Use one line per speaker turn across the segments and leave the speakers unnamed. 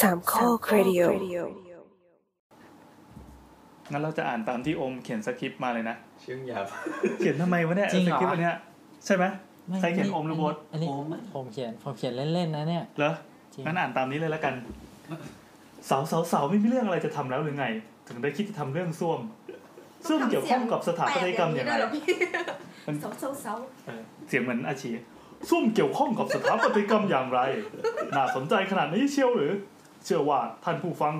สามข้อครดิโอ
งั้นเราจะอ่านตามที่โอมเขียนสคริปต์มาเลยนะ
เชื่องหยาบ
เขียนทำไมวะเนี่ย
จริ
ส
งเหรอ
คริปต์อันเนี้ยใช่ไหม
ไม่
ใครเขียนอมหรือโบ๊ท
อันนี้ผมเขียนผมเขียนเล่นๆนะเนี่ย
เหรอ
จริง
งั้นอ่านตามนี้เลยแล้วกัน สาวสาวสาวไม่มีเรื่องอะไรจะทำแล้วหรือไง ถึงได้คิดจะทำเรื่องส้วมส้วมเกี่ยวข้องกับสถาปัตยกรรมอย่างไร มัน
เซาเซาเซา
เออเสียงเหมือนอาชีส้วมเกี่ยวข้องกับสถาปัตยกรรมอย่างไร น่าสนใจขนาดนี้เชียวหรือ เชื่อว่าท่านผู้ฟัง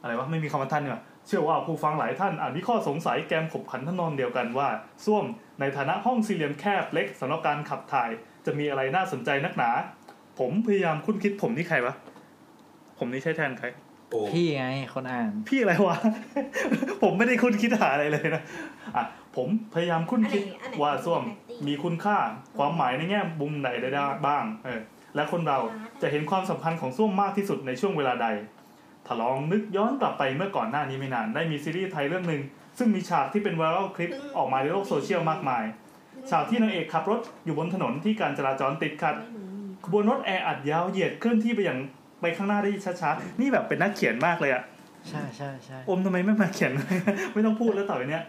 อะไรวะไม่มีคำว่าท่านเนี่ยเชื่อว่าผู้ฟังหลายท่านอาจมีข้อสงสัยแกมขบขันทำนองเดียวกันว่าส้วมในฐานะห้องสี่เหลี่ยมแคบเล็กสำหรับการขับถ่าย จะมีอะไรน่าสนใจนักหนา ผมพยายามคุ้นคิดผมนี่ใครวะ ผมนี่ใช่แทนใคร
โอ้
พี่ไงคนอ่าน
พี่อะไร วะ ผมไม่ได้คุ้นคิดหาอะไรเลยนะอ่ะผมพยายามคุ้นคิด
อันไหนอันไหน
ว่าส้วม
อันไหน
มีคุณค่าความหมายในแง่มุมใดได้บ้าง เออ และคนเราจะเห็นความสำคัญของส้วมมากที่สุดในช่วงเวลาใด ถ้าลองนึกย้อนกลับไปเมื่อก่อนหน้านี้ไม่นาน ได้มีซีรีส์ไทยเรื่องหนึ่ง ซึ่งมีฉากที่เป็นไวรัลคลิปออกมาในโลกโซเชียลมากมาย ฉากที่นางเอกขับรถอยู่บนถนนที่การจราจรติดขัด ขบวนรถแออัดยาวเหยียดเคลื่อนที่ไปอย่างไปข้างหน้าได้ช้าๆ นี่แบบเป็นนักเขียนมากเลยอะ
ใช่ใช่ใช่
อมทำไมไม่มาเขียน ไม่ต้องพูดแล้วต่อไปเนี้ย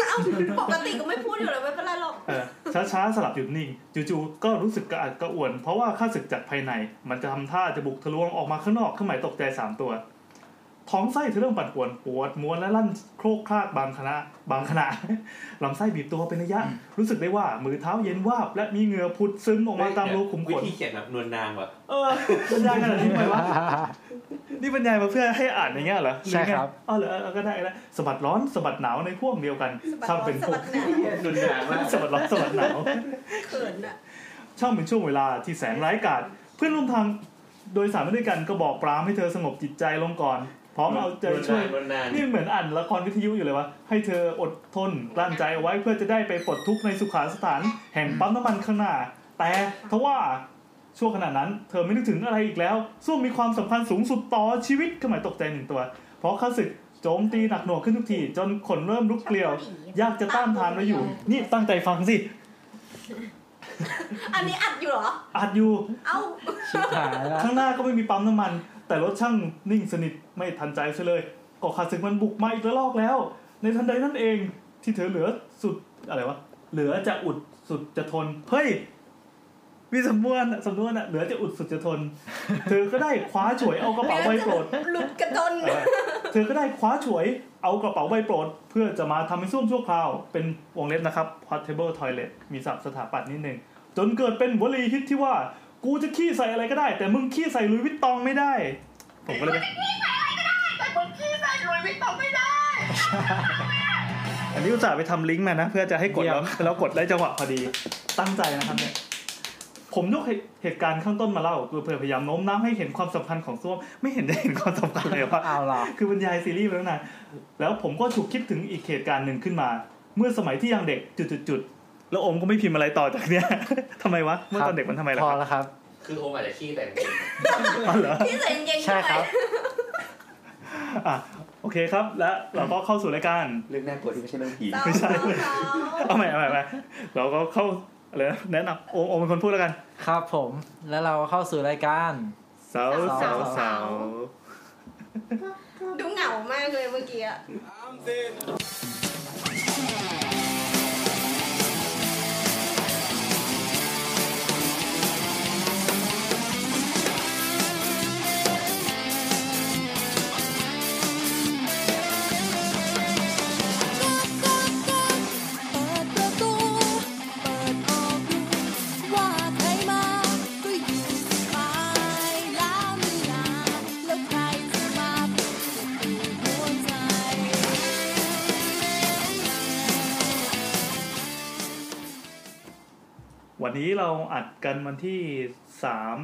ปกติก็ไม่พูดอยู่แล้วไม่เป็นไรหรอก
เออช้าๆสลับหยุดนิ่งจู่ๆก็รู้สึกกระอักกระอ่วน เพราะว่าข้าศึกจากภายใน มันจะทำท่าจะบุกทะลวงออกมาข้างนอกเครื่องหมายตกใจสามตัว ท้องไส้เธอเริ่มปั่นป่วนปวดม้วนและลั่นโครกครากบางขณะบางขณะ ลำไส้บีบตัวเป็นระยะ รู้สึกได้ว่ามือเท้าเย็นวาบ และมีเหงื่อผุดซึมออกมาตามรูขุมข
วิ
น
ธีเขียนแบบนวลนางว่ะ
เออบรรยายขนาดนี้ไหมวะ นี่บรรยายมาเพื่อให้อ่านอย่างเงี้ยเหรอ
ใช่ครับ
อ๋อเหรอเออก็ได้ก็ได้สะบัดร้อนสะบัดหนาวในพ่วงเดียวกันทำเป็น
สะ
พวก
บัดหนาน
วลนางว่ะ
สวัสดร้อนสวัสดหนาว
เขินอ่ะ
ช่างเป็นช่วงเวลาที่แสนร้ายกาจเพื่อนร่วมทางโดยสารมาด้วยกันก็บอกปรามให้เธอสงบจิตใจลงก่อน พร้อมเอาใจช่วย
นวลนาง
นี่เหมือนอ่านละครวิทยุอยู่เลยวะให้เธออดทนกลั้นใจเอาไว้เพื่อจะได้ไปปลดทุกข์ในสุขาสถาน แห่งปั๊มน้ำมันข้างหน้า แต่ทว่าช่วงขณะนั้น เธอไม่นึกถึงอะไรอีกแล้วส้วมมีความสำคัญสูงสุดต่อชีวิตขึ้นหมายตกใจหนึ่งตัว เพราะข้าศึกโจมตีหนักหน่วงขึ้นทุกที จนขนเริ่มลุกเกลียว ยากจะต้านทานไว้อยู่ นี่ตั้งใจฟังสิ
อันนี้อัดอยู่เหรอ
อัดอยู่
เอ้า
ชิบหายละ
ข้างหน้าก็ไม่มีปั๊มน้ำมัน แต่รถช่างนิ่งสนิทไม่ทันใจซะเลยก่อขาศึกมันบุกมาอีกระลอกแล้ว ในทันใดนั่นเองที่เธอเหลือสุดอะไรวะเหลือจะอุดสุดจะทนเฮ้ยมีสำนวนอะสำนวนอะเหลือจะอุดสุดจะทน เธอก็ได้คว้าฉวยเอากระเป๋าใบโปรด
หลุดกระดน
เออเธอก็ได้คว้าฉวยเอากระเป๋าใบโปรด เพื่อจะมาทำเป็นส้วมชั่วคราว เป็นวงเล็บนะครับ portable toilet มีศัพท์สถาปัตย์นิดนึง จนเกิดเป็นวลีฮิตที่ว่า กูจะขี้ใส่อะไรก็ได้ แต่มึงขี้ใส่ลุยวิตตองไม่ได้ ผมก็เลยไป
แต่คนที่ใส่รวยไม่ตองไม่ได้
อันนี้อุตส่าห์ไปทำลิงก์มานะ เพื่อจะให้กดแล้วแล้วกดได้จังหวะพอดี ตั้งใจนะครับเนี่ย ผมยกเหตุการณ์ข้างต้นมาเล่าคือเพื่อพยายามโน้มน้าวให้เห็นความสำคัญของส้วมไม่เห็นได้เห็นความสำคัญเลยว่า
เอาล่ะ
คือบรรยายซีรีส์ไปตั้งนานแล้วผมก็ถูกคิดถึงอีกเหตุการณ์หนึ่งขึ้นมา เมื่อสมัยที่ยังเด็กจุดๆๆแล้วโอมก็ไม่พิมพ์อะไรต่อจากเนี้ย ทำไมวะ เมื่อตอนเด็กมันทำไมล่ะ
พ
ค
อ
รับ
แล้วครับ
คือโอมอาจจะขี้แต่งจริง
อ๋อเหรอ
ที่ใส่กางเกง
ใช่ครับ
อ่ะโอเคครับ และเราก็เข้าสู่รายการ
เรื่องน่ากลัวที่ไม่ใช่เรื่องผี
เซา
ไม่
เซา
ใช่
เซา
เอาใหม่เอาใหม่เอาใหม่เราก็เข้าอะไรนะแนะนำโอมโอมเป็นคนพูดแล้วกัน
ครับผม แล้วเราเข้าสู่รายการ
สาวสาวสาว
ดูเหงามากเลยเมื่อกี้อะ
เปิดประตู เปิดออกดูว่าใครมา ก็อยู่สบายแล้วไม่ลาแล้วใครจะมาเปิดประตูหัวใจ
วันนี้เราอัดกันวันที่สาม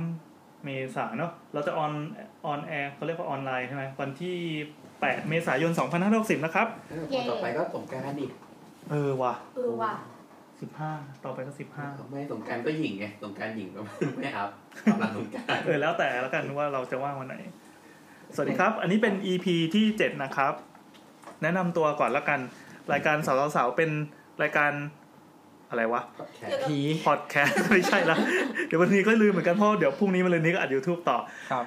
เมษาเนอะเราจะออนออนแอร์เขาเรียกว่าออนไลน์ใช่ไหมวันที่ 8 เมษายน 2560 นะครับ
คนต่อไปก็สงกรารอีก
เออว่ะ
เออว่ะ
สิบห้าต่อไปก็สิบห้า
ไม่สงกรารก็หญิงไงสงกรารหญิงก็ไม่อัพกำลังสงกราร
เออแล้วแต่แล้วกันว่าเราจะว่างวันไหน สวัสดีครับ อันนี้เป็น EP ที่เจ็ดนะครับ แนะนำตัวก่อนแล้วกัน รายการสาวสาวๆเป็นรายการอะไรวะ
แค
เกี่ยวกับ
ผี
พอ ดแคสต์ ไม่ใช่ละเดี๋ยววันนี้ก็ลืมเหมือนกันเพราะเดี๋ยวพรุ่งนี้มาเลยนี้ก็อัด YouTube ต่อ
ครับ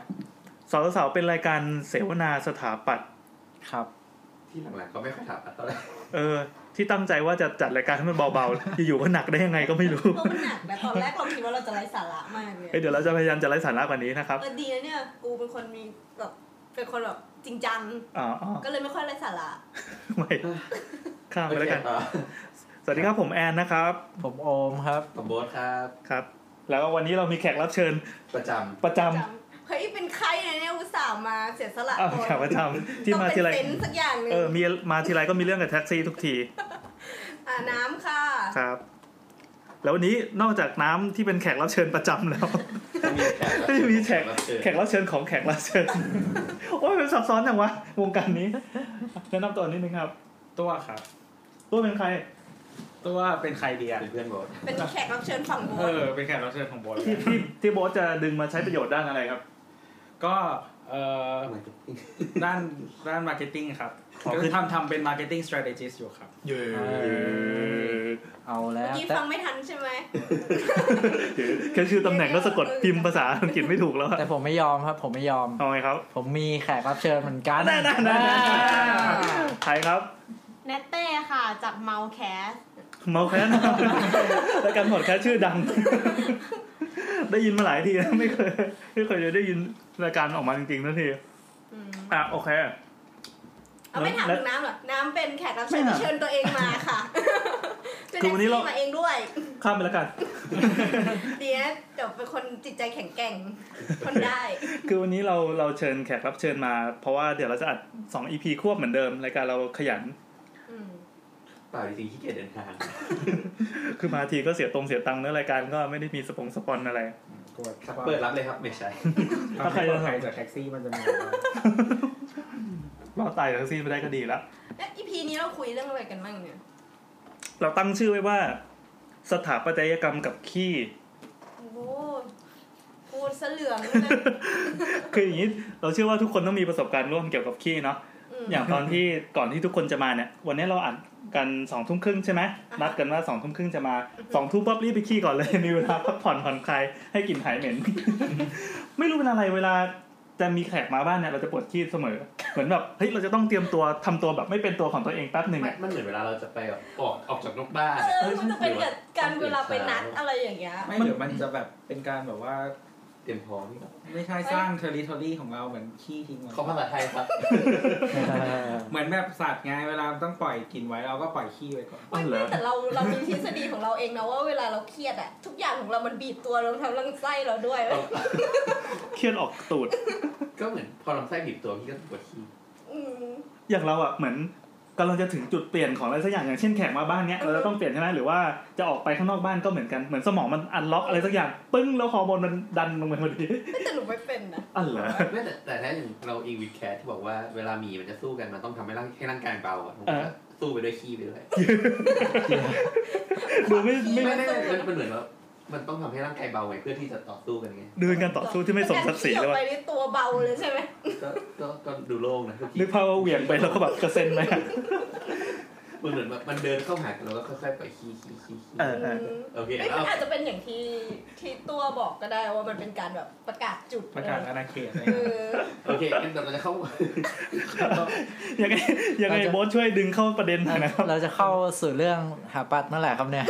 สาวสาวๆเป็นรายการเสวนาสถาปัตย์
ครับ
ที่หลังๆก็ไม่ค่อยถามอัดเท่าไหร่
เออ ที่ตั้งใจว่าจะจัดรายการให้มันเบาๆ อยู่ๆก็หนักได้ยังไงก็ไม่รู้
เพราะมันหนักนะตอนแรกเราคิดว่าเราจะไร้สาระมากเลย
เอ้ยเดี๋ยวเราจะพยายามจะไร้สาระกว่านี้นะครับ
เออดีนะเนี่ย กูเป็นคนมีแบบเป็นคนแบบจริงจัง
อ๋ออ๋อ
ก็เลยไม่ค่อยไร้สาระ
ไม่ ข้ามไปแล้วกัน
โอเคต่อ
สวัสดีครับผมแอนนะครับ
ผมโอมครับ
ผมโบ๊ทครับ
ครับ แล้ววันนี้เรามีแขกรับเชิญ
ประจำ
ประจำ
จำเฮ้ยเป็นใครเนี่ยเนี่ยอุตส่าห์มาเสียสละ
อ่ะ
ตัว
แขกประจำที่
ต้อง
มา
เป็
ที
น
ไร
เซนส์สักอย่างหนึ่ง
เออมีมาทีไรก็มีเรื่องกับแท็กซี่ทุกที
อ่าน้ำค่ะ
ครับ แล้ววันนี้นอกจากน้ำที่เป็นแขกรับเชิญประจำแล้ว
ก็มีแขกรับ
ไม่
เชิญ
มีแขก
รับเชิญ
แขกรับเชิญของแขกรับเชิญ โอ้ยมันซับซ้อนจังวะ วงการนี้ แนะนำตัวนิดนึงครับ
ตัวครับ
ตัวเป็นใคร
ตัวเป็นใครดีอะ
เป็นเพื่อนโบ๊ท
เป็นแขกรับเชิญฝั่งโบ
เอ
ส
อ เป็นแขกรับเชิญของโบท
ที่ที่ที่โบทจะดึงมาใช้ประโยชน์ด้านอะไรครับ
ก็เอ่อ
เหมือนจะ
ด้านด้านมาร์เก็ตติ้งครับ
อ๋อคือ
คือทำทำเป็นมาร์เก็ตติ้ง strategist อยู่ครับ
เยอ
เอาแล้
เมื่อ
ว
กี้
แต่
ฟังไม่ทันใช่ไหม
แค่ชื่อตำแหน่งก็สะกดพิมพ์ภาษาอังกฤษไม่ถูกแล้วอะ
แต่ผมไม่ยอมครับ ผมไม่ยอม
เอาไงครับ
ผมมีแขกรับเชิญเหมือนกัน
นั่นนั่นนั่นใครครับ
แนตเต้ค่ะ จากเมาแคส
เมาแคสรายการ พอดแคสต์ชื่อดัง ได้ยินมาหลายทีแล้วไม่เคยไม่เคยจะได้ยินรายการออกมาจริงๆนะทีอ่ะโอเค
เอาไม่ถามถึงน้ำเหรอ น้ำเป็นแขกรับเชิญ
ไม่ถาม
ที่เชิญตัวเองมาค่ะเป็น
คือวันนี้เรา
แท็กซี่มาเองด้วย
ข้ามไปแล้วกัน
ดีนะเดี๋ยวเป็นคนจิตใจแข็งแกร่งคนได้
คือวันนี้เราเราเชิญแขกรับเชิญมา เพราะว่าเดี๋ยวเราจะอัดสองอีพีควบเหมือนเดิมรายการเราขยัน
อืม
เปล่าจริงๆขี้เกียจเดินทาง
คือมาทีก็เสียตรงเสียตังค์เนื้อรายการก็ไม่ได้มีสปงสปอนอะไร
กด
ครับเปิดรับเลยครับไม่ใช่
ถ้าใครจะใครจะแท็กซี่มันจะมี อะไรบ้าง
รอดตายจากแท็กซี่ไม่ได้ก็ดีละ
แล้วอีพีนี้เราคุยเรื่องอะไรกันบ้างเนี่ย
เราตั้งชื่อไว้ว่า สถาปัตยกรรมกับขี้
โอ้โหพูดซะเหลืองเลย
คืออย่างนี้เราเชื่อว่าทุกคนต้องมีประสบการณ์ร่วมเกี่ยวกับขี้เนาะ
ม
อย่างตอนที่ก่อนที่ทุกคนจะมาเนี่ย วันนี้เราอัดกันสองทุ่มครึ่งใช่ไหม
อ่าฮะ
นัดกันว่าสองทุ่มครึ่งจะมาสองทุ่มปั๊บรีบไปขี้ก่อนเลย มีเวลาพักผ่อนผ่อนคลายให้กลิ่นหายเหม็น ไม่รู้เป็นอะไรเวลาจะมีแขกมาบ้านเนี่ยเราจะปวดขี้เสมอ เหมือนแบบเฮ้ยเราจะต้องเตรียมตัวทำตัวแบบไม่เป็นตัวของตัวเองแป๊บหนึ่ง
มัน
อะ
มันเหมือนเวลาเราจะไปแบบออกออกจากนอกบ้าน
เออมันจะเป็นกับการเวลาไปนัดอะไรอย่างเงี้ย
ไม่หรือมันจะแบบเป็นการแบบว่า
เตรียมพร้อม
ไม่ใช่สร้างเทอริทอรี่ของเราเหมือนขี้ทิ้งไว้
เขาภาษาไทย ครับ
เหมือนแบบสัตว์ไงเวลาต้องปล่อยกินไว้เราก็ปล่อยขี้ไว้ก่อน
อ๋อเหรอ
แต่เราเรามีทฤษฎีของเราเองนะว่าเวลาเราเครียดอะทุกอย่างของเรามันบีบตัวลงทั้งลำไส้เราด้วย
เครียดออกตูด
ก็เหมือนพอลำไส้บีบตัวพี่ก็ปวดขี้
อืม
อย่างเราอ่ะเหมือนกำลังจะถึงจุดเปลี่ยนของอะไรสักอย่างอย่างเช่นแขกมาบ้านเนี้ยเราจะต้องเปลี่ยนใช่ไหมหรือว่าจะออกไปข้างนอกบ้านก็เหมือนกันเหมือนสมองมันอันล็อกอะไรสักอย่างปึ้งแล้วฮอร์โมนมันดันลงไปพอดี
แต่หนูไม่เป็นนะ
อ๋อเหรอ
ไม่แต่แต่ถ้าอย่างเราอิงวิดแคทที่บอกว่าเวลาหมีมันจะสู้กันมันต้องทำให้ร่างให้ร่างกายเบาอะมัน
เอ
ก็
อ
สู้ไปด้วยขี้ไปด้วย
ดูไม่ไม่
ไม่ไม่ไม่มันมันเหมือนว่ามันต้องทำให้ร่างกายเบาไว้เพื่อที่จะต่อสู้กันไง
ดูเป็นการต่อสู้ที่ไม่สมศักดิ์ศรีเลย
ไป
ว่ะ
ในตัวเบาเลยใช่ไหม
ก็ก็ก็ดูโล่งนะทุกที
นึกภาพว่าเหวี่ยงไปแล้วก็แบบกระเซ็นไหม
มันเหมือนแบบมันเดินเข้าหากันแล้วก็ค่อยๆปล่อยขี้ขี้ขี้ขี้
เออเออ
อืม
โอเค
เอ้ย
แล้
มัน
ว
อาจจะเป็นอย่างที่ที่ตัวบอกก็ได้ว่ามันเป็นการแบบประกาศจุด
ประกาศอาณาเขตอะไร
เออ
โอเคงั้นเดี๋ยวเราจะเข้า
ยังไงยังไงโบทช่วยดึงเข้าประเด็นหน่อยนะครับ
เราจะเข้าสู่เรื่องหาปัดเมื่อไหร่ครับเนี่ย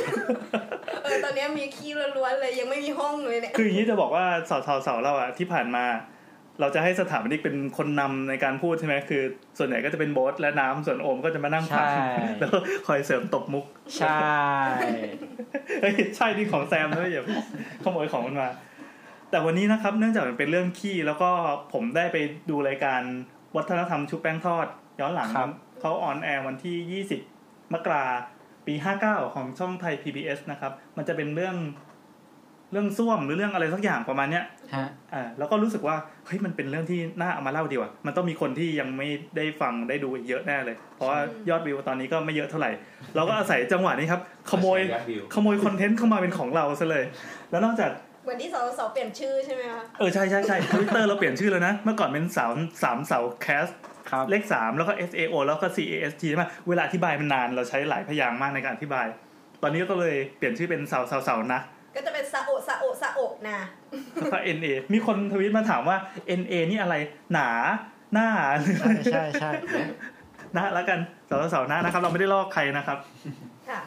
เออตอนเนี้ยมีขี้ล้วนๆเลยยังไม่มีห้องเลยเนี่ย
คืออย่างนี้จะบอกว่าสาวสาวสาวเราอะที่ผ่านมา เราจะให้สถาปนิกเป็นคนนำในการพูดใช่ไหมคือ ส่วนใหญ่ก็จะเป็นโบทและน้ำส่วนโอมก็จะมานั่งฟัง
ใช่
แล้วก็คอยเสริมตบมุก
ใช่
เอ้ยใช่นี่ของแซมนะอย่าขโมยของมันมา แต่วันนี้นะครับ เนื่องจากมันเป็นเรื่องขี้แล้วก็ผมได้ไปดูรายการวัฒนธรรมชุบแป้งทอด ย้อนหลัง
ครับ
เขาออนแอร์วันที่ 20 มกราปี 59 ของช่องไทย PBS นะครับ มันจะเป็นเรื่องเรื่องส้วมหรือเรื่องอะไรสักอย่างประมาณเนี้ย
ฮะ
อ่าแล้วก็รู้สึกว่าเฮ้ยมันเป็นเรื่องที่น่าเอามาเล่าดีว่ะมันต้องมีคนที่ยังไม่ได้ฟังได้ดูอีกเยอะแน่เลย เพราะว่ายอดวิวตอนนี้ก็ไม่เยอะเท่าไหร่ เราก็อาศัยจังหวะนี้ครับ ขโมย
ดวิว
ขโมยคอนเทนต์เข้ามาเป็นของเราซะเลย แล้วนอกจาก
เหมือนที่สสเปลี่ยนชื่อใช่ไหมคะ
เออใช่ใช่ใช่ทวิตเตอร์เราเปลี่ยนชื่อแล้วนะ เมื่อก่อนเป็นสามสามเสาแคส
ครับ
เลขสามแล้วก็ S A O แล้วก็ C A S T ใช่ไหมเวลาอธิบายมันนานเราใช้หลายพยางค์มากในการอธิบาย ตอนนี้ก็เลยเปลี่ยนชื่อเป็นเสาเสาเสานะ
ก็จะเป็นซาโอะซาโอะซาโอะนะ
แล้วก็ NA มีคนทวิตมาถามว่า NA นี่อะไรหนาหน้าหรือ
ใช่ใช่ใช่
นะ
หน้าแล้วกันสาวๆสาวๆหน้านะครับ เราไม่ได้ลอกใครนะครับ
ค่ะ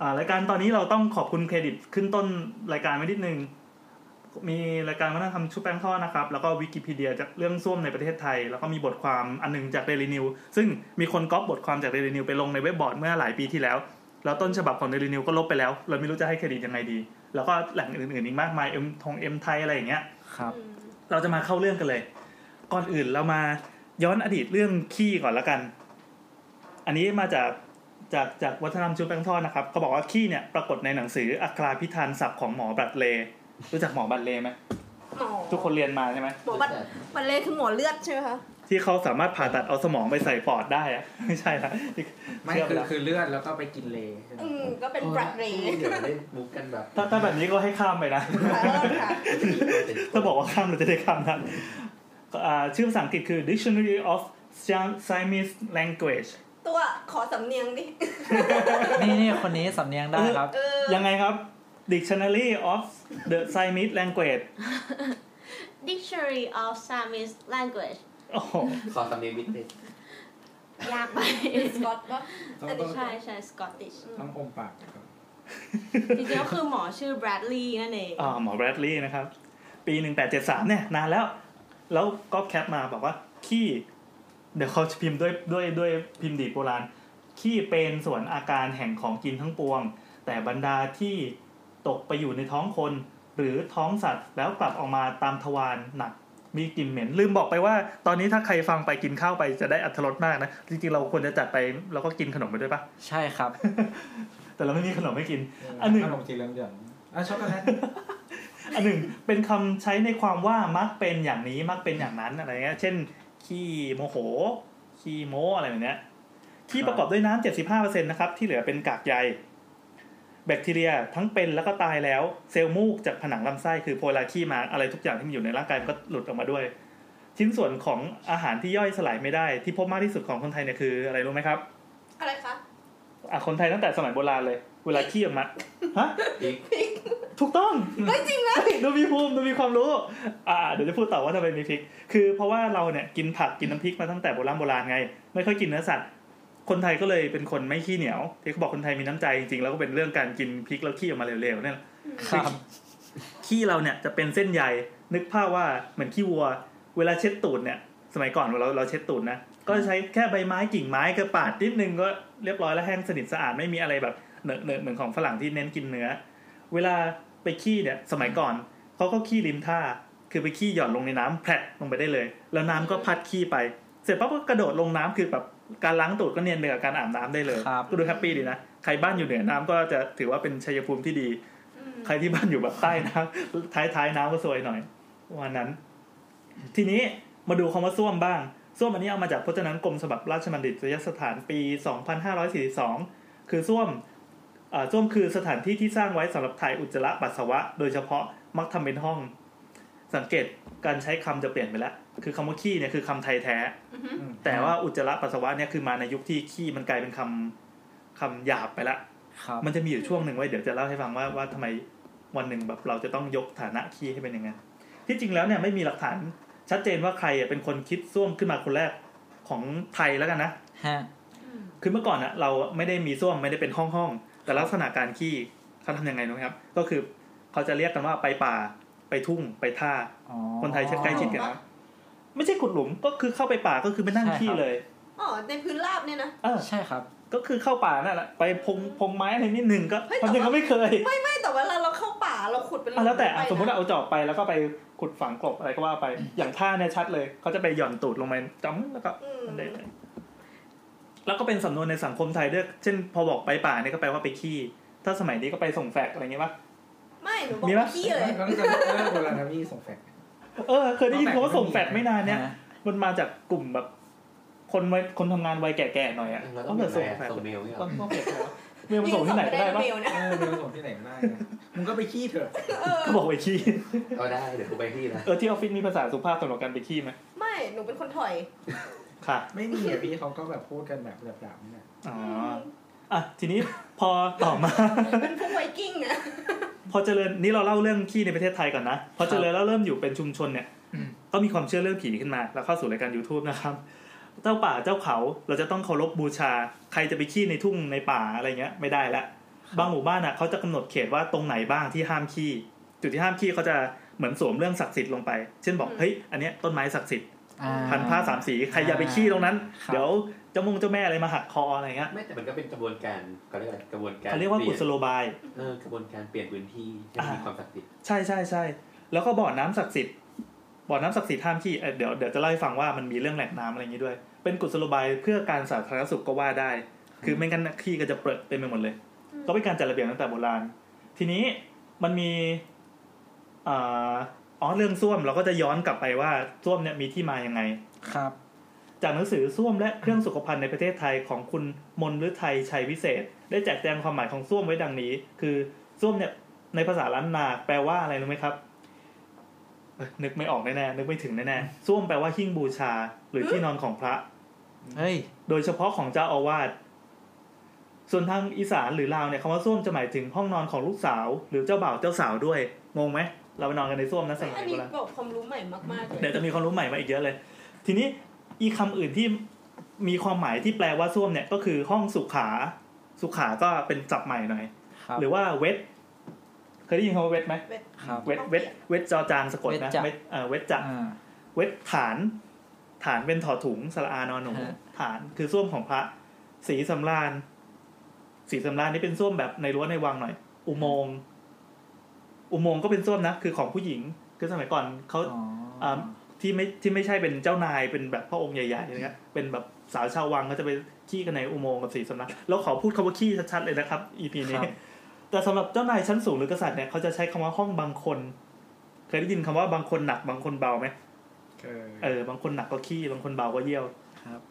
อ่ารายการตอนนี้เราต้องขอบคุณเครดิตขึ้นต้นรายการไว้นิดนึง มีรายการวัฒนธรรมชุบแป้งทอดนะครับ แล้วก็วิกิพีเดียจากเรื่องส้วมในประเทศไทย แล้วก็มีบทความอันหนึงจากเดลินิวซึ่งมีคนก๊อปบทความจากเดลินิวไปลงในเว็บบอร์ดเมื่อหลายปีที่แล้ว แล้วต้นฉบับของเดลินิวก็ลบไปแล้ว เราไม่รู้จะให้เครดิตยังไงดี แล้วก็แหล่งอื่นๆอีกมากมายเอ็มทงเอ็มไทยอะไรอย่างเงี้ย
ครับ
เราจะมาเข้าเรื่องกันเลย ก่อนอื่นเรามาย้อนอดีตเรื่องขี้ก่อนละกัน อันนี้มาจากจากจากวัฒนธรรมชุดแป้งทอดนะครับเขาบอกว่าขี้เนี่ยปรากฏในหนังสืออัคราพิธานศัพท์ของหมอบัตเลย์รู้จักหมอบัตเลย์ไหม
หมอ
ทุกคนเรียนมาใช่ไหม
หมอบัตบัตเลคือหมอเลือดใช่ไหมคะ
ที่เขาสามารถผ่าตัดเอาสมองไปใส่ปอดได้อะ ไม่ใช่ละ
ไม่
เชื่อป
คือ
ละ
คือเลือดแล้วก็ไปกินเลใช่ไหม
อืม ก็เป็นบัตเล
เดี๋ยวเราได้มุกกันแบบ
ถ้าถ้าแบบนี้ก็ให้ข้ามไปนะ
ขอโทษค่ะ
ถ้าบอกว่าข้ามเราจะได้ข้ามนั้นอ่าชื่อภาษาอังกฤษคือ Dictionary of Siamese Language
ตัวขอสำเนียงดิ
นี่นี่คนนี้สำเนียงได้ครับ
เออ
ยังไงครับ Dictionary of the Siamese Language
Dictionary of Siamese Language
โอ้โห
ขอสำเนียงวิทย์
ยากไป
สกอตก็
ต้อง
อัน
ต้
นี้
อง
ใช่ใช่ Scottish
ต้องอมปากก่อน
จริงๆก็คือหมอชื่อ Bradley นั่นเอง
อ่าหมอแบรดลีย์นะครับ ปี 1873 เนี่ย นานแล้ว แล้วก็แคปมาบอกว่า ขี้ เดี๋ยวเขาจะพิมพ์ด้วยด้วยด้วยพิมพ์ดีดโบราณ ขี้เป็นส่วนอาการแห่งของกินทั้งปวง แต่บรรดาที่ตกไปอยู่ในท้องคน หรือท้องสัตว์แล้วกลับออกมาตามทวารหนัก มีกลิ่นเหม็น ลืมบอกไปว่า ตอนนี้ถ้าใครฟังไปกินข้าวไปจะได้อัตรสมากนะ จริงๆเราควรจะจัดไปแล้วก็กินขนมไปด้วยปะ
ใช่ครับ
แต่เราไม่มีขนมให้กิน อั
อั
นห
นห
นึ่ง
นึ่งขนมจีนเหลืองเหลืองอ่ะช็อกโกแลต
อันหนึ่งเป็นคำใช้ในความว่ามักเป็นอย่างนี้มักเป็นอย่างนั้นอะไรเงี้ย เช่น ขี้โมโห ขี้โมอะไรแบบเนี้ยที่ประกอบด้วยน้ำ75%นะครับ ที่เหลือเป็นกากใย แบคทีเรียทั้งเป็นแล้วก็ตายแล้ว เซลล์มูกจากผนังลำไส้คือโพลาขี้มาอะไรทุกอย่างที่มันอยู่ในร่างกายมันก็หลุดออกมาด้วย ชิ้นส่วนของอาหารที่ย่อยสลายไม่ได้ ที่พบมากที่สุดของคนไทยเนี่ยคืออะไรรู้ไหมครับ
อะไรคะ
อ่ะคนไทยตั้งแต่สมัยโบราณเลย เวลาขี้ออกมาฮะ
อีก
ถูกต้อง
เฮ้ยจริงนะ
ดูมีภูมิดูมีความรู้ อ่า เดี๋ยวจะพูดต่อว่าทำไมมีพริก คือเพราะว่าเราเนี่ยกินผักกินน้ำพริกมาตั้งแต่โบราณโบราณไง ไม่ค่อยกินเนื้อสัตว์ คนไทยก็เลยเป็นคนไม่ขี้เหนียว ที่เขาบอกคนไทยมีน้ำใจจริงๆ แล้วก็เป็นเรื่องการกินพริกแล้วขี้ออกมาเร็วๆเนี่ย
ครับ
ขี้เราเนี่ยจะเป็นเส้นใยนึกภาพว่าเหมือนขี้วัว เวลาเช็ดตูดเนี่ย สมัยก่อนเราเราเช็ดตูดนะ ก็ใช้แค่ใบไม้กิ่งไม้ก็ปาดนิดนึงก็เรียบร้อยแล้วแห้งสนิทสะอาดไม่มีอะไรแบบเหนอะเหนอะเหมือนของฝรั่งที่เน้นกินเนื้อ เวลาไปขี้เนี่ยสมัยก่อนเขาก็ขี้ริมท่า คือไปขี้หย่อนลงในน้ำแผลดลงไปได้เลย แล้วน้ำก็พัดขี้ไป เสร็จปั๊บก็กระโดดลงน้ำคือแบบการล้างตูดก็เนียนเหนือการอาบน้ำได้เลย
ครับ
ก็ดูแฮปปี้ดีนะใครบ้านอยู่เหนือน้ำก็จะถือว่าเป็นชัยภูมิที่ดี
อืม
ใครที่บ้านอยู่แบบใต้น้ำท้ ายท้ายน้ำก็ซวยหน่อยวันนั้น ทีนี้มาดูคำว่าส้วมบ้างส้วมอันนี้เอามาจากพจนานุกรมฉบับราชบัณฑิตยสถานปี 2542 คือส้วมเอ่อส้วมคือสถานที่ที่สร้างไว้สำหรับถ่ายอุจจาระปัสสาวะ โดยเฉพาะมักทำเป็นห้อง สังเกตการใช้คำจะเปลี่ยนไปแล้ว คือคำว่าขี้เนี่ยคือคำไทยแท้ แต่ว่าอุจจาระปัสสาวะเนี่ยคือมาในยุคที่ขี้มันกลายเป็นคำคำหยาบไปละ
ครับ
มันจะมีอยู่ช่วงหนึ่งไว้ยเดี๋ยวจะเล่าให้ฟังว่าว่าทำไมวันหนึ่งแบบเราจะต้องยกฐานะขี้ให้เป็นอย่างนั้นที่จริงแล้วเนี่ยไม่มีหลักฐานชัดเจนว่าใครอ่ะเป็นคนคิดส้วมขึ้นมาคนแรกของไทยแล้วกันนะ
ฮะ
คือเมื่อก่อนอะเราไม่ได้มีส้วมไม่ได้เป็นห้องห้องๆแต่ลักษณะการขี้เขาทำยังไงรู้ไหมครับ ก็คือเขาจะเรียกกันว่าไปป่าไปทุ่งไปท่า
อ๋อ
คนไทยใกล้ชิดกันนะไม่ใช่ขุดหลุมก็คือเข้าไปป่าก็คือไปนั่ง
ใช่ครับ
ขี้เลย
อ๋อ ในพื้นราบเนี่ยนะ
เออ
ใช่ครับ
ก็คือเข้าป่านั่นแหละไปพงพงไม้อะไรนิดหนึ่งก็
เฮ้ยแต่
ทำ
ว่า
ยังก็ไม่เคย
ไม่ไม่แต่เวลาเราเข้าป่าเราขุดเป็นห
อ่ะแล้วแต่อ่ะ
ไปนะ
สมมติว่าเอาจอบไปแล้วก็ไปขุดฝังกลบอะไรก็ว่าไป อย่างท่าเนี่ยชัดเลยเขาจะไปหย่อนตูดลงไปจ้ำแล้วก็
อืม
มันได้เลยแล้วก็เป็นสำนวนในสังคมไทยด้วยเช่น พอบอกไปป่าเนี่ยก็แปลว่าไปขี้ ถ้าสมัยนี้ก็ไปส่งแฟกซ์อะไรเงี้ยป่ะ
ไม่หนูบอก
มีปะ
ขี้เลย
ก็จะเลิกเวลาทำนี่ส่งแฟกซ์
เออเคยได้ยินคำว่าส่งแฟกซ์ไม่นานเนี่ย มันมาจากกลุ่มแบบ คนวัยคนทำงานวัยแก่ๆหน่อยอ่ะ
เราต้
ก็
อง
เกิด
ส่
ส่
ง
งแฟกซ์
ส่งเมลเนี่ย
ต้องต้องเก็บแล้วเมลมาส่งที่ไหนก็ได้ป่ะ
เยวส่งปนะ
เออมึงส่งที่ไหนก็ได้นะมึงก็ไปขี้เถอะ
เขาบอกไปขี้
ก็ได้เดี๋ยวกูไปที่นะ
เออที่ออฟฟิศมีภาษาสุภาพสำหรับการไปขี้ไหม
ไม่ หนูเป็นคนถอย
ค่ะ
ไม่มีอ่ะพี่เขาก็แบบพูดกันแบบหยาบๆเนี่ย
อ๋ออ่ะทีนี้พอต่อมา
เป็นพวกไวกิ้งอะ
พอเจริญนี่เราเล่าเรื่องขี้ในประเทศไทยก่อนนะ พอเจริญแล้วเริ่มอยู่เป็นชุมชนเนี่ย ก็มีความเชื่อเรื่องผีขึ้นมา แล้วเข้าสู่รายการ YouTube นะครับ เจ้าป่าเจ้าเขาเราจะต้องเคารพบูชา ใครจะไปขี้ในทุ่งในป่าอะไรเงี้ยไม่ได้ละ บางหมู่บ้านอ่ะเขาจะกำหนดเขตว่าตรงไหนบ้างที่ห้ามขี้ จุดที่ห้ามขี้เขาจะเหมือนสวมเรื่องศักดิ์สิทธิ์ลงไป เช่นบอกเฮ้ยอันเนี้ยต้นไม้ศักดิ์สิทธิ์
อ่า
พันผ้าสามสีใครอย่าไปขี้ตรงนั้น
ครับ
เดี๋ยวเจ้ามงเจ้าแม่อะไรมาหักคออะไรเงี้ย
ไม่แต่มันก็เป็นกระบวนการเขาเรียกอะไรกระบวนการ
เขาเรียกว่ากุศโลบาย
เออกระบวนการเปลี่ยนพื้นที่ให้มีความศักดิ์สิทธิ์
ใช่ใช่ใช่แล้วก็บ่อน้ำศักดิ์สิทธิ์บ่อน้ำศักดิ์สิทธิ์ห้ามขี้เอ่อเดี๋ยวเดี๋ยวจะเล่าให้ฟังว่ามันมีเรื่องแหล่งน้ำอะไรอย่างนี้ด้วย เป็นกุศโลบายเพื่อการสาธารณสุขก็ว่าได้ คือไม่งั้นขี้ก็จะเปิดเต็มไปหมดเลย ก็เป็นการจัดระเบียบตั้งแต่โบราณ ทีนี้มันมีอ่าอ๋อเรื่องส้วมเราก็จะย้อนกลับไปว่าส้วมเนี่ยมีที่มายังไง
ครับ
จากหนังสือส้วมและเครื่องสุขภัณฑ์ในประเทศไทยของคุณมนฤทัยชัยวิเศษ ได้แจกแจงความหมายของส้วมไว้ดังนี้ คือส้วมเนี่ยในภาษาล้านนาแปลว่าอะไรรู้ไหมครับเอ้ยนึกไม่ออกแน่ๆนึกไม่ถึงแน่ๆส้วมแปลว่าหิ้งบูชา หรือที่นอนของพระ
เฮ้ย
โดยเฉพาะของเจ้าอาวาสส่วนทางอีสานหรือลาวเนี่ยคำว่าส้วมจะหมายถึงห้องนอนของลูกสาว หรือเจ้าบ่าวเจ้าสาวด้วยงงไหมเราไปนอนกันในส้วมนะสมั
อัน
ย
นี้
โบราณ
บอกความรู้ใหม่มากๆเลย
เดี๋ยวจะมีความรู้ใหม่มาอีกเยอะเลย ทีนี้อีกคำอื่นที่มีความหมายที่แปลว่าส้วมเนี่ยก็คือห้องสุขา สุขาก็เป็นศัพท์ใหม่หน่อย
ครับ
หรือว่าเวทเคยได้ยินคำว่าเวทไหม
ครับ
เวทเวทเวทจอจานสะกดนะ
เวทจะ
เวทเอ่อเวทจะ
อ่า
เวทฐาน ฐานเป็นถอถุงสระอานอนหนู
ฮะ
ฐานคือส้วมของพระ สีสำราญ สีสำราญนี่เป็นส้วมแบบในรั้วในวังหน่อย อุโมงค์อุโมงค์ก็เป็นส้วมนะคือของผู้หญิงคือสมัยก่อนเขา
อ๋ออ
อ่าที่ไม่ที่ไม่ใช่เป็นเจ้านายเป็นแบบพระองค์ใหญ่ๆอะไรเงี้ยเป็นแบบสาวชาววังก็จะไปขี้กันในอุโมงค์กับสีสำนักแล้วขอพูดคำว่าขี้ชัดๆเลยนะครับ EP นี้
ครับ
แต่สำหรับเจ้านายชั้นสูงหรือกษัตริย์เนี่ยเขาจะใช้คำว่าห้องบางคน เคยได้ยินคำว่าบางคนหนักบางคนเบาไหม
เออ
เออบางคนหนักก็ขี้บางคนเบาก็เยี่ยว
ครับ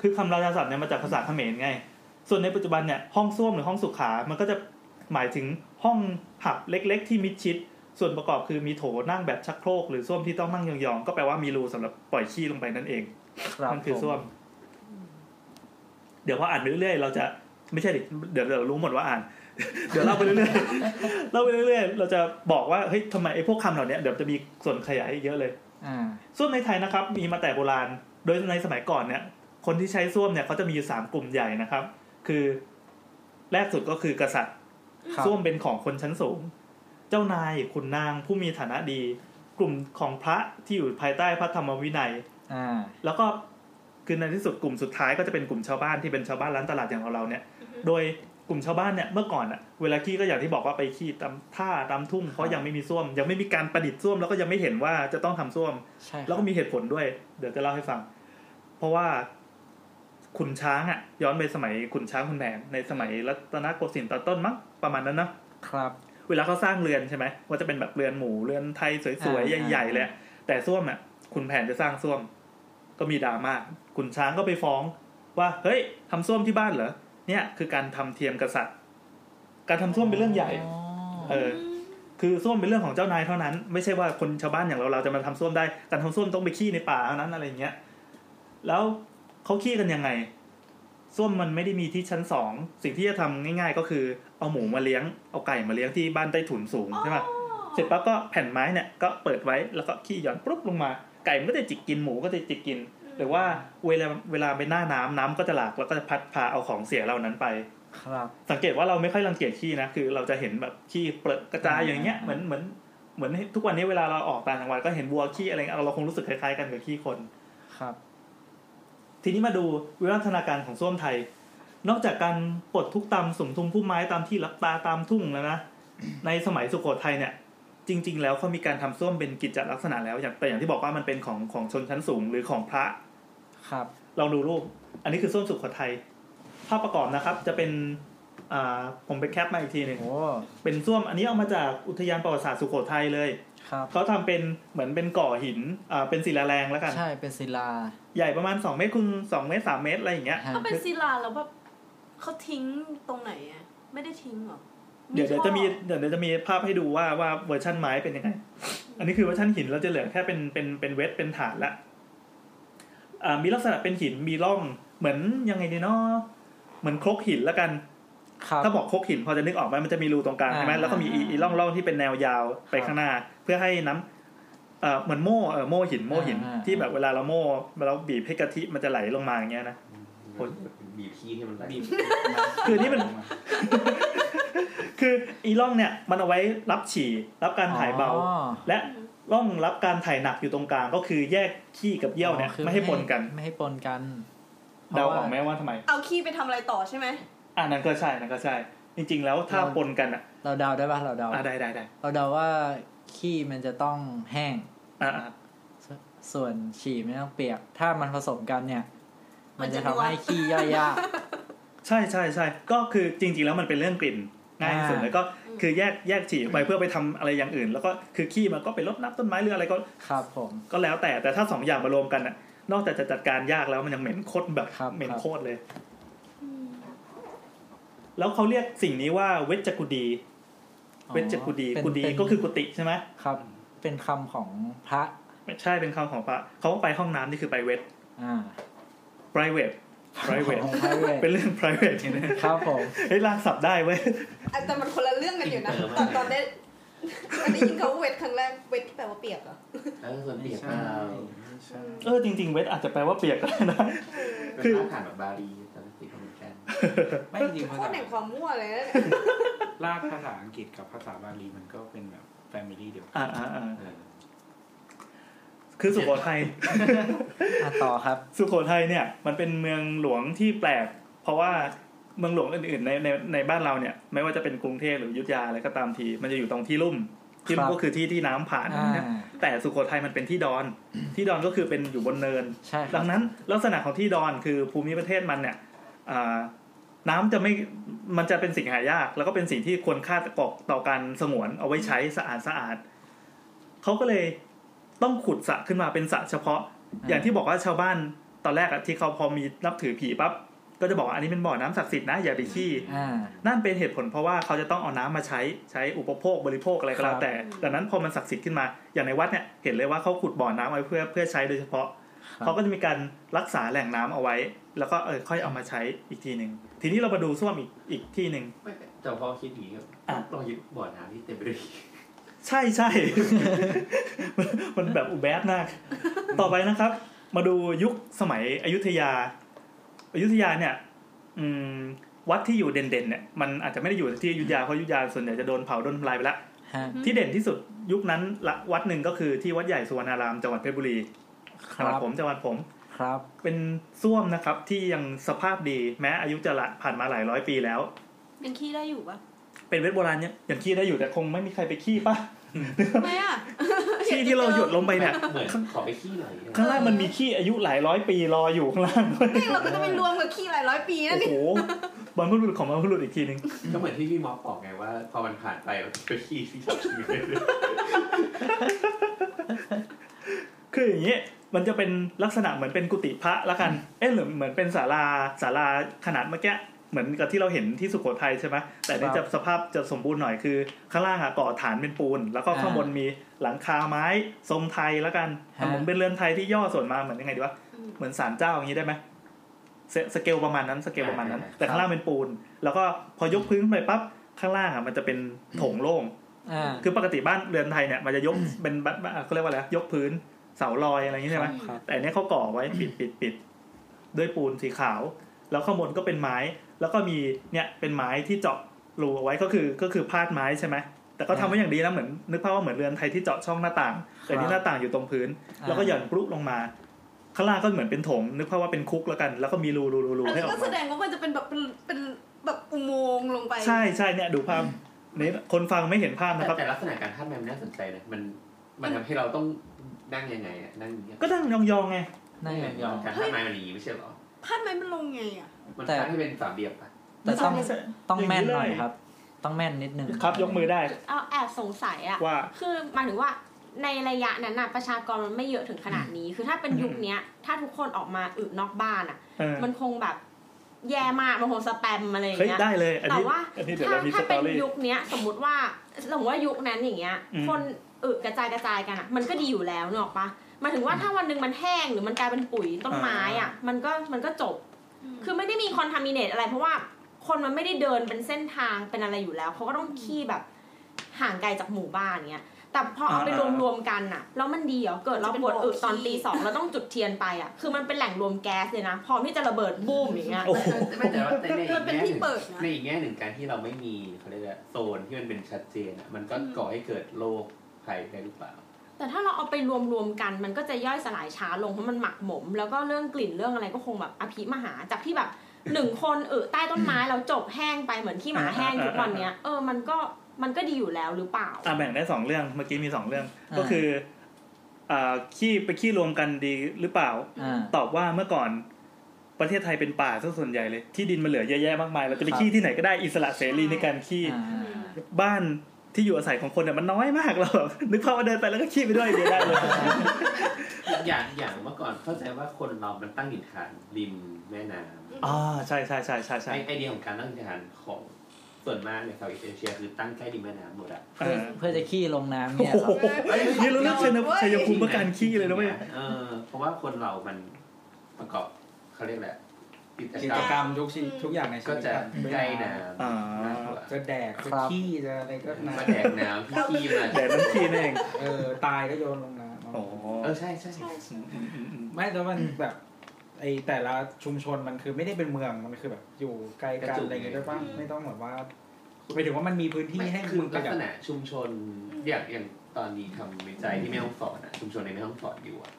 คือคำราชาศัพท์เนี่ยมาจากภาษาเขมรไง ส่วนในปัจจุบันเนี่ยห้องส้วมหรือห้องสุขา มันก็จะหมายถึงห้องผับเล็กๆ ที่มิดชิด ส่วนประกอบคือมีโถนั่งแบบชักโครกหรือส้วมที่ต้องนั่งยองๆ ก็แปลว่ามีรูสำหรับปล่อยขี้ลงไปนั่นเอง
ครับ
มันคือ
ผ
ส้วม เดี๋ยวพออ่านไปเรื่อยๆเราจะไม่ใช่ดิเดี๋ยวเดี๋ยวรู้หมดว่าอ่าน เดี๋ยวเล่าไปเรื่อย ๆเล่าไปเรื่อยๆ เราจะบอกว่าเฮ้ยทำไมไอ้พวกคำเหล่าเนี้ยเดี๋ยวจะมีส่วนขยายเยอะเลย
อ่า
ส้วมในไทยนะครับมีมาแต่โบราณ โดยในสมัยก่อนเนี่ย คนที่ใช้ส้วมเนี่ยเขาจะมีอยู่สามกลุ่มใหญ่นะครับ คือแรกสุดก็คือกษัตริย์
ครับ
ส้วมเป็นของคนชั้นสูง เจ้านายขุนนางผู้มีฐานะดี กลุ่มของพระที่อยู่ภายใต้พระธรรมวินัย
อ่า
แล้วก็คือในที่สุดกลุ่มสุดท้ายก็จะเป็นกลุ่มชาวบ้านที่เป็นชาวบ้านร้านตลาดอย่างเราๆเนี่ย โดยกลุ่มชาวบ้านเนี่ยเมื่อก่อนอะเวลาขี้ก็อย่างที่บอกว่าไปขี้ตามท่าตามทุ่งเพราะยังไม่มีส้วม ยังไม่มีการประดิษฐ์ส้วมแล้วก็ยังไม่เห็นว่าจะต้องทำส้วม
ใช่ครับ
แล้วก็มีเหตุผลด้วย เดี๋ยวจะเล่าให้ฟัง เพราะว่าขุนช้างอ่ะ ย้อนไปสมัยขุนช้างขุนแผนในสมัยรัตนโกสินทร์ตอนต้นมั้งประมาณนั้นเนอะ
ครับ
เวลาเขาสร้างเรือนใช่ไหมว่าจะเป็นแบบเรือนหมูเรือนไทยสวยๆ
อ่า
ใหญ่ๆเลยแต่ส้วมอ่ะขุนแผนจะสร้างส้วม ก็มีดราม่าขุนช้างก็ไปฟ้อง ว่าเฮ้ยทำส้วมที่บ้านเหรอเนี่ย คือการทำเทียมกษัตริย์ การทำส้วมเป็นเรื่องใหญ่
อ๋อ
เออ คือส้วมเป็นเรื่องของเจ้านายเท่านั้น ไม่ใช่ว่าคนชาวบ้านอย่างเราเราจะมาทำส้วมได้ การทำส้วมต้องไปขี้ในป่าเท่านั้นอะไรอย่างเงี้ย แล้วเขาขี้กันยังไง ส้วมมันไม่ได้มีที่ชั้นสอง สิ่งที่จะทำง่าย ๆ ก็คือเอาหมูมาเลี้ยง เอาไก่มาเลี้ยงที่บ้านใต้ถุนสูงใช่ปะเสร็จปั๊บก็แผ่นไม้เนี่ยก็เปิดไว้แล้วก็ขี้หย่อนปุ๊บลงมา ไก่มันก็จะจิกกินหมูก็จะจิกกิน หรือว่าเวลาเวลาไปหน้าน้ำน้ำก็จะหลากแล้วก็จะพัดพาเอาของเสียเหล่านั้นไป
ครับ
สังเกตว่าเราไม่ค่อยรังเกียจขี้นะ คือเราจะเห็นแบบขี้เปรอะกระจายอย่างเงี้ย
อ่า
เหมือนเหมือนเหมือนทุกวันนี้เวลาเราออกต่างจังหวัดก็เห็นวัวขี้อะไรเงี้ยเราคงรู้สึกคล้ายๆกันกับขี้คน
ครับ
ทีนี้มาดูวิวัฒนาการของส้วมไทย นอกจากการปลดทุกข์ตามสมทุมพุ่มไม้ตามที่รับตาตามทุ่งแล้วนะ ในสมัยสุโขทัยเนี่ย จริง ๆ แล้วเขามีการทำส้วมเป็นกิจลักษณะแล้วอย่างแต่อย่างที่บอกว่ามันเป็นของของชนชั้นสูงหรือของพระ
ครับ
ลองดูรูป อันนี้คือส้วมสุโขทัย ภาพประกอบนะครับ จะเป็นอ่าผมไปแคปมาอีกทีหนึ่ง
โอ้
เป็นส้วมอันนี้เอามาจากอุทยานประวัติศาสตร์สุโขทัยเลย
ครับ
เขาทำเป็นเหมือนเป็นก่อหินอ่าเป็นศิลาแรงแล้วกัน
ใช่ เป็นศิลา
ใหญ่ประมาณ 2 เมตรคูณ2เมตร 3 เมตร อะไรอย่างเงี้ย
ฮะ
ก็เป็นศิลาแล้วแบบเขาทิ้งตรงไหนอะไม่ได้ทิ้งหรอ
เดี๋ยวเดี๋ยวจะมี
ท่อ
เดี๋ยวเดี๋ยวจะมีภาพให้ดูว่าว่าเวอร์ชันไม้เป็นยังไง อันนี้คือเวอร์ชันหินเราจะเหลือแค่เป็นเป็นเป็นเวทเป็นฐานละอ่ามีลักษณะเป็นหินมีร่องเหมือนยังไงดีเนาะเหมือนครกหินละกัน
ครับ
ถ้าบอกโคกหินพอจะนึกออกไหมมันจะมีรูตรงกลางใช่ไหม
อ่า
แล้วก็มีอีอีร่องร่องที่เป็นแนวยาวไปข้างหน้า เพื่อให้น้ำเอ่อเหมือนโม่เออโม่หินโม่หิน
อ่าอ่า
ที่แบบเวลาเราโม่เราบีบให้กะทิมันจะไหลลงมาอย่างเงี้ยนะ โอ้ย
บีบขี้ให้มันไหล
บีบ
คือนี่มัน คืออีร่องเนี่ยมันเอาไว้รับฉี่รับการถ่ายเบา
อ๋อ
และร่องรับการถ่ายหนักอยู่ตรงกลางก็คือแยกขี้กับเยี่ยวเนี่ย
อ๋อคือ
ไม่ให้ปนกัน
ไม่ให้ปนกัน
เดาอ
พระว่
อกไหมว่าทำไม
เอาขี้ไปทำอะไรต่อใช่ไหม
อ่านั่นก็ใช่นั่นก็ใช่ จริง ๆ แล้วถ้าปนกันอ่ะ
เราเดาได้ปะเราเดา
อ่ะได้ได้ได้
เราเดาว่าขี้มันจะต้องแห้ง
อ่าอ่า
สส่วนฉี่ไม่ต้องเปียก ถ้ามันผสมกันเนี่ย
มั
มัน
น
จะ
จะ
ทำให้
นัว
ขี้ย่อยย าก
ใช่ใช่ใช่ก็คือจริง ๆ แล้วมันเป็นเรื่องกลิ่นง่ายที่สุด
อ่า
แล้วก็คือแยกแยกฉี่ออกไปเพื่อไปทำอะไรอย่างอื่น แล้วก็คือขี้มันก็ไปรดน้ำต้นไม้หรืออะไรก็
ครับผม
ก็แล้วแต่แต่ถ้าสองอย่างมารวมกันน่ะนอกจากจะจัดการยากแล้วมันยังเหม็นโคตรแบบ
ครับ
เหม็น
ครับ
โคตรเลย แล้วเขาเรียกสิ่งนี้ว่าเวชกุดี
อ๋อ
เวชกุดี
เป็น
กุดี
เป็น
ก็คือกุฏิใช่ไหม
ครับ เป็นคำของพระ
ไม่ใช่เป็นคำของพระเขาว่าไปห้องน้ำนี่คือไปเวท
อ่า
private private
ของ private
เป็นเรื่อง private อย่างนี้นะครับ
ผม
เฮ้ยลากสับได้เว้ย
อ่ะแต่มันคนละเรื่องกันอยู่นะ ตอนต อนได้ตอนได้ยินเขาเวทครั้งแรกเวทที่แปลว่าเปียกเหรอ
เออส่วน
ไม่
เปียก
ใช่
เปล่า
ไม่ใช่
เออจริงๆเวทอาจจะแปลว่าเปียกก็ได้นะ คื
คือ อผ่านแบบบาลีแต่ไม่ติดคอมมิชชั่น
ไม่จริงๆ
โคต
ภา
ร
ษา
แห่งความมั่วเลยนะเนี่ย
ลากภาษาอังกฤษกับภาษาบาลีมันก็เป็นแบบแฟมิลี่เดียวกัน
อ่าอ่าอ่า
เออ
คือสุโขทัย
อ่ะต่อครับ
สุโขทัยเนี่ยมันเป็นเมืองหลวงที่แปลก เพราะว่าเมืองหลวงอื่นๆในในในบ้านเราเนี่ย ไม่ว่าจะเป็นกรุงเทพหรืออยุทธยาอะไรก็ตามที มันจะอยู่ตรงที่ลุ่ม ที่ลุ่
ค
ม
รับ
ก็คือที่ที่น้ำผ่าน
อ่า
นะแต่สุโขทัยมันเป็นที่ดอน ที่ดอนก็คือเป็นอยู่บนเนิน
ใช่ครั
ดั
บ
งนั้นลักษณะของที่ดอนคือภูมิประเทศมันเนี่ยอ่าน้ำจะไม่มันจะเป็นสิ่งหายาก แล้วก็เป็นสิ่งที่ควรค่าต่อต่อการสงวนเอาไว้ใช้สะอาดสะอาดเขาก็เลยต้องขุดสระขึ้นมาเป็นสระเฉพาะ
ม
อย่างที่บอกว่าชาวบ้านตอนแรกอะที่เขาพอมีนับถือผีปั๊บก็จะบอกว่าอันนี้เป็นบ่อน้ำศักดิ์สิทธิ์นะอย่าไปขี้
อ่า
นั่นเป็นเหตุผลเพราะว่าเขาจะต้องเอาน้ำมาใช้ใช้อุปโภคบริโภคอะไรก็แล้วแต่ดังนั้นพอมันศักดิ์สิทธิ์ขึ้นมา อย่างในวัดเนี่ยเห็นเลยว่าเขาขุดบ่อน้ำไว้เพื่อเพื่อใช้โดยเฉพาะ
ครับ
เขาก็จะมีการรักษาแหล่งน้ำเอาไว้ แล้วก็เออค่อยเอามาใช้อีกทีหนึ่งทีนี้เรามาดูส้วมอีกอีกที่หนึ่ง
ไม่แต่พอคิดอย่างนี้ก็
อ่ะ
ต้องยึดบ่อน้ำที่เต็มไปด้วย
ใช่ใช่ มันมันแบบอุแบสมาก ต่อไปนะครับ มาดูยุคสมัยอยุธยา อยุธยาเนี่ย อืม วัดที่อยู่เด่นๆเนี่ยมันอาจจะไม่ได้อยู่ที่อยุธยาเพราะอยุธยาส่วนใหญ่จะโดนเผาโดนทำลายไปละ
ฮะ
อืม
ที่เด่นที่สุดยุคนั้นละวัดหนึ่งก็คือที่วัดใหญ่สุวรรณารามจังหวัดเพชรบุรี
ค
จังห
รั
วัด
บ
ผมจังหวัดผม
ครับ
เป็นส้วมนะครับที่ยังสภาพดีแม้อายุจะละผ่านมาหลายร้อยปีแล้ว
ยังขี้ได้อยู่ปะ
เป็นเวทโบราณเนี่ยยังขี้ได้อยู่แต่คงไม่มีใครไปขี้ป่ะ
ทำ ไมอ่ะ
ขี้ที่เราหยดลงไปเนี่ย
เหมือนขอไปขี้หน่อยเนี่ย
ข้างล่างมันมีขี้อายุหลายร้อยปีรออยู่ข้างล่างด้วย
แม่งเราก็จะไปรวมกับขี้หลายร้อยปีนั่น
โอ้
นี่
โหบรรพบุรุษของบรรพบุรุษอีกทีหนึ่ง
ก็เหมือนที่พี่ม็อบบอกไงว่า พอมันผ่านไปไปขี้ที่ชอบชีวิตเลย
คืออย่างนี้มันจะเป็นลักษณะเหมือนเป็นกุฏิพระละกัน เอ๊ะหรือเหมือนเป็นศาลาศาลาขนาดเมื่อกี้เหมือนกับที่เราเห็นที่สุโขทัยใช่ไหมแต่อันนี่
ครั
จะ
บ
สภาพจะสมบูรณ์หน่อยคือ ข้างล่างอะก่อฐานเป็นปูน แล้วก็ข้างบนมีหลังคาไม้ทรงไทยละกัน
ฮะ
เหมือนเป็นเรือนไทยที่ย่อส่วนมาเหมือนยังไงดีวะเหมือนศาลเจ้าอย่างนี้ได้ไหมเสสเกลประมาณนั้นสเกลประมาณนั้น แต่ข้างล่างเป็นปูน แล้วก็พอยกพื้นขึ้นไปปั๊บข้างล่างอะมันจะเป็นโถงโล่ง
อ่า
คือปกติบ้านเรือนไทยเนี่ยมันจะยก เป็นบ้านบ้านเขาเรียกว่าอะไรยกพื้นเสาลอยอะไรอย่างนี้ใช่ไหม
ครับ
แต่อันเนี้ยเขาก่อไว้ปิดปิดปิดด้วยปูนสีขาว แล้วข้างบนก็เป็นไม้ แล้วก็มีเนี่ยเป็นไม้ที่เจาะรูเอาไว้ก็คือก็คือพาดไม้ใช่ไหมแต่ก็ทำไว้อย่างดีนะเหมือนนึกภาพว่าเหมือนเรือนไทยที่เจาะช่องหน้าต่าง แต่นี่หน้าต่างอยู่ตรงพื้น แล้วก็หย่อนกรุลงมา ข้างล่างก็เหมือนเป็นโถง นึกภาพว่าเป็นคุกแล้วกัน แล้วก็มีรูรูรูรู
อัน
ให้
นี้
ออ
ก็
ก
แส
มา
ดงว่ามันจะเป็นแบบเป็นเป็นแบบอุโมงค์ลงไป
ใช่ใช่เนี่ยดูภาพนี้คนฟังไม่เห็นภาพนะครับ
แต่ลักษณะการท่าแมมน่าสนใจนะมันมันทำให้เราต้องนั่งยังไงอะนั่งอย่างเงี้ย
ก็นั่งยองๆไง
นั่งยอง
การท่าแมมมันอย่างงี้ไม่ใช่เหรอ
พาดไม้มันลงไงอ่ะ
มันการให้เป็นสามเหลี่ยมปะ
ๆแต่ต้อง ต้องแม่น
อย่างนี้เลย
หน่อยครับ ต้องแม่นนิดนึง
ครับยกมือได้
เอาแอบสงสัยอะ
ว่า
คือหมายถึงว่าในระยะนั้นน่ะประชากรมันไม่เยอะถึงขนาดนี้ คือถ้าเป็นยุคเนี้ย ถ้าทุกคนออกมาอึนอกบ้านอะ
เออ
มันคงแบบแย่มากมันคงสแปมอะไรอย่าง
เฮ้ย
เงี้ย
ได้เลย อัน
แต่
นี้
ว่า
อันนี้เดี๋ยวเรา
ถ้า
มีส
ถ้า
ต
เป็
อน รี่
ยุคเนี้ย สมมติว่าสมมติว่ายุคนั้นอย่างเงี้ย
อืม
คนอึกระจายกระจายกันอะมันก็ดีอยู่แล้วเนกอะปะหมายถึงว่าถ้าวันหนึ่งมันแห้งหรือมันกลายเป็นปุ๋ยต้นไม้อะมันก็มันก็จบ คือไม่ได้มีคอนทามิเนตอะไรเพราะว่า คนมันไม่ได้เดินเป็นเส้นทางเป็นอะไรอยู่แล้วเขาก็ต้องขี้แบบห่างไกลจากหมู่บ้านเงี้ย แต่พอเอาไป
อ่ารๆ
วมๆกันอะแล้วมันดีเหรอเกิดเราปวดอึตอนตีสองเราต้องจุดเทียนไปอะคือมันเป็นแหล่งรวมแก๊สเลยนะพร้อมที่จะระเบิดบูมอย่างเงี้ย
โอ้โห
ไม่แต่ว่าใน
มั
ในอี
น
ก
เป็น
แง่ห
ที่
นึ่ง
เปิดนะ
ในอีกแง่หนึ่งการที่เราไม่มีเขาเรียกว่าโซนที่มันเป็นชัดเจนอะมันก็ก่อให้เกิดโรคภัยได้หรือเปล่า
แต่ถ้าเราเอาไปรวมๆกันมันก็จะย่อยสลายช้าลงเพราะมันหมักหมม แล้วก็เรื่องกลิ่นเรื่องอะไรก็คงแบบอภิมหาจากที่แบบหนึ่งคนเออใต้ต้นไม้แล้วจบแห้งไปเหมือนขี้หมาแห้งทุกวันเนี้ยเออมันก็มันก็ดีอยู่แล้วหรือเปล่า
อ่ะแบ่งได้สองเรื่องเมื่อกี้มีสองเรื่อง
อ่า
ก็คืออ่าขี้ไปขี้รวมกันดีหรือเปล่า
อ่า
ตอบว่าเมื่อก่อนประเทศไทยเป็นป่าซะส่วนใหญ่เลย ที่ดินมันเหลือเยอะแยะมากมายเราจะไป
ครับ
ขี้ที่ไหนก็ได้อิสระเสรีในการขี้
อ่า
บ้านที่อยู่อาศัยของคนเนี่ยมันน้อยมากเราแบบนึกภาพว่าเดินไปแล้วก็ขี้ไปด้วยเดียวได้เลย
อีกอย่างอีกอย่างเมื่อก่อนเข้าใจว่าคนเรามันตั้งหินฐานริมแม่น้
อ่าใช่ใช่ใช่ใช่
ำ
ใช่
ไอไอเดียของการตั้งหินฐานของส่วนมากในเซาท์อีสเอเชียคือตั้งใกล้ริมแม่น้ำหมดอะ
เอ
เพื่อ
อ
เพื่อจะขี้ลงน้ำ
โอ้
เนี่ยค
โห
รับ
นี่รู้เรื่องชัยนชัยภูมิเมื่อการขี้เลยนะเว้ย
เออเพราะว่าคนเรามันประกอบเขาเรียกแหละไรกิจ
กิ
กรร
จ
ม
กรรมทุกชิ้นทุกอย่างในชี
ก็
วิต
จะใกล้น้
อ่า
ำมากกว่า
จะแดกจะ
ครับ
ขี้จะอะไรก็น้
มาแดกน้ำที่ขี้มา
แต่น้ำขี้นั่นเอง
ำเออตายก็โยนลงน้ำ
โอ้
เออใช่ใช่
ไม่แล้วมันแบบไอแต่ละชุมชนมันคือไม่ได้เป็นเมืองมันคือแบบอยู่ไกลกันอะไรเงี้ยด้วยป่ะไม่ต้องแบบว่าหมายถึงว่ามันมีพื้นที่
ไม่
ให้
คือ
มึงไป
ลัก
แบบ
ษณะชุมชนอย่างอย่างตอนนี้ทำวิจัยที่แม่ห้องสอนอะชุมชนในแม่ห้องสอนอยู่อะ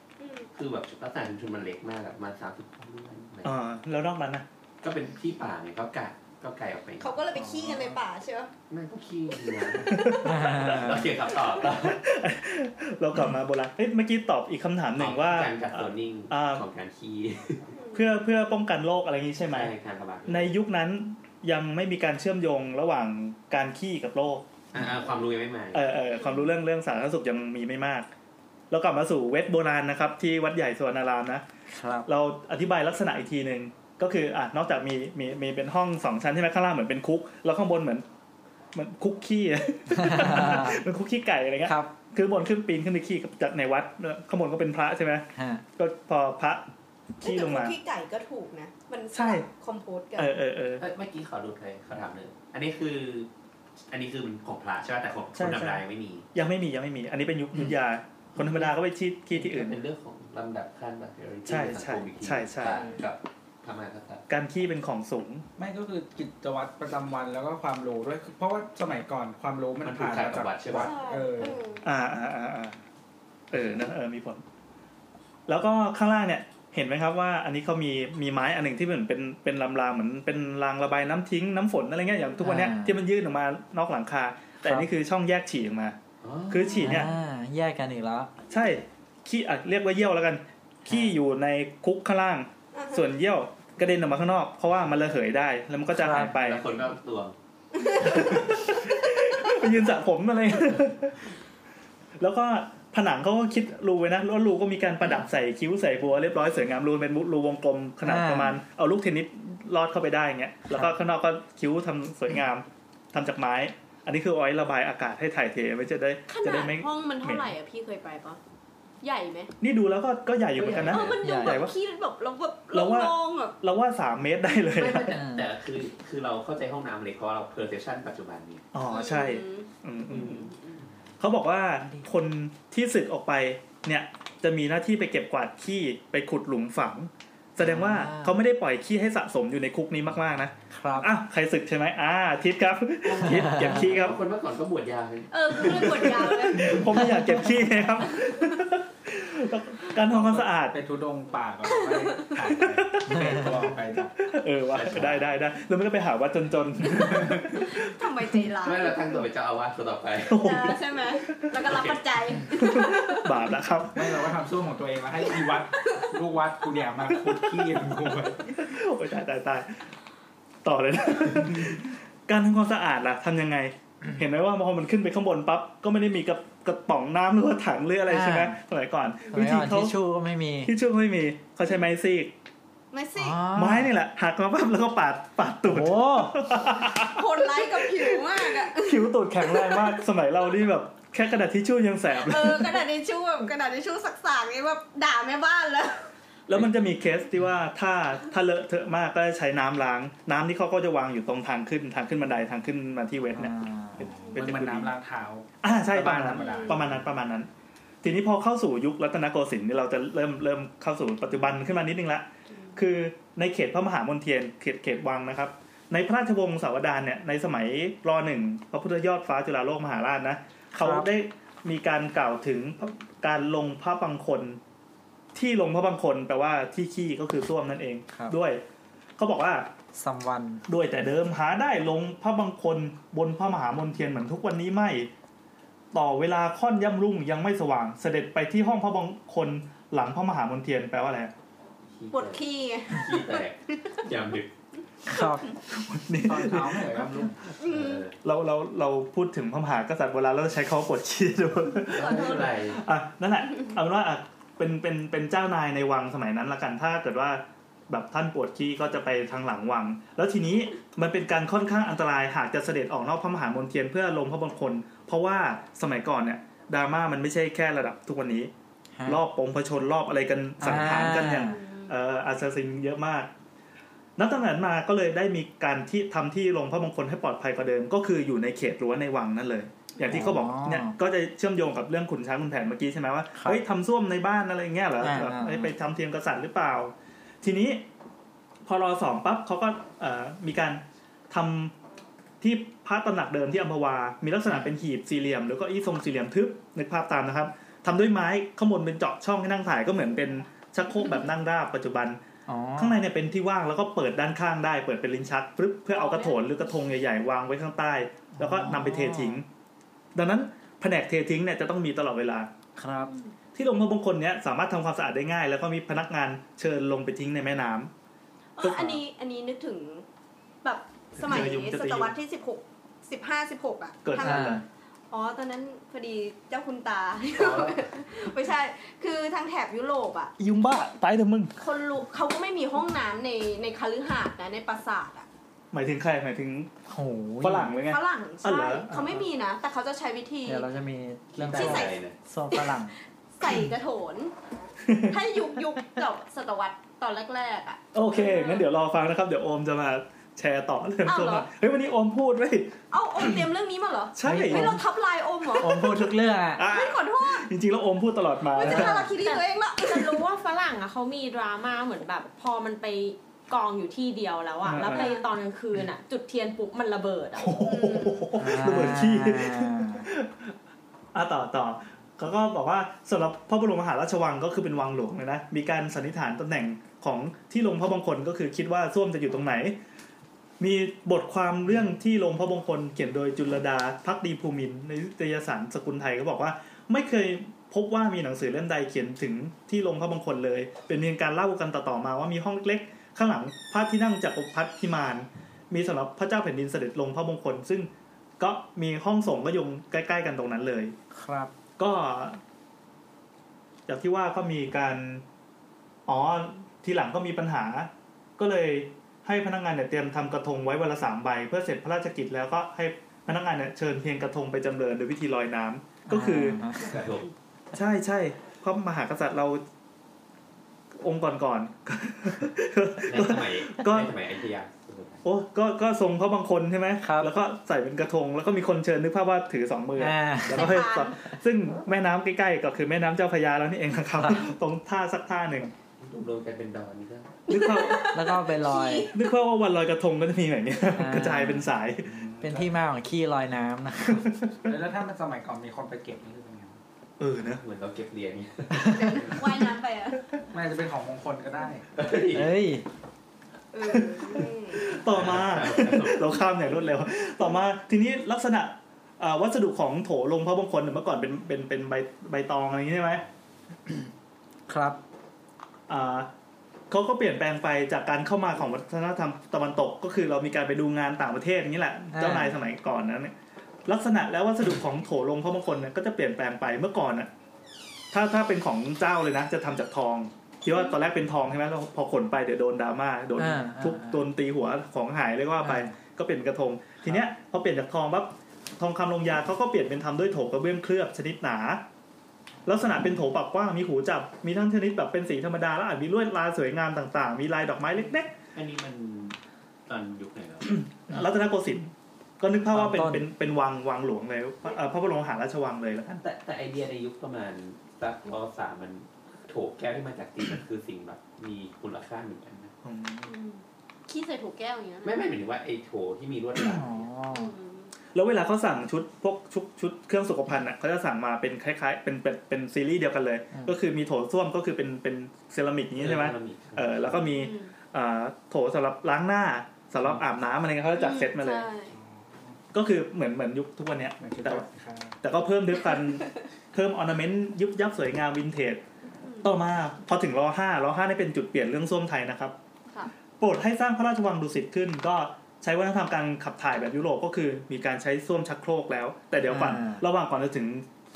คือแบบลักษณะชุมชนมันเล็กมากอะประมาสามสิบคนด้วย
อ่าแล้วนอกนั้นนะ
ก็เป็นที่ป่าไงก็ไกลก็ไกลออกไป
เขาก็เลยไปขี้กันในป่าใช่ไหม
ไม่ก็ขี้นะ โอเคครับตอบตอบ
เรากลับมาโบราณเอ้ยเมื่อกี้ตอบอีกคำถามหนึ่งว่า
การกัดโซนนิ่ง
อ่า
ของการขี้
เพื่อเพื่อป้องกันโรคอะไรอย่างนี้ใช่ไหม
ไม่การระบาด
ในยุคนั้นยังไม่มีการเชื่อมโยงระหว่างการขี้กับโรค
อ่าความรู้ยังไม่มา
เออเออความรู้เรื่องเรื่องสาธารณสุขยังมีไม่มาก เรากลับมาสู่เวทโบราณนะครับ ที่วัดใหญ่สวนารามนะ
ครับ
เราอธิบายลักษณะอีกทีหนึ่งก็คืออ่ะนอกจากมีมีมีเป็นห้องสองชั้นใช่ไหมข้างล่างเหมือนเป็นคุก แล้วข้างบนเหมือนเหมือนคุกขี้ เหมือนคุกขี้ไก่อะไรเงี้ย
ครับ
คือบนขึ้นปีนขึ้นไปขี้กับจากในวัดข้างบนก็เป็นพระใช่ไหม
ฮะ
ก็พอพระขี้ลงมา
แต่พวกขี้ไก่ก็ถูกนะ มัน
ใช่
คอมโพสกัน
เออเออเออ
เอ้ยเมื่อกี้ขอดูเลยเขาถามเลย อันนี้คือ อันนี้คือมันของพระใช่ไหมแต่ของค
ใช่
น
ใช่
ธรรมดายังไม่มี
ยังไม่มียังไม่มี อันนี้เป็นยุคยุทธยา คนธรรมดาก็ไปขี้ขี้ที่อื่น
เป็นเรื่องของลำดับขั้นแบบ hierarchy
ใช่
ของสังคมอีกที
ใช่ใช่
พระกับพระมหากษัตริย์
การขี้เป็นของสูง
ไม่ก็คือกิจวัตรประจำวันแล้วก็ความรู้ด้วยเพราะว่าสมัยก่อนความรู้มัน
มันถูก
ผ่าน
ขัดกั
มาจา
บ
ก
วัดใช่ปะ
เออ
อ่าอ่าอ่าอ่าเออนะเออมีผล แล้วก็ข้างล่างเนี่ย เห็นไหมครับว่า อันนี้เขามีมีไม้อันหนึ่งที่เหมือนเป็นเป็นลำรางเหมือนเป็นรางระบายน้ำทิ้งน้ำฝนอะไรเงี้ยอย่างทุกวันเนี้ย
อ่า
ที่มันยื่นออกมานอกหลังคา แต่
ครับ
อันนี่คือช่องแยกฉี่ออกมา
อ๋อ
คือฉี่เนี่ย
อ่าแยกกันอีกแล้ว
ใช่ขี้อ่ะเรียกว่าเยี่ยวแล้วกัน ขี้อยู่ในคุกข้างล่าง
อ่าฮะ
ส่วนเยี่ยวกระเด็นออกมาข้างนอกเพราะว่ามันระเหยได้ แล้วมันก็จะหายไป
แล้วคนก็ตัว
ไปยืนสระผมอะไร แล้วก็ผนังเขาก็คิดรูไว้นะแล้วรูก็มีการประดับใส่คิ้วใส่บัวเรียบร้อยสวยงามรูเป็นรูวงกลมขนาด
อ่า
ประมาณเอาลูกเทนนิสลอดเข้าไปได้อย่างเงี้ย แล้วก็ข้างนอกก็คิ้วทำสวยงามทำจากไม้ อันนี้คือเอาไว้ระบายอากาศให้ถ่ายเทไว้จะได้
ข
จะ
นา
ได้
ด
ไม่
ห้องมันเท่าไหร่อ่ะพี่เคยไปปะใหญ่ไหม
นี่ดูแล้วก็ก็ใหญ่อยู่เหมือนกันนะ
เออมันดู
ใหญ่
แบบขี้แบบเราแบบ
เราว่า
โล่งๆแบบ
เราว่าสามเมตรได้เลย
ไม่
อะ
ไม่แต่แต่คือคือเราเข้าใจห้องน้ำเล็กเพราะเราเพอร์เซชันปัจจุบันนี้
อ๋อใช่
อืม
อืมอืมอืมเขาบอกว่าคนที่สึกออกไปเนี่ย จะมีหน้าที่ไปเก็บกวาดขี้ไปขุดหลุมฝัง แสดงว่า
อ่า
เขาไม่ได้ปล่อยขี้ให้สะสมอยู่ในคุกนี้มากๆนะ
ครับ
อ่ะใครศึกใช่ไหมอ่าทิศ ครับ ทิศเก็บขี้ครับ
คนเมื่อก่อนก็บวชยาวเลย
เออคือเรื่องกดยาวเลย
ผมไม่อยากเก็บขี้ไงครับ การทำความสะอาด
ไปทุดงป่าก็ไปหาย ไปไปกลองไปจ้ะ
เออวะได้ได้ได้แล้วมันก็ไปหาวัดจน
ทำไมใจร้าย
ไม่เราตั้งตัวเป็นเจ้าอาวาสคนต่อไป
ๆโอ้โห
เออใช่ไหม แล้วก็รับปัจจัย
บาปแล้วครับ
ไม่เราก็ทำสู้ของตัวเองมาให้อีวัดลูกวัดกูเนี่ยมาขุดขี้มึงกูไป
โอ้ยตายตายตายต่อเลยนะ การทำความสะอาดล่ะทำยังไง เห็นไหมว่าพอมันขึ้นไปข้างบนปั๊บก็ไม่ได้มีกระกระป๋องน้ำหรือว่าถังหรืออะไรใช่ไหม
อ่า
สมัยก่อน
ส
วิ
มัย
ธี
ก่อน
เขา
ทิชชู่ก็ไม่มี
ที่ช่วยไม่มีเขาใช้ไม้ซีก
ไม่สิ
อ๋อ
ไม้นี่แหละหักมาปั๊บแล้วก็ปาดปาดตูด
โอ้โห
คนไลค์กับผิวมากอ่ะ
คิ้วตูดแข็งแรงมาก สมัยเรานี่แบบแค่ กระดาษทิชชู่ยังแสบเลย
เออกระดาษทิชชู่แบบกระดาษทิชชู่สักๆนี่แบบด่าแม่บ้านแล้ว
แล้วมันจะมีเคสที่ว่าถ้าถ้าเลอะเทอะมากก็จะใช้น้ำล้าง น้ำที่เขาก็จะวางอยู่ตรงทางขึ้นทางขึ้นบันไดทางขึ้นมาที่เวทเนี่ย
มันเหมือนน้ำล้างเท้า
อ่าใช่ประมาณ
ประมาณ
นั้น
ธ
ป
รรมดา
ระมาณนั้นประมาณนั้น ทีนี้พอเข้าสู่ยุครัตนโกสินทร์เนี่ยเราจะเริ่มเริ่มเข้าสู่ปัจจุบันขึ้นมานิดนึงละคือในเขตพระมหามนเทียนเขตเขตวังนะครับ ในพระราชวงศ์สาวดารเนี่ยในสมัยรหนึ่งพระพุทธยอดฟ้าจุฬาโลกมหาราชนะเขาได้มีการกล่าวถึงพระการลงพระบังคนที่ลงพระบังคนแปลว่าที่ขี้ก็คือส้วมนั่นเอง
ครับ
ด้วยเขาบอกว่า
ซัมวัน
ด้วยแต่เดิมหาได้ลงพระบังคนบนพระมหามนเทียนเหมือนทุกวันนี้ไม่ ต่อเวลาค่อนย่ำรุ่งยังไม่สว่าง เสด็จไปที่ห้องพระบังคนหลังพระมหามนเทียนแปลว่าอะไร
ปวดขี้ไง
ขี้แตกยามดึก
ครับ
นี่
ตอนเท้าไม่เหมือนกันลูก
เออ
เราเราเราพูดถึงพระมหากษัตริย์โบราณเราจะใช้คำว่าปวดขี้ด้วย
ไม่เป็นไร
อ่ะนั่นแหละเอาเป็นว่าอ่ะเป็นเป็นเป็นเจ้านายในวังสมัยนั้นละกันถ้าเกิดว่าแบบท่านปวดขี้ก็จะไปทางหลังวัง แล้วทีนี้มันเป็นการค่อนข้างอันตรายหากจะเสด็จออกนอกพระมหามนเทียนเพื่อลงพระบังคนเพราะว่าสมัยก่อนเนี่ยดราม่ามันไม่ใช่แค่ระดับทุกวันนี้
ฮะ
รอบปงผชนรอบอะไรกันสังหารกันอย่าง
อ่า
เอ่ออาซาซินเยอะมากนับตั้งแต่นั้นมาก็เลยได้มีการที่ทำที่ลงพระมงคลให้ปลอดภัยกว่าเดิม ก็คืออยู่ในเขตรั้วในวังนั่นเลย อย่างที่เขาบอก
อ๋อ
เนี่ยก็จะเชื่อมโยงกับเรื่องขุนช้างขุนแผนเมื่อกี้ใช่ไหมว่า
ครับ
เฮ้ยทำส้วมในบ้านอะไรอย่างเงี้ยเหรอ
อ่า
แบบ
อ่า
เอ้ยไปทำเทียมกษัตริย์หรือเปล่า ทีนี้พอรอสองปั๊บเขาก็เอ่อมีการทำที่พระตำหนักเดิมที่อัมพวา มีลักษณะเป็นหีบสี่เหลี่ยม แล้วก็อี้ทรงสี่เหลี่ยมทึบนึกภาพตามนะครับทำด้วยไม้ข้างบนเป็นเจาะช่องให้นั่งถ่ายก็เหมือนเป็นชักโครกแบบนั่งราบปัจจุบัน
อ๋อ
ข้างในเนี่ยเป็นที่ว่างแล้วก็เปิดด้านข้างได้เปิดเป็นลิ้นชักปึ๊บเพื่อเอากระโถนหรือกระทงใหญ่ๆวางไว้ข้างใต้ แล้วก็นำไปเททิ้ง ดังนั้นแผนกเททิ้งเนี่ยจะต้องมีตลอดเวลา
ครับ
ที่ลงพระบงคลเนี่ยสามารถทำความสะอาดได้ง่าย แล้วก็มีพนักงานเชิญลงไปทิ้งในแม่น้ำ
เอออันนี้อันนี้นึกถึงแบบสมัย
เจอยุงจะตี
ศตวรรษที่สิบหกสิบห้าสิบหกอ่ะ
เกิด
ทำ
ขึ้น
อ่า
อ๋อ ตอนนั้นพอดีเจ้าคุณตา ไม่ใช่ คือทางแถบยุโรปอ่ะ
ยุงบ้าตายเถอะมึง
คนรู้เขาก็ไม่มีห้องน้ำในในคฤหาสน์นะในปราสาทอ่ะ
หมายถึงใครหมายถึง
โห
ฝรั่งหรือไง
ฝรั่ง
อ๋อ
ใช่
เหรอ
เขาไม่มีนะ แต่เขาจะใช้วิธี
เดี๋ยวเราจะมีเรื่อง
ขี้แตกอะไรนะ
ส้วมฝรั่ง
ใส่กระโถ น ถ้ายุคยุคกับศตวรรษตอนแรก ๆ อ่ะ
โอเคงั้นเดี๋ยวรอฟังนะครับ เดี๋ยวโอมจะมาแชร์ต่อเรื่อง
อ้าว
ตัว
เหรอ
เฮ้ยวันนี้โอมพูดไว้ย
เอ้าโอมเตรียมเรื่องนี้มาเหรอ
ใช่
เฮ้ย
เฮ้ยเราทับลายโอมเหรอ
ผมพูดทุกเรื่องอะ
อ่ะ
ไม่ขอโทษ
จริงๆแล้วโอมพูดตลอดมา
ไม่
นะ
จะพาเราคิดดีตัวเองละ
จะรู้ว่าฝรั่งอ่ะเขามีดราม่าเหมือนแบบ พอมันไปกองอยู่ที่เดียวแล้วอ่ะแล้วไปตอนกลางคืนอ่ะ จุดเทียนปุ๊บมันระเบิดอ่ะ
โอ้โหระเบิดขี้
อ่า
อ่ะต่อต่อเขาก็บอกว่าสำหรับพระบรมมหาราชวังก็คือเป็นวังหลวงเลยนะมีการสันนิษฐานตำแหน่งของที่ลงพระบงคลก็คือคิดว่าส้วมจะอยู่ตรงไหน มีบทความเรื่องที่ลงพระบงคลเขียนโดยจุลดาพักดีภูมินทร์ในนิตยสารสกุลไทยก็บอกว่า ไม่เคยพบว่ามีหนังสือเล่มใดเขียนถึงที่ลงพระบงคลเลย เป็นเพียงการเล่ากันต่อๆมาว่ามีห้องเล็กๆข้างหลังพระที่นั่งจักรพรรดิพิมาน มีสำหรับพระเจ้าแผ่นดินเสด็จลงพระบงคล ซึ่งก็มีห้องส่งฆ์ก็อยงใกล้ ๆ กันตรงนั้นเลย
ครับ
ก็จากที่ว่าก็มีการอ๋อทีหลังก็มีปัญหา ก็เลยให้พนักงานเนี่ยเตรียมทำกระทงไว้วันละสามใบ เพื่อเสร็จพระราชกิจแล้วก็ให้พนักงานเนี่ยเชิญเพียงกระทงไปจำเริญโดยวิธีลอยน้ำก็คือ
กระทบ
ใช่ใช่เพราะมหากษัตริย์เราองค์ก่อนก่อนๆก็ก็
ในสมัย
ก็
ในสมัยอยุธยา
โอ้ก็ก็ทรงพระบางคนใช่ไหม
ครับ
แล้วก็ใส่เป็นกระทง แล้วก็มีคนเชิญนึกภาพว่าถือสอง มือ
อ่า
แล้วก็ให้สอนซึ่งแม่น้ำใกล้ๆก็คือแม่น้ำเจ้าพระยาแล้วนี่เองนะครับ ตรงท่าสักท่าหนึ่ง
รวมๆกันเป็นดอนนี่ก็
นึกว่า
แล้วก็ไปลอย
นึกว่าว่าวันลอยกระทงก็จะมีแบบเนี้ย
อ่าก ก
ระจายเป็นสาย
เป็นที่มาของขี้ลอยน้ำนะ
แล้วถ้ามันสมัยก่อนมีคนไปเก็บนี่คือเป็นไง
เออนะ
เหมือนเราเก็บเหรียญเนี่ย
ว่ายน้ำไปอ่ะ
มันอาจจะเป็นของมงคลก็ได้
เอ้ย
เออ
ต่อมา เราข้ามอย่างรวดเร็ว ต่อมาทีนี้ลักษณะเอ่อวัสดุของโถลงพระบางคนเนี่ยเมื่อก่อนเป็นเป็นเป็นใบใบตองอะไรอย่างนี้ใช่ไหม
ครับ
อ่าเขาก็เปลี่ยนแปลงไปจากการเข้ามาของวัฒนธรรมตะวันตก ก็คือเรามีการไปดูงานต่างประเทศอย่างนี้แหละ
อ่า
เจ้านายสมัยก่อนนั้นเนี่ยลักษณะและวัสดุของโถลงพระมงคลเนี่ยก็จะเปลี่ยนแปลงไปเมื่อก่อนน่ะถ้าถ้าเป็นของเจ้าเลยนะ จะทำจากทองที่ว่าตอนแรกเป็นทองใช่ไหมแล้วพอขนไปเดี๋ยวโดนดราม่าโดน
อ่า
ทุบโดนตีหัวของหายเรียกว่าไป
อ่า
ก็เป็นกระทง ทีเนี้ยพอเปลี่ยนจากทองปั๊บทองคำลงยาเขาก็เปลี่ยนเป็นทำด้วยโถกระเบื้องเคลือบชนิดหนา ลักษณะเป็นโถปากกว้างมีหูจับมีทั้งชนิดแบบเป็นสีธรรมดาและอาจมีลวดลายสวยงามต่างๆ มีลายดอกไม้เล็ก
อันนี้มันตอนยุคไหนแล้ว
ๆรัตนโกสินทร์ก็นึกภาพว่าเป็น
ตอนต้น
เป็นเป็นวังวังหลวงเลยเอ่อพระบรมมหาราชวังเลยแล้วกัน
แต่แต่ไอเดียในยุคประมาณสักปสามมันโถแก้วที่มาจากจีนมันคือสิ่งแบบมีคุณค่าเหมือนกันนะ
ขี้ใส่ถุงแก้วอย่างเงี้ย
ไม่ไม่หมายถึงว่าไอโถที่มีลวดลาย
อ๋อ
แล้วเวลาเขาสั่งชุดพวกชุดชุดเครื่องสุขภัณฑ์อ่ะเขาจะสั่งมาเป็นคล้ายๆเป็นเป็นเป็นซีรีส์เดียวกันเลย ก็คือมีโถส้วมก็คือเป็นเป็นเซรามิกอย่างนี้ใช่ไหมเออแล้วก็มีเอ่อโถสำหรับล้างหน้าสำหรับอาบน้ำอะไรเงี้ยเขาจะจัดเซตมาเลย
ใช่
ก็คือเหมือนเหมือนยุคทุกวันเนี้ย
มันคือ
แต่
ตั
ว่า
ดค่า
แต่ก็เพิ่มด้วย กันเพิ่มออร์นาเมนต์ยุบยับสวยงามวินเทจ ต่อมาพอถึงรอห้ารอห้าได้เป็นจุดเปลี่ยนเรื่องส้วมไทยนะครับ
ค่ะ
โปรดให้สร้างพระราชวังดุสิตขึ้น ก็ใช้วัฒนธรรมการขับถ่ายแบบยุโรปก็คือ มีการใช้ส้วมชักโครกแล้ว แต่เดี๋ยวก่อน
อ่า
ระหว่างก่อนจะถึง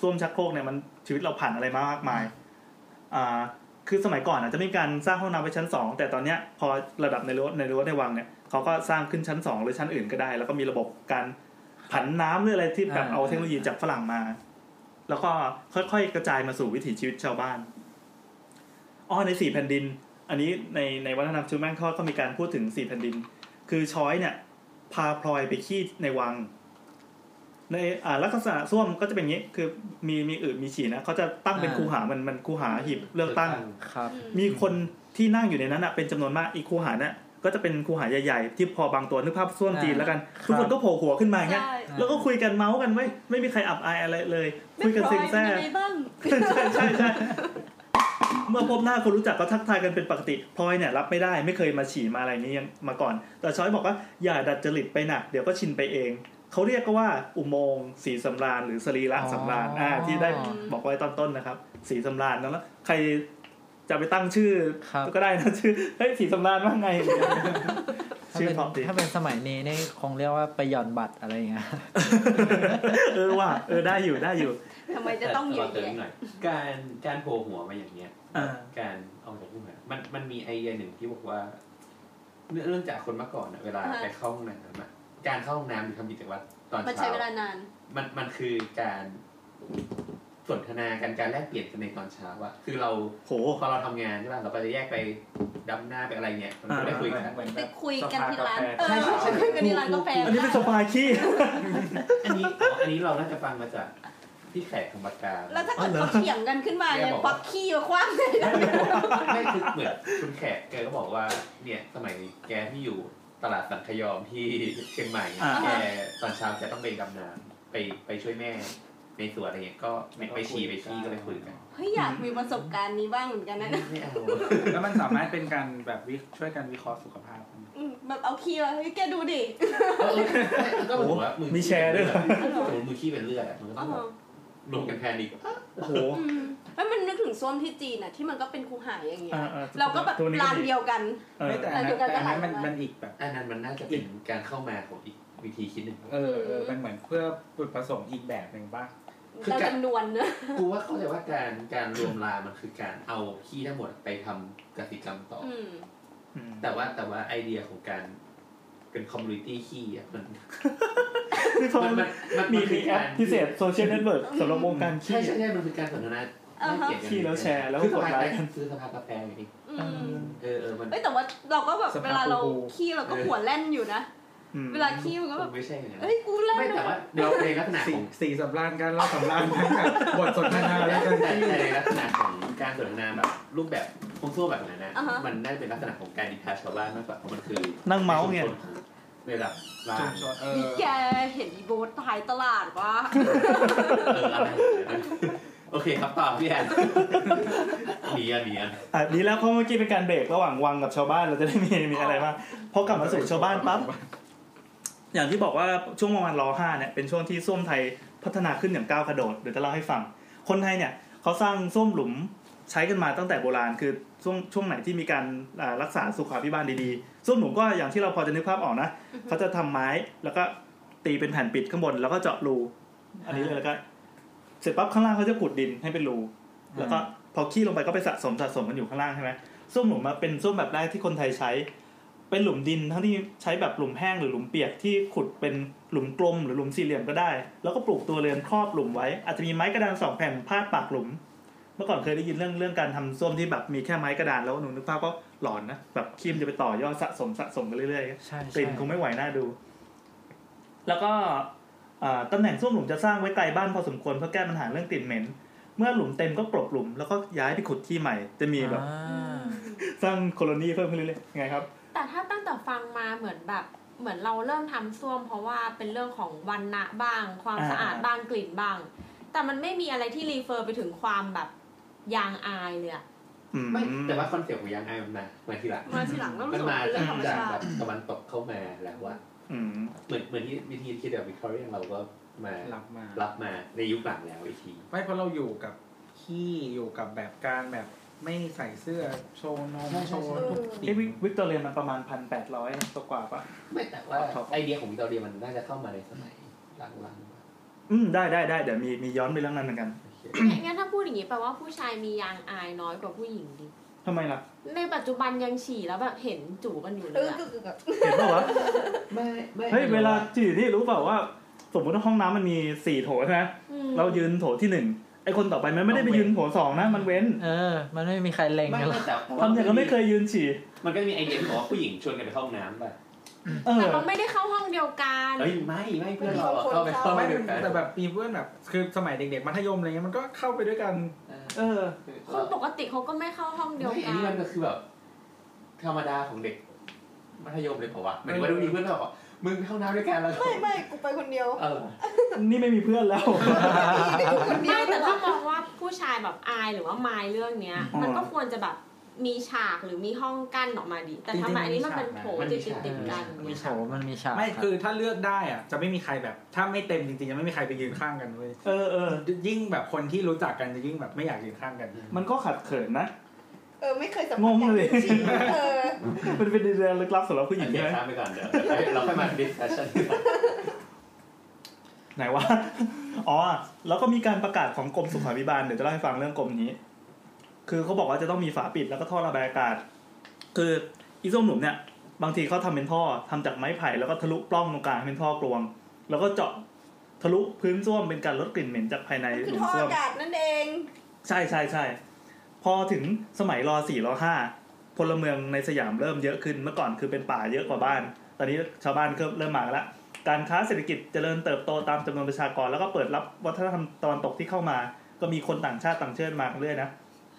ส้วมชักโครกเนี่ยมันชีวิตเราผ่านอะไรมามากมายอ่าคือสมัยก่อนอาจจะไม่มีการสร้างห้องน้ำไว้ชั้นสองแต่ตอนเนี้ยพอระดับในรั้วในรั้วในวังเนี่ยเขาก็สร้างขึ้นชั้นสองหรือชั้นอื่นก็ได้ แล้วก็มีระบบการผันน้ำหรืออะไรที่แบบเอาเทคโนโลยีจากฝรั่งมา แล้วก็ค่อยๆกระจายมาสู่วิถีชีวิตชาวบ้าน อ้อในสี่แผ่นดิน อันนี้ในในวัฒนธรรมชุดแม่งทอดก็มีการพูดถึงสี่แผ่นดิน คือช้อยเนี่ยพาพลอยไปขี้ในวัง ในอ่าลักษณะส้วมก็จะเป็นอย่างนี้ คือมีมีอืดมีฉี่นะเขาจะตั้งเป็น
อ่า
คูหามันมันคูหาหีบเลือกตั้ง
ครับ
มีคนที่นั่งอยู่ในนั้นอ่ะเป็นจำนวนมากอีกคูหาเนี่ยก็จะเป็นคูหาใหญ่ๆ ที่พอบางตัวนึกภาพส้วมจีนแล้วกัน
อ่า
ทุกคนก็โผล่หัวขึ้นมาอย่างเงี้ย
ใช่
แล้วก็คุยกันเมาส์กันไม่ไม่มีใครอับอายอะไรเลย คุยกันเซ็งแซ่
ไม่บ้าง
ใช่ใช่ใช่เมื่อพบหน้าคนรู้จักก็ทักทายกันเป็นปกติพลอยเนี่ยรับไม่ได้ไม่เคยมาฉี่มาอะไรนี้ยังมาก่อน แต่ช้อยบอกว่าอย่าดัดจริตไปหนักเดี๋ยวก็ชินไปเอง เขาเรียกก็ว่าอุโมงค์สีสำราญหรือสรีระสำราญอ่าที่ได้บอกไว้ตอนต้นนะครับ สีสำราญแล้ว ใครจะไปตั้งชื่อ
ครับ
ก็ได้นะชื่อเฮ้ยสีสำราญว่า ไง
ถ้า
ชื่อ
เป็น
พอดี
ถ้าเป็นสมัยนี้นี่คงเรียกว่าไปหย่อนบัตรอะไรอย่างเงี้ย
เออว่ะเออได้อยู่ได้อยู่
ทำไมจะต้องเยอะ
เติม
แยะ
หน่อยการการโผล่หัวมาอย่างเนี้ย
อ่า
การออกจากผู้หามันมันมีไอเดียหนึ่งที่บอกว่าเรื่องเรื่องจากคนเมื่อก่อนน่ะเวลาไปเข้าห้องน้ำอะการเข้าห้องน้ำหรือทำกิจวัตรตอน
มัน
เช้า
ใช้เวลานาน
มันมันคือการสนทนากันการแลกเปลี่ยนกันในตอนเช้าอะคือเรา
โห
พอเราทำงานใช่ป่ะเราไปแยกไปดำหน้าไปอะไรเนี่ยมันก็ได้คุยกัน
เหมือน
ไป
แบบ
คุยกันที่ร้าน
สภ
เออ
คฟ
ไปคุยกันที่ร้านกาแฟ
อันนี้เป็นสปาขี้
อันนี้อ๋ออันนี้เราน่าจะฟังมาจากพี่แขกธรรมดา
แล้วถ้าเกิดเขาเถียงกันขึ้นมา
แก
เนี่ย
บอก
ควักขี้มาคว้างเลยนะ
ไม่คือเหมือนคุณแขกแกก็บอกว่า เนี่ยสมัยแกที่อยู่ตลาดสังขยอมที่เชียงใหม่
อ่า
แกตอนเช้าแกต้องไปดำน้ำไปไปช่วยแม่ ในสวนอะไรเงี้ยก็ไม่ไปฉี่ไปขี้ก็ไปคุยกัน
เฮ้ยอยากมีประสบการณ์นี้บ้างเหมือนกันนะ
ไม่เอา
แล้วมันสามารถเป็นการแบบวิช่วยกันวิเคราะห์สุขภาพ
อืมแบบเอาขี้มาเฮ้ยแกดูดิ
ก็เหมือนว่ามือ
มีแชร์ด้วยเหรอ
สมมติมือขี้เป็นเลือดอะมันก็
อ๋อ
ต้องแบบรวมกันแพนิค
โอ้โห
อืมแล้วมันนึกถึงส้วมที่จีนอ่ะที่มันก็เป็นคูหายอย่างเงี้ย
อ่าอ่า
เราก็แบบ
ตัวนี้ก็ดี
ร้านเดียวกัน
เออ
ไม่แต่อันนั้นแต่อันนั้นมันมันอีกแบบ
อันนั้นมันน่าจะเป็นการเข้ามาของอีกวิธีคิดหนึ่ง
เออเออมันเหมือนเพื่อจุดประสงค์อีกแบบหนึ่งป่ะ
คือ
เรา
การ
จำนวนเนอะ
กูว่าเข้าใจว่าการการรวมลามันคือการเอาขี้ทั้งหมดไปทำกสิกรรมต่ออ
อืม
อืม
แต่ว่าแต่ว่าไอเดียของการเป็นคอมมูนิตี้ขี้อ่ะมัน
คือเขา
มันมัน
มี
มัน
มีแอปพิเศษโซเชียลเน็ตเวิร์กสำหรับวงการ
ใช่
ขี้
ใช่ใช่มันคือการสนทนา
อ่าฮะ
เกียรติ
ขี้แล้วแชร์แล้ว
คือก
ดไลค์
ซื้อสภากาแฟอย่างนี้
อืม
เออเออมัน
เอ้ยแต่ว่าเราก็แบบ
สภาพ
เวลาเรา
ปูปู
ขี้เราก็หัวแล่นอยู่นะ
อืม
เวลาขี้มันก็แบบ
ไม่ใช่อย่างนั้น
เอ้ยกูแล่น
ไม่แต่ว่าในในลักษณะ
สี่
ของ
สี่สำรานการเล่าสำรานทั้งกับบทสนทนาและการ
แต่
ที่
แต่ในลักษณะของการสนทนาแบบรูปแบบคงทั่วแบบนั้นนะมันน่าจะเป็นลักษณะของการดิทาชาวบ้านมากกว่าเพราะมันคือ
นั่งเมาส์ไง
ชุมชนของในระดับล่า
ชุ
ง
มชนเออ
นี่แกเห็นอีโบทท้ายตลาดวะ
เออล่างโอเคครับต่อพี่แอน หนีอ่ะหนีอ่ะ
อ่ะดีแล้วเพราะเมื่อกี้เป็นการเบรกระหว่างวังกับชาวบ้านเราจะได้มีมีอะไรบ้างพอกลับมาสู่ชาวบ้านปั๊บอย่างที่บอกว่าช่วงประมาณรอห้าเนี่ยเป็นช่วงที่ส้วมไทยพัฒนาขึ้นอย่างก้าวกระโดดเดี๋ยวจะเล่าให้ฟัง คนไทยเนี่ยเขาสร้างส้วมหลุมใช้กันมาตั้งแต่โบราณ คือช่วงช่วงไหนที่มีการอ่ารักษาสุขาพิบาลดีๆส้วมหลุมก็อย่างที่เราพอจะนึกภาพออกนะเขาจะทำไม้แล้วก็ตีเป็นแผ่นปิดข้างบนแล้วก็เจาะรู อันนี้เลยแล้วก็เสร็จปั๊บข้างล่างเขาจะขุดดินให้เป็นรู แล้วก็พอขี้ลงไปก็ไปสะสมสะสมกันอยู่ข้างล่างใช่ไหมส้วมหลุมมาเป็นส้วมแบบแรกที่คนไทยใช้ เป็นหลุมดินทั้งที่ใช้แบบหลุมแห้งหรือหลุมเปียกที่ขุดเป็นหลุมกลมหรือหลุมสี่เหลี่ยมก็ได้ แล้วก็ปลูกตัวเรือนครอบหลุมไว้ อาจจะมีไม้กระดานสองแผ่นพาดปากหลุม เมื่อก่อนเคยได้ยินเรื่องเรื่องการทำส้วมที่แบบมีแค่ไม้กระดานแล้วหนูนึกภาพก็หลอนนะแบบคิมจะไปต่อยอดสะสมสะสมกันเรื่อยๆ
ใช่
กลิ่นคงไม่ไหวน่าดู แล้วก็อ่าตำแหน่งส้วมหลุมจะสร้างไว้ไกลบ้านพอสมควรเพื่อแก้ปัญหาเรื่องกลิ่นเหม็น เมื่อหลุมเต็มก็กลบหลุม แล้วก็ย้ายไปขุดที่ใหม่ จะมีแบบ
อ่า
สร้างโคโลนีเพิ่มขึ้นเรื่อยๆไงครับ
แต่ถ้าตั้งแต่ฟังมาเหมือนแบบ เหมือนเราเริ่มทำซ่วม เพราะว่าเป็นเรื่องของวันณะบ้าง ความ
อ่า
สะอาดบ้างกลิ่นบ้าง แต่มันไม่มีอะไรที่รีเฟอร์ไปถึงความแบบยางอายเลยอะ
อืม
ไม่แต่ว่าคอนเซ็ปต์ของยางไอายมันมามาทีหลัง
มาทีหลังแล้วรู้
มัน
สึก
มา
ว่าเป็นเรื่องธรรม
จาก
ชา
แบ
ติ
บตะวันตกเข้ามาแล้วว่า
อืม
เหมือนเหมือนที่วิธีคิดแบบวิคตอเรียเราก็มา
รับมา
รับมาในยุคหลังแล้วอีกที
ไม่เพราะเราอยู่กับขี้อยู่กับแบบการแบบไม่ใส่เสื้อโชว์นม
ใช่ใช่
โชว์
ใช่
ทุก
ไอ้
สิ่ง
วิวิกตอเรียมันประมาณพันแปดร้อยตัวกว่าปะ
ไม่แต่ว่า
ครับ
ไอเดียของวิคตอเรียมันน่าจะเข้ามาในสมัยหลังๆ
อืม ได้ได้ได้เดี๋ยวมีมีย้อนไปเรื่องนั้นเหมือนกัน
โอเค
งั้นถ้าพูดอย่างนี้แปลว่าผู้ชายมียางอายน้อยกว่าผู้หญิงดิ
ทำไมล่ะ
ในปัจจุบันยังฉี่แล้วแบบเห็นจู่กันอยู่เลยอะ
เห็นเปล่าวะ
ไม่ไม่
เฮ้ย เวลาจีนี่รู้เปล่าว่า สมมติว่าห้องน้ำมันมีสี่โถใช่ไหม
อืม
เรายืนโถที่หนึ่งไอคนต่อไปมันไม่ได้ไปยืนโถสองนะมันเว้น
เออ มันไม่มีใครเล็ง
ไม่
กันหร
ไม่
อก
แต่
ทำอย่างก็ไม่เคยยืนฉี่
มันก็มีไอเดียที่บอกว่าผู้หญิงชวนกันไปเข้าห้องน้ำป่ะ
เออ
แต่มันไม่ได้เข้าห้องเดียวกัน
เฮ้ยไม่ไม่เพื่อนเราอะเข้าไปเข้าไป
ไม่
ด้วยกัน
แต่แบบมีเพื่อนแบบ คือสมัยเด็กๆมัธยมอะไรเงี้ยมันก็เข้าไปด้วยกัน
เออ
ค
เออน
ปกติเขาก็ไม่เข้าห้องเดียว
ไม่อั
กัน
นี้มัน
น
ก็คือแบบธรรมดาของเด็กมัธยมเลยเปล่าวะเหมือนว่ามีเพื่อนเราบอกมึงไปเข้าน้ำด้วยกันแล้ว
ไม่ไม่กูไปคนเดียว
เออ
นี่ไม่มีเพื่อนแล้ว
ไม่แต่ถ้ามองว่าผู้ชายแบบอายหรือว่ามายเรื่องเนี้ย
อ๋อ
มันก็ควรจะแบบมีฉากหรือมีห้องกั้นออกมาดีแต่ทำไมอันนี้มันเป็นโถติดติดติดๆกัน
มีโฉมมันมีฉาก
ไม่คือถ้าเลือกได้อ่ะจะไม่มีใครแบบ ถ้าไม่เต็มจริงๆจะไม่มีใครไปยืนข้างกันเลย
เออเออ
ยิ่งแบบคนที่รู้จักกันจะยิ่งแบบไม่อยากยืนข้างกัน
มันก็ขัดเขินนะ
เออไม่เคยสัม
ง
ผัส
งเลย
จริงเออ
มันเป็นดีเทลลึกลับสำหรับผู้หญิง
เดี๋ยว
ใช่ไหม
ข้ามไปก่อนเดี๋ยวเราค่อยมาดิสคัชชั่น
ไหนวะ อ๋อ แล้วก็มีการประกาศของกรมสุขาภิบาล เดี๋ยวจะเล่าให้ฟังเรื่องกรมนี้ คือเขาบอกว่าจะต้องมีฝาปิดแล้วก็ท่อระบายอากาศ คืออีส้มหนุ่มเนี่ย บางทีเขาทำเป็นท่อทำจากไม้ไผ่แล้วก็ทะลุปล้องตรงกลางเป็นท่อกลวง แล้วก็เจาะทะลุพื้นส้วมเป็นการลดกลิ่นเหม็นจากภายในห
คือ
ลุม
ท่อ
ส้วม
อากาศนั่นเอง
ใช่ใช่ใช่พอถึงสมัยรอสี่รอห้าพลเมืองในสยามเริ่มเยอะขึ้นเมื่อก่อนคือเป็นป่าเยอะกว่าบ้าน ตอนนี้ชาวบ้านก็เริ่มมาแล้วการค้าเศรษฐกิจเจริญเติบโตตามจำนวนประชากร แล้วก็เปิดรับวัฒนธรรมตะวันตกที่เข้ามา ก็มีคนต่างชาติต่างเชื้อมาเรื่อยนะ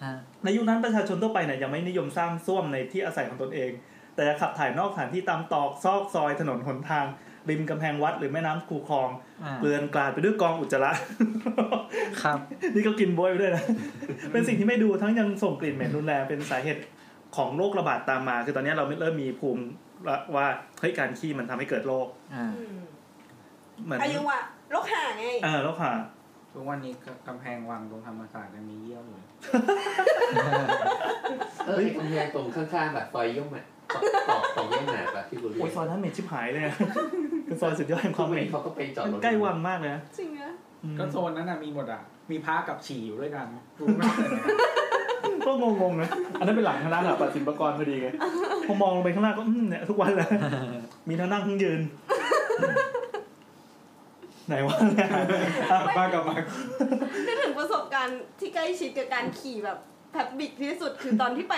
ฮะ
ในยุคนั้นประชาชนทั่วไปเนี่ยยังไม่นิยมสร้างส้วมในที่อาศัยของตนเอง แต่จะขับถ่ายนอกสถานที่ตามตอกซอกซอยถนนหนทาง ริมกำแพงวัด หรือแม่น้ำคูคลอง
อ่า
เกลื่อนกลาดไปด้วยกองอุจจาระ
ครับ
นี่ก็กินบวยไปด้วยนะ เป็นสิ่งที่ไม่ดูทั้งยังส่งกลิ่นเหม็นรุนแรงเป็นสาเหตุของโรคระบาดตามมา คือตอนนี้เราเริ่มมีภูมิละว่าเฮ้ยการขี้มันทำให้เกิดโรค
อ่า
เหมือน
อายุอะโรคห่าไง
เออโรคหา
ทุกวันนี้ก็กำแพงวังตรงธรรมศาสตร์ยังมีเยี่ยวอยู่เลย
เฮ้ยตรงแยกตรงข้างๆแบบซอยเยี่ยมอ่ะตอกตอกเยี่ยมหมาป่ะที่กูเรีย
โอ้ยซอยนั้นเหม็นชิบหายเลยอะ เป็นซอยสุดยอดแห่ง
ควา
คา
ว
ม ม
เห
เห
ม็
ม็
น
น
เขาก็ไปจอด
มั
ร
น
ถ
ใกล้วังมากเลยนะ
จริงนะ
อืม
ก็โซนนั้นน่ะมีหมดอ่ะมีพระกับฉี่อยู่ด้วย กันรู้ไหม
ก็งงๆนะอันนั้นเป็นหลังคณะหลับปัดสินประกรณ์พอดีไง พอมองลงไปข้างล่างก็อืมเนี่ยทุกวัน เลยมีทั้งนั่งทั้งยืน ไหนวะเนี่ยอ่ะ
มากกับมาก
นึกถึงประสบการณ์ที่ใกล้ชิดกับการขี่แบบแบบบิดที่สุดคือตอนที่ไป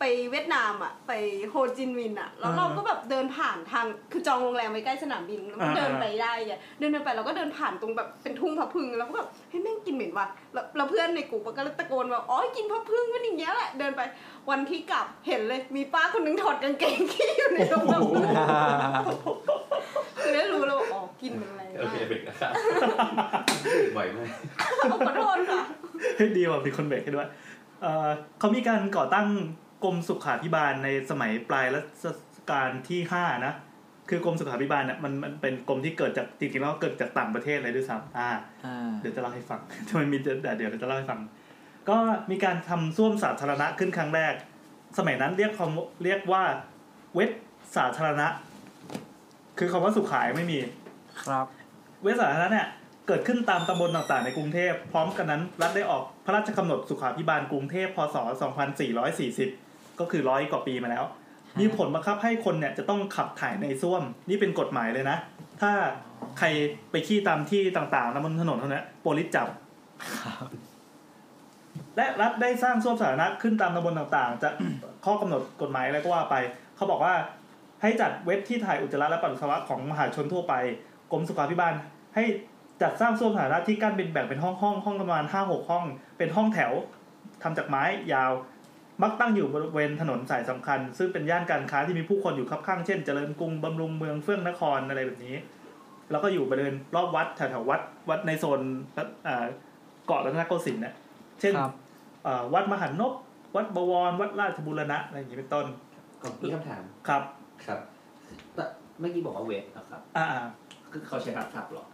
ไปเวียดนามอ่ะไปโฮจิมินห์อ่ะแล้วเราก็แบบเดินผ่านทางคือจองโรงแรมไว้ใกล้สนามบินแล้วก็เดินไปได้อะเดินไปเราก็เดินผ่านตรงแบบเป็นทุ่งพะพึงแล้วก็แบบเฮ้ยแม่งกลินเหม็นว่ะแล้วแล้วเพื่อนในกลุ่มก็ตะโกนว่าอ๋อกินพะพึงมันอย่างเงี้ยแหละเดินไปวันที่กลับเห็นเลยมีป้าคนนึงถอดกางเกง ขี้อยู่ในทุ่งพะพึง คือได้รู้แล้วว่าอ๋อกลินมันอะไร
โอ
มา
เค
ก
เบรกนะครับบ่อยมาก
เอาขอโทษค่ะ
เฮ้ยดี ว่ะมีคนเบรกให้ด้วย เอ่อเขามีการก่อตั้งกรมสุขาภิบาลในสมัยปลายรัชกาลที่ห้านะ คือกรมสุขาภิบาลเนี่ยมันมันเป็นกรมที่เกิดจากจริงๆแล้วเกิดจากต่างประเทศเลยด้วยซ้ำอ่า
อ่า
เดี๋ยวจะเล่าให้ฟัง ทำไมมีแต่เดี๋ยวเราจะเล่าให้ฟัง ก็มีการทำส้วมสาธารณะขึ้นครั้งแรก สมัยนั้นเรียกคำเรียกว่าเวทสาธารณะ คือคำว่าสุขายไม่มี
ครับ
เวชสาธารณะเนี่ยเกิดขึ้นตามตำบลต่างๆในกรุงเทพ พร้อมกันนั้น รัฐได้ออกพระราชกำหนดสุขาภิบาลกรุงเทพพศ 2440 ก็คือร้อยกว่าปีมาแล้ว มีผลบังคับให้คนเนี่ยจะต้องขับถ่ายในส้วม นี่เป็นกฎหมายเลยนะ ถ้าใครไปขี้ตามที่ต่างๆตามบนถนนเท่านั้นโปลิสจับ และรัฐได้สร้างส้วมสาธารณะขึ้นตามตำบลต่างๆ จะ ข้อกำหนดกฎหมายอะไรก็ว่าไป เขาบอกว่าให้จัดเว็บที่ถ่ายอุจจาระและปัสสาวะของมหาชนทั่วไปกรมสุขาภิบาล ให้จัดสร้างส้วมสาธารณะที่กั้นเป็นแบ่งเป็นห้องห้องห้องประมาณห้าหกห้อง เป็นห้องแถวทำจากไม้ยาว มักตั้งอยู่บริเวณถนนสายสำคัญ ซึ่งเป็นย่านการค้าที่มีผู้คนอยู่คับข้างเช่นเจริญกรุงบำรุงเมืองเฟื่องนครอะไรแบบนี้ แล้วก็อยู่บริเวณรอบวัดแถวๆวัดวัดในโซนเอ่อเกาะรัตนโกสินทร์นะเช่น
ครับ
เอ่อวัดมหันนบวัดบวร วัดราชบูรณะอะไรอย่างนี้เป็นต้น
ของพี่คำถาม
ครับ
ครับแต่เมื่อกี้บอกว่าเวทนะครับ
อ่า
คือเขาใช้ทับศัพท์เหรอ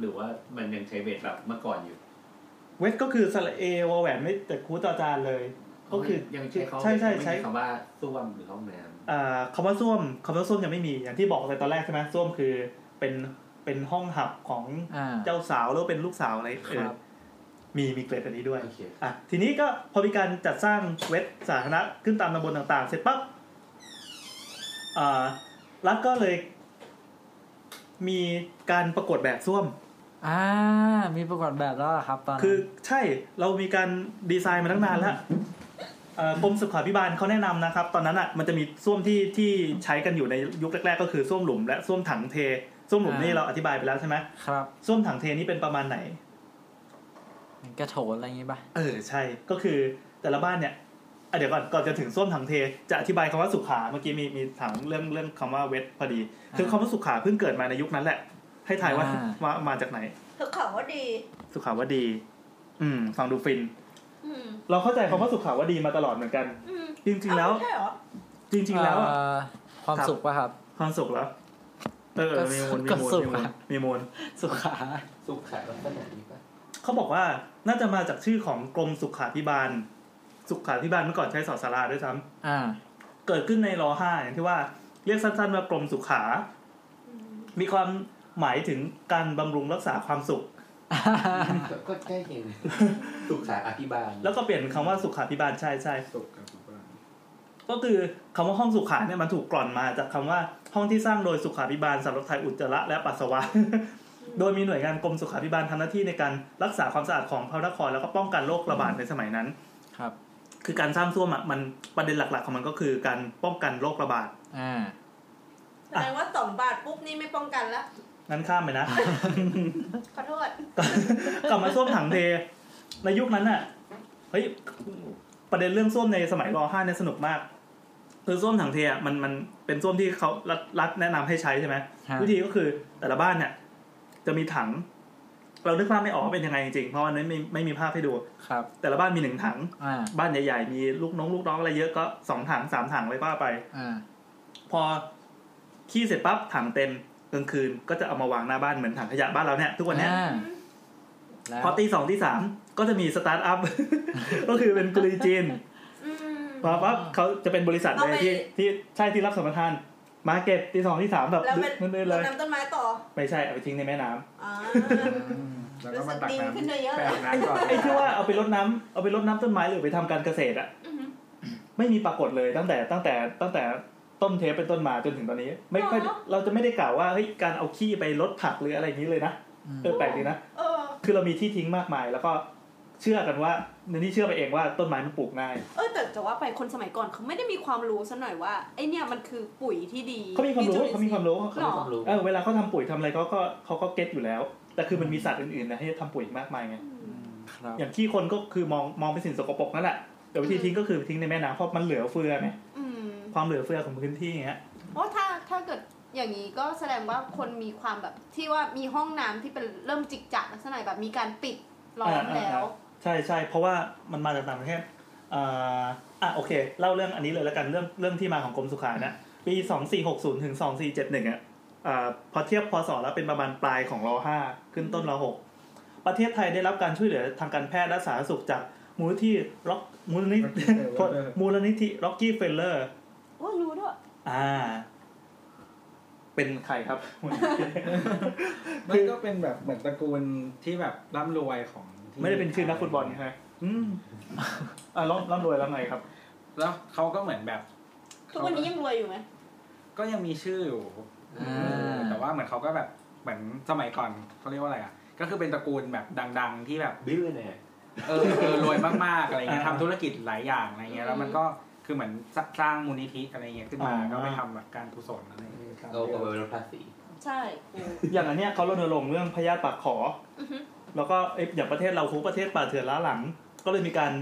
หรือว่ามันยังใช้เวทแบบเมื่อก่อนอยู่
ๆเวทก็คือสระเอวอแหวนไม่แต่คูต่อจานเลย ก็คือ
ยังใช้เขา
ใช่ใช่
ไม่มี
ใช้
คำว่าส้วมหรือห้องน้
เอ่อคำว่าส้วมคำว่าส้วมยังไม่มีอย่างที่บอกไปตอนแรกใช่ไหมส้วมคือเป็นเป็นห้องหับของ
อ่า
เจ้าสาวแล้วเป็นลูกสาวอะไรเออ
ครับ
มีมีเกรดอันนี้ด้วย
โอเค
อ่ะทีนี้ก็พอมีการจัดสร้างเวทสาธารณะขึ้นตามตำบลต่างๆ เสร็จปั๊บอ่ารัฐก็เลย มีการประกวดแบบส้วม
อ่า มีประกวดแบบแล้วเหรอครับ ตอนนั้น
คือใช่เรามีการดีไซน์มาตั้งนานแล้วเอ่อกรมสุขาภิบาลเขาแนะนำนะครับ ตอนนั้นอ่ะมันจะมีส้วมที่ที่ใช้กันอยู่ในยุคแรก ๆ ก็คือส้วมหลุมและส้วมถังเทส้วมหลุมนี่เราอธิบายไปแล้วใช่ไหม
ครับ
ส้วมถังเทนี่เป็นประมาณไหน
กระโถนอะไรอย่างงี้ป่ะ
เออใช่ก็คือแต่ละบ้านเนี่ยอ่ะเดี๋ยวก่อนก่อนจะถึงส้วมถังเท จะอธิบายคำว่าสุขาเมื่อกี้มีมีถามเรื่องเรื่องคำว่าเวทพอดี คือคำว่าสุขาเพิ่งเกิดมาในยุคนั้นแหละ ให้ทายว่า
อ่า
ว่ามาจากไหน
เธอข่าวว่าดี
สุขาวดี อืมฟังดูฟิน
อืม
เราเข้าใจคำว่าสุขาวดีมาตลอดเหมือนกัน
อืม
จริงๆแล้ว
เอ้าไม่ใช่เหรอ
จริงๆแล้วอะ
เอ่อความ
ครับ
สุขป่ะครับ
ความสุขแล้วเออเออมีมูลมี
ก็
มูล
สุข
มีมูล
อะ
มีมูล
สุขา
สุขขายลักษณะนี้ป่ะ
เขาบอกว่าน่าจะมาจากชื่อของกรมสุขาภิบาล สุขาภิบาลเมื่อก่อนใช้สอสาราด้วยซ้ำ
อ่า
เกิดขึ้นในรอห้าอย่างที่ว่าเรียกสั้นๆว่ากรมสุขา มีความหมายถึงการบำรุงรักษาความสุข
ก็ก็ใกล้เคียงสุขขายอภิบาล
แล้วก็เปลี่ยนคำว่าสุขาพิบาลใช่ใช่
สุขกับสุขบ้าง
ก็คือคำว่าห้องสุขาเนี่ยมันถูกกล่อนมาจากคำว่าห้องที่สร้างโดยสุขาพิบาลสำหรับถ่ายอุจจาระและปัสสาวะ โดยมีหน่วยงานกรมสุขาพิบาลทำหน้าที่ในการรักษาความสะอาดของพระนครแล้วก็ป้องกันโรคระบาดในสมัยนั้น
ครับ
คือการสร้างส้วมอะมันประเด็นหลักๆของมันก็คือการป้องกันโรคระบาด
อ่า
แสดงว่าสองบาทปุ๊บนี่ไม่ป้องกันละ
นั้นข้ามไปนะ
ขอโทษ
กลับมาส้วมถังเท ในยุคนั้นน่ะ เฮ้ย ประเด็นเรื่องส้วมในสมัยรห้าเนี่ยสนุกมาก คือส้วมถังเทอ่ะมันมันเป็นส้วมที่เขารัฐรัฐแนะนำให้ใช้ใช่ไหม
ฮะ
วิธีก็คือแต่ละบ้านเนี่ยจะมีถัง เรานึกภาพไม่ออกว่าเป็นยังไงจริงๆเพราะวันนั้นไม่ไม่มีภาพให้ดู
ครับ
แต่ละบ้านมีหนึ่งถัง
อ่า
บ้านใหญ่ๆมีลูกน้องลูกน้องอะไรเยอะก็สองถังสามถังเลยป้าไป
อ่า
พอขี้เสร็จปั๊บถังเต็มกลางคืนก็จะเอามาวางหน้าบ้านเหมือนถังขยะบ้านเราเนี่ยทุกวันเนี้ย
อ่าแล้ว
พอตีสองตีสามก็จะมีสตาร์ทอัพ ก็คือเป็นกุลีจีน
อืม
มาปั๊บเขาจะเป็นบริษัท
เอา
เล
ไป
ยที่ที่ใช่ที่รับสัมปทาน มาเก็บตีสองตีสามแบบ
แล้วมัน
เนื่นๆเลย
นำต้นไม้ต่อ
ไม่ใช่ เอาไปทิ้งในแม่น้ำ
อ๋อ
แล้วก็มาตัก
รู้สึกดีขึ้น
น้ำ
เยอะเลย
แปะน้ำก่อน
ไอ้ที่ว่าเอาไปรดน้ำเอาไปรดน้ำต้นไม้หรือไปทำการเกษตรอ่ะไม่มีปรากฏเลยตั้งแต่ตั้งแต่ตั้งแต่ต้นเทปเป็นต้นมาจนถึงตอนนี้ ไม่ค่อย
หรอ
เราจะไม่ได้กล่าวว่าเฮ้ยการเอาขี้ไปรดผักหรืออะไรอย่างนี้เลยนะ
อืม
เออแปลกดีนะ
เออ
คือเรามีที่ทิ้งมากมาย แล้วก็เชื่อกันว่าในนี่เชื่อไปเองว่าต้นไม้มันปลูกง่าย
เออแต่จะว่าไปคนสมัยก่อนเขาไม่ได้มีความรู้ซะหน่อยว่าไอเนี่ยมันคือปุ๋ยที่ดี
เขามีความรู้
จุลินทย์
เขามีความรู้
หรอ
ความรู้
เออเวลาเขาทำปุ๋ยทำอะไรเขาก็เขาก็เก็ตอยู่แล้ว แต่คือมันมีสัตว์อื่นๆนะให้ทำปุ๋ยอีกมากมายไง
ครับ
อย่างขี้คนก็คือมองมองเป็นสิ่งสกปรกนั่นแหละ แต่วิธีทิ้งก็คือทิ้งในแม่น้ำเพราะมันเหลือเฟือไง
อืม
ความเหลือเฟือของพื้นที่อย่างเงี้ย
เพราะถ้าถ้าเกิดอย่างนี้ก็แสดงว่าคนมีความแบบที่ว่ามีห้องน้ำที่เป็นเริ่มจิกจักลักษณะแบบมีการปิดล้อม
อ่าอ่า
แล้ว
ใช่ใช่เพราะว่ามันมาจากต่างประเทศอ่าอ่ะโอเค เล่าเรื่องอันนี้เลยแล้วกันเรื่องเรื่องที่มาของกรมสุขานะปี 2460ถึง2471อ่ะอ่าพอเทียบพศแล้วเป็นประมาณปลายของร5ขึ้นต้นร6ประเทศไทยได้รับการช่วยเหลือทางการแพทย์และสาธารณสุขจากมูลนิธิล็อกมูลนิธิโทษ มูลนิธิล็อกกี้เฟลเลอร์
โอ้ยรู้ด้วย
อ่า เป็นใครครับ
มันก็เป็นแบบเหมือนตระกูลที่แบบร่ำรวยของที่
ไม่ได้เป็นชื่อนักฟุตบอลใช่ไหมอืม อ่าร่ำร่ำรวยแล้วไงครับ
แล้วเขาก็เหมือนแบบ
ทุกวันนี้ยังรวยอยู่ไหม
ก็ยังมีชื่ออยู่
อ่า
แต่ว่าเหมือนเขาก็แบบเหมือนสมัยก่อนเขาเรียกว่าอะไรอ่ะ ก็คือเป็นตระกูลแบบดัง ๆ ที่แบบ
บิลเลยนะ
เออเออรวยมากๆอะไรเงี้ยทำธุรกิจหลายอย่างอะไรเงี้ยแล้วมันก็คือเหมือนสร้างมูลนิธิอะไรเงี้ยขึ้นมา
อ่า
ก็ไปทำแบบการกุศลอะไรเงี้ย
เราเอาไปลดภาษี
ใช่
อย่างอันเนี้ยเขารณรงค์เรื่องพยาธิปากขอ
อือฮึ
แล้วก็เอ้ยอย่างประเทศเราคุกประเทศป่าเถื่อนล้าหลัง ก็เลยมีการ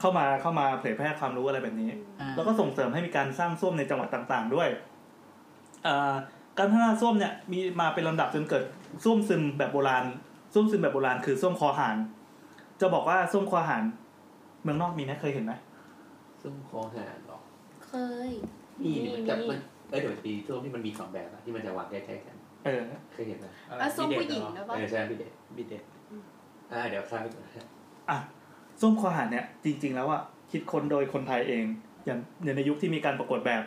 เข้ามาเข้ามาเผยแพร่ความรู้อะไรแบบนี้
อ่า
แล้วก็ส่งเสริมให้มีการสร้างส้วมในจังหวัดต่างๆ ด้วยอ่าการพัฒนาส้วมเนี่ยมีมาเป็นลำดับจนเกิดส้วมซึมแบบโบราณส้วมซึมแบบโบราณคือส้วมคอหานจะบอกว่าส้วมคอหานเมืองนอกมีไหมเคยเห็นไหม
ซึ่งคอหารหรอก
เคย
มี
มี
แต่
มี
มันเออเดี๋ยวมันมีช่วงที่มันมีสองแบบอะที่มันจะวางใกล้ๆกัน
เออ
เคยเห็นไหม
อ่ะส้มผู้หญิงด้วยปะ
เออใช่พี่เดช
บิดเด
อ่าเดี๋ยวข้ามไปก่อนนะ
อ่ะส้มคอหารเนี่ยจริง ๆ แล้วอ่ะคิดค้นโดยคนไทยเองอย่างอย่างในยุคที่มีการประกวดแบบ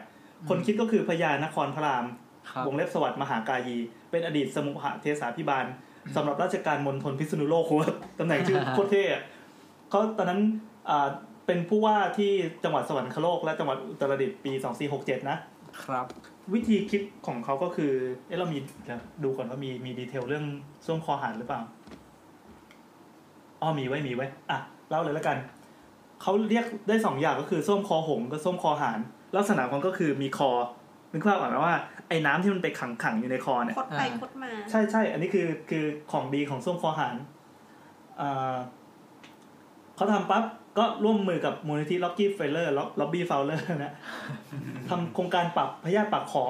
คนคิดก็คือพญานครพระราม
ครับ
วงเล็บสวัสดิ์มหากายี เป็นอดีตสมุหเทศาพิบาลสำหรับราชการมณฑลพิษณุโลกโคตรตำแหน่ง ชื่อโคตรเท่อะเขาตอนนั้นอ่าเป็นผู้ว่าที่จังหวัดสวรรคโลก และจังหวัดอุตรดิตถ์ปี 2467 นะ
ครับ
วิธีคิดของเขาก็คือเอะเรามีเดี๋ยวดูก่อนว่ามีมีดีเทลเรื่องส้วมคอหารหรือเปล่าอ๋อมีไว้มีไว้อ่ะเล่าเลยแล้วกันเขาเรียกได้สองอย่างก็คือส้วมคอหงกับส้วมคอหารลักษณะของก็คือมีคอนึกภาพออกไหมว่าไอ้น้ำที่มันไปขังขังๆอยู่ในคอเนี่ย
คดไปคดมา
ใช่ใช่ อันนี้คือคือของดีของส้วมคอหารอ่าเขาทำปั๊บก็ร่วมมือกับมูลนิธิล็อกกี้เฟลเลอร์ล็อบบี้เฟลเลอร์นะทำโครงการปรับพยาธิปากขอ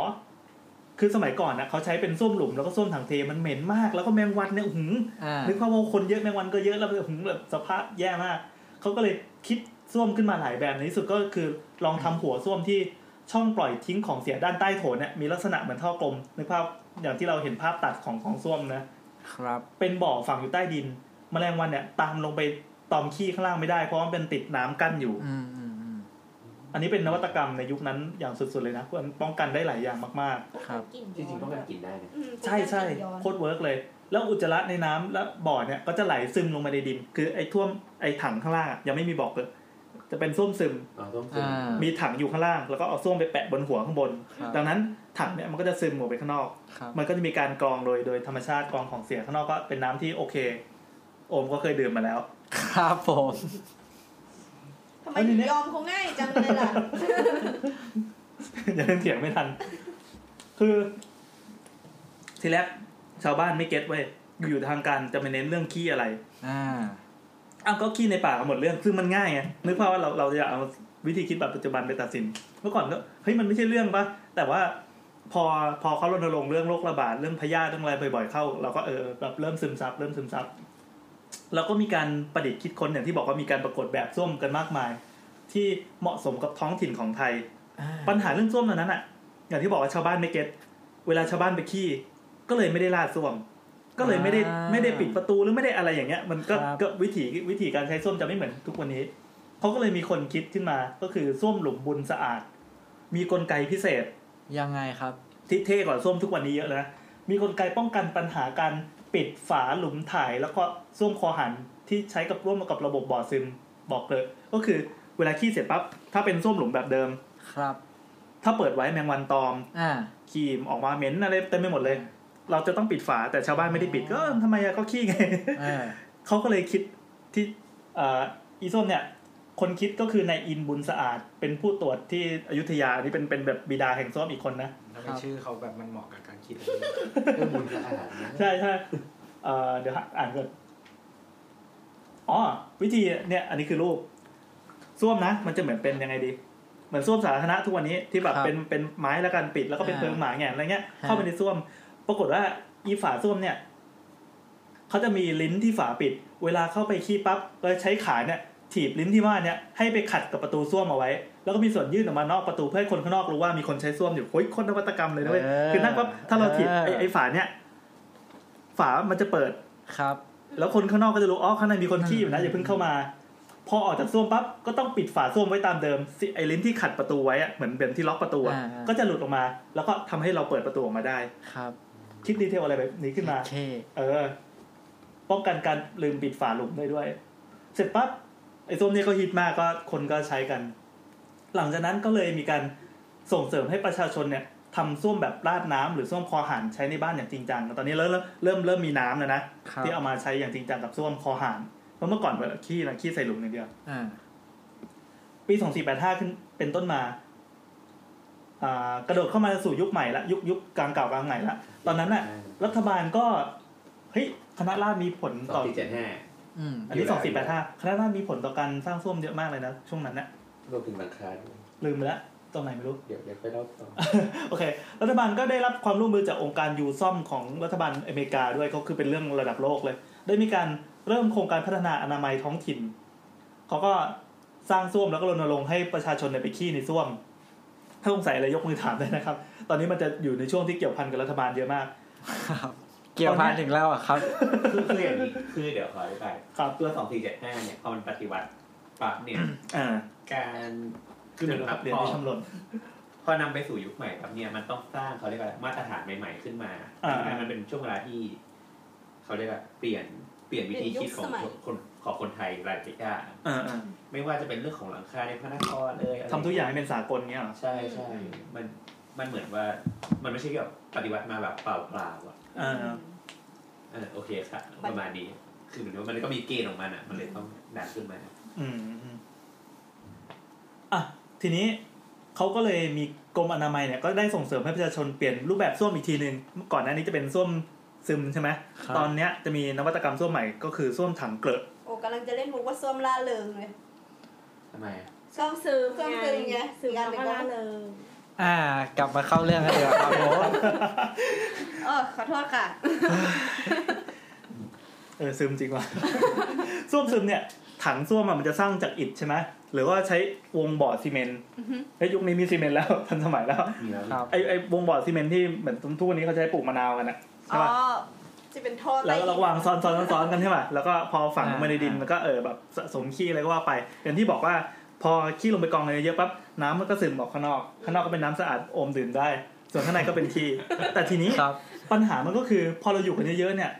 คือสมัยก่อนนะเขาใช้เป็นส้วมหลุมแล้วก็ส้วมถังเทมันเหม็นมาก แล้วก็แมงวันเนี่ยอื้อหืม
อ่า
นึกภาพว่าคนเยอะแมงวันก็เยอะแล้วแบบหึงแบบสภาพแย่มาก เขาก็เลยคิดส้วมขึ้นมาหลายแบบในที่สุดก็คือลองทำหัวส้วมที่ช่องปล่อยทิ้งของเสียด้านใต้โถเนี่ยมีลักษณะเหมือนท่อกลมนึกภาพอย่างที่เราเห็นภาพตัดของของส้วมนะ
ครับ
เป็นบ่อฝังอยู่ใต้ดิน แมลงวันเนี่ยตามลงไปตอมขี้ข้างล่างไม่ได้เพราะว่ามันเป็นติดน้ำกั้นอยู่
อืมอืมอืม
อันนี้เป็นนวัตกรรมในยุคนั้นอย่างสุดๆเลยนะมันป้องกันได้หลายอย่างมาก
ครับ
กลิ่น
จริงๆต้องการกินได้นะ
ๆ ใช่ใช่
ย้อน
โคตรเวิร์กเลย แล้วอุจจาระในน้ำและบ่อเนี่ยก็จะไหลซึมลงมาในดิน คือไอ้ท่วมไอ้ถังข้างล่างอะยังไม่มีบ่อเกิดจะเป็นส้วมซึม
อ๋อต้องกิน
อ่า
มีถังอยู่ข้างล่าง แล้วก็เอาส้วมไปแปะบนหัวข้างบน
ครับ
ดังนั้นถังเนี่ยมันก็จะซึมออกไปข้างนอก
ครับ
มันก็จะมีการกรองโดยโดยธรรมชาติกรองของเสียข้างนอกก็เป็นน้ำที่โอเค โอมก็เคยดื่มมาแล้ว
ครับผม
ทำไมถึงยอมเขาง่ายจังเลยล่ะ
ยังเถียงไม่ทัน คือ ทีแรกชาวบ้านไม่เก็ตเว้ยอยู่ทางการจะไปเน้นเรื่องขี้อะไร
อ่า
อ้าวก็ขี้ในป่ากันหมดเรื่องซึ่งมันง่ายไงนึกภาพว่าเราเราจะเอาวิธีคิดแบบปัจจุบันไปตัดสิน เมื่อก่อนก็เฮ้ยมันไม่ใช่เรื่องปะแต่ว่า พอพอเขารณรงค์เรื่องโรคระบาดเรื่องพยาธิเรื่องอะไรบ่อยๆเข้า เราก็เออแบบเริ่มซึมซับเริ่มซึมซับเราก็มีการประดิษฐ์คิดค้นอย่างที่บอกว่ามีการประกวดแบบส้วมกันมากมาย ที่เหมาะสมกับท้องถิ่นของไทย
อ่า
ปัญหาเรื่องส้วมตอนนั้นอะอย่างที่บอกว่าชาวบ้านไม่เก็ตเวลาชาวบ้านไปขี้ ก็เลยไม่ได้ลาดส้วม ก็เลยไม่ได้
า
ไม่ได้ปิดประตูหรือไม่ได้อะไรอย่างเงี้ย มันก็
ครับ
ก็วิถีวิธีการใช้ส้วมจะไม่เหมือนทุกวันนี้เขาก็เลยมีคนคิดขึ้นมาก็คือส้วมหลุมบุญสะอาด มีกลไกพิเศษ
ยังไงครับ
ที่เท่กว่าส้วมทุกวันนี้เยอะเลยนะมีกลไกป้องกันปัญหาการปิดฝาหลุมถ่าย แล้วก็ส้วมคอหันที่ใช้กับร่วมกับระบบบ่อซึมบอกเลย ก็คือเวลาขี้เสร็จปั๊บถ้าเป็นส้วมหลุมแบบเดิม
ครับ
ถ้าเปิดไว้แมงวันตอม
อ่า
ครีมออกมาเหม็นอะไรเต็มไปหมดเลย เราจะต้องปิดฝาแต่ชาวบ้านไม่ได้ปิดก็เออทำไมอะก็ขี้ไง
เออ
เขาก็เลยคิดที่เอ่ออีส้มเนี่ย คนคิดก็คือนายอินบุญสะอาด เป็นผู้ตรวจที่อยุธยาอันนี่เป็นเป็นแบบบิดาแห่งส้มอีกคนนะ
ทำไมชื่อเขาแบบมันเหมาะกับการคิดเลย
เรื่องบุญสะอาดนะ
ใช่ใช่เอ่อเดี๋ยวอ่านก่อนอ๋อวิธีเนี่ยอันนี้คือรูปส้วมนะ มันจะเหมือนเป็นยังไงดี เหมือนส้วมสาธารณะทุกวันนี้ที่แบบ
ครับ
เป็นเป็นไม้แล้วกันปิดแล้วก็เป็น
อ่า
เพลิงหมาแงนอะไรเงี้ย
ฮะ
เข้าไปในส้วม ปรากฏว่าอีฝาส้วมเนี่ยเขาจะมีลิ้นที่ฝาปิด เวลาเข้าไปขี้ปั๊บก็ใช้ขาเนี่ยถีบลิ้นที่ว่าเนี่ยให้ไปขัดกับประตูส้วมเอาไว้ แล้วก็มีส่วนยื่นออกมานอกประตูเพื่อให้คนข้างนอกรู้ว่ามีคนใช้ส้วมอยู่โอ้ยคนนวัตกรรมเลยนะเว้ยคือนั่นปั๊บถ้าเราถีบไอ้ไอ้ฝาเนี่ย ฝามันจะเปิด
ครับ
แล้วคนข้างนอกก็จะรู้อ๋อข้างในมีคนขี้อยู่นะ
อืม
อย่าเพิ่งเข้ามา พอออกจากส้วมปั๊บก็ต้องปิดฝาส้วมไว้ตามเดิมสิไอ้ลิ้นที่ขัดประตูไว้อะเหมือนแบบที่ล็อกประตูอะ
อ่า
ก็จะหลุดออกมา แล้วก็ทำให้เราเปิดประตูออกมาได้
ครับ
คิดดีเทลอะไรแบบนี้ขึ้นมา
โอเค
เออ ป้องกันการลืมปิดฝาหลุมได้ด้วย เสร็จปั๊บไอ้ส้วมเนี่ยก็ฮิตมากก็คนก็ใช้กัน หลังจากนั้นก็เลยมีการส่งเสริมให้ประชาชนเนี่ยทำส้วมแบบราดน้ำหรือส้วมคอหันใช้ในบ้านอย่างจริงจังตอนนี้เริ่มเริ่มเริ่มเริ่มมีน้ำแล้วนะ
ครับ
ที่เอามาใช้อย่างจริงจังกับส้วมคอหาร ราะเมื่อก่อนแบบขี้นะขี้ใส่หลุมอย่างเดียว
อ่า
ปีสองสี่แปดห้าขึ้นเป็นต้นมา อ่ากระโดดเข้ามาสู่ยุคใหม่ละยุคยุคกลางเก่ากลางใหม่ละตอนนั้นน่ะ รัฐบาลก็เฮ้ยคณะราษฎรมีผล
สอ
ต่อ
งสี่เจ็ดห้า
อืม
อันนี้
อยู่
สองสี่แปด
แล้ว
ห้าคณะราษฎรมีผลต่อการสร้างส้วมเยอะมากเลยนะช่วงนั้นน่ะ
รวมถึงหลังคาด้วย
ลืมไปละตรงไหน ไม่รู้
เดี๋ยวเดี๋ยวไปเล่าต่อ
โอเค รัฐบาลก็ได้รับความร่วมมือจากองค์การยูซ่อมของรัฐบาลอเมริกาด้วยก็คือเป็นเรื่องระดับโลกเลย ได้มีการเริ่มโครงการพัฒนาอนามัยท้องถิ่น เขาก็สร้างส้วมแล้วก็รณรงค์ให้ประชาชนเนี่ยไปขี้ในส้วม ถ้าสงสัยอะไรยกมือถามได้นะครับ ตอนนี้มันจะอยู่ในช่วงที่เกี่ยวพันกับรัฐบาลเยอะมาก
เกี่ยวพันถึงแล้วอ่ะครับ
คือคืออย่างนี้คือเดี๋ยวขออธิบาย
ครับ
ตัวสองสี่เจ็ดห้าเนี่ยพอมันปฏิวัติปรับเนี่ย
อ่า
การ
คือเหมือนรับเรียนที่ชำรน
พอนำไปสู่ยุคใหม่ครับเนี่ยมันต้องสร้างเขาเรียกว่าอะไรมาตรฐานใหม่ ๆ ขึ้นมา
อ่า
ดังนั้นมันเป็นช่วงเวลาที่ เขาเรียกว่าเปลี่ยนเปลี่ยนวิธีคิดของ
เปลี่ยนยุคสมัย
คนของคนไทยหลายอย่าง
อ่าอ่า
ไม่ว่าจะเป็นเรื่องของหลังคาในพระนครเลยะไร
ทำทุกอย่างให้เป็นสากลเงี้ยเหรอ
ใช่ใช่มันมันเหมือนว่า มันไม่ใช่แบบปฏิวัติมาแบบเปล่าเปล่าๆอ่ะ
อ่า
เออโอเคค่ะประมาณนี้ คือเหมือนว่ามันก็มีเกณฑ์ของมันอ่ะ มันเลยต้องดันขึ้นมา
อืมอืมอ่ะทีนี้เขาก็เลยมีกรมอนามัยเนี่ยก็ได้ส่งเสริมให้ประชาชนเปลี่ยนรูปแบบส้วมอีกทีหนึ่งเมื่อก่อนหน้านี้จะเป็นส้วมซึมใช่ไหม
ครับ
ตอนเนี้ยจะมีนวัตกรรมส้วมใหม่ก็คือส้วมถังเกลอะ
โอ้กำลังจะเล่นมุกว่าส้วมล่าเริงเลย
ทำไมอะ
ส้วมซึมส้วมซึมไง
ซึม
งาน
แล้
เป็น
วก็
ว่า
ล่าเริง
อ่า กลับมาเข้าเรื่องกันเดี๋ยวาครับโอ้
เออขอโทษค่ะ
เออซึมจริงว่ ะ ส้วมซึมเนี่ย ถังส้วมอะมันจะสร้างจากอิฐใช่ไหมหรือว่าใช้วงบ่อซีเมนต์ไอ้ยยุคนี้มีซีเมนต์แล้ว ทันสมัยแล้ว
มีแล้ว
ครับ
ไอ้ไอ้วงบ่อซีเมนต์ที่เหมือนทุกวันนี้เขาใช้ปลูกมะนาวกันอะใช่
อ๋อ
ปะ
จะเป็นท่อ
แล้
ใต้
วก็
ดิน
เราวางซ้อนซ้อนซ้อนซ้อนกันใช่ป่ะ แล้วก็พอฝังลงไปในดิน
อ่า
มันก็เออแบบสะสมขี้อะไรก็ว่าไป อย่างที่บอกว่าพอขี้ลงไปกองเลยเยอะปั๊บน้ำมันก็ซึมออกข้างนอก ข้างนอกก็เป็นน้ำสะอาดอมดื่มได้ ส่วนข้างในก็เป็นขี้ แต่ทีนี้
ครับ
ปัญหามันก็คือพอเราอยู่กันเยอะๆเนี่ย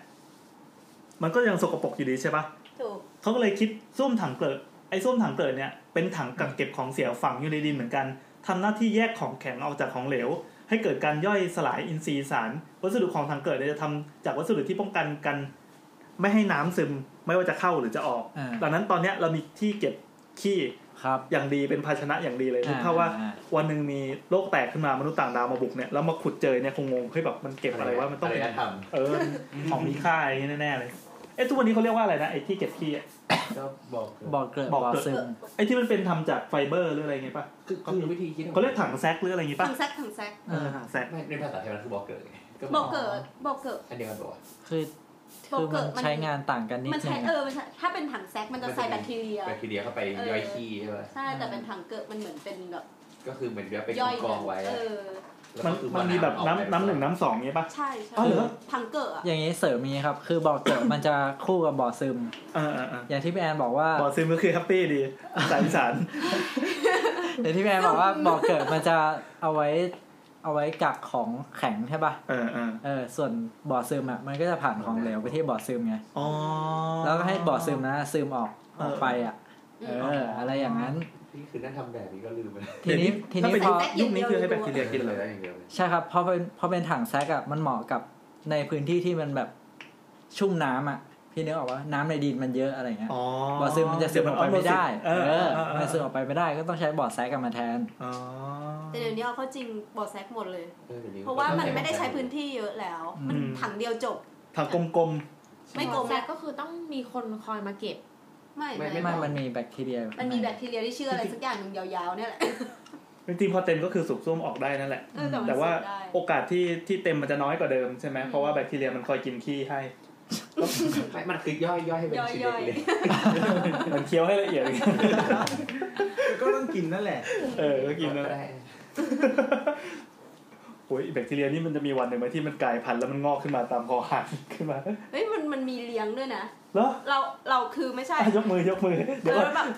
มันก็ยังสกปรกอยู่ดีใช่ป่ะ
ถูก
เขาก็เลยคิดส้วมถังเกลอะไอ้ส้วมถังเกลอะเนี่ยเป็นถังกักเก็บของเสียฝังอยู่ในดินเหมือนกันทำหน้าที่แยกของแข็งออกจากของเหลว ให้เกิดการย่อยสลายอินทรีย์สาร วัสดุของทางเกิดเนี่ยจะทำจากวัสดุที่ป้องกันกัน ไม่ให้น้ำซึมไม่ว่าจะเข้าหรือจะออก
อ่า
ดังนั้นตอนเนี้ยเรามีที่เก็บขี้
ครับ
อย่างดีเป็นภาชนะอย่างดีเลย
อ่า
นึกภาพว่า
อ่า
วันหนึ่งมีโลกแตกขึ้นมามนุษย์ต่างดาวมาบุกเนี่ยแล้วมาขุดเจอเนี่ยคงงงเฮ้ยแบบมันเก็บอะไรว่ามันต้อง
อะไร
เป็น
นะท
เออของมีค่าอย่างเงี้ยแน่ๆเลยเอ้ทุกวันนี้เขาเรียกว่าอะไรนะไอ้ที่เก็บขี้อะ
ำก็บอก
บ่อเกลือะ
บ่
บ่
อ
อ
เกลอะ
ซึม
ไอ้ที่มันเป็นทำจากไฟเบอร์หรืออะไรเงี้ยป่ะ
คือคือวิธีคิดของ
เขาเรียกถังแซกหรืออะไรเงี้ยป่ะ
ถังแซกถังแซก
เออถังแซก
ไม่ในภาษาไทยมันคือบอกเกิดไง
บ
บอก
กเกิดบอกเกิด
อันเดียวกันบอกว่า
คือ
บอก
คือ
เกิ
มั
ด
นใช้งานต่างกันนิด
มัน
นึ
ใช้
ง
เอ
อะ
อมันใช้ถ้าเป็นถังแซกมันจะใส่แบคทีเรีย
แบคทีเรียเข้าไปย่อยขี้ใช่ไหม
ใช่แต่เป็นถังเกิดมันเหมือนเป็นแบบ
ก็คือเหมือนแบบไป
ย่อย
กองไว้
เอ
อะ
อ
แล้ว
มัน
ก็คือ
มันมีแบบน้ำน้ำหนึ่งน้ำสองเงี้ยป่ะ
ใช่ใช่
อ๋อเหรอ
ถังเกิดอะ
อย่างนี้เสริมอย่างนี้ครับ คือบ่อเกลือะมันจะคู่กับบ่อซึม
เออเออเออ
อย่างที่พี่แอนบอกว่า
บ่อซึมก็คือแฮปปี้ดีสายอีสาน
อย่างที่พี่แอนบอกว่าบ่อเกลือะมันจะเอาไว้เอาไว้กักของแข็งใช่ป่ะ
เออเออ
เออ ส่วนบ่อซึมอ่ะ มันก็จะผ่านของเหลวไปที่บ่อซึมไง
อ๋อ
แล้วก็ให้บ่อซึมนะซึมออก
เออ
ออกไปอ่ะ เออ อะไรอย่างนั้น
นี่คือนั่งทำแบบนี้ก็ลืมไป
ทีนี้ที
ถ้า
นี้
เป็น
พ
ยุ
อ
คยุคนี้คือให้แบคทีเรียกินเลย
อย่างเดียวเลย
ใช่ครับเพราะเป็นเพราะเป็นถังแซกอะมันเหมาะกับในพื้นที่ที่มันแบบชุ่มน้ำอะพี่นึกออกว่าน้ำในดินมันเยอะอะไรเงี้ย
อ๋อ
บ่อซึมมันจะซึมออกไปไม่ได้
เอ
เอ
อ
อ
เออเอ
มันซึม
อ
ออกไปไม่ได้ก็ต้องใช้บ่อแซกกันมาแทน
อ๋อ
แต่เดี๋ยวนี้เอาเข้าจริงบอกแซกหมดเลย
ออดี๋ยนี้
เพราะว่ามันไม่ได้ใช้พื้นที่เยอะแล้ว มันถังเดียวจบ
ถังกลม
ไม่กลม
แซ
แล้ว
กก็คือต้องมีคนคอยมาเก็บ
ไม่
ไม่
ไม่
ไม่มันมีแบคทีเรีย
มันมีแบคทีเรียที่ชื่ออะไรสักอย่างหนึ่งยาวๆเนี่ยแหละ
ๆจริงๆพอเต็มก็คือสูบส้วมออกได้นั่นแหละ
เออแต่มัน
แต่ว่า
สูบได้
โอกาสที่ที่เต็มมันจะน้อยกว่าเดิมใช่ไหมเพราะว่าแบคทีเรียมันคอยกินขี้ให้
ไม่มันคือย่อยย่อยให้เป็นชิ้น
ย่อยๆ
เล็ก
มันเคี้ยวให้ละเอียดอย่างเงี้ย
ก็ต้องกินนั่นแหละ
เออก็
ๆ
กินนะ
ได้
โอ้ยแบคทีเรียนี่มันจะมีวันหนึ่งไหมที่มันกลายพันธุ์แล้วมันงอกขึ้นมาตามคอหักขึ้น มา
เฮ้ยมันมันมีเลี้ยงด้วยนะ
เหรอ
เราเราคือไม่ใช่
อ่ะยกมือยกมือ
เอ
เดี๋ยวก่อ
อน แบบ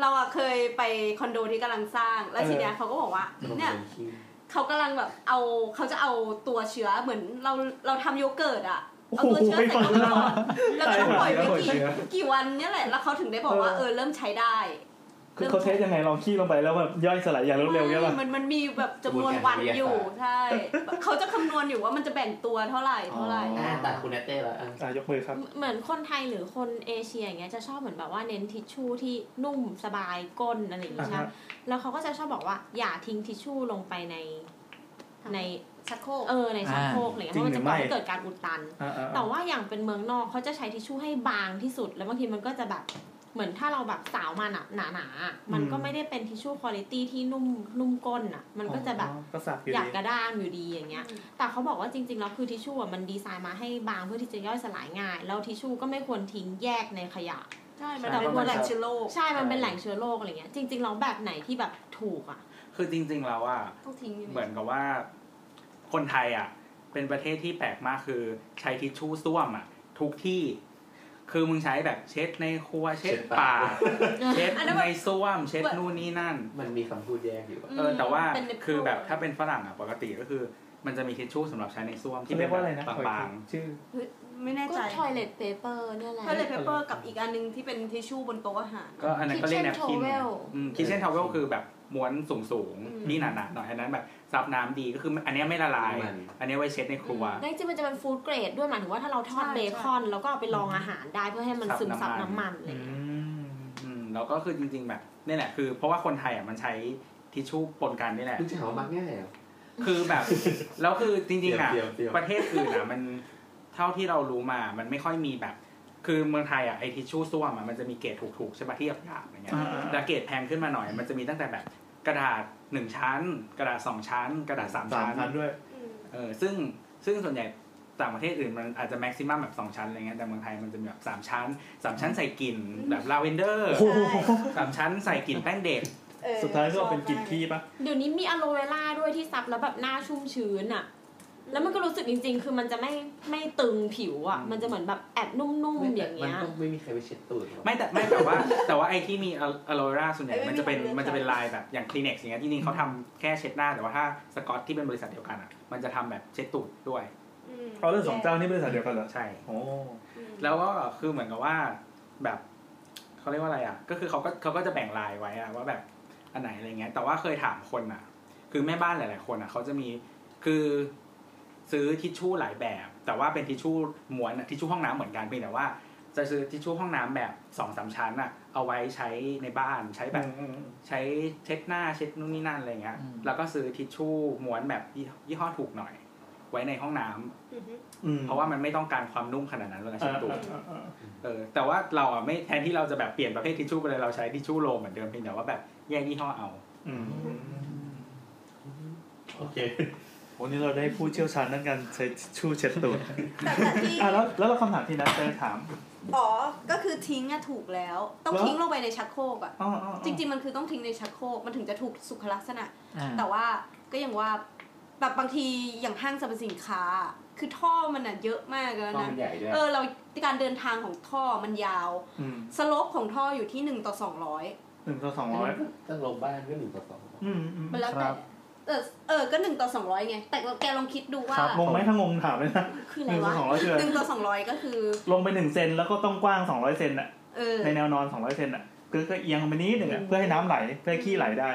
เราอะเคยไปคอนโดที่กำลังสร้าง แล้วทีเนี้ยเขาก็บอกว่าเนี่ย
มัขี้
เขากำลังแบบเอาเขาจะเอาตัวเชื้อเหมือนเราเราทำโยเกิร์ตอะ
โอ้
เอา
โห
ตัวเชื้อ
ไป
ใส่
ฟัง
เข้าไป
แล้ว
ก่อนแล้วก็ต้องปล่อยไป
ไปก่อน
กี่
เชื้อ
กี่วันเนี่ยแหละแล้วเขาถึงได้บอกว่า
เออ
เออเริ่มใช้ได้
คือเขาเทสยังไงลองขี้ลงไปแล้วแบบย่อยสลายอย่างรวดเร็วเงี้ยป่ะ
ไม่มันมันมีแบบจำนวนวันอยู่ใช่เขาจะคำนวณอยู่ว่ามันจะแบ่งตัวเท่าไหร่เท่าไหร่
อ๋อ
อ่าตัดคุณเนเต้แล้วอ่ะ
อ่ะยกมือครับ
เหมือนคนไทยหรือคนเอเชียอย่างเงี้ยจะชอบเหมือนแบบว่าเน้นทิชชู่ที่นุ่มสบายก้นอะไรอย่างงี้ใช่ไหม
อ่าฮะ
แล้วเขาก็จะชอบบอกว่าอย่าทิ้งทิชชู่ลงไปในใน
ชักโครก
เออในชักโครกอะไรเงี้ยเพ
จริง
ราะมัน
หรือไม่
จะก่อให้เกิดการอุดตัน
อ่ะอ่ะ
แต่
อ่ะ
ว่าอย่างเป็นเมืองนอกเขาจะใช้ทิชชู่ให้บางที่สุด แล้วบางทีมันก็จะแบบเหมือนถ้าเราแบบสาวมันอะหนาๆอะมันก็ไม่ได้เป็นทิชชู่คุณภาพที่นุ่มนุ่มก้นอะมันก็จะแบบ
อ๋อก็สับอยู่
อยาก
ดี
กระด้างอยู่ดีอย่างเงี้ย แต่เขาบอกว่าจริงๆแล้วคือทิชชู่อะมันดีไซน์มาให้บางเพื่อที่จะย่อยสลายง่าย แล้วทิชชู่ก็ไม่ควรทิ้งแยกในขยะ
ใช่มัน
แต่
เป็น
ว่า
แหล่งเชื้อโรค
ใช่ มันเป็นแหล่งเชื้อโรคอะไรเงี้ย จริงๆแล้วแบบไหนที่แบบถูกอะ
คือจริง ๆ แล้วอ่ะ
ต้องทิ้งอยู่
เหมือนกับว่า คนไทยอ่ะ เป็นประเทศที่แปลกมากคือใช้ทิชชู่ส้วมอ่ะ ทุกที่ คือมึงใช้แบบเช็ดในครัวเช็ดปากเช็ดในส้วม เช็ดนู่นนี่นั่น
มันมีคำพูดแยกอยู่อะ
เออแต่ว่า
เป็น nipple
คือแบบถ้าเป็นฝรั่งอ่ะปกติก็คือ มันจะมีทิชชู่สำหรับใช้ในส้วมที่
เรี
เป็
ย
น
กว่าอะไรนะ
แบบ
ขออีก
บาง
ทีชื่อ
ไม่แน่
ก็
ใจ
ทอยเลทเปเปอร์เนี่ยแหละ
ทอยเลทเพเปอร์กับอีกอันหนึงที่เป็นทิชชู่บนโต๊ะอาหาร
ๆก็อันนั้นก็เรียก
Kitchen
แนปคิน
towel
คิเช่นทาวเวลคือแบบม้วนสูงสูงๆ
อืม
นี่หนาๆหน่อยอันนั้นแบบซับน้ำดีก็คืออันเนี้ยไม่ละลาย
มัน
อันเนี้ยไว้เช็ดในครัว
ในจริงๆมันจะเป็นฟู้ดเกรดด้วยหมายถึงว่าถ้าเราทอด
ใช่
เบคอน แล้วก็เอาไปรองอาหารได้เพื่อให้มัน
ซับ
ซึมซับ
น้ำ
น้ำ
มั
มัน นอะไร
อื
เงี้ย
ม
อืมแล้วก็คือจริง ๆ แบบนี่แหละคือ เพราะว่าคนไทยอ่ะมันใช้ทิชชู่ปนกันนี่แหละ
มึงจะหาว่ามักง่ายเหรอ
คือแบบ แล้วคือจริงๆอ่ะ
เดี๋ยวเดี๋ยว
ประเทศอื่นอ่ะมันเท่าที่เรารู้มา มันไม่ค่อยมีแบบ คือเมืองไทยอ่ะไอทิชชู่ส้วมอ่ะมันจะมีเกรดถูกๆใช่ปะที่หยาบๆอย่างเงี้ย
อ่า
แต่เกรดแพงขึ้นมาหน่อย มันจะมีตั้งแต่แบบกระดาษหนึ่งชั้น กระดาษสองชั้น กระดาษสาม
สาม
ชั้น
พันด้วย
เออซึ่งซึ่งส่วนใหญ่ต่างประเทศอื่นมันอาจจะแม็กซิมัมแบบสองชั้นอะไรเงี้ยแต่เมืองไทยมันจะมีแบบสามชั้นสามชั้นใส่กลิ่นแบบลาเวนเดอร์
โอ้โห
สามชั้นใส่กลิ่นแป้งเด็ก
เออ
สุดท้ายก็เป็นกลิ่นขี้ปะ
เดี๋ยวนี้มีอะโลเวล่าด้วยที่ซับแล้วแบบหน้าชุ่มชื้นอ่ะ แล้วมันก็รู้สึกจริง ๆ คือมันจะไม่ไม่ตึงผิวอ่ะ มันจะเหมือนแบบแอบนุ่มๆอย่าง
มัน
เงี้ย
ต้องไม่มีใครไปเช็ดตูดหรอก
ไม่แต่ไม่แต่ว่า แต่ว่าไอ้ที่มีอะโลราส่วนใหญ่มันจะเป็นมันจะเป็นลายแบบอย่างคลินิกอย่างเงี้ยจริงๆเขาทำแค่เช็ดหน้าแต่ว่าถ้าสกอตที่เป็นบริษัทเดียวกันอ่ะมันจะทำแบบเช็ดตูดด้วย
เอาเรื่องสองเจ้านี่บริษัทเดียวกันเหรอ
ใช่
โอ้
แล้วก็คือเหมือนกับว่าแบบเขาเรียกว่าอะไรอ่ะ ก็คือเขาก็เขาก็จะแบ่งลายไว้อ่ะว่าแบบอันไหนอะไรเงี้ย แต่ว่าเคยถามคนอ่ะ คือแม่บ้านหลาย ๆ คนอ่ะเขาจะมีคือซื้อทิชชู่หลายแบบ แต่ว่าเป็นทิชชู่ม้วนอะทิชชู่ห้องน้ำเหมือนกันเพียงแต่ว่า จะซื้อทิชชู่ห้องน้ำแบบสองสามชั้นอ่ะเอาไว้ใช้ในบ้านใช้แบบ
อืม
ใช้เช็ดหน้าเช็ดนู่นนี่นั่นอะไรเงี้ย
อืม
แล้วก็ซื้อทิชชู่ม้วนแบบยี่ยี่ห้อถูกหน่อย ไว้ในห้องน้ำ
อืม
เพราะว่ามันไม่ต้องการความนุ่มขนาดนั้นเวลา
เอ
เช็ด
อ
ตัว
เออเออเออ
เออแต่ว่าเราอ่ะไม่แทนที่เราจะแบบเปลี่ยนประเภททิชชู่ไปเลยเราใช้ทิชชู่โรลเหมือนเดิมเพียงแต่ว่าแบบแยกยี่ห้อเอา
อืม
โอเค
วันนี้เราได้ผู้เชี่ยวชาญด้านการใช้ทิชชู่เช็ด ตัว
แต่แต่ที่
อ่ะแล้วแล้วเราคำถามที่นัทจะถาม
อ๋อ ก็คือทิ้งอะถูกแล้ว ต้อง
เหรอ
ทิ้งลงไปในชักโครกอะ
อ๋ออ๋อ
จริง ๆ มันคือต้องทิ้งในชักโครกมันถึงจะถูกสุขลักษณะ
อ่า
แต่ว่าก็อย่างว่าแบบบางทีอย่างห้างสรรพสินค้า คือท่อมันอะเยอะมากแล้ว
ห้อ
นะ
งมันใหญ่ด้วย
เออเราการเดินทางของท่อมันยาว
อืม
สโลปของท่ออยู่ที่1ต่อ200
หนึ่งต่อสองร้อย
ต้องลงบ้านก็หนึ่งต่อสอง
อืมอืม
มันแล้วแต่เออเออก็1ต่อ200ไงแต่แกลองคิดดูว่า
ครับงงไหมถ้างงถามเลยนะ
คือ
ห
อะไร
นึ่งต่อส
วะ
องร้อยคืออะไร
หนึ่งต่อ200 ก็คือ
ลงไปหนึ่งเซนแล้วก็ต้องกว้างสองร้อยเซนอะ
เออ
ในแนวนอนสองร้อยเซนอะคือก็เอียงไปนิดหนึ่งอะเพื่อให้น้ำไหลเพื่อให้ขี้ไหลได้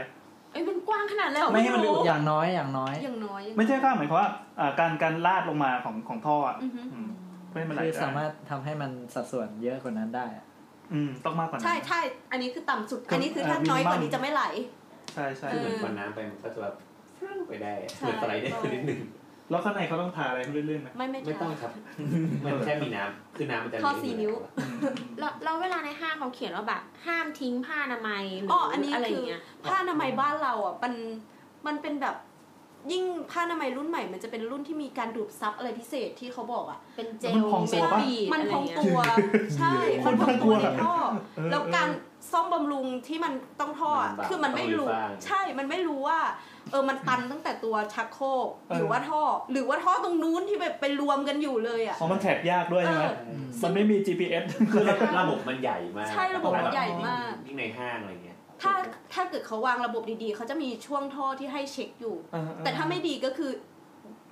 เอ้ยมันกว้างขนาดเลยเหรอ
ไม่ให้มัน
รู้
อย่างน้อยอย่างน้อย
อย่างน้อยยัง
ไม่ใช่ข้ามหมายความว่าอ่าการการลาดลงมาของของท่ออะ
อือฮึ
อืมเพื่อให้มันไหล
คือ
ได้
สามารถทำให้มันสัดส่วนเยอะกว่านั้นได้อะ
อืมต้องมากกว่านั้น
ใช่ใช่อันนี้คือต่ำสุด
คืออั
อันนี้คือถ้า
เอ่อ
น้อยกว่า
minimum
นี้จะไม่ไหล
ใช่ใช่
เอ
คือเหมือนวันน้ำไปมันก็จะแบบฟรึ่งไปได้เหมือนสไลเดอร์นิดนึง
แล้วข้างในเขาต้องทาอะไรให้เรื่อยๆไหม
ไม่ไม่
ไม่ต้อง
ใช่
ครับ มันแค่มีน้ำคือน้ำมันจะ
ข้อสี่นิ้ว
แล้วแล้วเวลาในห้างเขาเขียนว่าแบบห้ามทิ้งผ้าอนามัยหรือ
ออั
อั
นนี้
อะไร
คืออ
เงี้ย
ผ้าอนามัยบ้านเราอ่ะมันมันเป็นแบบยิ่งผ้าอนามัยรุ่นใหม่ มันจะเป็นรุ่นที่มีการดูดซับอะไรพิเศษที่เขาบอกอ่ะ
เป็นเจ
มั
ล
นพองตัวปะ
บีบ
มัน
อะไร
พอง
เงี้ย
ตัวใช่
โค
มัน
ต
พอ
ร
ง
น่ากลั
ตัว
ว
ในท่อ
เออ
แล้วการซ่อมบำรุงที่มันต้องท่ออ่ะ
มันบาง
คือมันไม่รู้
ต้องรีบสร้าง
ใช่มันไม่รู้ว่าเออมันตันตั้งแต่ตัวชักโครก
เออ
หรือว่าท่อ หรือว่าท่อตรงนู้นที่แบบไปรวมกันอยู่เลยอ่ะ
เพราะมันแถบยากด้วยใช่ไหม
เออ
มันไม่มี GPS
คือระบบระบบมันใหญ่มาก
ใช่ระบบมันใหญ่มาก
ยิ่งในห้างอะไรเงี้ย
ถ้าถ้าเกิดเขาวางระบบดีๆเขาจะมีช่วงท่อที่ให้เช็คอยู่
เออเออ
แต่ถ้าไม่ดีก็คือ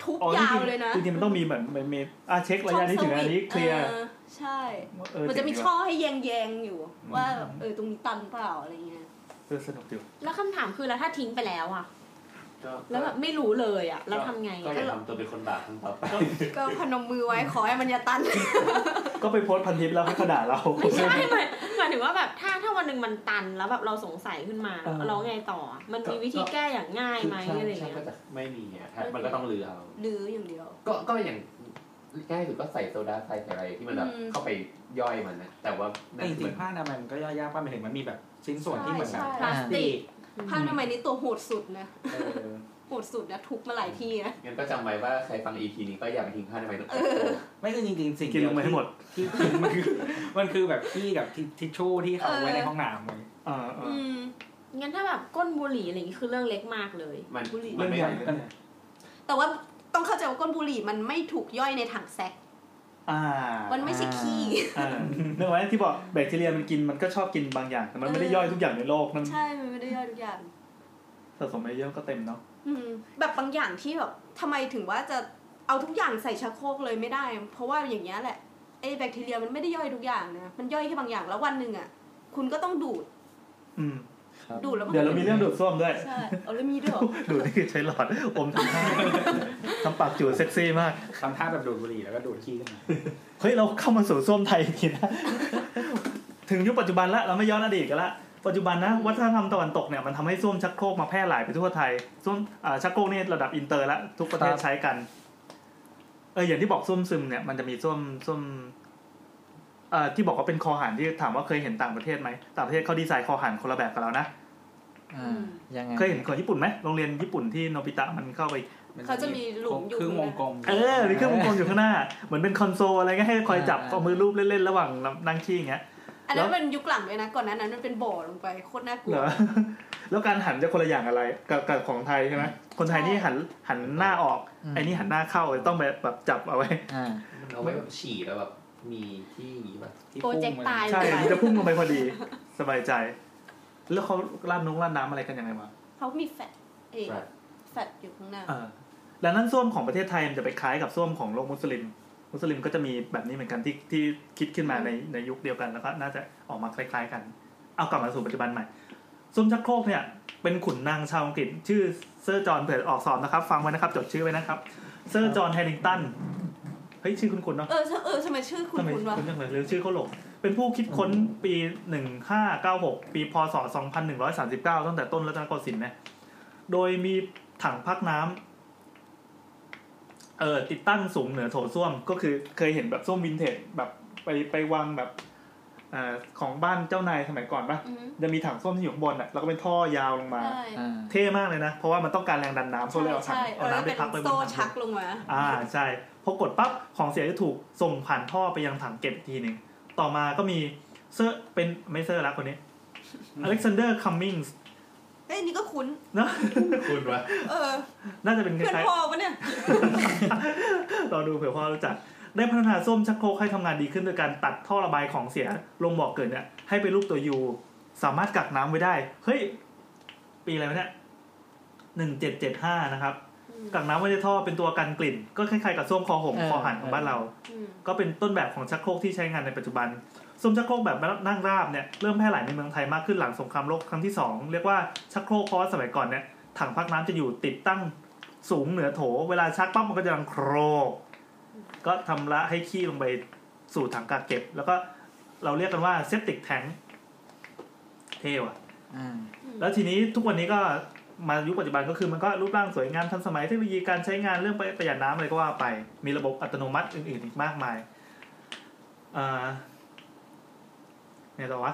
ทุบ
อ๋อย
าวเลยนะ
จริงๆจริงๆมันต้องมีเหมือนมีอ่ะเช็คระยะนี้ถึงอันนี้เคลียร์
ออใช่
เออ
มันจะมี
เดี๋ยว
ช่อให้แยงแยงๆอยู่ ว่าแบบเออตรงนี้ตันเปล่าอะไรเงี้ย
ออสนุกอยู่
แล้วคำถามคือแล้วถ้าทิ้งไปแล้วอ่ะ
ก็
แล้วแบบไม่รู้เลยอ่ะแล้วทำไง
ก็
อะ
อย่าทำตัวเป็นคนบาปครั้งต่อไป
ก็พนมมือไว้ขอให้มันอย่าตัน
ก็ไปโพสต์พันทิปแล้วให้เขาด่าเรา
ไม่ใช่หมายหมายถึงว่าแบบถ้าถ้าวันหนึ่งมันตันแล้วแบบเราสงสัยขึ้นมา
เออ
เราไงต่ออะมันมีวิธีแก้อย่างง่ายไหม
คือ
อะไร
ใช่
เงี้ย
ก็จะไม่มีอ่ะถ้ามันก็ต้องลือเอา
หรืออย่างเดียว
ก็ก็อย่างง่ายสุดก็ใส่โซดาใส่อะไรที่มันแบบ
อืม
เข้าไปย่อยมันนะแต่ว่า
แต่จริงๆผ้าอนามัยมันก็ย่อยยากป่ะหมายถึงมันมีแบบชิ้นส่วนที่เหมือนแบบ
ใช่
พลาสติก
ผ้าทำไมยนี่ตัวโหดสุดนะ
เออ
โหดสุดนะทุกมาหลายที่นะ
งั้นก็จำไว้ว่าใครฟัง EP นี้ก็อย่าไปทิ้งผ้าทำไมยตรงนั้น
ไม่คือจริงๆสิ่ง
กิน
เดี
ล
ย
ง
ว
ไปให้หมด
ที่ทิ้งมันคือมันคือแบบขี้กับทิทิชชู่ที่เขาไว้ในห้องน้ำเลย
อ่าอ่า
อืม
งั้นถ้าแบบก้นบุหรี่อะไรอย่างงี้คือเรื่องเล็กมากเลย
มัน
บุหรี่
มันไม่
เรื่องใหญ่
แต่ว่าต้องเข้าใจว่าก้นบุหรี่มันไม่ถูกย่อยในถังแซก
อ่า
มั
มัน
ไม่ใช่ขี้
เรื่องไว้ที่บอกแบคทีเรียมันกินมันก็ชอบกินบางอย่างแต่มันไม่ได้ย่อยทุกอย่างในโลกมัน
ใช่ มันไม่ได้ย่อยทุกอย่าง
สะสมไปเยอะก็เต็มเนาะ
อืมแบบบางอย่างที่แบบทำไมถึงว่าจะเอาทุกอย่างใส่ชักโครกเลยไม่ได้ เพราะว่าอย่างเงี้ยแหละไอ้แบคทีเรียมันไม่ได้ย่อยทุกอย่างนะมันย่อยแค่บางอย่างแล้ววันหนึ่งอ่ะคุณก็ต้องดูด
อืม
ดูดแล้วมัน
เดี๋ยวเรามีเรื่องดูดซ่วมด้วย
ใช่เอาแล้วมีด้วยเหรอ
ดูดนี่คือใช้หลอดอมทำท่าทำปากจูดเซ็กซี่มาก
ทำท่าแบบดูดบุหรี่แล้วก็ดูดขี้ขึ้นมา
เฮ้ย เราเข้ามาสู่ส้วมไทยทีนะ ถึงยุคปัจจุบันละเราไม่ย้อนอดีตกันละ ปัจจุบันนะวัฒนธรรมตะวันตกเนี่ยมันทำให้ส้วมชักโครกมาแพร่หลายไปทั่วไทยส้วมอ่าชักโครกนี่ระดับอินเตอร์ละทุกประเทศ
ครับ
ใช้กันเอออย่างที่บอกส้วมซึมเนี่ยมันจะมีส้วมส้วมเอ่อที่บอกว่าเป็นคอหานที่ถามว่าเคยเห็นต่างประเทศไหมต่างประเทศเขาดีไซน์คอหานคนละแบบกับเรานะ
อ่ายังไง
เคยเห็นของญี่ปุ่นไหมโรงเรียนญี่ปุ่นที่โนบิตะมันเข้าไป
น
เขาจะมีหลุมอยู่
ครึ่งวงกลม
เออมีเครื่องวงกลมอยู่ข้างหน้า เหมือนเป็นคอนโซลอะไรก็ให้คอยจับเอามือรูปเล่นๆ ระหว่างนั่งขี้อย่างเงี้ย
อันนั้นเป็นยุคหลังเลยนะก่อนหนานั้นมันเป็นบ่อลงไปโคตรน่ากลั
เหร
ว
อ แล้วการหันจะคนละอย่างอะไรกับกับของไทยใช่ไหมคนไทยนี่หันหันหน้าออก ไอ้นี่หันหน้าเข้าต้องแบบแบบจับเอาไว้
อ่า
มันเอาไว้แบบฉี่แล้วแบบมีที่อย่างนี้แบบ
ที่
โปร
พุ่ง
เจกต์ตายล
ใช่
งไป
มันจะพุ่งลงไปพอ ดี สบายใจ แล้วเขาลาดนงลาดน้ำอะไรกันยังไงวะ
เขามีแฟตเอยแฟตอยู่ข้างหน้า
เออแล้วนั่นส้วมของประเทศไทยมันจะไปคล้ายกับส้วมของโลกมุสลิม มุสลิมก็จะมีแบบนี้เหมือนกันที่ที่คิดขึ้นมาในในยุคเดียวกันแล้วก็น่าจะออกมาคล้าย ๆ กัน เอากลับมาสู่ปัจจุบันใหม่ส้วมชักโครกเนี่ย เป็นขุนนางชาวอังกฤษ ชื่อเซอร์จอห์นเผื่อออกสอบนะครับ ฟังไว้นะครับ จดชื่อไว้นะครับ เซอร์จอห์นแฮริงตันเฮ้ยชื่อคุณคุณเนาะ
เออเออทำไมชื่อคุณ
ทำไม
คุณวะ
คุณจังเลยลืมชื่อเขาหลง เป็นผู้คิดค้นปี 1596 ปี พศ 2139 ตั้งแต่ต้นรัตนโกสินทร์นะ โดยมีถังพักน้ำเอ่อติดตั้งสูงเหนือโถส้วม ก็คือเคยเห็นแบบส้วมวินเทจแบบไปไปวางแบบเอ่อของบ้านเจ้านายสมัยก่อนปะ
อืม
จะมีถังส้วมที่อยู่ข้างบนอ่ะ แล้วก็เป็นท่อยาวลงมา
ใช่
อ่า
เท่มากเลยนะ เพราะว่ามันต้องการแรงดันน้ำเขา
ใช่
เลยเอาถัง
ใช่เอ
เอา
อแล้ว
น้ำไป
เป็น
พักไว้บน
โซ่
ถัง
ชักลงมา
อ่าใช่พอกดปั๊บของเสียจะถูกส่งผ่านท่อไปยังถังเก็บอีกทีหนึ่งต่อมาก็มีเซอร์เป็นไม่เซอร์ละคนนี้อเล็กซานเดอร์คัมมิงส์
เอ้ยนี่ก็คุ้น
นะ
คุณวะ
เออ
น่าจะเป็นค
เพื่อน
ล้าย
พ่อปะเนี่ย
ๆรอดูเผื่อพ่อรู้จัก ได้พัฒนาส้วมชักโครกให้ทำงานดีขึ้นโดยการตัดท่อระบายของเสียลงบ่อเกิดเนี่ยให้เป็นรูปตัวยูสามารถกักน้ำไว้ได้ เฮ้ย ปีอะไรวะเนี่ยหนึ่งเจ็ดเจ็ดห้านะครับกักน้ำไว้ในท่อเป็นตัวกันกลิ่น ก็คล้ายๆกับส้วมคอหง
เออ
คอหันของบ้านเรา
อืม
ก็เป็นต้นแบบของชักโครกที่ใช้งานในปัจจุบันส้มชักโครกแบบนั่งราบเนี่ยเริ่มแพร่หลายในเมืองไทยมากขึ้นหลังสงครามโลกครั้งที่ 2 เรียกว่าชักโครกเพราะว่าสมัยก่อนเนี่ยถังพักน้ำจะอยู่ติดตั้งสูงเหนือโถ เวลาชักปั๊บมันก็จะดังโครก ก็ทำละให้ขี้ลงไปสู่ถังกักเก็บ แล้วก็เราเรียกกันว่าเซปติกแทงเท่ว่ะ
อ่า
แล้วทีนี้ทุกวันนี้ก็มายุคปัจจุบันก็คือมันก็รูปร่างสวยงามทันสมัยเทคโนโลยีการใช้งานเรื่องประหยัดน้ำอะไรก็ว่าไป มีระบบอัตโนมัติอื่นๆอีกมากมายอ่าเนี่ยต่อวะ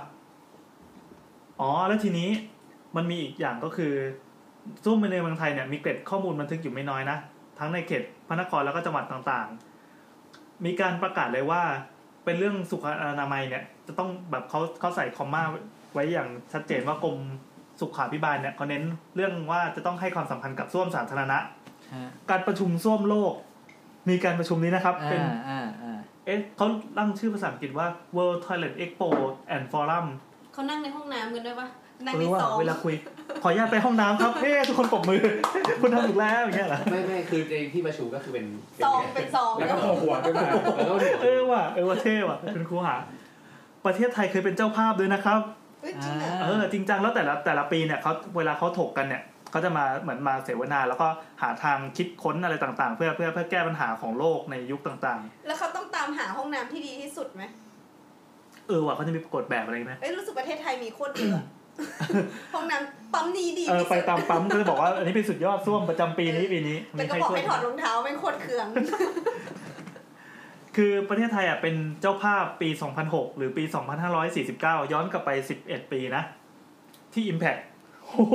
อ๋อ แล้วทีนี้มันมีอีกอย่างก็คือซุ้มในเมืองไทยเนี่ยมีเกร็ดข้อมูลบันทึกอยู่ไม่น้อยนะ ทั้งในเขตพระนครแล้วก็จังหวัดต่างๆ มีการประกาศเลยว่า เป็นเรื่องสุขอนามัยเนี่ย จะต้องแบบเขาเขาใส่คอมมาไว้อย่างชัดเจนว่ากรม สุขาพิบาลเนี่ยเขาเน้นเรื่องว่าจะต้องให้ความสำคัญกับส้วมสาธารณะ
ฮะ
การประชุมส้วมโลก มีการประชุมนี้นะครับ
อ่า
เป็น
อ่าอ่า
เอ๊ะเขาตั้งชื่อภาษาอังกฤษว่า World Toilet Expo and Forum
เขานั่งในห้องน้ำกันด้วยปะนั่ง
ห
ใน
รือว่า
ซอง
เวลาคุย ขออนุญาตไปห้องน้ำครับเฮ้ทุกคนปรบมือ คุณทำถูกแล้วอย่างเงี้ยเหรอ
ไม่ไม่คือในที่ประชุมก็คือเป็น
ซองเป็นซอง
แล้วก็โผล่หัวขึ้นมา
แล้วก็หัว
เออว่ะเออว่ะเท่ว่ะคุณครูหา ประเทศไทยเคยเป็นเจ้าภาพด้วยนะครับ
เอ้ยจริงอ่ะ
เออจริงจังแล้วแต่ละแต่ละปีเนี่ยเขาเวลาเขาถกกันเนี่ยเขาจะมาเหมือนมาเสวนาแล้วก็หาทางคิดค้นอะไรต่างๆ เพื่อเพื่อเพื่อแก้ปัญหาของโลกในยุคต่าง
แล้วเขาต้องตามหาห้องน้ำที่ดีที่สุดไหม
ๆ เออว่ะเขาจะมีกฎแบบอะไรไหม
เอ้ยรู้สึกประเทศไทยมีโคตร เยอะ ห้องน้ำปั๊มดีดี
เออ
ที่
ไป
สุด
ตามปั๊มก็จะบอกว่าอันนี้เป็นสุดยอดส้วมประจำปีนี้ปีนี้
แต่ก็
ใคร
บอก
ช่วย
ให้ถอดรองเท้าไม่งโคตรเคือง
คือประเทศไทยอ่ะเป็นเจ้าภาพปี 2006 หรือปี 2549 ย้อนกลับไป 11 ปีนะ ที่ Impact โอ้โห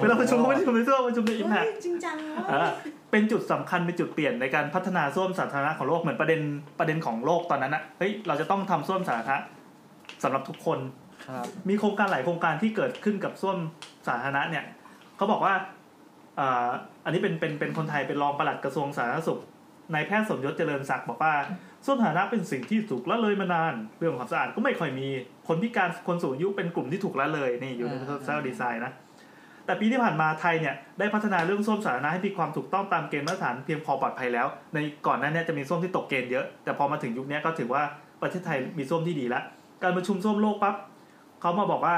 เวลาประชุมเขาไม่ได้ประชุมในส้วมประชุมใน Impact
จริงจัง
เออเป็นจุดสำคัญเป็นจุดเปลี่ยนในการพัฒนาส้วมสาธารณะของโลกเหมือนประเด็นประเด็นของโลกตอนนั้นอะเฮ้ยเราจะต้องทำส้วมสาธารณะสำหรับทุกคน
ครับ
มีโครงการหลายโครงการที่เกิดขึ้นกับส้วมสาธารณะเนี่ยเขาบอกว่าเอ่ออันนี้เป็นเป็นเป็นคนไทยเป็นรองปลัดกระทรวงสาธารณสุขนายแพทย์สมยศเจริญศักดิ์บอกว่าส้วมสาธารณะเป็นสิ่งที่ถูกละเลยมานาน เรื่องความสะอาดก็ไม่ค่อยมีคนพิการคนสูงอายุเป็นกลุ่มที่ถูกละเลยนี่อยู่ใน
อ่า
โซเชียลดีไซน์นะแต่ปีที่ผ่านมาไทยเนี่ยได้พัฒนาเรื่องส้วมสาธารณะให้มีความถูกต้องตามเกณฑ์มาตรฐานเพียงพอปลอดภัยแล้ว ในก่อนหน้าเนี้จะมีส้วมที่ตกเกณฑ์เยอะแต่พอมาถึงยุคเนี้ยก็ถือว่าประเทศไทยมีส้วมที่ดีแล้วการประชุมส้วมโลกปั๊บ เขามาบอกว่า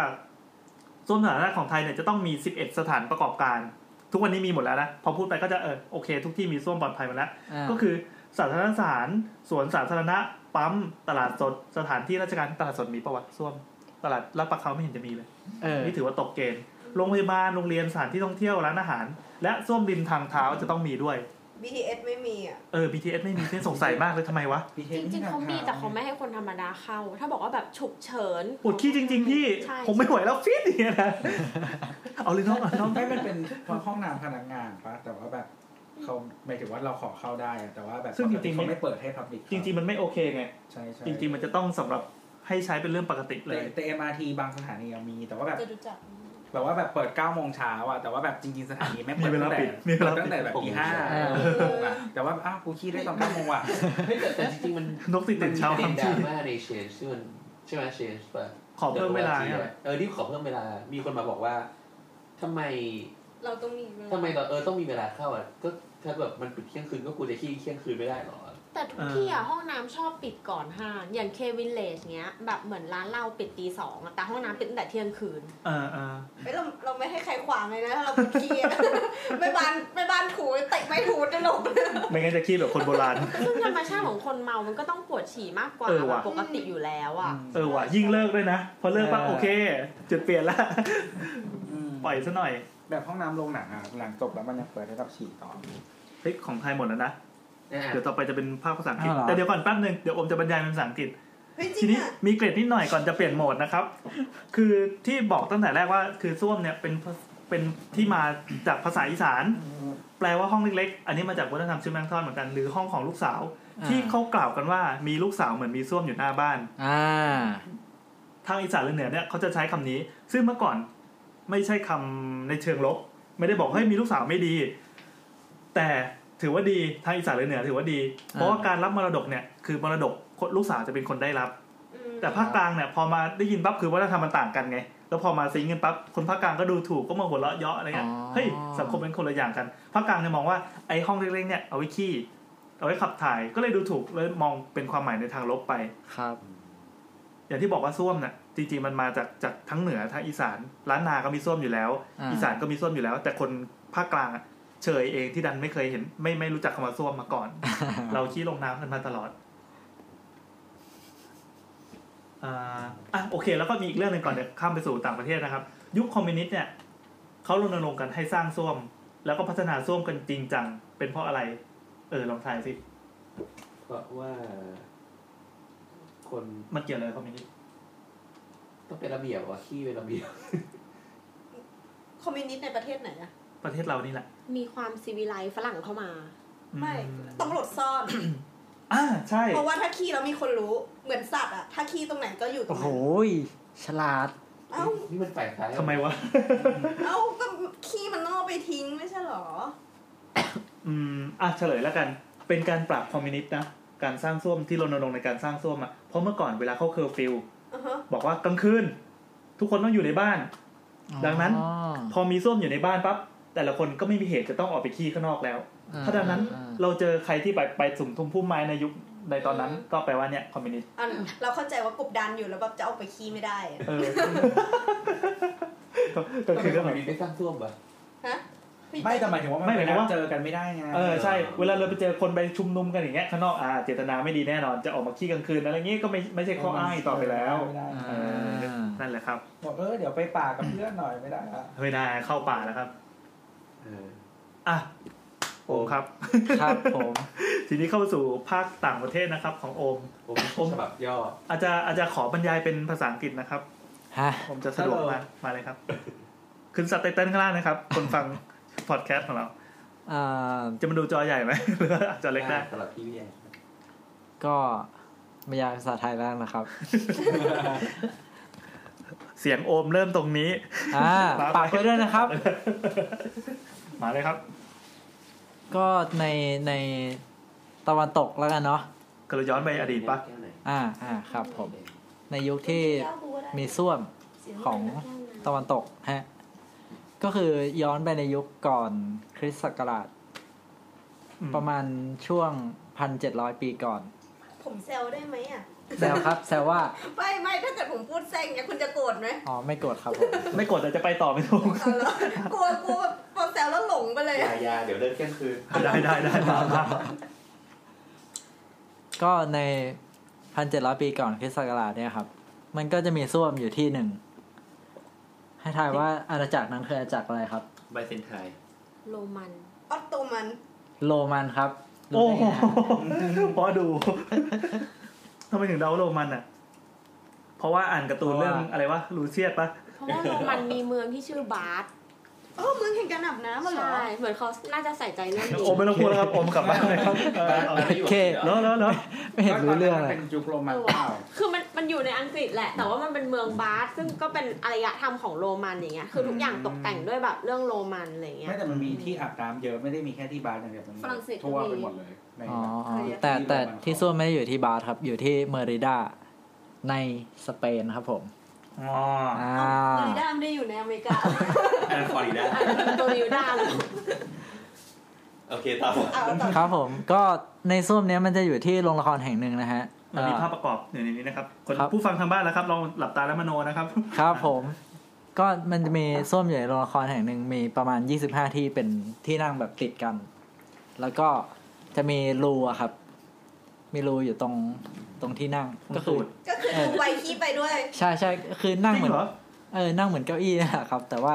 ส้วมสาธารณะของไทยเนี่ยจะต้องมี 11 สถานประกอบการ ทุกวันนี้มีหมดแล้วนะ พอพูดไปก็จะเออโอเค ทุกที่มีส้วมปลอดภัยหมดแล้ว
อ่า
ก็คือสาธารณสถานสวนสาธารณะ ปั๊ม ตลาดสด สถานที่ราชการตลาดสดมีประวัติส้วม ตลาดลาดประเขาไม่เห็นจะมีเลย
เออ
นี่ถือว่าตกเกณฑ์ โรงพยาบาล โรงเรียน สถานที่ท่องเที่ยว ร้านอาหาร และส้วมริมทางเท้าจะต้องมีด้วย
BTS ไม่มีอ่ะ
เออ BTS ไม่มีเนี่ยสงสัยมากเลยทำไมวะ
จริงๆเขามีแต่เขาไม่ให้คนธรรมดาเข้า ถ้าบอกว่าแบบฉุกเฉิน
ปวดขี้จริง ๆ พี่
ใช่
ผมไม่ไหวแล้วฟิตอย่างเงี้ยนะ เอาเลยน้องเอาน้อง
ไม่มันเป็นเพราะห้องน้ำพนักงานปะแต่ว่าแบบเขาหมายถึงว่าเราขอเข้าได้อะแต่ว่าแบบ
ซึ่งจริงๆ
เขาไม่เปิดให้พับบิก
จริง ๆ มันไม่โอเคไง
ใช่ใช่
จริงๆ มันจะต้องสำหรับให้ใช้เป็นเรื่องปกติเล
แต่
ย
แต่ MRT บางสถานียังมี แต่ว่าแบบ
จะดูจัก
แบบว่าแบบเปิด9ก้าโมงเช้าอะแต่ว่าแบบจริง ๆ สถานีไม่เปิด
มีเวลา
ตั้งแต่
ปิดมีเวลาปิด
ตั้งแต่แบบตีห้า
เออ
หกโมงอะแต่ว่าอ้าวกูขี้ได้ตอนเก้าโมงว่ะ
เฮ้ยแต่แต่จริงๆมัน
นกติดตื่นเช้า
มัน
ทำ
ดรา
ที่
ม่าในเชนซึ่งมันใช่ไหมเชนป่ะ
ขอเพิ่มเวลาเนี่ย
เออเออที่ขอเพิ่มเวลา มีคนมาบอกว่าทำไม
เราต้องมีเวลา
ทำไมเราเออต้องมีเวลาเข้าอ่ะก็ถ้าแบบมันปิดเที่ยงคืนก็กูจะขี้เที่ยงคืนไม่ได้หรอ
แต่ทุกที่อะห้องน้ำชอบปิดก่อนห้างอย่างเควินเลจเงี้ย แบบเหมือนร้านเหล้าปิดตีสองอะแต่ห้องน้ำปิดตั้งแต่เที่ยงคืน
เออเออ
เอ้ยเราเราไม่ให้ใครขวางเลยนะถ้าเราเป็นขี้อะ ไม่บานไม่บานถูเตะไม่ถูจะลง
ไม่งั้นจะขี้แบบคนโบราณ
ซึ่งธรรมชาติของคนเมา มันก็ต้องปวดฉี่มากกว่า
เออว่ะ
แบบปกติอยู่แล้วอะ
เออว่ะยิ่งเลิกด้วยนะ พอเลิกปั๊บ
เออ
โอเค จุดเปลี่ยนละ ป
ป
ล่อ
ล่อย ย
ซะหน่อย
แบบห้องน้ำโรงหนังอะหลังจบแล้วมันยังเปิดให้เราฉี่ต่อ
เฮ้ยของไทยหมดแล้วนะ
อ่ะ
เดี๋ยวต่อไปจะเป็นภาคภาษาอังกฤษ
อ้าวเหรอ
แต่เดี๋ยวก่อนแป๊บนึง เดี๋ยวอมจะบรรยายเป็นภาษาอังกฤษ
เฮ้ยจริ
ที
ง
นี้
อ่ะ
มีเกรดนิดหน่อยก่อนจะเปลี่ยนโหมดนะครับ คือที่บอกตั้งแต่แรกว่าคือส้วมเนี่ยเป็นเป็นที่มาจากภาษาอีสาน แปลว่าห้องเล็กๆ อันนี้มาจากวัฒนธรรมชื่อแมงทอนเหมือนกันหรือห้องของลูกสาว
อ่า
ที่เขากล่าวกันว่ามีลูกสาวเหมือนมีส้วมอยู่หน้าบ้าน
อ่า
ทางอีสานหรือเหนือเนี่ยเขาจะใช้คำนี้ ซึ่งเมื่อก่อนไม่ใช่คำในเชิงลบ ไม่ได้บอกเฮ้ยมีลูกสาวไม่ดี แต่ถือว่าดีทางอีสานหรือเหนือถือว่าดี เพราะว่าการรับมรดกเนี่ยคือมรดกคนลูกสาวจะเป็นคนได้รับ
อืม
แต่ภาคกลางเนี่ยพอมาได้ยินปั๊บคือวัฒนธรรมมันต่างกันไง แล้วพอมาซิงกันปั๊บคนภาคกลางก็ดูถูกก็มาหัวเราะเยาะอะไรเงี้ย
อ๋อ
เฮ้ยสังคมเป็นคนละอย่างกันภาคกลางเนี่ยมองว่าไอ้ห้องเล็กๆเนี่ยเอาไว้ขี้เอาไว้ขับถ่ายก็เลยดูถูกเลยมองเป็นความหมายในทางลบไป
ครับ
อย่างที่บอกว่าส้วมน่ะจริงๆมันมาจากจากทั้งเหนือทั้งอีสานล้านนาก็มีส้วมอยู่แล้ว
อ่า
อีสานก็มีส้วมอยู่แล้ว แต่คนภาคกลางอะเฉยเองที่ดันไม่เคยเห็นไม่ไม่รู้จักคำว่าส้วมมาก่อน เราขี้ลงน้ำกันมาตลอดอ่าอ่ะโอเค แล้วก็มีอีกเรื่องหนึ่งก่อนเดี๋ยวข้ามไปสู่ต่างประเทศนะครับ ยุคคอมมิวนิสต์เนี่ยเขารณรงค์กันให้สร้างส้วม แล้วก็พัฒนาส้วมกันจริงจังเป็นเพราะอะไร เออลองทายสิ
เพราะว่า คน
มันเกี่ยวอะไรกับคอมมิวนิสต์
ต้องเป็นระเบียบว่าขี้เป็นระเบียบ
คอมมิวนิสต์ในประเทศไหนอ่ะ
ประเทศเรานี่แหละ
มีความซีวิไลซ์ฝรั่งเข้ามา
อื
ไม่ต้องหลบซ่อน
อ่าใช่
เพราะว่าถ้าขี้แล้วมีคนรู้เหมือนสัตว์อ่ะถ้าขี้ตรงไหนก็อยู่ตร
โอ้
ง
โห
นั้น
ยฉลาด
เอ้า
นี่มันฝ่ายค้าน
ทำไมวะ
เอ้าก็ขี้มันต้องเอาไปทิ้งไม่ใช่เหรอ
อืม อ่ะเฉลยแล้วกัน เป็นการปราบคอมมิวนิสต์นะ การสร้างส้วมที่รณรงค์ในการสร้างส้วมอ่ะ เพราะเมื่อก่อนเวลาเข้าเคอร์ฟิว
อือฮะ
บอกว่ากลางคืน ทุกคนต้องอยู่ในบ้าน ดังนั้น
อ๋อ
พอมีส้วมอยู่ในบ้านปั๊บ แต่ละคนก็ไม่มีเหตุจะต้องออกไปขี้ข้างนอกแล้ว
อ่
ถ้าดังนั้น
อ่
เราเจอใครที่ไปไปสุ่มทุมพุ่มไม้ในยุค ในตอนนั้นก็แปลว่าเนี่ยคอมมิวนิสต์
อันเราเข้าใจว่ากบดันอยู่แล้วแบบจะเอาไปขี้ไม่ได้อะ
เออ ก็คือ
ก็
เรื่อง
มั
แบ
น
บ
มีได้สร้างซ่วมปะ
ฮะ
ไม่แต่หมายถึงว่ามัน
ไม่หมายถึงว่า
เจอกันไม่ได้ไง
เออใช่เวลาเราไปเจอคนไปชุมนุมกันอย่างเงี้ยข้างนอกอ่าเจตนาไม่ดีแน่นอนจะออกมาขี้กลางคืนอะไรเงี้ยก็ไม่ไม่ใช่ข้ออ้างอีกต่อไปแล้ว
ม่ด้
เออนั่นแหละครับ
บอกเออเดี๋ยวไปป่ากับเพื่อนหน่อยไม่ได้อะ
ไม่ได้เข้าป่าแล้วครับ
เออ
อ่ะโอมครับ
ครับผม
ทีนี้เข้าสู่ภาคต่างประเทศนะครับของโอม
ผมฉบับย่อ
อาจจะอาจจะขอบรรยายเป็นภาษาอังกฤษนะครับ
ฮะ
ผมจะสะดวกมากมาเลยครับ ขึ้นสเตตเต้นข้างล่างนะครับ คนฟัง พอดแคสต์ของเรา
อ่า
จะมาดูจอใหญ่ไหม หรือว่าจอเล็กได้
สำหรับพี่เรียน
ก็ไมายากภาษาไทยแล้วนะครับ
เสียงโอมเริ่มตรงนี้
อ่าปากไว้ด้วยนะครับ
มาเลยครับ
ก็ในในตะวันตกแล้วกันเนาะ
ก็เลยย้อนไปอดีตปะ
แก้วไหน
อ่า อ่า ครับผม ในยุคที่มีส้วม ของตะวันตกฮะ ก็คือย้อนไปในยุคก่อนคริสต์ศักราช
อืม
ประมาณช่วงพันเจ็ดร้อยปีก่อน
ผมแซวได้ไหมอ่ะ
แซวครับ แซวว่า
ไม่ไม่ถ้าเกิดผมพูดแซงเนี่ยคุณจะโกรธไหม
อ๋อ ไม่โกรธครับผม
ไม่กดแต่จะไปต่อไม่ถูก
เอาเหรอกลัวกลัวแบบพอแซวแล้วหลงไปเลย
ยา
อะ
ยาเดี๋ยวเลิกเที่ยงคืน
ได้ได้ได้มามา
ก็ในพันเจ็ดร้อยปีก่อนคริสต์ศักราชเนี่ยครับ มันก็จะมีส้วมอยู่ที่หนึ่ง ให้ทายว่าอาณาจักรนั้นคืออาณาจักรอะไรครับ
ไบเซนไทย
โรมัน
ออตโตมัน
โรมันครับ
โอ้
รู้ได้
โห
ไงฮะ
พอดูทำไมถึงเดาโรมันอ่ะ เพราะว่าอ่านการ์ตูนเรื่องอะไรวะลูเซียสปะ
เพราะว่าโรมันมีเมืองที่ชื่อบาร์ส
เออมึงเห็นการอาบน้ำมาเหรอ
ใช่ เหมือนเขาน่าจะใส่ใจเรื่อง
โอมไม่ต้องพูดแล้วครับโอมกลับบ้านเลยครับเออเอา
ไม่อยู่
เค
เหรอ
แล้วแล้วแล้ว
ไม่เห็นรู้เรื่องเลย
เป็นยุคโรมันเปล่า
คือมันมันอยู่ในอังกฤษแหละ แต่ว่ามันเป็นเมืองบาร์สซึ่งก็เป็นอารยธรรมของโรมันอย่างเงี้ย คือทุกอย่างตกแต่งด้วยแบบเรื่องโรมันอะไรอย่างเงี้
ไม่
ย
แต่มันมีที่อาบน้ำเยอะไม่ได้มีแค่ที่บาร์อย่างเดียวมันมี
ฝรั่งเศสก็
ทั่ว
มี
ไปหมดเลยใน
อ๋อ
แบบ
แต่แต่
ที่
ที่
โรมัน
ส้วมไม่ได้อยู่ที่บาร์ครับ อยู่ที่เมริดาในสเปนครับผม
อ๋อ
อ่า
ฟลอริดาไม่ได้อยู่ในอเมริกา
อันนั้นฟลอริดา
ตัวยูด้าเลย
โอเคต่อ
เอาต่อ
ครับผมก็ในส้วมเนี้ยมันจะอยู่ที่โรงละครแห่งหนึ่งนะฮะ
มันมีภาพป
เอ่อ
ระกอบอยู่ในนี้นะครับ คน
ครับ
ผู้ฟังทางบ้านแล้วครับลองหลับตาแล้วมโนนะครับ
ครับผม ก็มันจะมีส้วมอยู่ในโรงละครแห่งหนึ่งมีประมาณ 25 ที่เป็นที่นั่งแบบติดกัน แล้วก็จะมีรูอะครับ มีรูอยู่ตรงตรงที่นั่งก็คือ
ก็คือดูไวขี้ไปด้วย
ใช่ใช่คือนั่ง
จริ
เหมื
ง
อน
เหรอ
เออนั่งเหมือนเก้าอี้นะครับ แต่ว่า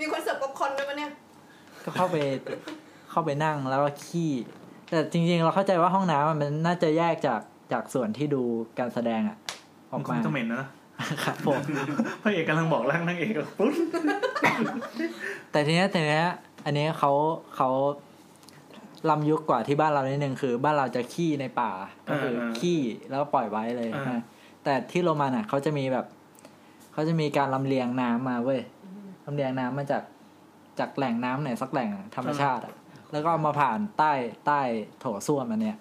มีคนเสิร์ฟป๊อปคอร์นด้วยปะเนี่ย
ก็เข้าไป เข้าไปนั่งแล้วก็ขี้ แต่จริงๆ เราเข้าใจว่าห้องน้ำอะมันน่าจะแยกจากจากส่วนที่ดูการแสดงอะอ
ผ
อก
มคง
มา
จะเหม็นนะนะครับ
ผม
พระเอกกำลังบอกร่างนางเอกปุ๊บ
แต่ทีเนี้ยแต่เนี้ยอันนี้เขาเขาล้ำยุคกว่าที่บ้านเรานิดนึงคือ บ้านเราจะขี้ในป่าก็คืออา ขี้แล้วปล่อยไว้เลย
อ่า
ฮะแต่ที่โรมันอ่ะเขาจะมีแบบเขาจะมีการลำเลียงน้ำมาเว้ยลำเลียงน้ำมาจากจากแหล่งน้ำไหนสักแหล่งอะธรรมชาติอะแล้วก็เอามาผ่านใต้ใต้โถส้วมอันเนี้ย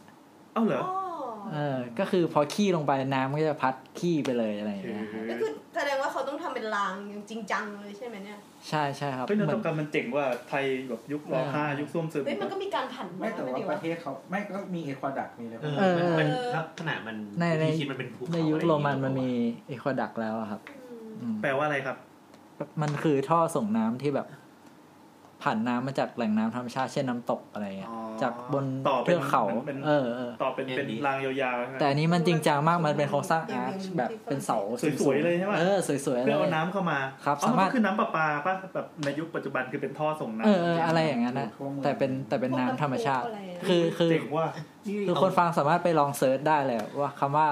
เอ้าเหรอ
อ๋อ
เออ ก็คือพอขี้ลงไปน้ำก็จะพัดขี้ไปเลยอะไรอย่างเงี้ย
ก็คือแสดงว่าเขาต้องทำเป็นรางอย่างจริงจังเลยใช่ไหมเนี่ย
ใช่ใช่ครับ
เฮ้ยน
เห
วั
มื
ต
อน
กรรมมันเจ๋งว่าไทยแบบยุครอห้ายุคส้วมซึม
เฮ้ยมันก็มีการผัน
ไม่แต่ว่า
ดี
ป
วะ
ระเทศเขาไม่ก็มีเอควาดักมีอะไรพ
เออ
วกนี้
มันเป็นลักษณะมัน
ในใน
ที่คิดมันเป็นภูเขา
ในยุคโรมันมันมีอีควาดักแล้วอะครับ
อืม
อืม
แปลว่าอะไรครับ
มันคือท่อส่งน้ำที่แบบ ผ่านน้ำมาจากแหล่งน้ำธรรมชาติเช่นน้ำตกอะไรเงี้ย
อ๋อ
จากบน
ต่อเป็น
เทือกเขา
เป็น
เออเออ
ต่อเป็นเป็นรางยาวๆใช่ไหม
แต่อันนี้มันจริงจังมากมันเป็นโครงสร้างอาร์ชแบบเป็นเสา
สวยๆเลยใช่ปะ
เออสวยๆ
เพื่
เล
อเอา
ย
น้ำเข้ามา
ครับ
อ๋อ
สามารถ
นก็คือน้ำประปาป่ะแบบในยุคปัจจุบันคือเป็นท่อส่งน้ำ
เออเอออะไรอย่างนั้นนะแต่เป็นแต่เป็นน้ำธรรมชาติ คือคือ
เจ๋งว่า
คือคนฟังสามารถไปลองเซิร์ชได้เลยว่าคำว่า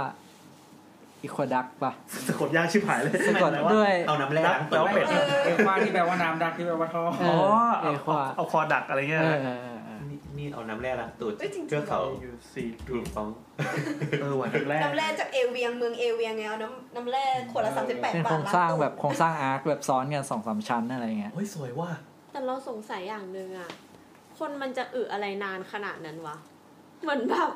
อีควดักป่ะ
สะกดยากชิบหายเลย
สะกด
แปลา
ด้วย
เอาน้ำแร่ล้างตั
แล้ว วเป็ดนะ
เอควาที่แปลว่าน้ำดักที่แปลว่าท่อ
เอ
อ๋อ
อเอ
เอา
ควา
เอาคอดักอะไรเงี้ย
เออ
นะ
เออเออเออ
นี่นี่เอาน้ำแร่ล้างตูด
เอ้ยจริงๆ
เพื่อเขา
อยู่สี่
ดูดฟอง
เออวันแรก
น้ำแร่จากเอเวียงเมืองเอเวียงไงเอาน้ำน้ำแร่ขวดละสามสิบแปด
เป็น
บาท
โครงสร้างแบบโครงสร้างอาร์คแบบซ้อนกันสองสามชั้นอะไรเงี้ย
โอ้ยสวยว่ะ
แต่เราสงสัยอย่างหนึ่งอะคนมันจะอึอะไรนานขนาดนั้นวะ เหมือนแบบ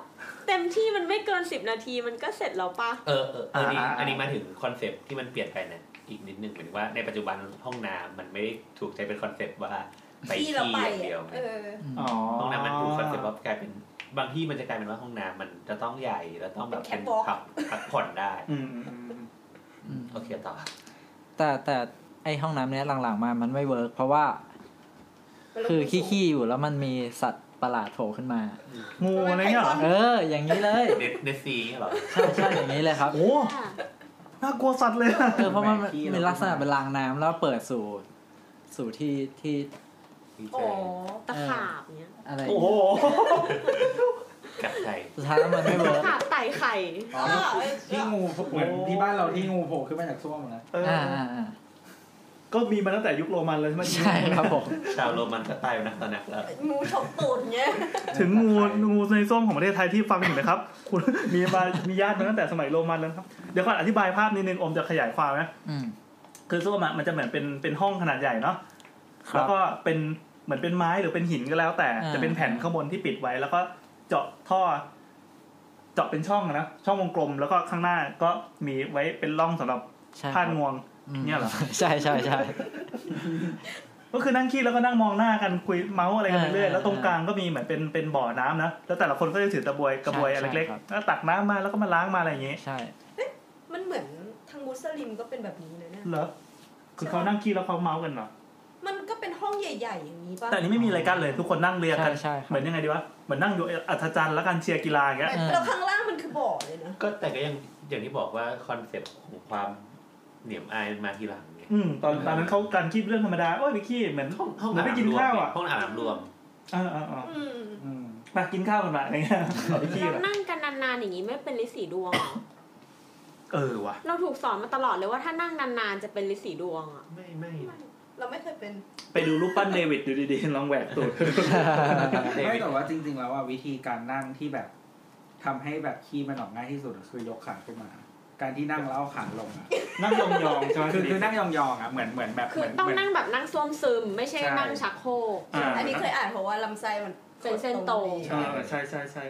เต็มที่มันไม่เกินสิบนาทีมันก็เสร็จแล้วปะ
เออเออเออนี่อันนี้มาถึงคอนเซปต์ที่มันเปลี่ยนไปนะอีกนิดหนึ่งเหมือนว่าในปัจจุบันห้องน้ำมันไม่ได้ถูกใช้เป็นคอนเซปต์ว่าไป
ที่
ที่อ
เราไป
ย่างเดียว
อะ
ไง
เออ
อ๋อ
ห้องน้ำมันถูกคอนเซปต์ว่ากลายเป็น
บางที่มันจะกลายเป็นว่าห้องน้ำมันจะต้องใหญ่แล้วต้องแบบ
เป็น
เป็น
catwalk
พักพักผ่อนได้
อืมอืมอืมอืม
อืม
โอเคต่อ
แต่แต่ไอห้องน้ำเนี้ยหลังๆมามันไม่เวิร์กเพราะว่า คือขี้ๆอยู่แล้วมันมีสัตว์ประหลาดโผล่ขึ้นมา
งูอะไรเงี้ยเหรอ
เออ อย่างนี้เลย
เดดเดดซีเหรอ
ใช่ใช่อย่างนี้เลยครับ
โอ้น่ากลัวสัตว์เลยอะ
เออเพราะมัน
แหม่ขี้
เป็น
เรา
ลักษณะเป็นรางน้ำแล้วเปิดสู่สู่ที่ที่
โอ้ตะขาบเนี้ย
อะไร
โอ้โห
กลับใจ
สุดท้ายแล้วมันไม่
ตะ
เวิร์ก
ขาบไต่ไข่
อ๋อที่งูเหมือนที่บ้านเราที่งูโผล่ขึ้นมาจากส้วมอะนะ
เอออ
อ่าอ่าอ่า
ก็มีมาตั้งแต่ยุคโรมันเลยใช่ไหม
ใช่ครับผม
ชาวโรมันก็ตายไปนักต่อนักแล้ว
งูฉกตูดเงี้ย
ถึงงูงูในส้มของประเทศไทยที่ฟังอยู่นะครับคุณ มีมามีญาติมาตั้งแต่สมัยโรมันแล้วนะครับ เดี๋ยวก่อนอธิบายภาพนิดนึงอมจะขยายความนะ
อืม
คือส้วมอะมันจะเหมือนเป็นเป็นห้องขนาดใหญ่เนาะ
ครับ
แล้วก็เป็นเหมือนเป็นไม้หรือเป็นหินก็แล้วแต่
อ่า
จะเป็นแผ่นข้างบนที่ปิดไว้ แล้วก็เจาะท่อ เจาะเป็นช่องอะนะช่องวงกลม แล้วก็ข้างหน้าก็มีไว้เป็นร่องสำหรับ
ใช่
พาดงวง เนี่
เนี่ย
เหรอ
ใช่ใช่ใช่
ก็คือนั่งขี้แล้วก็นั่งมองหน้ากันคุยเมาส์อะไรกันไปเรื่อย
อ่า
แล้วตรงกลางก็มีเหมือนเป็นเป็นบ่อน้ำนะแล้วแต่ละคนก็จะถือตะบวยกระบวยอะไรเล็ก
ใช่ครับ
ๆแล้วตักน้ำมาแล้วก็มาล้างมาอะไรอย่างงี้
ใช่
มันเหมือนทางมุสลิมก็เป็นแบบนี้นะเนี่ย
เหรอคือเขานั่งขี้แล้วเขาเมาส์กันเหรอ
มันก็เป็นห้องใหญ่ ๆ อย่างนี้ป่ะ
แต่อันนี้ไม่มีอะไรกั้นเลยทุกคนนั่งเรียงกัน
ใช่ใช่ครับ
เหมือนยังไงดีวะเหมือนนั่งอยู่อัธจันทร์แล้วกันเชียร์กีฬาอย่างเงี้ย
แล้วข้างล่างมันคือบ่อเลยนะ
ก็แต่ก็ยังอย่างที่บอกว่าคอนเซปต์ของความเหนียมอายมันมาทีหลังไง
อืมตอนตอนนั้นเขาการคิดเรื่องธรรมดาโอ้ยไปขี้เหมือน
ห้องห้อง
เหมือน
อาบ
ไปกิน
น้ำรวม
ข้าว
ไง
อ่ะ
ห้องอาบน้ำรวม
อ่าอ่าอ่า
อืม
อืม
มากินข้าวกันมาอะไรเงี้ยขอไปขี้
เรา
เหร อ
นั่งกันนานๆอย่างนี้ไม่เป็นฤาษีดวง
เออว่ะ
เราถูกสอนมาตลอดเลยว่าถ้านั่งนานๆจะเป็นฤาษีดวงอ่ะ
ไม่ไม่
เราไม่เคยเป็น
ไปดูรูปปั้นเดวิดดูดีๆลองแหวกตูด
ไม่แต่ว่าจริง ๆ แล้วว่าวิธีการนั่งที่แบบทำให้แบบขี้มันออกง่ายที่สุดอะคือยกขาขึ้นมา การที่นั่งแล้วเอาขาลงอะ
นั่งยองๆใช่ไหม
คือคือนั่งยองๆอะเหมือนเหมือนแบบ
คื
เห
อ
มือน
ต้อง
เหมือน
นั่งแบบนั่งส้วมซึม ไม่ใช่
ใช่
นั่งชักโครก
อ่า
อันนี้เคยอ่านเพราะว่าลำไส้มัน
เป็นเส้นตรง
ดี
ใช่ใช่ใช่ใช่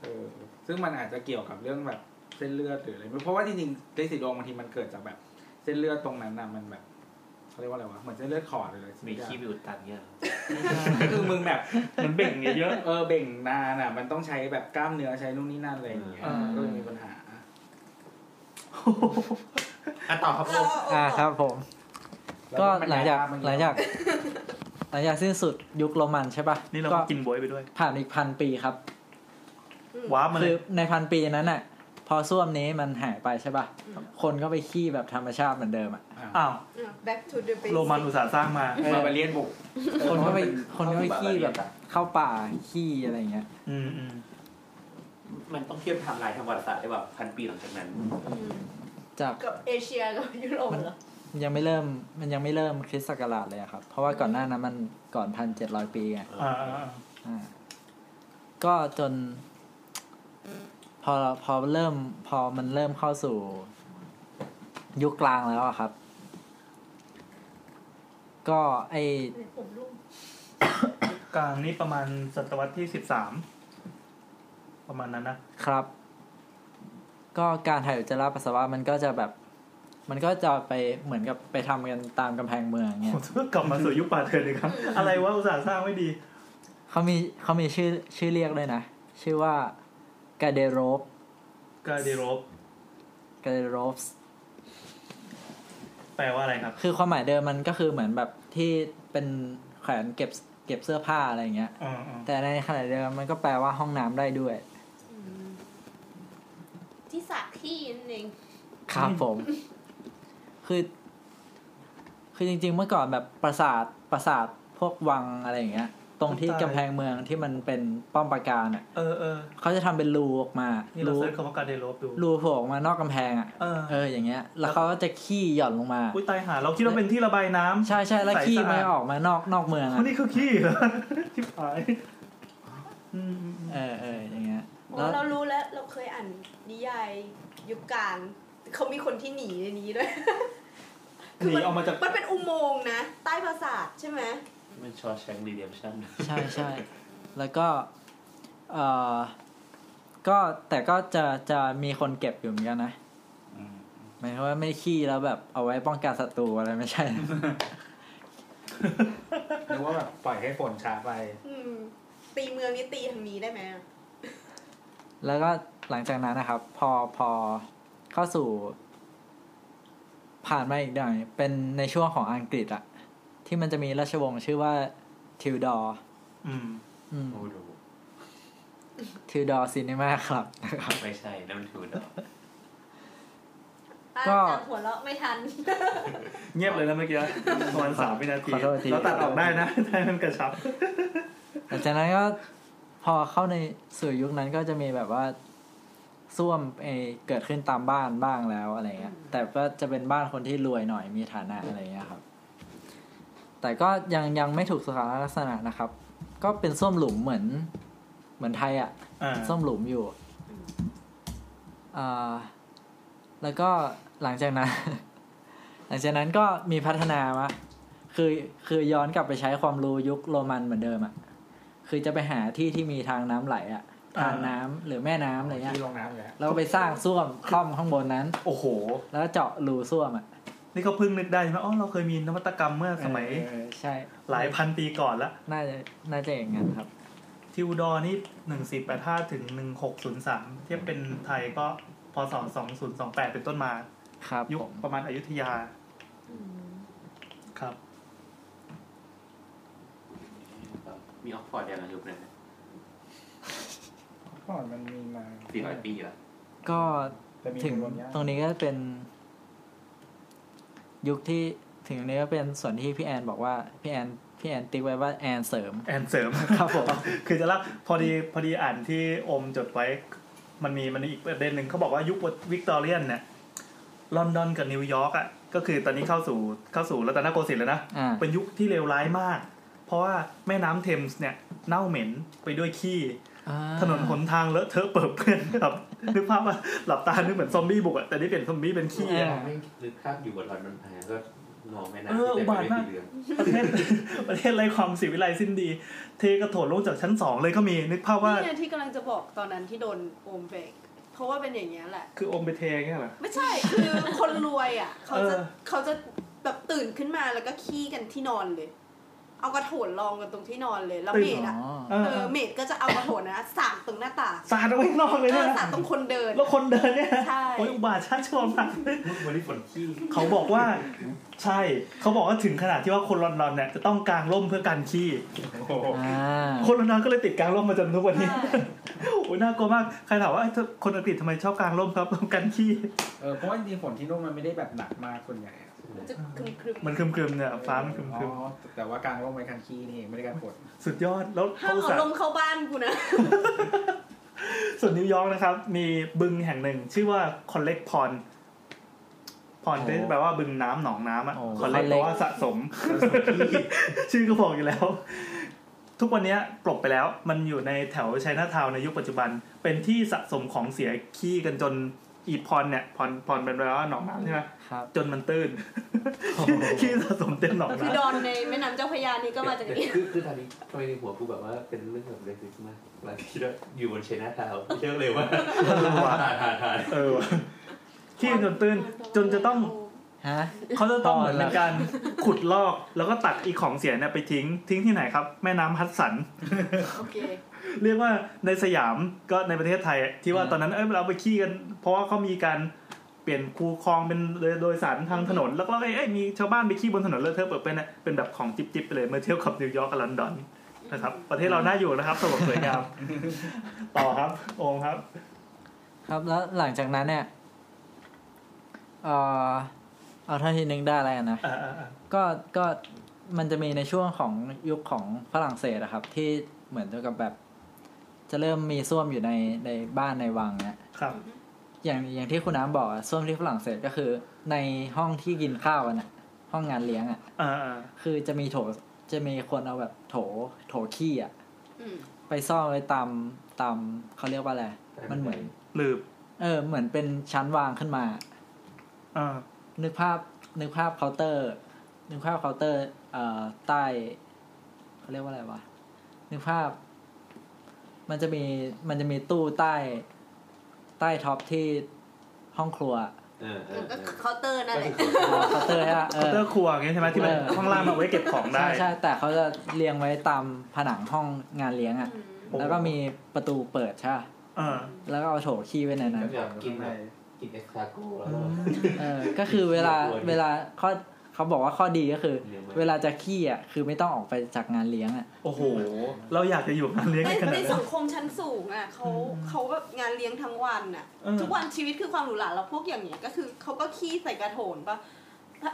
เออซึ่งมันอาจจะเกี่ยวกับเรื่องแบบเส้นเลือดหรืออะไรไม่เพราะว่าจริงๆเลสิโดงบางทีมันเกิดจากแบบ เส้นเลือดตรงนั้นนะมันแบบเขาเรียกว่าอะไรวะเหมือนเส้นเลือดขอดเลยเลย
มีขี้ไปอุดตันเนี่ย
คือมึงแบบ
มันเบ่งเยอะ
เออเบ่งนานอ่ะ มันต้องใช้แบบกล้ามเนื้อใช้นู่นนี่นั่นอะไรอย่างเงี้ย
อ่า
ก็เลยมีปัญหา
อ่ะต่อครับ
เราเ
อ่าครับผม ก็หลังจากห
แว
ลังจากหลังจากสิ้นสุดยุคโรมันใช่ป่ะ
ๆนี่เรา
ก็
ก็กินบวยไปด้วย
ผ่านอีกพันปีครับ
ว้าบมาเล
คื
ย
อในพันปีนั้นน่ะ พอส้วมนี้มันหายไปใช่ป่ะ คนก็ไปขี้แบบธรรมชาติเหมือนเดิมอ่ะ
อ้าว
ออ back to the basic
โรมันอุตสาห์สร้างมา
มาบาเลียนบุก
คนก็ไปคนก็ไปขี้แบบเข้าป่าขี้อะไรอย่างเงี้ย
อืมอืม
มันต้องเทียบไทำลายทางประวัติศาสตร์ได้แบบพันปีหลังจากนั้น
จาก
กับเอเชียกับยุโรปเหรอ
ยังไม่เริ่มมันยังไม่เริ่มคริสต์ศักราชเลยอะครับ เพราะว่าก่อนหน้านั้นมันก่อนพันเจ็ดร้อยปีไง
อ่าอ่าอ่า
อ่าก็จน พอพอเริ่ม พอมันเริ่มเข้าสู่ ยุคกลางแล้วอะครับ ก็ไอ
ผมรุ่ม
กลางนี่ประมาณศตวรรษที่สิบสามประมาณนั้นนะครับ
ก็การถ่ายอุจจาระปัสสาวะมันก็จะแบบ มันก็จะไปเหมือนกับไปทำกันตามกำแพงเมืองเงี้ย
ผมกลับมาสู่ยุคป่าเถื่อนอีกครับ อะไรวะอุตสาห์สร้างไม่ดี
เขามีเขามีชื่อชื่อเรียกด้วยนะ ชื่อว่ากาเดโรบ
กาเดโรบ
กาเดโรบ
แปลว่าอะไรครับ
คือความหมายเดิมมันก็คือเหมือนแบบที่เป็นแขวนเก็บเก็บเสื้อผ้าอะไรอย่างเงี้ย
อ่าอ่า
แต่ในขณะเดียวกันมันก็แปลว่าห้องน้ำได้ด้วย
ที่สระขี้นั่นเอง
ครับผม คือ คือจริง ๆ เมื่อก่อนแบบปราสาทปราสาทพวกวังอะไรอย่างเงี้ย ตรงที่กำแพงเมืองที่มันเป็นป้อมปราการอ่ะ
เออเออ
เขาจะทำเป็นรูออกมา
นี่เรา
รู
เซิร์ชคำว่ากาเดโรบดู
รูโผล่ออกมานอกกำแพงอ่ะ
เออ
เอออย่างเงี้ย แล้วเขาก็จะขี้หย่อนลงมา
อุ้ยตายหา เราคิดว่าเป็นที่ระบายน้ำ
ใช่ใช่แล้วขี้มันออกมานอกนอกเมือง
อ๋
อ่ะ
อนี่คือขี้เหรอที่ผายอืมอืมอืม
เออเอออย่างเงี้ย
อ๋อเรารู้แล้วเราเคยอ่านนิยายยุคกลางเขามีคนที่หนีในนี้ด้วย คือ
หนี
มัน
ออกมาจาก
มันเป็นอุโมงค์นะ ใต้ปราสาทใช่ไหม
มันชอแชงรีเดียมชั่น
ใช่ใช่ แล้วก็เออก็แต่ก็จะจะมีคนเก็บอยู่เหมือนกันนะหมายความว่าไม่ขี้แล้วแบบเอาไว้ป้องกันศัตรูอะไรไม่ใช่
นึกว่าแบบปล่อยให้ฝนช้าไป
อืม
ตีเมืองนี่ตีทางนี้ได้ไหมอะ
แล้วก็หลังจากนั้นนะครับ พอพอเข้าสู่ ผ่านมาอีกหน่อยเป็นในช่วงของอังกฤษอะที่มันจะมีราชวงศ์ชื่อว่าทิวดอร์
อืม
โอ้ดู
ทิวดอร์ซินีมาครับนะครับ
ไม่ใช่น้ำทูดอก
อ่ะ
ก็
จับหัวเราะไม่ทัน
เงียบเลยนะเมื่อกี้ประมาณสามวินาที
ขอโทษที
เราตัดออกได้นะถ้ามันกระชับ
หลังจากนั้นก็พอเข้าในสื่อยุคนั้นก็จะมีแบบว่าส้วมเออเกิดขึ้นตามบ้านบ้างแล้วอะไรเงี้ย แต่ก็จะเป็นบ้านคนที่รวยหน่อยมีฐานะอะไรเงี้ยครับ แต่ก็ยังยังไม่ถูกสุขลักษณะนะครับ ก็เป็นส้วมหลุมเหมือน เหมือนไทยอ่ะ
อ่า
ส้มหลุมอยู่อ่าแล้วก็หลังจากนั้น หลังจากนั้นก็มีพัฒนาวะคือคือย้อนกลับไปใช้ความรู้ยุคโรมันเหมือนเดิมอะคือจะไปหาที่ที่มีทางน้ำไหลอะทางน้ำหรือแม่น้ำอะไรเงี้ย
ที่ลงน้ำอยู่แล้ว
แล้วไปสร้างส้วมคล่อมข้างบนนั้น
โอ้โห
แล้วเจาะรูส้วมอะ
นี่ก็เพิ่งนึกได้ใช่ไหมอ๋อเราเคยมีนวัตกรรมเมื่อสมัย
เออใช่
หลายพันปีก่อนละ
น่าจะน่าจะอย่างนั้นครับ
ทิวดอร์นี่หนึ่งสี่แปดห้าถึงหนึ่งหกศูนย์สามเทียบเป็นไทยก็พศสองศูนย์สองแปดเป็นต้นมา
ครับ
ยุค
ผม
ประมาณอยุธยา ครับ
มีออกฟอร์ดยังไงยุคนั้น
ก่อนมันมีมา
สี่ร้อยปีละ
ก็
แต่มี
ถึง
รวมยาก
ตรงนี้ก็เป็น ยุคที่ถึงตรงนี้ก็เป็นส่วนที่พี่แอนบอกว่าพี่แอนพี่แอนติ๊กไว้ว่าแอนเสริม
แอนเสริม
ครับผม
คือจะเล่าพอดีพอดีอ่านที่อมจดไว้ มันมีมันมีอีกประเด็นหนึ่งเขาบอกว่ายุควิกตอเรียนเนี่ยลอนดอนกับนิวยอร์กอ่ะก็คือตอนนี้เข้าสู่เข้าสู่รัตนโกสินทร์แล้วนะ
อ่า
เป็นยุคที่เลวร้ายมาก เพราะว่าแม่น้ำเทมส์เนี่ยเน่าเหม็นไปด้วยขี้ ถนนหนทางเลอะเทอะเปิดเพื่อนครับ นึกภาพว่าหลับตานึกเหมือนซอมบี้บุกอะแต่นี่เปลี่ยนซอมบี้เป็นขี้อะ
อ่า
ไม่ลึกคาบอยู่บนหลอดมันแพงก็มองไม่น่าเรือง
ประเทศประเทศไรความศิวิไลสิ้นดี เทกระโถนลงจากชั้นสองเลยก็มีนึกภาพว่า
นี่ไงที่กำลังจะบอกตอนนั้นที่โดนโอมเบรกเพราะว่าเป็นอย่างเงี้ยแหละ
คืออมไปเทเงี้ยเหรอ
ไม่ใช่ คือคนรวยอ่ะ เขาจะ
เออ
เขาจะแบบตื่นขึ้นมาแล้วก็ขี้กันที่นอนเลย เอากระโถนรองกันตรงที่นอนเลย แล้วเมด
อ๋
อ่ะ
อ
เอ
เอ
อ
อเมดก็จะเอากระโถนนะสาดตรงหน้าต่าง
สาดเอาไว้ข้างนอกเลย
เอ
นะ
อสาดตรงคนเดิน
แล้วคนเดินเนี่ย
ใช่
โอ้ยอุบาทชาติชั่วมาก
วันนี้ฝนขี้
เขาบอกว่าใช่เขาบอกว่าถึงขนาดที่ว่าคนลอนดอนเนี่ยจะต้องกางร่มเพื่อกันขี้
โอ้โห
อ่า
คนลอนดอนก็เลยติดกางร่มมาจนทุกวันนี้
ใช่
โอ้ยน่ากลัวมาก ใครถามว่าเอ้ยเธอคนอังกฤษทำไมชอบกางร่มครับ กันขี้
เออเพราะว่าจริงๆฝนที่นู่นมันไม่ได้แบบหนักมากส่วนใหญ่อะ
จะครึมครึม
มันครึมๆเนี่ย ฟ้ามันครึม
อ๋อแต่ว่ากลางร่มไปกลางขี้นี่เองไม่ได้การฝน
ๆ สุดยอด แล้ว
ห้าม
อุต
เอา
ส่า
ล
ห์
มเข้าบ้านกูนะ
ส่วนนิวยอร์กนะครับ มีบึงแห่งหนึ่ง ชื่อว่าคอนเล็กพอนพอนที่แปลว่าบึงน้ำหนองน้ำอ่ะคอนเล็กแปลว่าสะสม ชื่อก็บอกอยู่แล้ว ทุกวันเนี้ยปลบไปแล้ว มันอยู่ในแถวไชน่าทาวน์ในยุคปัจจุบัน เป็นที่สะสมของเสียขี้กันจนอีพอนเนี่ยพอนพอนเป็นแปลว่าหนองน้ำใช่ไหม
ครับ
จนมันตื้น ขี้สะสมเต็มหนอง
คือ
น้
ดอนในแม่น้ำเจ้าพระยานี่ก็มาจากนี้
คือคือตอนนี้ทำไมในหัวกูแบบว่าเป็นเรื่องแบบเรื่องคริสต์มาสบางทีเราอยู่บนเชน่าทาวเชื่อเลยว่าทานทานทาน
ำเออว่ะขี้จนตื้น จนจะต้อง
ฮะ
เขาจะต้องเหมือน
ตอนละ
เป็นการขุดลอก แล้วก็ตักอีของเสียเนี่ยไปทิ้ง ทิ้งที่ไหนครับ แม่น้ำฮัดสัน
โอเค
เรียกว่าในสยามก็ในประเทศไทยอะที่ว่าตอนนั้นเอ้ยเราไปขี้กัน เพราะว่าเขามีการเปลี่ยนคูคลองเป็นเรือโดยสารทางถนน แล้วก็เอ้ยเอ้ยมีชาวบ้านไปขี้บนถนนเลอะเทอะเปิดเป็นอะเป็นแบบของจิบจิบไปเลยเมื่อเทียบกับนิวยอร์กกับลอนดอนนะครับ ประเทศเราน่าอยู่นะครับสงบสวยงาม ต่อครับโอมครับ
ครับแล้วหลังจากนั้นเนี่ยเออเอาเท่าที่นึงได้อะไรนะ
อ่าอ่าอ่า
ก็ก็มันจะมีในช่วงของยุคของฝรั่งเศสอะครับ ที่เหมือนกับแบบ จะเริ่มมีส้วมอยู่ในในบ้านในวังเนี่ย
ครับ
อย่างอย่างที่คุณน้ำบอกอะส้วมที่ฝรั่งเศสก็คือ ในห้องที่กินข้าวกันอะห้องงานเลี้ยงอะ
อ่าอ่า
คือจะมีโถจะมีคนเอาแบบโถโถขี้อะ
อืม
ไปซ่อนไว้ตามตามเขาเรียกว่าอะไรมันเหมือน
หรือ
เออ เหมือนเป็นชั้นวางขึ้นมา
อ่า
นึกภาพนึกภาพเคาน์เตอร์ นึกภาพเคาน์เตอร์เอ่อใต้เขาเรียกว่าอะไรวะนึกภาพ มันจะมีมันจะมีตู้ใต้ ใต้ท็อปที่ห้องครัว
เออเออ
ก็
เออ
เคาน์เตอร์นั่นแหละ
เคาน์เตอร์อะเอ
เคาน์
อ
เตอร์ครัวอย่างเงี้ยใช่ไหมที่มัน
เออ
ข้างล่างมาไว้เก็บของได้
ใช่ใช่แต่เขาจะเรียงไว้ตามผนังห้องงานเลี้ยงอ่ะ แล้วก็มีประตูเปิดใช่ปะ
เออ
แล้วก็เอาโถขี้ไว้ในนั้น
ก็แบบกินแบบกินเอ็กซ์ตร้าโก้แล้วก็
เออก็คือเวลา
เออ
เวลาข้อเขาบอกว่าข้อดีก็คือ
เลี้ยงไว้
เวลาจะขี้อ่ะคือไม่ต้องออกไปจากงานเลี้ยงอ่ะ
โอ้โห เราอยากจะอยู่งานเลี้ยง
ใน
กันขนาด
ใน
นั้
สั
น
งคมชั้นสูงอ่ะเขาเขาแบบงานเลี้ยงทั้งวันอ่ะ
เออ
ทุกวันชีวิตคือความหรูหราแล้วพวกอย่างเนี้ยก็คือเขาก็ขี้ใส่กระโถนปะ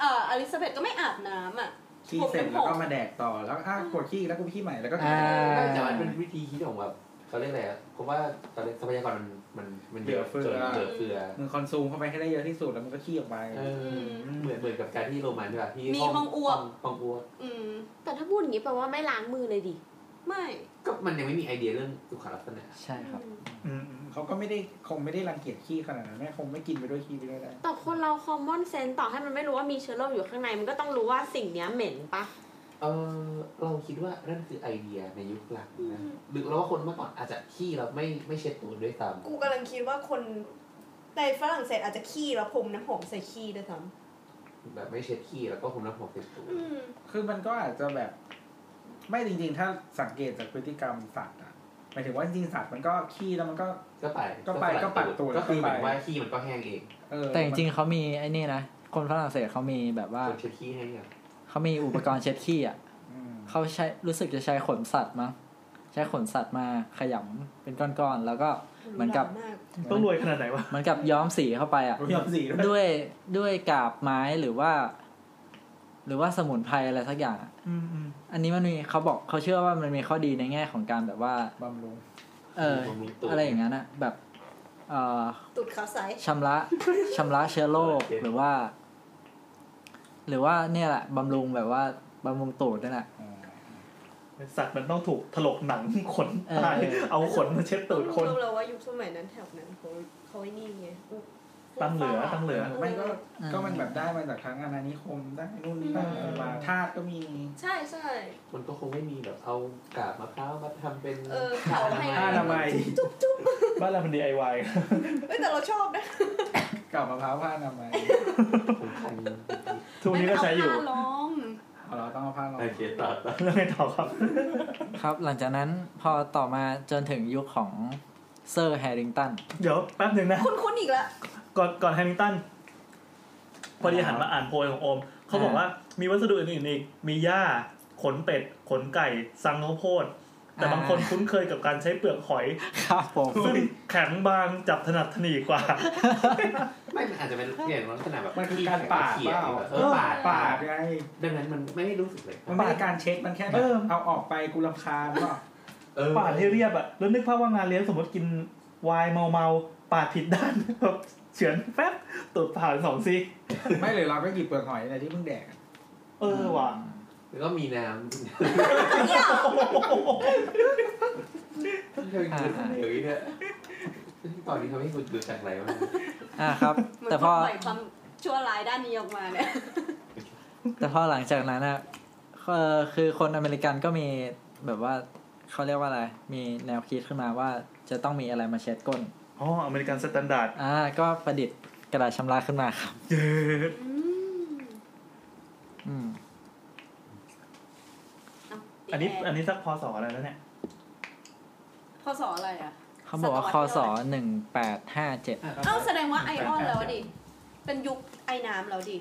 เอ่ออลิซาเบธก็ไม่อาบน้ำอ่ะ
ขี้เสร็จแล้วก็มาแดกต่อแล้วก็อ้ากดขี้อีกแล้วก็ขี้ใหม่แล้วก็ขี้
อ่า
ไม่แต่มันเป็นวิธีคิดของแบบเขาเรียกอะไรอะเพราะว่าตอนนี้ทรัพยากรมันมันมันจนเหลือเฟือ
มึงคอนซูมเข้าไปให้ได้เยอะที่สุดแล้วมันก็ขี้ออกไป
เออเหมือนเหมือนกับการที่โรมันใช่ป่ะที่
มีห้องอ้วก
ห้องอ้วก
อืม
แต่ถ้าพูดอย่างนี้แปลว่าไม่ล้างมือเลยดิ
ไม่
ก็มันยังไม่มีไอเดียเรื่องสุขลักษณะ
ใช่ครับ
อืมอืม
เขาก็ไม่ได้คงไม่ได้รังเกียจขี้ขนาดนั้นแม่คงไม่กินไปด้วยขี้ไปด้วยได้
แต่คนเรา common sense ต่อให้มันไม่รู้ว่ามีเชื้อโรคอยู่ข้างใน มันก็ต้องรู้ว่าสิ่งเนี้ยเหม็นปะ
เออเราคิดว่านั่นคือไอเดียในยุคหลังนะหรือเราว่าคนเมื่อก่อนอาจจะขี้เราไม่ไม่เช็ดตัวด้วยซ้
กูกำลังคิดว่าคนในฝรั่งเศสอาจจะขี้แล้วพรมน้ำหอมใส่ขี้ด้วยซ้
ำแบบไม่เช็ดขี้แล้วก็ผมน้ำหอมเช็ดตัว
ำ
คือมันก็อาจจะแบบ ไม่จริงๆ ถ้าสังเกตจากพฤติกรรมสัตว์อะหมายถึงว่าจริงๆสัตว์มันก็ขี้แล้วมันก็
ก็ไป
ก็ไปก็ปัดตัว
ก็คือเหมือน
ก็ไป
ว่าขี้มันก็แห้งเอง
เออ
แต่จริงๆเขามีไอ้นี่นะ คนฝรั่งเศสเขามีแบบว่า
คนเช็ดขี้ให้อะ
เขามีอุปกรณ์เช็ดขี้อ่ะ
อืม
เขาใช้รู้สึกจะใช้ขนสัตว์มั้งใช้ขนสัตว์มาขยำเป็นก้อนๆแล้วก็เหมือนกับ
าก
ต้องรวยขนาดไหนวะ
เหมือนกับย้อมสีเข้าไปอ่ะ
ยอมสีด้วย
ด้วยด้วยกาบไม้หรือว่า หรือว่าสมุนไพรอะไรสักอย่างอะ
อืมอืม
อันนี้มันมีเขาบอกเขาเชื่อว่ามันมีข้อดีในแง่ของการแบบว่า
บำรุง
เออ
ผมรู้ตัว
อะไรอย่างนั้นอะแบบเอ่อ
ตุดขาวใส
ชำระ ชำระเชื้อโรค
โอเค
หรือว่า หรือว่าเนี่ยแหละบำรุงแบบว่าบำรุงตูดนั่นแหละ
อ่า
สัตว์มันต้องถูกถลกหนังขน
เออ
ตายเอาขนมาเช็ดตูดคน
รู้แล้วว่ายุคสมัยนั้นแถบนั้นเขาเขาไอ้นี่ไงอุ๊ย
ตั้งเหลือตั้งเหลือ
ไม่ก็ก็มันแบบได้มาจากทั้งอาณานิคมได้นู่นนี่นั่นอะไรมาทาสก็มี
ใช่ใช่
มันก็คงไม่มีแบบเอากาบมะพร้าวมาทำเป็น
เออเขาให้
ผ้าอนามัย
บ้านเรามัน DIY
เอ้ยแต่เราชอบนะ
กลับมะพร้าวผ้าอนามัย
ของไทย
ทุกวันนี้ก็ใช้อยู่
ไม่เอาผ้าล้อม
เอาเราต้องเอาผ้าลอง
โอเคต่อต่อ
แล้วไงต่อ ครับ
ครับ หลังจากนั้นพอต่อมาจนถึงยุคของเซอร์แฮร์ริงตัน
เดี๋ยวแป๊บหนึ่งนะ
คุณคุณอีกแล้ว
ก่อนก่อนแฮมิลตัน พอดีหันมาอ่านโพยของโอม เขาบอก
อ่า
ว่ามีวัสดุอื่นๆอีก มีหญ้า ขนเป็ด ขนไก่ สังข้าวโพด แต่บางคนคุ้นเคยกับการใช้เปลือกหอย
ครับผม
ซึ่งแข็งบางจับถนัดถนีกว่า
ไม่มันอาจจะเป็นเปลี่ยนลักษณะแบบ
มันคือการปาด
เขี
เป
ยน
ล่า
เออปาด
ปาดไง
ดังนั้นมันไม่ได้รู้สึกเลย
มันไม่ได้การเช็ดมันแค่แบบ
เออ
เอาออกไปกูรำคาญก็
เออ
ปาดให้เรียบอะแล้วนึกภาพว่างานเลี้ยงสมมติกินไวน์เมาๆ ปาดผิดด้าน แบบเฉือนแป๊บตูดผ่านสองซี่
ไม่เลยเราก็หยิบเปลือกหอยอะไรที่เพิ่งแดก
เออว่ะ
แล้วก็มีน้ำเดี๋ยว
อ่า
อย่างนี้เนี่ยตอนนี้ทำให้คุณดูจากอะไรวะ
อ่าครับ
เหมือน
แต่พ
เขา
อ
ปล่อยความชั่วร้ายด้านนี้ออกมาเนี่ย
แต่พอหลังจากนั้นอะเอ่อคือคนอเมริกันก็มีแบบว่าเขาเรียกว่าอะไร มีแนวคิดขึ้นมาว่าจะต้องมีอะไรมาเช็ดก้น
อ๋ออเมริกันสแตนดาร์ด
อ่า ก็ประดิษฐ์กระดาษชำระขึ้นมาครับ
เย้
อืม
อันนี้อันนี้สักพอสออะไรแล้วเนี่ย
พศอะไรอ่ะ
เขาบอกว่า
ศต
คว
รรษ
ศหนึ่งแปดห้าเจ็ด
เอ้าแสดงว่าไอออนแล้วดิ เป็นยุคไอน้ำแล้วดิ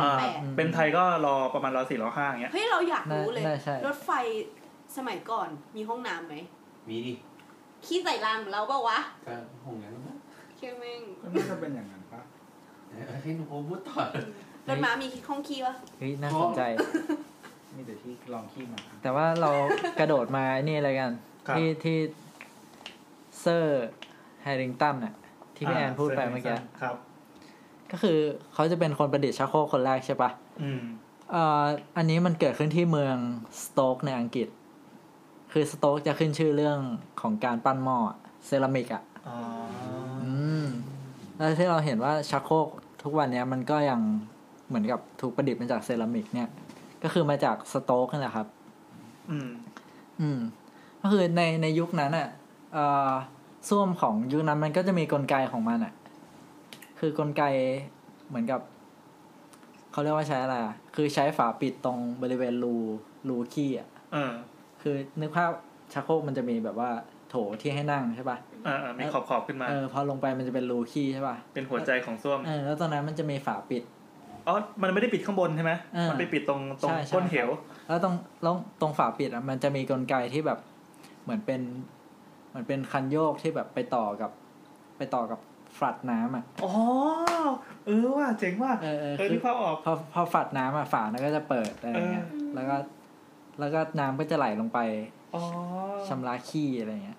อ่า
แปด
เป็นไทยก็รอประมาณรอสี่รอห้าอย่างเงี้ย
เฮ้ย เราอยาก
น่า
รู้เลย
น่าใช่
รถไฟสมัยก่อนมีห้องน้ำไหม
มีดิ
ขี้ใส่รางเหมือนเราเปล่าวะ
ก็คงอย่างนั้นนะ
เชื่อแม่ง
ก็น่าจะเป็นอย่างนั้นปะ
เออให้หนูพูดต่อ
รถม้ามีห้องขี้ปะ
เฮ้ย น่าสนใจ
มีแต่ที่ลองขี้มา
แต่ว่าเรากระโดดมาไอ้นี่อะไรกัน
ครับ
ที่ที่เซอร์แฮริงตันอะที่พี่แอนพูดไปเมื่อกี้
ครับ
ก็คือเขาจะเป็นคนประดิษฐ์ชักโครกคนแรกใช่ปะ
อืม
เอ่ออันนี้มันเกิดขึ้นที่เมืองสโตกในอังกฤษ คือสโตกจะขึ้นชื่อเรื่องของการปั้นหม้อเซรามิกอ่ะ
อ๋อ
อืม แล้วที่เราเห็นว่าชักโครกทุกวันเนี้ยมันก็ยังเหมือนกับถูกประดิษฐ์มาจากเซรามิกเนี่ย ก็คือมาจากสโตกนั่นแหละครับ
อืม
อืม ก็คือในในยุคนั้นอ่ะเอ่อส้วมของยุคนั้นมันก็จะมีกลไกของมันอ่ะ คือกลไกเหมือนกับเขาเรียกว่าใช้อะไรอะคือใช้ฝาปิดตรงบริเวณรูรูขี้อ่ะ
เออ
คือนึกภาพชักโครกมันจะมีแบบว่าโถที่ให้นั่งใช่ป่ะ
เออเออมีขอบขอบขึ้นมา
เออพอลงไปมันจะเป็นรูขี้ใช่ป่ะ
เป็นหัวใจของส้วม
เออแล้วตอนนั้นมันจะมีฝาปิด
อ๋อมันไม่ได้ปิดข้างบนใช่ไหม
เออ
มันไปปิดตรงตรง
ใช่ใช่
ก้นเหว
แล้วตรงแล้วตรงฝาปิดอ่ะมันจะมีกลไกที่แบบเหมือนเป็นเหมือนเป็นคันโยกที่แบบไปต่อกับ ไปต่อกับฝัดน้ำอ่ะ
อ๋อ เออว่ะเจ๋งว่ะ
เออเออ
เออ
คือ
ที่ภาพออก
พอพอฝัดน้ำอะฝามันก็จะเปิดอะไรเงี้ย
เออ
แล้วก็แล้วก็น้ำก็จะไหลลงไป
อ๋อ
ชำระขี้อะไรเงี้ย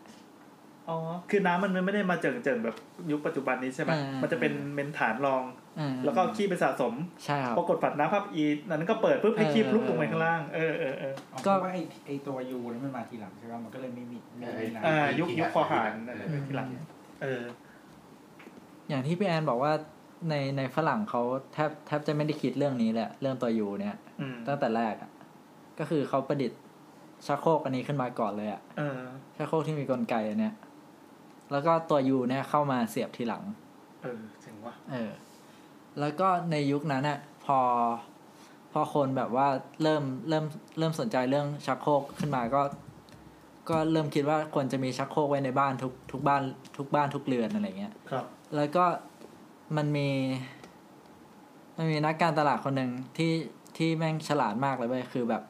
อ๋อ คือน้ำมันไม่ได้มาเจิ่งเจิ่งๆแบบยุคปัจจุบันนี้ใช่ไหม
อ่ามั
มันจะเป็นเป็นฐานรอง
อ่า
แล้วก็ขี้ไปสะสม
ใช่ครับ
พอกดปัดน้ำพับอีนั้นก็เปิดปุ๊บให้ขี้
เออ
ลุกลงไปข้างล่าง เออเออเออ
ก็ว่าไอไอตัวยูนี่มันมาทีหลังใช่ไหมมันก็เลยไม่มีไม่มีน้ำ
อ่ายุคยุคคอหารอะไรไปทีหลัง เออ
อย่างที่พี่แอนบอกว่าในในฝรั่งเขาแทบแทบจะไม่ได้คิดเรื่องนี้แหลยอะเรื่องตัวยูเนี่ย
อืม
ตั้งแต่แรกอะก็คือเขาประดิษฐ์ชักโครกอันนี้ขึ้นมาก่อนเลยอะ
เออ
ชักโครกที่มีกลไกอันเนี้ยแล้วก็ตัวยูเนี่ยเข้ามาเสียบทีหลัง
เออเจ๋งว่ะ
เออ แล้วก็ในยุคนั้นน่ะพอ พอคนแบบว่าเริ่มเริ่มเริ่มสนใจเรื่องชักโครกขึ้นมาก็ ก็เริ่มคิดว่าควรจะมีชักโครกไว้ในบ้านทุกทุกบ้านทุกบ้านทุกเรือนอะไรเงี้ย
ครับ
แล้วก็มันมี มันมีนักการตลาดคนหนึ่งที่ที่แม่งฉลาดมากเลยเว้ยคือแบบ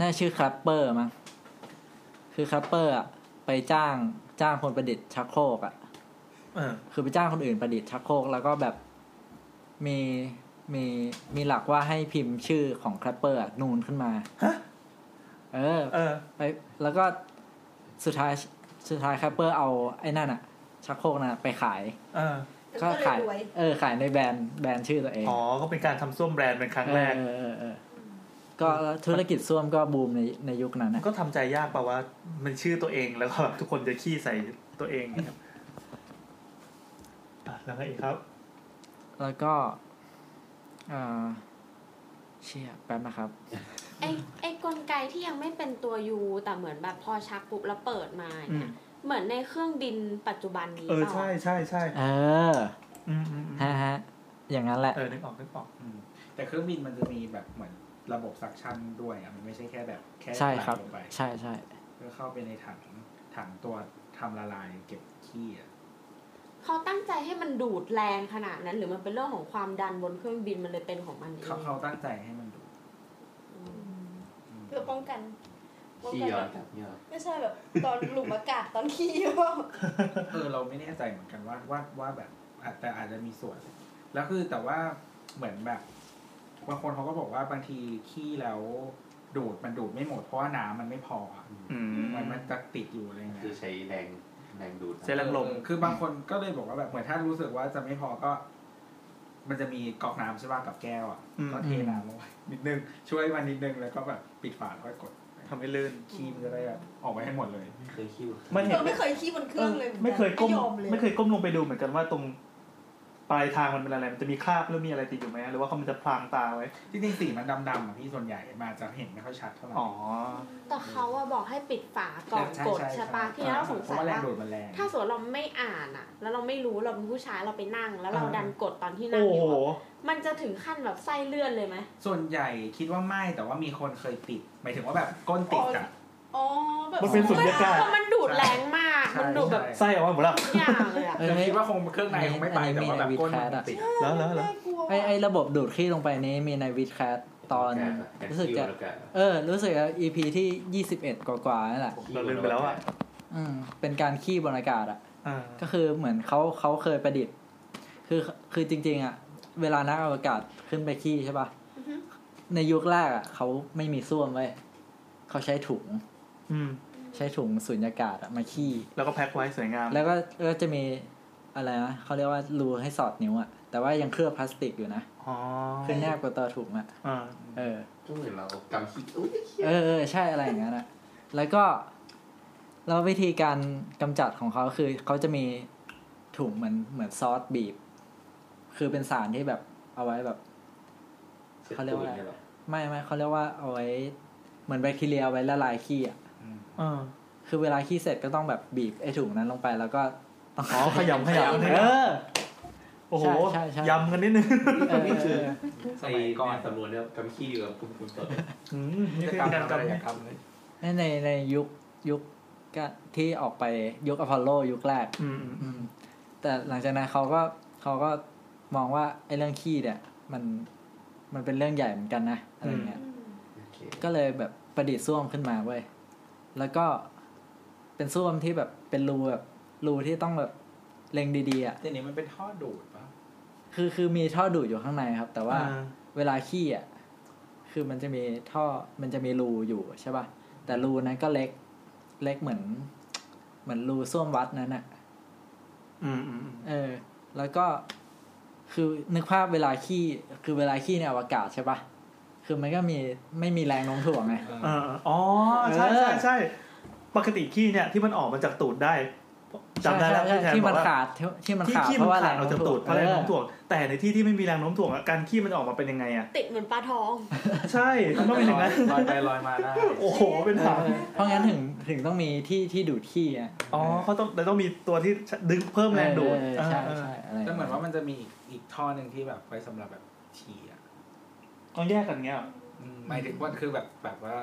น่าชื่อคลัปเปอร์มั้งคือคลัปเปอร์อะไปจ้างจ้างคนประดิษฐ์ชักโครกอะ
เออ
คือไปจ้างคนอื่นประดิษฐ์ชักโครกแล้วก็แบบมีมีมีหลักว่าให้พิมพ์ชื่อของแคลปเปอร์นูนขึ้นมาเออ
เออ
ไปแล้วก็สุดท้ายสุดท้ายแคลปเปอร์เอาไอ้นั่นอะชักโครกนนอะไปขาย
เออ
ก็ขาย
ก็เลยรวย
เออขายในแบรนด์แบรนด์ชื่อตัวเอง
อ๋อ ก็เป็นการทำส้วมแบรนด์เป็นครั้งแรก
เออเออเออก็แล้วธุรกิจส้วมก็บูมในในยุคนั้นอะ
ก็ทำใจยากป่าว่ามันชื่อตัวเองแล้วก็แบบทุกคนจะขี้ใส่ตัวเองเนี่ยครับอ่ะแล้วไงอีกครับ
แล้วก็เออเชี่ยแป๊บนะครับ
ไอ้ไอ้กลไกที่ยังไม่เป็นตัวยูแต่เหมือนแบบพอชักปุ๊บแล้วเปิดมาอย่างเงี้ยเหมือนในเครื่องบินปัจจุบันนี้
เออ
ปล่า
ใช่ใช่ใช่
เออ
อืมอืมอืม
ฮะฮะอย่างนั้นแหละ
เออนึกออกนึกออก
อืมแต่เครื่องบินมันจะมีแบบเหมือนระบบซักชั่นด้วยอ่ะมันไม่ใช่แค่แบบแค่
ใช่ครับ
ไหลลงไป
ใช่ใช่
ก็เข้าไปในถังถังตัวทำละลายเก็บขี้อ่ะ
เขาตั้งใจให้มันดูดแรงขนาดนั้น หรือมันเป็นเรื่องของความดันบนเครื่องบินมันเลยเป็นของมันเอง
เขาเขาตั้งใจให้มันดู
อืม
อืม
เพื่อป้องกันป้อง
ขี้
กัน
ย้อน
แบบ
กลับเนี่ย
ไม่ใช่แบบตอนหลุมอากาศตอนขี้หรือเปล่า
เออเราไม่แน่ใจเหมือนกันว่าว่าว่าแบบอาจแต่อาจจะมีส่วน แล้วคือแต่ว่าเหมือนแบบบางคนเขาก็บอกว่าบางทีขี้แล้วดูดมันดูดไม่หมดเพราะว่าน้ำมันไม่พออ่ะ
อืม
มันมันจะติดอยู่อะไรเงี้ย
คือใช้แรงแรงดูด
ใช้แรงลม
เออคือบางคนก็เลยบอกว่าแบบเหมือนถ้ารู้สึกว่าจะไม่พอก็ มันจะมีกอกน้ำใช่ป่ะกับแก้วอ่ะ
อืม
ก็เทน้ำลงไปนิดนึง ช่วยมันนิดนึงแล้วก็แบบปิดฝาแล้วค่อยกด
ทำให้ลื่น
ขี้มันจะได้แบบออกไปให้หมดเลย
เคยคิ้ว
ไม่เห็น
เราไม่เคยขี้บนเครื่องเลยหอนน
ไม่เคยก้ม
ไม่ยอมเลย
ไม่เคยก้มลงไปดูเหมือนกันว่าตรงปลายทางมันเป็นอะไร มันจะมีคราบหรือมีอะไรติดอยู่ไหมหรือว่าเขามันจะพรางตาไว้
จริงๆสีมันดำๆอ่ะพี่ส่วนใหญ่มาจะเห็นไม่ค่อยชัดเท่าไหร่
อ๋อ
แต่เขาอะบอกให้ปิดฝาก่อน
ใช่
กด
ใช่
ใช่ปะที่นี้เราสง
เพ
สัย
ราะว่าแรง
ว่า
ดูดมันแรง
ถ้าสมมติเราไม่อ่านอะแล้วเราไม่รู้เราเป็นผู้ชายเราไปนั่ง แล้วเรา
อ่า
ดันกดตอนที่นั่
โอ้
งอ
โห
ยู่อะมันจะถึงขั้นแบบไส้เลื่อนเลยไหม
ส่วนใหญ่คิดว่าไม่แต่ว่ามีคนเคยติดหมายถึงว่าแบบก้นติดอ่ะ
อ๋อแบบ
มันเป็นสุญญากาศ
เพราะมันดูดแรงมาก
ใช่
มันดูดแบบ
ใช่
ไส้ออกมาหมดแล้ว
ทุกอย่างเลยอะ
เออ
คือ
ไม่
คิดว่าคงเครื่องในคงไม่ไป
อันนี้
แต่ว่าแบบ
มี
ก้น
ใน
มันติด
แล้วแล้วแล้ว
น่ากลัว
ไอไอระบบดูดขี้ลงไปนี้มีในวิดแคทตอน รู้
รู้
สึ
สึ
ก
ก
จะ
จะ
เออ รู้สึกว่า EP ที่ยี่สิบเอ็ดกว่าๆนั่นแหละ
เราลืมไปแล้วอะ
อืมเป็นการขี้บนอากาศอ่ะ
อ่า
ก็คือเหมือนเขาเขาเคยประดิษฐ์ คือคือจริง ๆ อ่ะ เวลานักอวกาศขึ้นไปขี้ใช่ป่ะในยุคแรกอ่ะเขาไม่มีส้วมเว้ยเขาใช้ถุง
อืม
ใช้ถุงสุญญากาศอะมาขี้
แล้วก็แพ็คไว้สวยงาม
แล้วก็ก็จะมีอะไรนะเขาเรียกว่ารูให้สอดนิ้วอ่ะแต่ว่ายังเคลือบพลาสติกอยู่นะ
อ๋อ
คือแนบกับตัวถุงอ่ะ
อ่า
เออ
ก็เหมือนเรากำขี้อุ๊ย
เออเออใช่อะไรอย่างนั้นอะแล้วก็แล้ววิธีการกำจัดของเขาคือเขาจะมีถุงเหมือนเหมือนซอสบีบ คือเป็นสารที่แบบเอาไว้แบบ เขาเรียกว่าอะไร
ช็ดตูดนี่หอ
ไม่ไม่เขาเรียกว่าเอาไว้เหมือนแบคทีเรียเอาไว้ละลายขี้อ่ะ
อืม
อ่า
คือเวลาขี้เสร็จก็ต้องแบบบีบไอ้ถุงนั้นลงไปแล้วก็ต้อง
อ๋อขยำขยำ
เออ
โอ้โห
ใช่ใช่ใช่
ยำกันนิดนึง
นี่คือ
ส
ไอ
มัยก่อน
แนวสำนวนเนี่ยกำขี้อยู่กับคุณคุณเติร์ด
อืมนี่คือการกำเนี่ย
ในในในยุคยุคก็ที่ออกไปยุคอพอลโลยุคแรก
อืมอืม
อืมแต่หลังจากนั้นเขาก็เขาก็มองว่าไอ้เรื่องขี้เนี่ย มันมันเป็นเรื่องใหญ่เหมือนกันนะอะไรเงี้ย
โอเค
ก็เลยแบบประดิษฐ์ส้วมขึ้นมาเว้ย แล้วก็เป็นส้วมที่แบบเป็นรูแบบรูที่ต้องแบบเล็งดีๆอ่ะ
เดี๋ยวนี้มันเป็นท่อดูดปะ
คือคือมีท่อดูดอยู่ข้างในครับ แต่ว่า
อ่า
เวลาขี้อ่ะ คือมันจะมีท่อมันจะมีรูอยู่ใช่ป่ะ แต่รูนั้นก็เล็กเล็กเหมือน เหมือนรูส้วมวัดนั่นอ่ะ
อืมอืมอืม
เออ แล้วก็คือนึกภาพเวลาขี้คือเวลาขี้ในอวกาศใช่ปะคือมันก็มีไม่มีแรงโน้มถ่วงไง
เอออ๋อใช่
เออ
ใช่ใช่ปกติขี้เนี่ยที่มันออกมาจากตูดได้จำได้แล้ว
ใช่
พี่แท
ใช่
น
ที่
บ
มั
อน กว่า
ขาดที่ที่มัน
ที่
ขาด
ขี้
เพ
มัน
ราะว่าแร
ขาด
ง
ออกจาก
โน้มถ่
ตูด
วง
เพราะแรงโน้มถ่วงแต่ในที่ที่ไม่มีแรงโน้มถ่วงอะการขี้มันจะออกมาเป็นยังไง อ่ะ
ติดเหมือนปลาทอง
ใช่มันต้องเป็นอย่างนั้น
ลอยไปลอยมาได้
โอ้โหเป็น
เอ
หาง
อเพราะงั้นถึงถึงต้องมีที่ที่ดูดขี้อ่ะ
อ๋อเขาต้องแต่ต้องมีตัวที่ดึงเพิ่มแรงดูด
เออเออใช่
เออ
ใช่อะไร
แต่เหมือนว่ามันจะมีอีกอีกท่อหนึ่งที่แบบไว้สำหรับแบบฉี่อ่ะ
ต้องแยกกันเงี้ยเหรอ
อืมหมายถึงว่าคือแบบแบบว่า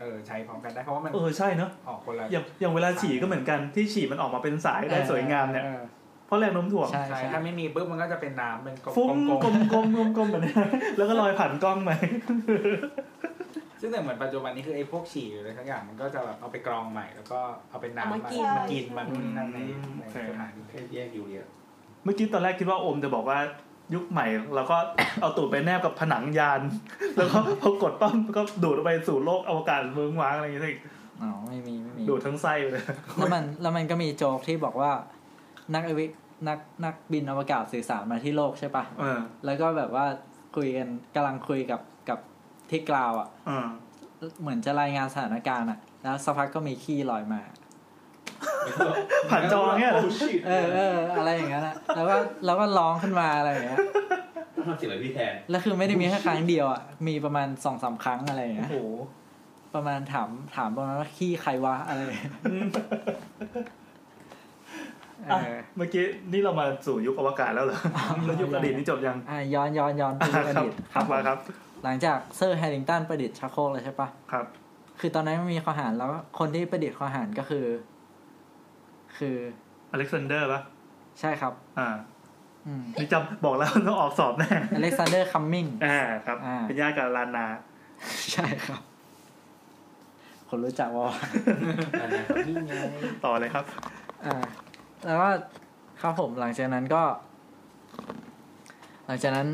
เออใช้พร้อมกันได้เพราะว่ามัน
เออใช่เนอะ
ออกคนละ
อย่างอย่างเวลาฉี่ก็เหมือนกันที่ฉี่มันออกมาเป็นสายได้สวยงามเนี่ย
ออ
เพราะแรงโน้มถ่วง
ใช่
ใช่
ใช่
ถ้าไม่มีปุ๊บมันก็จะเป็นน้ำเป็นกล
ฟุ้ง
ม
กลมกลมกลมกลมแบบเนี้ย แล้วก็ลอยผ่านกล้องไป
ๆซึ่งแต่เหมือนปัจจุบันนี้คือไอ้พวกฉี่หรืออะไรทั้งอย่างมันก็จะแบบเอาไปกรองใหม่แล้วก็เอาเป็นน้ำ
เอา
มา
มากิน
มากินมานู่นนั่นในในสถานที่
แค่แยกอยู่เนี่ย
เมื่อกี้ตอนแรกคิดว่าโอมจะบอกว่ายุคใหม่เราก็ เอาตูดไปแนบกับผนังยาน แล้วก็พอกดปั๊มก็ดูดออกไปสู่โลกอวกาศเมืองว้างอะไรอย่างเงี้ยสิ
อ๋อไม่มีไม่มี
ดูดทั้งไส้เลย
แล้วมันแล้วมันก็มีโจ๊กที่บอกว่า นักอวินักนักบินอวกาศสื่อสารมาที่โลกใช่ปะ
เออ
แล้วก็แบบว่าคุยกันกำลังคุยกับกับที่กล่าวอ่ะ
เออ
เหมือนจะรายงานสถานการณ์อ่ะ แล้วสักพักก็มีขี้ลอยมา
ผ่านจอเงี้ยเหรอ
เออเอออะไรอย่างนั้นอ่ะ แล้วก็แล้วก็ร้องขึ้นมาอะไรอย่างเงี้ย
ต้องทำเสียงแบบพี่แทน
แล้วคือไม่ได้มีแค่ครั้งเดียวอ่ะ มีประมาณสองสามครั้งอะไรอย่างเงี้ย
โอ้โห
ประมาณถามถามประมาณว่าขี้ใครวะอะไรอย่างเงี้ยเอ
อ่ะ
อ
เมื่อกี้นี่เรามาสู่ยุคอวกาศแล้วเหรอ แล้วยุคอดีตนี่จบยัง
อ่ะย้อนย้อนย้อนไป
ครั
ที่อดีต
ครับมาครับ
หลังจากเซอร์แฮร์ริงตันประดิษฐ์ชักโครกเลยใช่ปะ
ครับ
คือตอนนั้นมันมีข้อหารแล้วคนที่ประดิษฐ์ข้อหารก็คือ คือ
อเล็กซานเดอร์ปะ
ใช่ครับ
อ่า
อืม
นี่จำบอกแล้วต้องออกสอบแน่
อเล็กซานเดอร์คัมมิง
อ่า ครับ
อ่า
เป็นญาติกับลานา
ใช่ครับ คนรู้จักว่าวะ
อันนั้นก็นี่ไง
ต่อเลยครับ
อ่า แล้วก็ครับผมหลังจากนั้นก็ หลังจากนั้น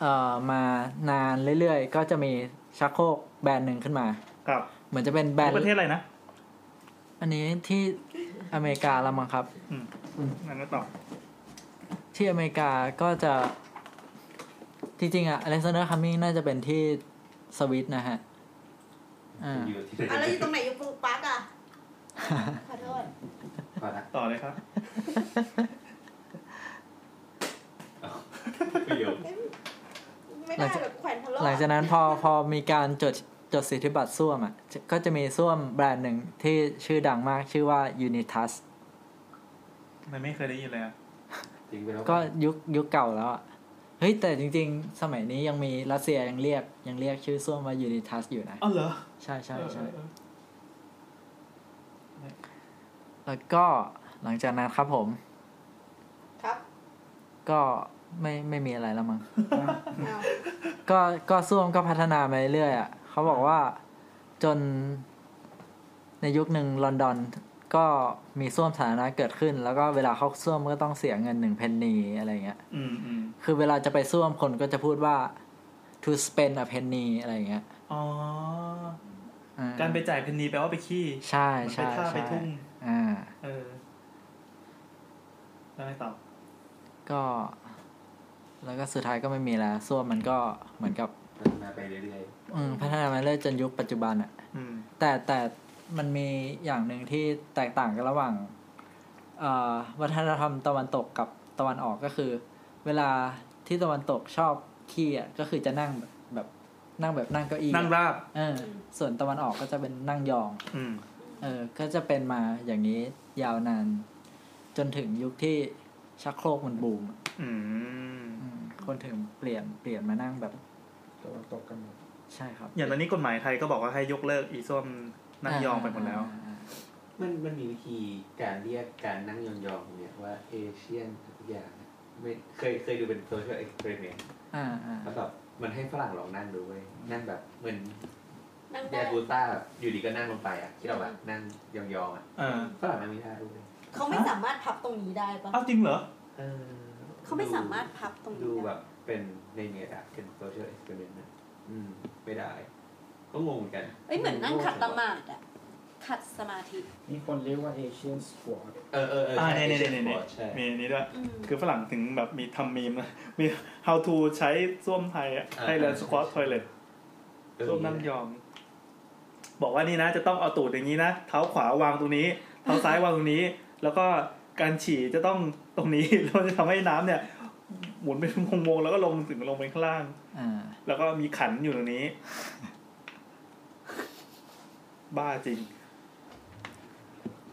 เอ่อมานานเรื่อยๆ ก็จะมีชักโครกแบรนด์หนึ่งขึ้นมา
ครับ
เหมือนจะเป็นแบรนด์
ประเทศอะไรนะ
อันนี้ที่อเมริกาละมั้งครับ
งั้นก็ต่อ
ที่อเมริกาก็จะ จริงๆอะอเล็กซานเดอร์คัมมิงน่าจะเป็นที่สวิตนะฮะ อ่า
อยู่ที่ไหน
อะไรอยู่ตรงไหนอยู่ปลูกปักอ่ะ ขอโทษ
พอละ
ต่อเลยครับ
ประโยค
ไม่ได้แบบแขวนพะโล้
หลังจากนั้นพอพอมีการจดจดสิทธิบัตรส้วมอะจะก็จะมีส้วมแบรนด์หนึ่งที่ชื่อดังมากชื่อว่า Unitas
มันไม่เคยได้ยินเลยอะ
จริงไปแล้ว
ก็ยุคยุคเก่าแล้วอะเฮ้ย แต่จริงๆ สมัยนี้ยังมีรัสเซียยังเรียกยังเรียกชื่อส้วมว่า Unitas อยู่นะ
อ๋อเหรอ
ใช่ใช่ใช่
เออ
แล้วก็หลังจากนั้นครับผม
ครับ
ก็ไม่ไม่มีอะไรแล้วมั้ง
เอา
ก็ก็ส้วมก็พัฒนามาเรื่อยๆอ่ะเขาบอกว่าจนในยุคหนึ่งลอนดอนก็มีส้วมสาธารณะเกิดขึ้น แล้วก็เวลาเข้าส้วมก็ต้องเสียเงินหนึ่งเพนนีอะไรเงี้ย
อืมอืม
คือเวลาจะไปส้วมคนก็จะพูดว่า to spend a penny อะไรเงี้ย
อ๋อ
อ่
การไปจ่ายเพนนีแปลว่าไปขี้
ใช่
มันไป
ใช่
ท่าไป
ใช่
ทุ่ง
อ่า
เออแล้วไงต่อ
ก็ แล้วก็สุดท้ายก็ไม่มีแล้วส้วมมันก็เหมือนกับ
มันมาไปเรื่อย
อืมพัฒนามาเรื่อยจนยุคปัจจุบันอ่ะ
อืม
แต่แต่มันมีอย่างหนึ่งที่แตกต่างกันระหว่างเอ่อวัฒนธรรมตะวันตกกับตะวันออกก็คือ เวลาที่ตะวันตกชอบขี้อ่ะก็คือจะนั่งแบบแบบนั่งแบบนั่งเก้าอี้
นั่ง
อะ
ราบ
เออ ส่วนตะวันออกก็จะเป็นนั่งยอง
อืม
เออก็จะเป็นมาอย่างนี้ยาวนาน จนถึงยุคที่ชักโครกมันบูมอะ
อืม
คนถึงเปลี่ยนเปลี่ยนมานั่งแบบ
ตะวันตกกันหมด
ใช่ครับ
อย่างตอนนี้กฎหมายไทยก็บอกว่าให้ยกเลิกอีส้วมนั่งยองไปหมดแล้ว
มันมันมีวิธีการเรียกการนั่งยองๆเนี่ยว่าเอเชียนทุกอย่างอะไม่เคยเคยดูเป็น social experiment
อ่าอ่า
แล้วแบบมันให้ฝรั่งลองนั่งดูเว้ยนั่งแบบเหมือน
นั่ง
ยา
ได้
กูต้าแบบอยู่ดีก็นั่งลงไปอ่ะที่เราแบบนั่งยองๆอ่ะ
เออ
ฝรั่งนั่งไม่ได้ด้วย
เขาไม่สามารถพับตรงนี้ได้ปะ
อ้าวจริงเหรอ
เออ
เขาไม่สามารถพับตรง
ดู
นี้
แบ
ได้
บเป็นในเน็ตอ่ะเป็น social experiment นะอืมไม่ได้ ก็งงเหมือนกัน
เอ้ยเหมือนนั่งขัดตะหมาดอะขัดสมาธิ
มีคนเรียกว่าเอเชียนสควอต
เออเออเออ
อ่า
ใช่
เนี่ยเนี่ย
Asian
เนี่ยเนี่ย
sport ใช่
มีอันนี้ด้วย
อืม
คือฝรั่งถึงแบบมีทำมีมนะ มี how to ใช้ส้วมไทยอะไทยแลนด์สควอตทอยเล t
เออ
ส้วมนั่งยอง บอกว่านี่นะ จะต้องเอาตูดอย่างนี้นะ เท้าขวาวางตรงนี้ เท้าซ้ายวางตรงนี้ แล้วก็การฉี่จะต้องตรงนี้ เราจะทำให้น้ำเนี่ย หมุนเป็นวงๆแล้วก็ลงถึงลงไปข้างล่าง
อ่า
แล้วก็มีขันอยู่ตรงนี้ บ้าจริง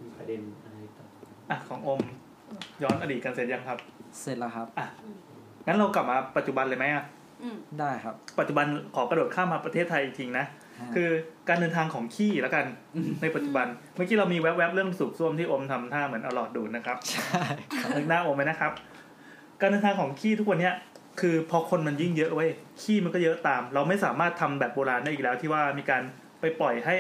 มีประเด็นอะไรต่อ
อ่ะของอม ย้อนอดีตกันเสร็จยังครับ
เสร็จแล้วครับ
งั้นเรากลับมาปัจจุบันเลยไหมอ่ะ
ได้ครับ
ปัจจุบันขอกระโดดข้ามมาประเทศไทยอีกทีนะ
ฮะ
คือการเดินทางของขี้แล้วกัน ในปัจจุบัน เมื่อกี้เรามีแวบๆเรื่องสูบส้วมที่อมทำท่าเหมือนเอาหลอดดูดนะครับ
ใช่
นึกหน้าอมไหมนะครับ การเดินทางของขี้ทุกวันเนี้ยคือพอคนมันยิ่งเยอะเว้ยขี้มันก็เยอะตาม เราไม่สามารถทำแบบโบราณได้อีกแล้วที่ว่ามีการไปปล่อยให้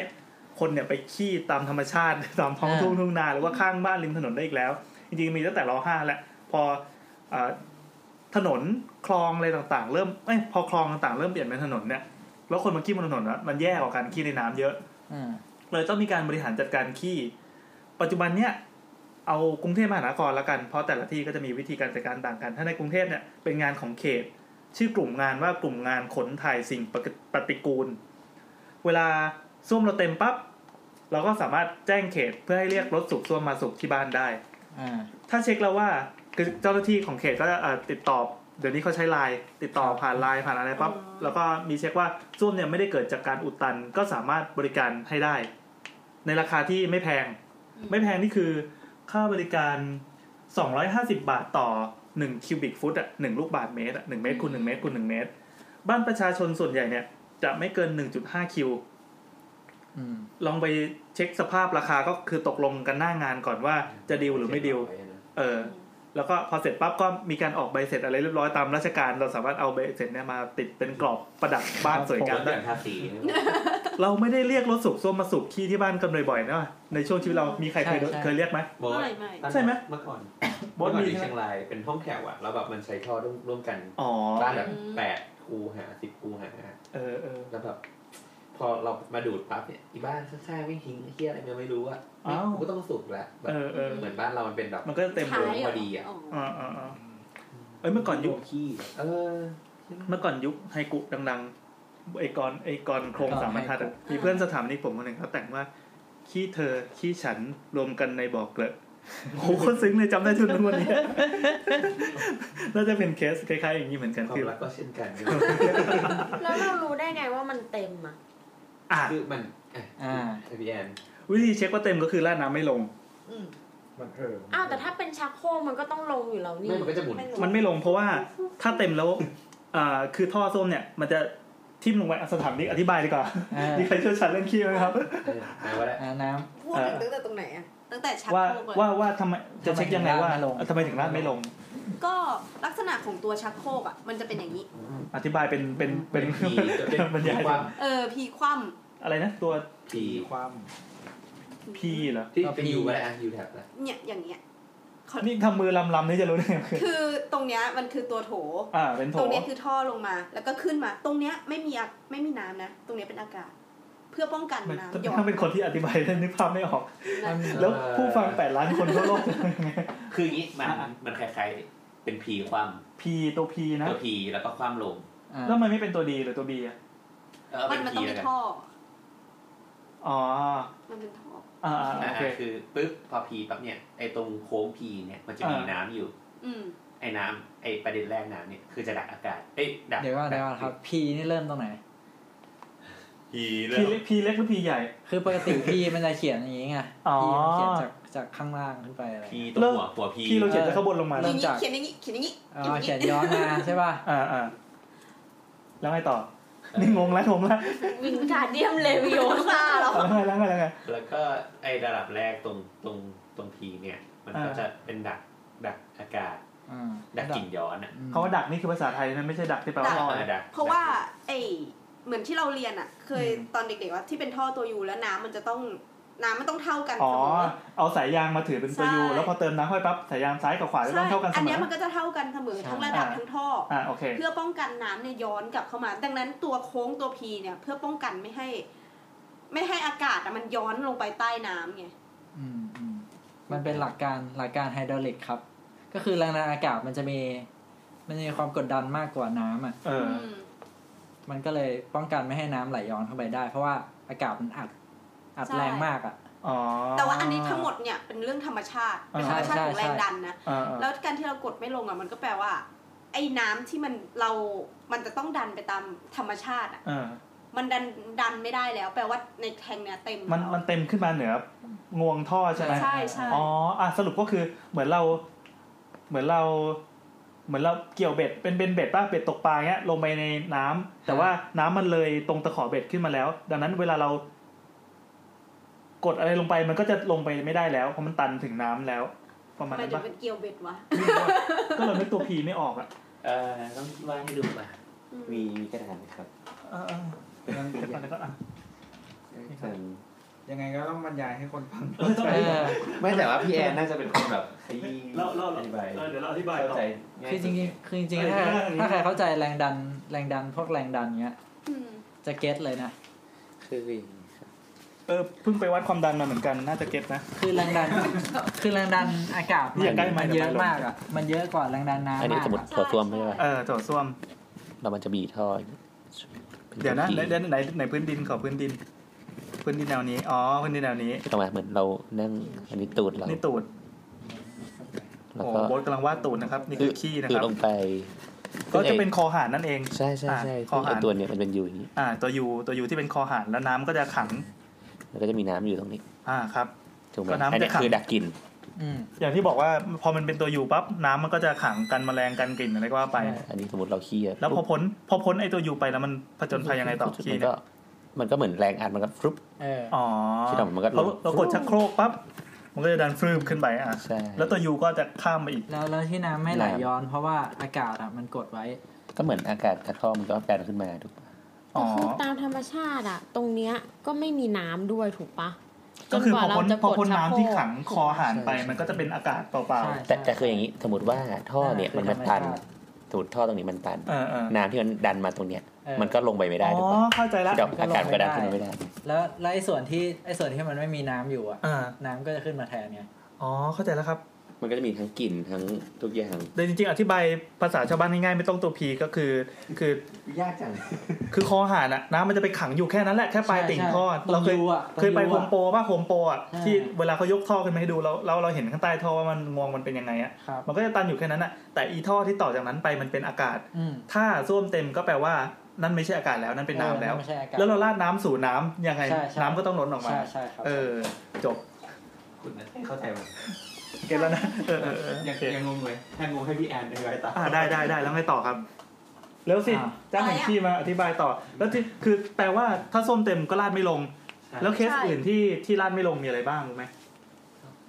คนเนี่ยไปขี้ตามธรรมชาติ ตามท้องทุ่งทุ่งนาหรือว่าข้างบ้านริมถนนได้อีกแล้ว จริงๆมีตั้งแต่รห้าแล้วพอเอ่อถนนคลองอะไรต่างๆ เริ่มเอ้ยพอคลองต่างๆเริ่มเปลี่ยนเป็นถนนเนี่ย แล้วคนมาขี้บนถนนอะมันแย่กว่าการขี้ในน้ำเยอะ
อ่า
เลยต้องมีการบริหารจัดการขี้ ปัจจุบันเนี่ยเอากรุงเทพมหานครละกัน เพราะแต่ละที่ก็จะมีวิธีการจัดการต่างกัน ถ้าในกรุงเทพเนี่ยเป็นงานของเขต ชื่อกลุ่มงานว่ากลุ่มงานขนถ่ายสิ่งปฏิปฏิกูล เวลาส้วมเราเต็มปั๊บเราก็สามารถแจ้งเขตเพื่อให้เรียกรถสูบส้วมมาสูบที่บ้านได้
อ่า
ถ้าเช็คแล้วว่าคือเจ้าหน้าที่ของเขตก็จะเอ่อติดต่อเดี๋ยวนี้เขาใช้ไลน์ติดต่อผ่านไลน์ผ่านอะไรปั๊บแล้วก็มีเช็คว่าส้วมเนี่ยไม่ได้เกิดจากการอุดตันก็สามารถบริการให้ได้ ในราคาที่ไม่แพง ไม่แพงนี่คือค่าบริการ 250 บาทต่อ 1 คิวบิกฟุตอ่ะหนึ่งลูกบาทเมตรอ่ะหนึ่งเมตรคูณหนึ่งเมตรคูณหนึ่งเมตร บ้านประชาชนส่วนใหญ่เนี่ยจะไม่เกิน 1.5 คิว
อืม
ลองไปเช็คสภาพราคาก็คือตกลงกันหน้างานก่อนว่าจะดีลหรือไม่ดีล เออแล้วก็พอเสร็จปั๊บก็มีการออกใบเสร็จอะไรเรียบร้อยตามราชการ เราสามารถเอาใบเสร็จเนี่ยมาติดเป็นกรอบประดับบ้านสว
กาง
ยาร ม
เดื
ได้
อนภาษี
เราไม่ได้เรียกรถสูบส้วมมาสูบขี้ที่บ้านกันบ่อยๆนะในช่วงชีวิตเรามีใครเคยโดนเคยเรียกไหม
บอส
ไม่ไม่
ใช่ไหม
เมื่อก่อน
บอ
เมื่
ส
อก่อน
มีใช่
ที่เชียง
ไหม
รายเป็นห้องแถวอ่ะเราแบบมันใช้ท่อร่วมร่วมกัน
อ๋อ
บ้านแบบ
อืม
แปดคูหาสิบคูหา
เออเออ
แล้วแบบพอเรามาดูดปั๊บเนี่ยอีบ้านข้างๆไม่ทิ้งไอ้เฮียอะไรมันไม่รู้อ่ะ
อ้าว
กูต้องสูบละแบบ
เออเออ
เหมือนบ้านเรามันเป็นแบบ
มันก็จะเต็ม
ขา
เลย ย
พอดีอะ
อ่าอ่าอ่าเอ้ยเมื่อก่อนยุค
ขี้
เออ
เมื่อก่อนยุคไฮกุดังๆไอกรไอกรโครงสามบรรทัดอะมีเพื่อนสถาปนิกผมคนหนึ่งเขาแต่งว่าขี้เธอขี้ฉันรวมกันในบ่อเกลอะโอ้โหคนซึ้งเลยจำได้ทุนทุกวันนี้ น่าจะเป็นเคสคล้ายๆอย่างนี้เหมือนกัน
ควา
คือ
มรักก็เช่นกัน
แล้วเรารู้ได้ไงว่ามันเต็มอ่ะ
อ่ะ
คือมัน
อ่า
พี่แอน
วิธีเช็คว่าเต็มก็คือราดน้ำไม่ลง
มันเออ
อ้าวแต่ถ้าเป็นชักโครกมันก็ต้องลงอยู่แล้วนี่
ไม่มันก็จะหมุน
มันไม่ลงเพราะว่าถ้าเต็มแล้วอ่าคือท่อส้มเนี่ย มันจะทิ่มลงไปอ่ะสถานนี้อธิบายดีกว่า
อ่า
มีใครเชี่ยวชาญเรื่องขี้ไหมครับ
เอออ่ะว่าได้
อ่าน้
พูดถึงตั้งแต่ตรงไหนอะ
ตั้งแต่ชัก
ว่า
โครกเลย
ว่าว่าทำไมจะเช็คยังไงว่า
ทำไมถึงราด
ทำไมถึงราด
ไม่ลง
ไม่ลง
ก็ลักษณะของตัวชักโครกอ่ะมันจะเป็นอย่างนี้
อธิบายเป็นเป็นเป็น
ผีจะเป็น
บรรยาย
ความ
เออพีคว่
อะไรนะ ตัว
ผี
ความ
พีเหรอ
ที่เป็นอยู่ก็ได้อ่ะอยู่แถบละ
ำเนี่ยอย่างเงี้ย
นี่ทำมือลำลำๆนี่จะรู้ได้ไงคือ
คือตรงเนี้ยมันคือตัวโถ
อ่าเป็นโถ
ตรงเนี้ยคือท่อลงมา แล้วก็ขึ้นมา ตรงเนี้ยไม่มีอะไม่มีน้ำนะ ตรงเนี้ยเป็นอากาศ เพื่อป้องกัน
มัน
น้ำหยอด
ถ้าเป็นคนที่อธิบายได้นึกภาพไม่ออก
ำมัน
แล้วผู้ฟังแปดล้านคนทั่วโลกจะเป็นยังไง
คืออย่างนี้มันมันคล้ายๆเป็นผีความ
พีตัวพีนะ
ตัวพีแล้วก็ความลง
อ่า
แล้วมันไม่เป็นตัวดีหรือตัวบีอะ
เออ
มั
เป็น น
มันต้
พี
องมี
แล้วกัน
ท่อ
อ๋อ
มันเป็นท่อ
อ่าอ่า
อ่า
โอเค
คือปึ๊บพอพีปั๊บเนี่ยไอ้ตรงโค้งพีเนี่ยมันจะมี
อ่า
น้ำอยู่
อืม
ไอ้น้ำไอ้ประเด็นแรกน้ำเนี่ยคือจะดักอากาศเอ้ยดัก
เดี๋ยวก่อนเดี๋ยวก่อนครับ พีนี่เริ่มตรงไหน
พีเลย
พีเล็กพีเล็กหรือพีใหญ่
คือปกติพีมันจะเขียนอย่างนี้ไง
อ๋อ
พีมันเขียนจากจากข้างล่างขึ้นไปอะไร
พีตัวหัวหัวพี
พี่เราเขียนจากข้างบนลงมา
เริ่มจาก
เขียนอย่างนี้เขียนอย่างนี้
อ๋อเขียนย้อนมาใช่ป่ะ
อ่าอ่าแล้วไงต่อ นี่งงแล้วงงแล้ว
วิงการเดียมเลวิโอซาหรอ
แล้วไงแล้วไงแล้วไง
แล้วก็ไอ้ระดับแรกตรงตรงตรงพีเนี่ย มันก็
อ่า
จะเป็นดักดักอากาศ
อืม
ดักกลิ่นย้อนอ่ะ
เขาว่าดักนี่คือภาษาไทยนะไม่ใช่ดักที่แปล
ดั
ว่าก ลอย
อ่าดัก
เพราะว่าไอเหมือนที่เราเรียนอ่ะ เคยตอนเด็กๆว่าที่เป็นท่อตัวยูแล้วน้ำมันจะต้องน้ำมันต้องเท่ากัน
อ๋
เสม
อ
อ
เอาสายยางมาถือเป็นตัวยู
ใช่
แล้วพอเติมน้ำเข้าไปปั๊บสายยางซ้ายกับขวาจะต้องเท่ากันเส
อัน
มอ
เนี้ย
อ
มันก็จะเท่ากันเสมอ
ใช่
ทั้งระดับ
อ่า
ทั้งท่ออ
อ่าโอเค
เพื่อป้องกันน้ำเนี่ยย้อนกลับเข้ามา ดังนั้นตัวโค้งตัวพีเนี่ย เพื่อป้องกันไม่ให้ ไม่ให้อากาศอะมันย้อนลงไปใต้น้ำไง
อืมอืมมันเป็นหลักการหลักการไฮดรอลิกครับ ก็คือแรงดันอากาศมันจะมี มันจะมีความกดดันมากกว่าน้ำอ่ะ
เออ
มันก็เลยป้องกันไม่ให้น้ำไหลย้อนเข้าไปได้ เพราะว่าอากาศมันอัดอัด
ใช่
แรงมากอ่ะ
อ๋อ
แต่ว่าอันนี้ทั้งหมดเนี่ยเป็นเรื่องธรรมชาติเป็นธรรมชาติ
ใช่
ของแรง
ใช่
ดันนะ
อ่าอ่า
แล้วการที่เรากดไม่ลงอ่ะมันก็แปลว่า ไอ้น้ำที่มันเรา มันจะต้องดันไปตามธรรมชาติอ่ะ
เออ
มันดันดันไม่ได้แล้ว แปลว่าในแทงเนี่ยเต็ม
มัน
แล้ว
มันเต็มขึ้นมาเหนืองวงท่อใช่ไหม
ใช่ใช่
อ๋ออ่ะสรุปก็คือเหมือนเรา เหมือนเรา เหมือนเราเกี่ยวเบ็ดเป็นเป็นเบ็ดป่ะเบ็ดตกปลาเงี้ยลงไปในน้ำแต่ว่าน้ำมันเลยตรงตะขอเบ็ดขึ้นมาแล้ว ดังนั้นเวลาเรา กดอะไรลงไปมันก็จะลงไปไม่ได้แล้วเพราะมันตันถึงน้ำแล้ว ประมาณ
ทำไม
นั้น
ถึ
ปะ
งเป็นเกียวเบ็ดวะ
ก็เราไม่ตัวพีไม่ออกอ่ะ
เออต้องวาดให้ดูป่ะมีมีกระดานไหมครับ
เออเออเดี๋ยวก่อนเดี๋ยวก่อนอ่ะ
ยังไงก็ต้องบรรยายให้คนฟัง
เออ
ไม่แต่ว่าพี่แอนน่าจะเป็นคนแบบขยี้
เล่าเล่า
อ
เล่า
ธิบาย
เออเดี๋ยวเราอธิบาย
เข้า
ต่อ
ใจ
คือจริงๆคือจริงๆ
เออ
ถ้า
เออ
ถ้าใครเข้าใจแรงดันแรงดันพวกแรงดันเงี้ยจะเก็ตเลยนะ
คือ
เออเพิ่งไปวัดความดันมาเหมือนกันน่าจะเก็ตนะ
คือแรงดัน คือแรงดันอากาศ
อย่าใกล้ไมค์
มัน
เดี๋
เย
ยวมันลง
อะมากอ่ะ มันเยอะกว่าแรงดันน้ำ
อันนี้
มาก
สมมติ
อะ
ถั่วส้วมใช่ไหม
เออโถส้วม
เรามันจะบีท่อ
เดี๋ยวนะในในในในพื้นดินขอพื้นดิน พื้นดินแนวนี้ อ๋อ พื้นดินแนวนี้
ทำไมเหมือนเรานั่งอันนี้ตูดเรา
นี่ตูด
แล้
โอ้
ว
โห
ก็
โบทกำลังวาดตูดนะครับ นี่คือขี้นะค
คือ
รับ
ลงไป
ก็จะเป็นคอหารนั่นเอง
ใช่ใช่ใช่
คอ
ซึ่ง
หา
ไอ้
ร
ตัวเนี้ยมันเป็นอยู่อย่างนี้
อ่า ตัวยูตัวยูที่เป็นคอหารแล้วน้ำก็จะขัง
แล้วก็จะมีน้ำอยู่ตรงนี้
อ่าครับ
ถูกไหม
ก็น้ำ
อั
จะ
นเนี้ย
ขัง
คือดักกลิ่น
อืม
อย่างที่บอกว่าพอมันเป็นตัวยูปั๊บน้ำมันก็จะขังกันแมลงกันกลิ่นอะไรก็ว่าไป
อันนี้สมมติเราขี้ะ
แล้วพอพ้นพอพ้นไอตัวยูไปแล้วมันผจญภัยยังไงต่อขี้
มัน
เนี่
ก็
ย
มันก็เหมือนแรงอัดมันก็ฟรุบ
เออ
อ๋อ
ที่ต่อมมันก็ลง
เราเรากดชักโครกปั๊บมันก็จะดันฟลืมขึ้นไปอ่ะ
ใช่
แล้วตัวยูก็จะข้ามไปอีก
แล้วแล้วที่น้ำไม่ไหลย้อน เพราะว่าอากาศอ่ะมันกดไว้
ก็เหมือนอากาศจากท่อมันก็แปลขึ้นมาถูกปะ
อ๋อ
คือตามธรรมชาติอะตรงเนี้ยก็ไม่มีน้ำด้วยถูกปะ
ก็คือ
จ
พ
ว่า
อพ้น
เราจะ
พอพ้น
กดชัก
น้ำ
โร
ที่ขังคอหารไปมันก็จะเป็นอากาศเปล่า
ใช่
แต่แต่
ใช่
คืออย่างนี้สมมติว่าท่อเนี่ย
ใช่
มันมันตัน
ธรรมชาติ
สมมติท่อตรงนี้มันตัน
ๆเออเออ
น้ำที่มันดันมาตรงเนี้ย
เออ
มันก็ลงไปไม่ได้
อ๋
ถูก
อ
ปะ
เข้าใจแล้ว
ที่ดอก
ก็
อา
ลง
กาศก็ดัน
ไม่
ขึ้น
ได้
มาไม่ได้
แล้วแล้วไอ้ส่วนที่ไอ้ส่วนที่มันไม่มีน้ำอยู่อ่ะ
อ่า
น้ำก็จะขึ้นมาแทนไง
อ๋อเข้าใจแล้วครับ
มันก็จะมีทั้งกลิ่นทั้งทุกอย่าง
แต่จริงๆ อธิบายภาษาชาวบ้านง่ายๆไม่ต้องตัวพีก็คือคือย
ากจัง
คือคอหารอะน้ำมันจะไปขังอยู่แค่นั้นแหละแค่ปลาย
ใช่
ติ่ง
ใช่
ท่อ
ตรง
เราเคย
รูอะตรง
เคยไป
รู
โฮ
อะ
มโปรป่ะโฮมโปรอะ
ใช่
ที่เวลาเขายกท่อขึ้นมาให้ดูเราเราเราเห็นข้างใต้ท่อว่ามันงวงมันเป็นยังไงอะ
ครับ
มันก็จะตันอยู่แค่นั้นอะแต่อีท่อที่ต่อจากนั้นไปมันเป็นอากาศ
อืม
ถ้าส้วมเต็มก็แปลว่านั่นไม่ใช่อากาศแล้วนั่นเป็นน้ำแล้ว
ไม่ใช่อากาศ
แล้วเราราดน้ำสู่น้ำยังไง
ใช่ใช่
น้ำก็ต้องล้นออกมา
ใช่ใช่ครับ
เออ จบ
คุณเข้าใจมั้ย
เก็ต แล้วนะเออเออเออ
ยังยังงงเลยถ้างงให้พี่แอนอธิบายต่อ
อ่าได้ได้ได้แล้วไงต่อครับ แล้วสิจ้างแผนที่มาอธิบายต่อ แล้วที่คือแปลว่าถ้าส้มเต็มก็ราดไม่ลง แล้วเคสอื่นที่ที่ราดไม่ลงมีอะไรบ้างรู้ไหม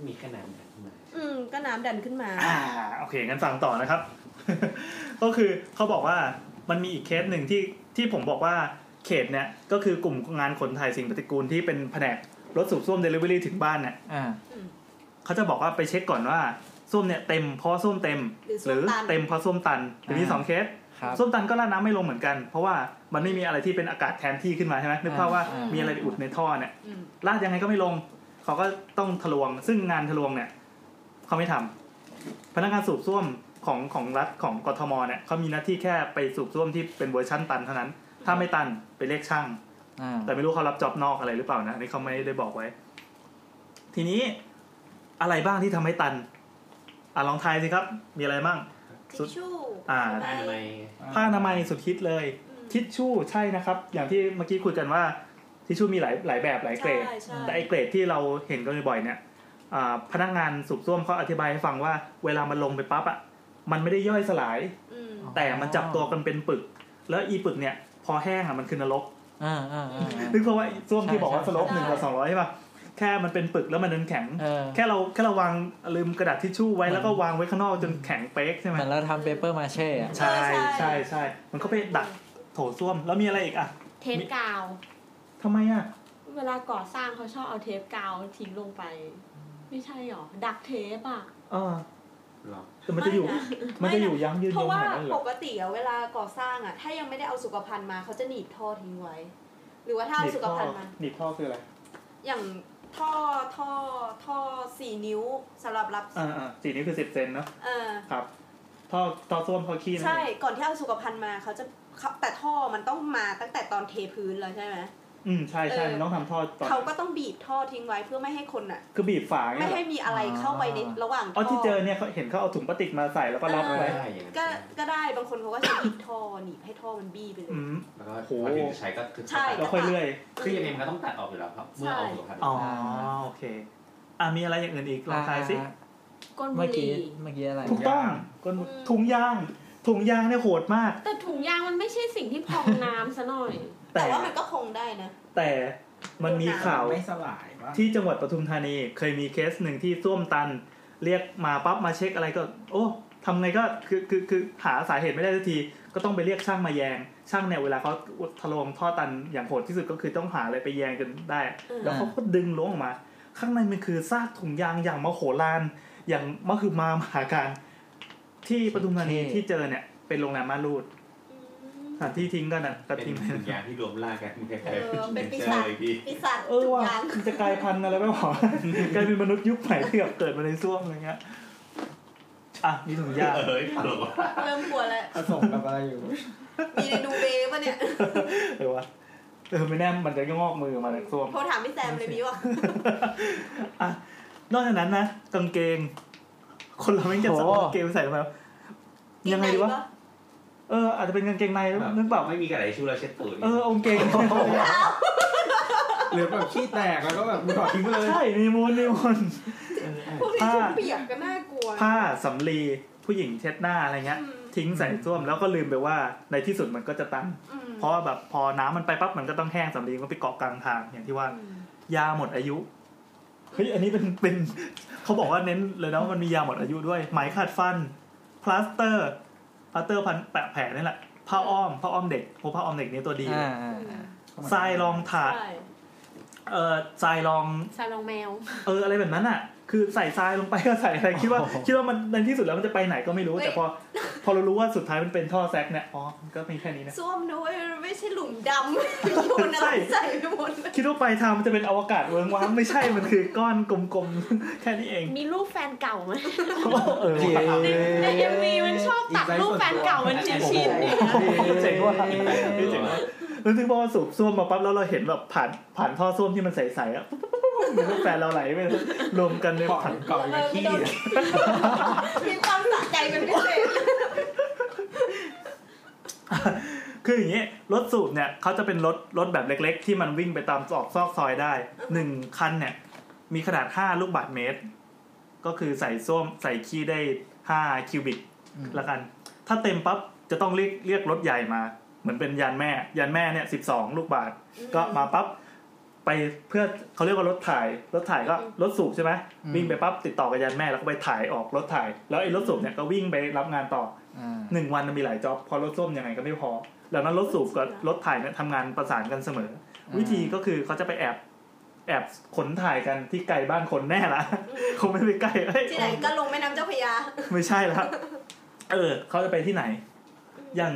มีขนาดนั้นไหม
อืม ก็น้ำดันขึ้นมา
อ่าโอเคงั้นฟังต่อนะครับ ก็คือเขาบอกว่ามันมีอีกเคสหนึ่งที่ที่ผมบอกว่าเขตเนี่ยก็คือกลุ่มงานขนถ่ายสิ่งปฏิกูลที่เป็นแผนกรถสูบส้วมเดลิเวอรี่ถึงบ้านเนี่ย
อ่า
เขาจะบอกว่าไปเช็คก่อนว่าส้วมเนี่ยเต็มเพราะส้วมเต็ม
หรือส้วมตัน
เต็มเพราะส้วมตันหรือมี
อ่า
สองเคส
ครับ
ส้วมตันก็ราดน้ำไม่ลงเหมือนกัน เพราะว่ามันไม่มีอะไรที่เป็นอากาศแทนที่ขึ้นมาใช่ไหมนึกภาพว่ามีอะไรไปอุดในท่อเนี่ยราดยังไงก็ไม่ลง เขาก็ต้องทะลวง ซึ่งงานทะลวงเนี่ยเขาไม่ทำพนักงานสูบส้วมของของรัฐของกทมเนี่ยเขามีหน้าที่แค่ไปสูบส้วมที่เป็นเวอร์ชั่นตันเท่านั้น ถ้าไม่ตันไปเรียกช่าง
อ่า
แต่ไม่รู้เขารับจ็อบนอกอะไรหรือเปล่านะอันนี่เขาไม่ได้บอกไว้ ทีนี้อะไรบ้างที่ทำให้ตัน อ่ะลองทายสิครับ มีอะไรบ้าง
ทิชชู่
อ่า
ไป
ผ้าอนามัยสุดฮิตเลย ทิชชู่ใช่นะครับ อย่างที่เมื่อกี้คุยกันว่า ทิชชู่มีหลายหลายแบบหลายเกรด
ใช่ใช่
แต่ไอเกรดที่เราเห็นกันบ่อยๆเนี่ยอ่าพนักงานสูบส้วมเขาอธิบายให้ฟังว่าเวลามันลงไปปั๊บอ่ะมันไม่ได้ย่อยสลาย แต่มันจับตัวกันเป็นปึก แล้วอีปึกเนี่ย พอแห้งอ่ะมันคือนรก
อ่าอ่า
นึกเพราะว่าไอ้ส้วมที่
ใช่
บอกว่า
ใช่
สลบ
ใช่
หนึ่งต่อสองร้อยใช่ป่ะแค่มันเป็นปึกแล้วมันเดินแข็ง
เออ
แค่เราแค่เราวางลืมกระดาษทิชชู่ไว้แล้วก็วางไว้ข้างนอกจนแข็งเป๊กใช่ไหม
เหมือนเราทำเปเปอร์มาเช่อะ
ใช่ใช่ใช่มันก็ไปดักโถส้วมแล้วมีอะไรอีกอ่ะ
เทปกาว
ทำไมอ่ะ
เวลาก่อสร้างเขาชอบเอาเทปกาวทิ้งลงไป ไม่ใช่หรอ ดักเทปอ่ะ
เออแต่มันจะอยู่ มันจะอยู่ยั้งยืน
เพ
ยง
ราะ
ข
ว่า
นาดนั้นเหร
ป
อ
กติอะเวลาก่อสร้างอะถ้ายังไม่ได้เอาสุขภัณฑ์มาเขาจะหนีบท่อทิ้งไว้ หรือว่าถ้าเอาสุขภัณฑ์มา
หนีบท่อคืออะไร
อย่างท่อท่อท่อสี่นิ้วสำหรับรับ
อ่าอ่าสีนี้คือสิบเซนเนาะ
เออ
ครับท่อท่อส้วมท่อขี้นั่น
ใช่
เอง
ก่อนที่เอาสุขภัณฑ์มาเขาจะเขาแต่ท่อมันต้องมาตั้งแต่ตอนเทพื้นแล้วใช่ไหม
อืมใช่ใช่
เออ
มันต้องทำท่อต่อ
เขาก็ต้องบีบท่อทิ้งไว้เพื่อไม่ให้คนอะ
คือบีบฝา
ไม่
เงี้ยเหรอ
ให้มีอะไรเข้าไปในระหว่างท่
อ๋
อ
อ
อ
ที่เจอเนี่ยเขาเห็นเขาเอาถุงพลาสติกมาใส่แล้วก็รับไว้
ก็ก็ได้บางคนเขาก็ใช้บีบท่อหนีบให้ท่อมันบี้ไปเลย
อืม
แล้วก็พอถึงจะใช้ก็คือ
ใช่
แล้วค่อยเลื่อย
คือยังไงมันก็ต้องตัดออกอยู่แล้วครับ เมื่อเอาสุขภาพ
อ๋อโอเค อ่ะมีอะไรอย่างอื่นอีกลองทายสิ
ก้นบุ
เมื่อ
ห
กี้
รี่
เมื่อกี้อะไร
ถูกต้องก้นถุงยาง ถุงยางเนี่ยโหดมาก
แต่ถุงยางมันไม่ใช่สิ่งที่พองน้ำซะหน่อย
แต่
แต่ว่ามันก็คงได้นะ
แต่มันมีข่าว
ไม่สลายปะ
ที่จังหวัดปทุมธานีเคยมีเคสหนึ่งที่ส้วมตัน เรียกมาปั๊บมาเช็คอะไรก็ โอ้ทำไงก็คือคือคือหาสาเหตุไม่ได้สักที ก็ต้องไปเรียกช่างมาแยง ช่างเนี่ยเวลาเขาทะลวงท่อตันอย่างโหดที่สุดก็คือต้องหาอะไรไปแยงจนได้
อืม
แล้วเขาก็ดึงล้วงออกมา ข้างในมันคือซากถุงยางอย่างมโหฬารอย่างมันคือมามหาการ ที่ปทุมธานีที่เจอเนี่ยเป็นโรงแรมม่านรูดสถานที่ทิ้งกันอ่ะก็ทิ้งไป
ยาที่รวมร่างกันมันคล้าย
เออ
ๆ
เป็นปี
จ
ศา
อ
จ
อีกที
ปีศาจ
เออ
จุก
ว่ะ
ยาง
มันจะกลายพันธุ์อะไรไม่ห รอกลายเป็นมนุษย์ยุคใหม่ที่แบบเกิดมาในซ่วมอะไรเงี้ยอ่ะมีถุงยาง
เอ้ยตลกว่ะ
เริ่มกลัวแล้ว
ผสมกับอะไรอยู่
มีในดูเบป่ะเนี่ย
เออวะเออไม่แน่มันจะงอกมือมาจากซ่วม
โทรถามพี่แซมเลยมีว่า
นอกจากนั้นนะกางเกง คนเราไม่จะใส่
โอ้
กางเกงใส่ทำไมวะยังไงดีวะเอออาจจะเป็นกางเกงในนึกแบบ
ไม่มีกระไรชูเราเช็ดตูด
เออเอากางเกง
หรือแบบขี้แตกแล้วก็แบบถอดทิ้งไปเลย
ใช่มีมูลมีมูล
พวกนี้ชุดเปียกก็น่ากลัว
ผ้าสำลีผู้หญิงเช็ดหน้าอะไรเงี้ย ทิ้งใส่ส้วมแล้วก็ลืมไปว่าในที่สุดมันก็จะตัน
อืม
เพราะว่าแบบพอน้ำมันไปปั๊บมันก็ต้องแห้งสำลีมันก็ไปเกาะกลางทางอย่างที่ว่า ยาหมดอายุเฮ้ยอันนี้เป็นเป็น เขาบอกว่าเน้นเลยนะว่ามันมียาหมดอายุด้วยไหมขัดฟันพลาสเตอร์พลาสเตอร์พันแปะแผลนี่แหละผ้าอ้อมผ้าอ้อมเด็กโอ้ผ้าอ้อมเด็กนี่ตัวดีเลยทรายรองถาด
ใช่
เอ่อทรายรอง
ซาลองแมว
เอออะไรแบบนั้นอ่ะ คือใส่ทรายลงไปก็ใส่อะไร คิดว่าคิดว่ามันในที่สุดแล้วมันจะไปไหนก็ไม่รู้ แต่พอ พอเรารู้ว่าสุดท้ายมันเป็นท่อแซกเนี่ยอ๋อมันก็มีแค่นี้นะ
ส้วมนะเว้ยมันไม่ใช่หลุมดำโยนอะไรใส่ไปหมดเลย
คิดว่าปลายทางมันจะเป็นอวกาศเวิงว้างไม่ใช่มันคือก้อนกลมๆ แค่นี้เอง
มีรูปแฟนเก่าไหม
เออ
ในเอ็มวีมันชอบตัดรูปแฟนเก่ามันชิ้นชิ้นๆเนี่ย
เจ๋งว่ะเจ๋งว่ะแล้วถึงพอสูบส้วมมาปั๊บแล้วเราเห็นแบบผ่านผ่านท่อส้วมที่มันใสๆอ่ะปุ๊บปุ๊บปุ๊บปุ๊บเหมือนลูกแฟนเราไหลไปเลย รวมกันในถังเก่า
เออไม่โดนมีความสะใจเป็นพิเศษ
คืออย่างนี้รถสูบเนี่ยเขาจะเป็นรถรถแบบเล็ก ๆ ที่มันวิ่งไปตามซอกซอกซอยได้หนึ่งคันเนี่ย มีขนาด 5 ลูกบาทเมตร ก็คือใส่ส้วมใส่ขี้ได้ 5 คิวบิกละกัน ถ้าเต็มปั๊บจะต้องเรียกเรียกรถใหญ่มา เหมือนเป็นยานแม่ ยานแม่เนี่ย 12 ลูกบาท ก็มาปั๊บไปเพื่อเขาเรียกว่ารถถ่าย รถถ่ายก็รถสูบใช่ไหม
อืม
วิ่งไปปั๊บติดต่อกับยานแม่แล้วก็ไปถ่ายออกรถถ่าย แล้วไอ้รถสูบเนี่ยก็วิ่งไปรับงานต่อ
อ่า
หนึ่งวันมีหลายจ็อบพอรถส้มยังไงก็ไม่พอ แล้วนั้นรถสูบกับรถถ่ายเนี่ยทำงานประสานกันเสมอ
ม
วิธีก็คือเขาจะไปแอบ แอบขนถ่ายกันที่ไกลบ้านคนแน่ละ คงไม่ไปใกล้เอ้ย
ที่ไหนก็ลงแม่น้ำเจ้าพระยา
ไม่ใช่ละเออเขาจะไปที่ไหน อย่าง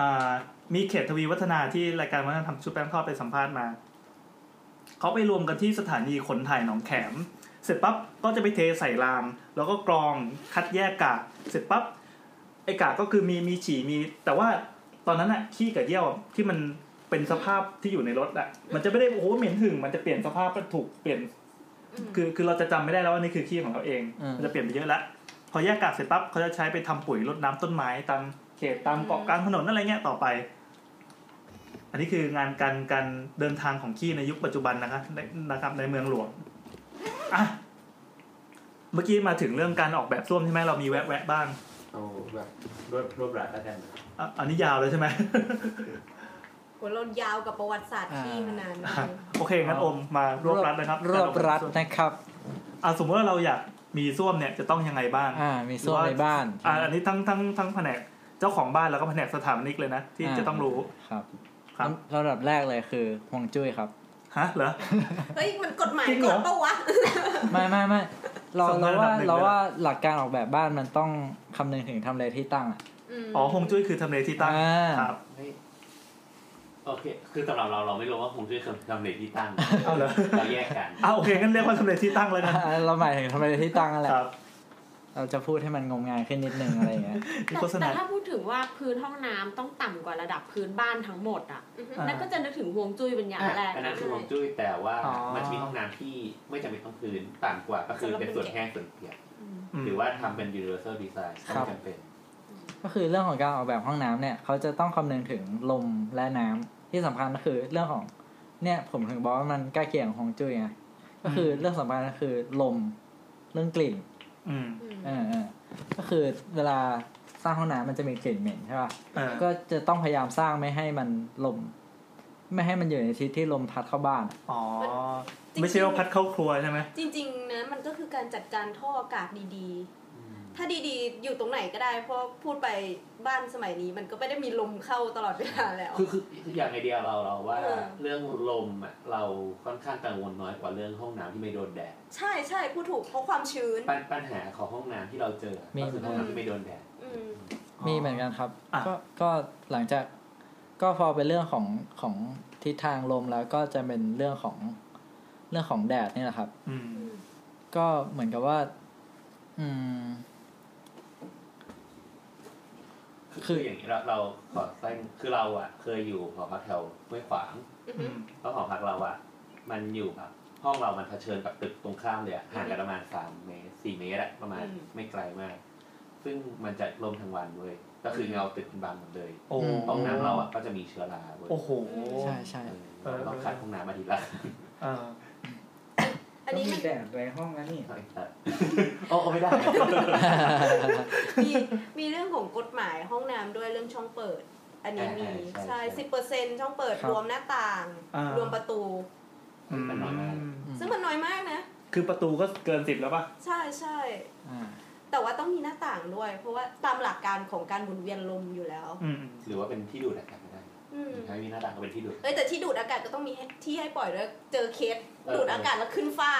อ่ามีเขตทวีวัฒนาที่รายการวัฒนธรรมชุดแป้งทอดไปสัมภาษณ์มาเขาไปรวมกันที่สถานีขนถ่ายหนองแขม เสร็จปั๊บก็จะไปเทใส่ราง แล้วก็กรองคัดแยกกากเสร็จปั๊บ ไอกากก็คือมีมีฉี่มี แต่ว่าตอนนั้นอะขี้กับเยี่ยวอะที่มันเป็นสภาพที่อยู่ในรถอะมันจะไม่ได้โอ้โหเหม็นหึงมันจะเปลี่ยนสภาพมันถูกเปลี่ยน คือคือเราจะจำไม่ได้แล้วว่านี่คือขี้ของเราเอง
อืม
มันจะเปลี่ยนไปเยอะละพอแยกกากเสร็จปั๊บเขาจะใช้ไปทำปุ๋ยรดน้ำต้นไม้ตามเขตตามเกาะกลางถนนอะไรเงี้ยต่อไป อันนี้คืองานการการเดินทางของขี้ในยุคปัจจุบันนะครับในนะครับในเมืองหลวงอ่ะเมื่อกี้มาถึงเรื่องการออกแบบส้วมใช่ไหมเรามีแวะแวะๆบ้าง
เอาแบบรวบรวบรัดแล้วกันนะ
อ่ะอันนี้ยาวเลยใช่ไหม
โหเรายาวกับประวัติศาสตร์ที่มานานมากเลย
โอเคงั้นอมมารวบรัดนะครับ
รวบรัด
นะครับอ่าสมมติว่าเราอยากมีส้วมเนี่ยจะต้องยังไงบ้าง
อ่ามีส้วม
หรือ
ในบ้าน
อ่าอันนี้ทั้งทั้งทั้งแผนกเจ้าของบ้านแล้วก็แผนกสถาปนิกเลยนะที่
อ่า
จะต้องรู้
ครับ
ครับ
ระดับแรกเลยคือห่วงจุ้ยครับ
ฮะเหรอ
เฮ้ยมันกฎหมาย
จริง
ก
เหรอ
ฎปะวะ
ไม่ไม่ไม่เรา
สำคั
เรา
ญระดั
ว่า
บหนึ่งเลยนะ
เราว่าหลักการออกแบบบ้านมันต้องคำนึงถึงทำเลที่ตั้งอะ
อ๋อฮวงจุ้ยคือทำเลที่ตั้ง
อ่า
ครับ
โอเค คือสำหรับเราเราไม่รู้ว่าคงช่วยคำทำเลที่ตั้ง
เอาเหรอ
เราแยกกัน
อ่าโอเคงั้นเรียกว่าทำเลที่ตั้งแล้วกัน
เราหมายถึงทำเลที่ตั้งนั่นแหละ
ครับ
เราจะพูดให้มันงมงายขึ้นนิดนึงอะไรอย่างเงี้ย
แต่แต่ถ้าพูดถึงว่าพื้นห้องน้ำต้องต่ำกว่าระดับพื้นบ้านทั้งหมดอ่ะนั่นก็จะนึกถึงฮวงจุ้ยเป็นอย่างแรก
อันนั้น
นะ
คือฮวงจุ้ยแต่ว่า
อ๋อ
มันจะมีห้องน้ำที่ไม่จำเป็นต้องพื้นต่างกว่าก็คือเป็นส่วนแห้งส่วนเปียก
อืม
หรือว่าทำเป็น universal design ก็
ค
ไม่
รับ
จำเป็น
ก็คือเรื่องของการออกแบบห้องน้ำเนี่ยเขาจะต้องคำนึงถึงลมและน้ำที่สำคัญก็คือเรื่องของเนี่ยผมถึงบอกว่ามันใกล้เคียงกับฮวงจุ้ยไงก็คือเรื่องสำคัญก็คือลมเรื่องกลิ่น
อืม
เออเออก็คือเวลาสร้างห้องน้ำมันจะมีกลิ่นเหม็นใช่ป่ะ
เออ
ก็จะต้องพยายามสร้างไม่ให้มันลม ไม่ให้มันอยู่ในทิศที่ลมพัดเข้าบ้าน
อ๋อไม่ใช่ว่าพัดเข้าครัวใช่ไหม
จริงๆนะมันก็คือการจัดการท่ออากาศดีๆ ถ้าดีๆ อยู่ตรงไหนก็ได้ เพราะพูดไปบ้านสมัยนี้ มันก็ไม่ได้มีลมเข้าตลอดเวลาแล้ว
คือคืออย่างไอเดียเราเราว่า
เออ
เรื่องลมอ่ะเราค่อนข้างกังวลน้อยกว่าเรื่องห้องน้ำที่ไม่โดนแดด
ใช่ใช่พูดถูกเพราะความชื้น
ปัญปัญหาของห้องน้ำที่เราเจอก็คือห้องน้ำที่ไม่โดนแดด
อืม
มีเหมือนกันครับ ก็ก็หลังจาก ก็พอเป็นเรื่องของของทิศทางลมแล้วก็จะเป็นเรื่องของเรื่องของแดดนี่แหละครับ
อืม
ก็เหมือนกับว่า อืม
คืออย่างนี้เราเราขอแทรกคือเราอ่ะ เคยอยู่หอพักแถวห้วยขวางแล้วหอพักเราอ่ะ มันอยู่แบบห้องเรามันเผชิญกับตึกตรงข้ามเลยอะห่างกันประมาณสามเมตรสี่เมตรอะประมาณ
อืม
ไม่ไกลมาก ซึ่งมันจะลมทั้งวันเว้ยก็คือเงาตึกมันบังหมดเลย
โอ้
ห้องน้ำเราอ่ะก็จะมีเชื้อราเว้ย
โอ้โห
ใช่ใช่
เออเราต้องคัดห้องน้ำอาทิตย์ละ
เออ
อันนี้มัน
แดดในห้องแล้วนี่
โอ้ไม่ได้
มีมีเรื่องของกฎหมายห้องน้ำด้วยเรื่องช่องเปิด อันนี้มี
อ่าใช่
ใช่
ใช่
สิบเปอร์เซ็นช่องเปิด
ครับ
รวมหน้าต่าง
อ่าร ร
วมประตู
อืม
ซึ่งมันน้อยมากนะ
คือประตูก็เกินสิบแล้วป่ะ
ใช่ใช่
อ่า
แต่ว่าต้องมีหน้าต่างด้วย เพราะว่าตามหลักการของการหมุนเวียนลมอยู่แล้ว
หรือว่าเป็นที่ดูดอากาศก็ได้
อืม
ถ้ามีหน้าต่างก็เป็นที่ดูด
เอ้ยแต่ที่ดูดอากาศก็ต้องมีให้ที่ให้ปล่อยด้วยเจอเคส
เออ
ดูดอากาศแล้วขึ้นฟ้า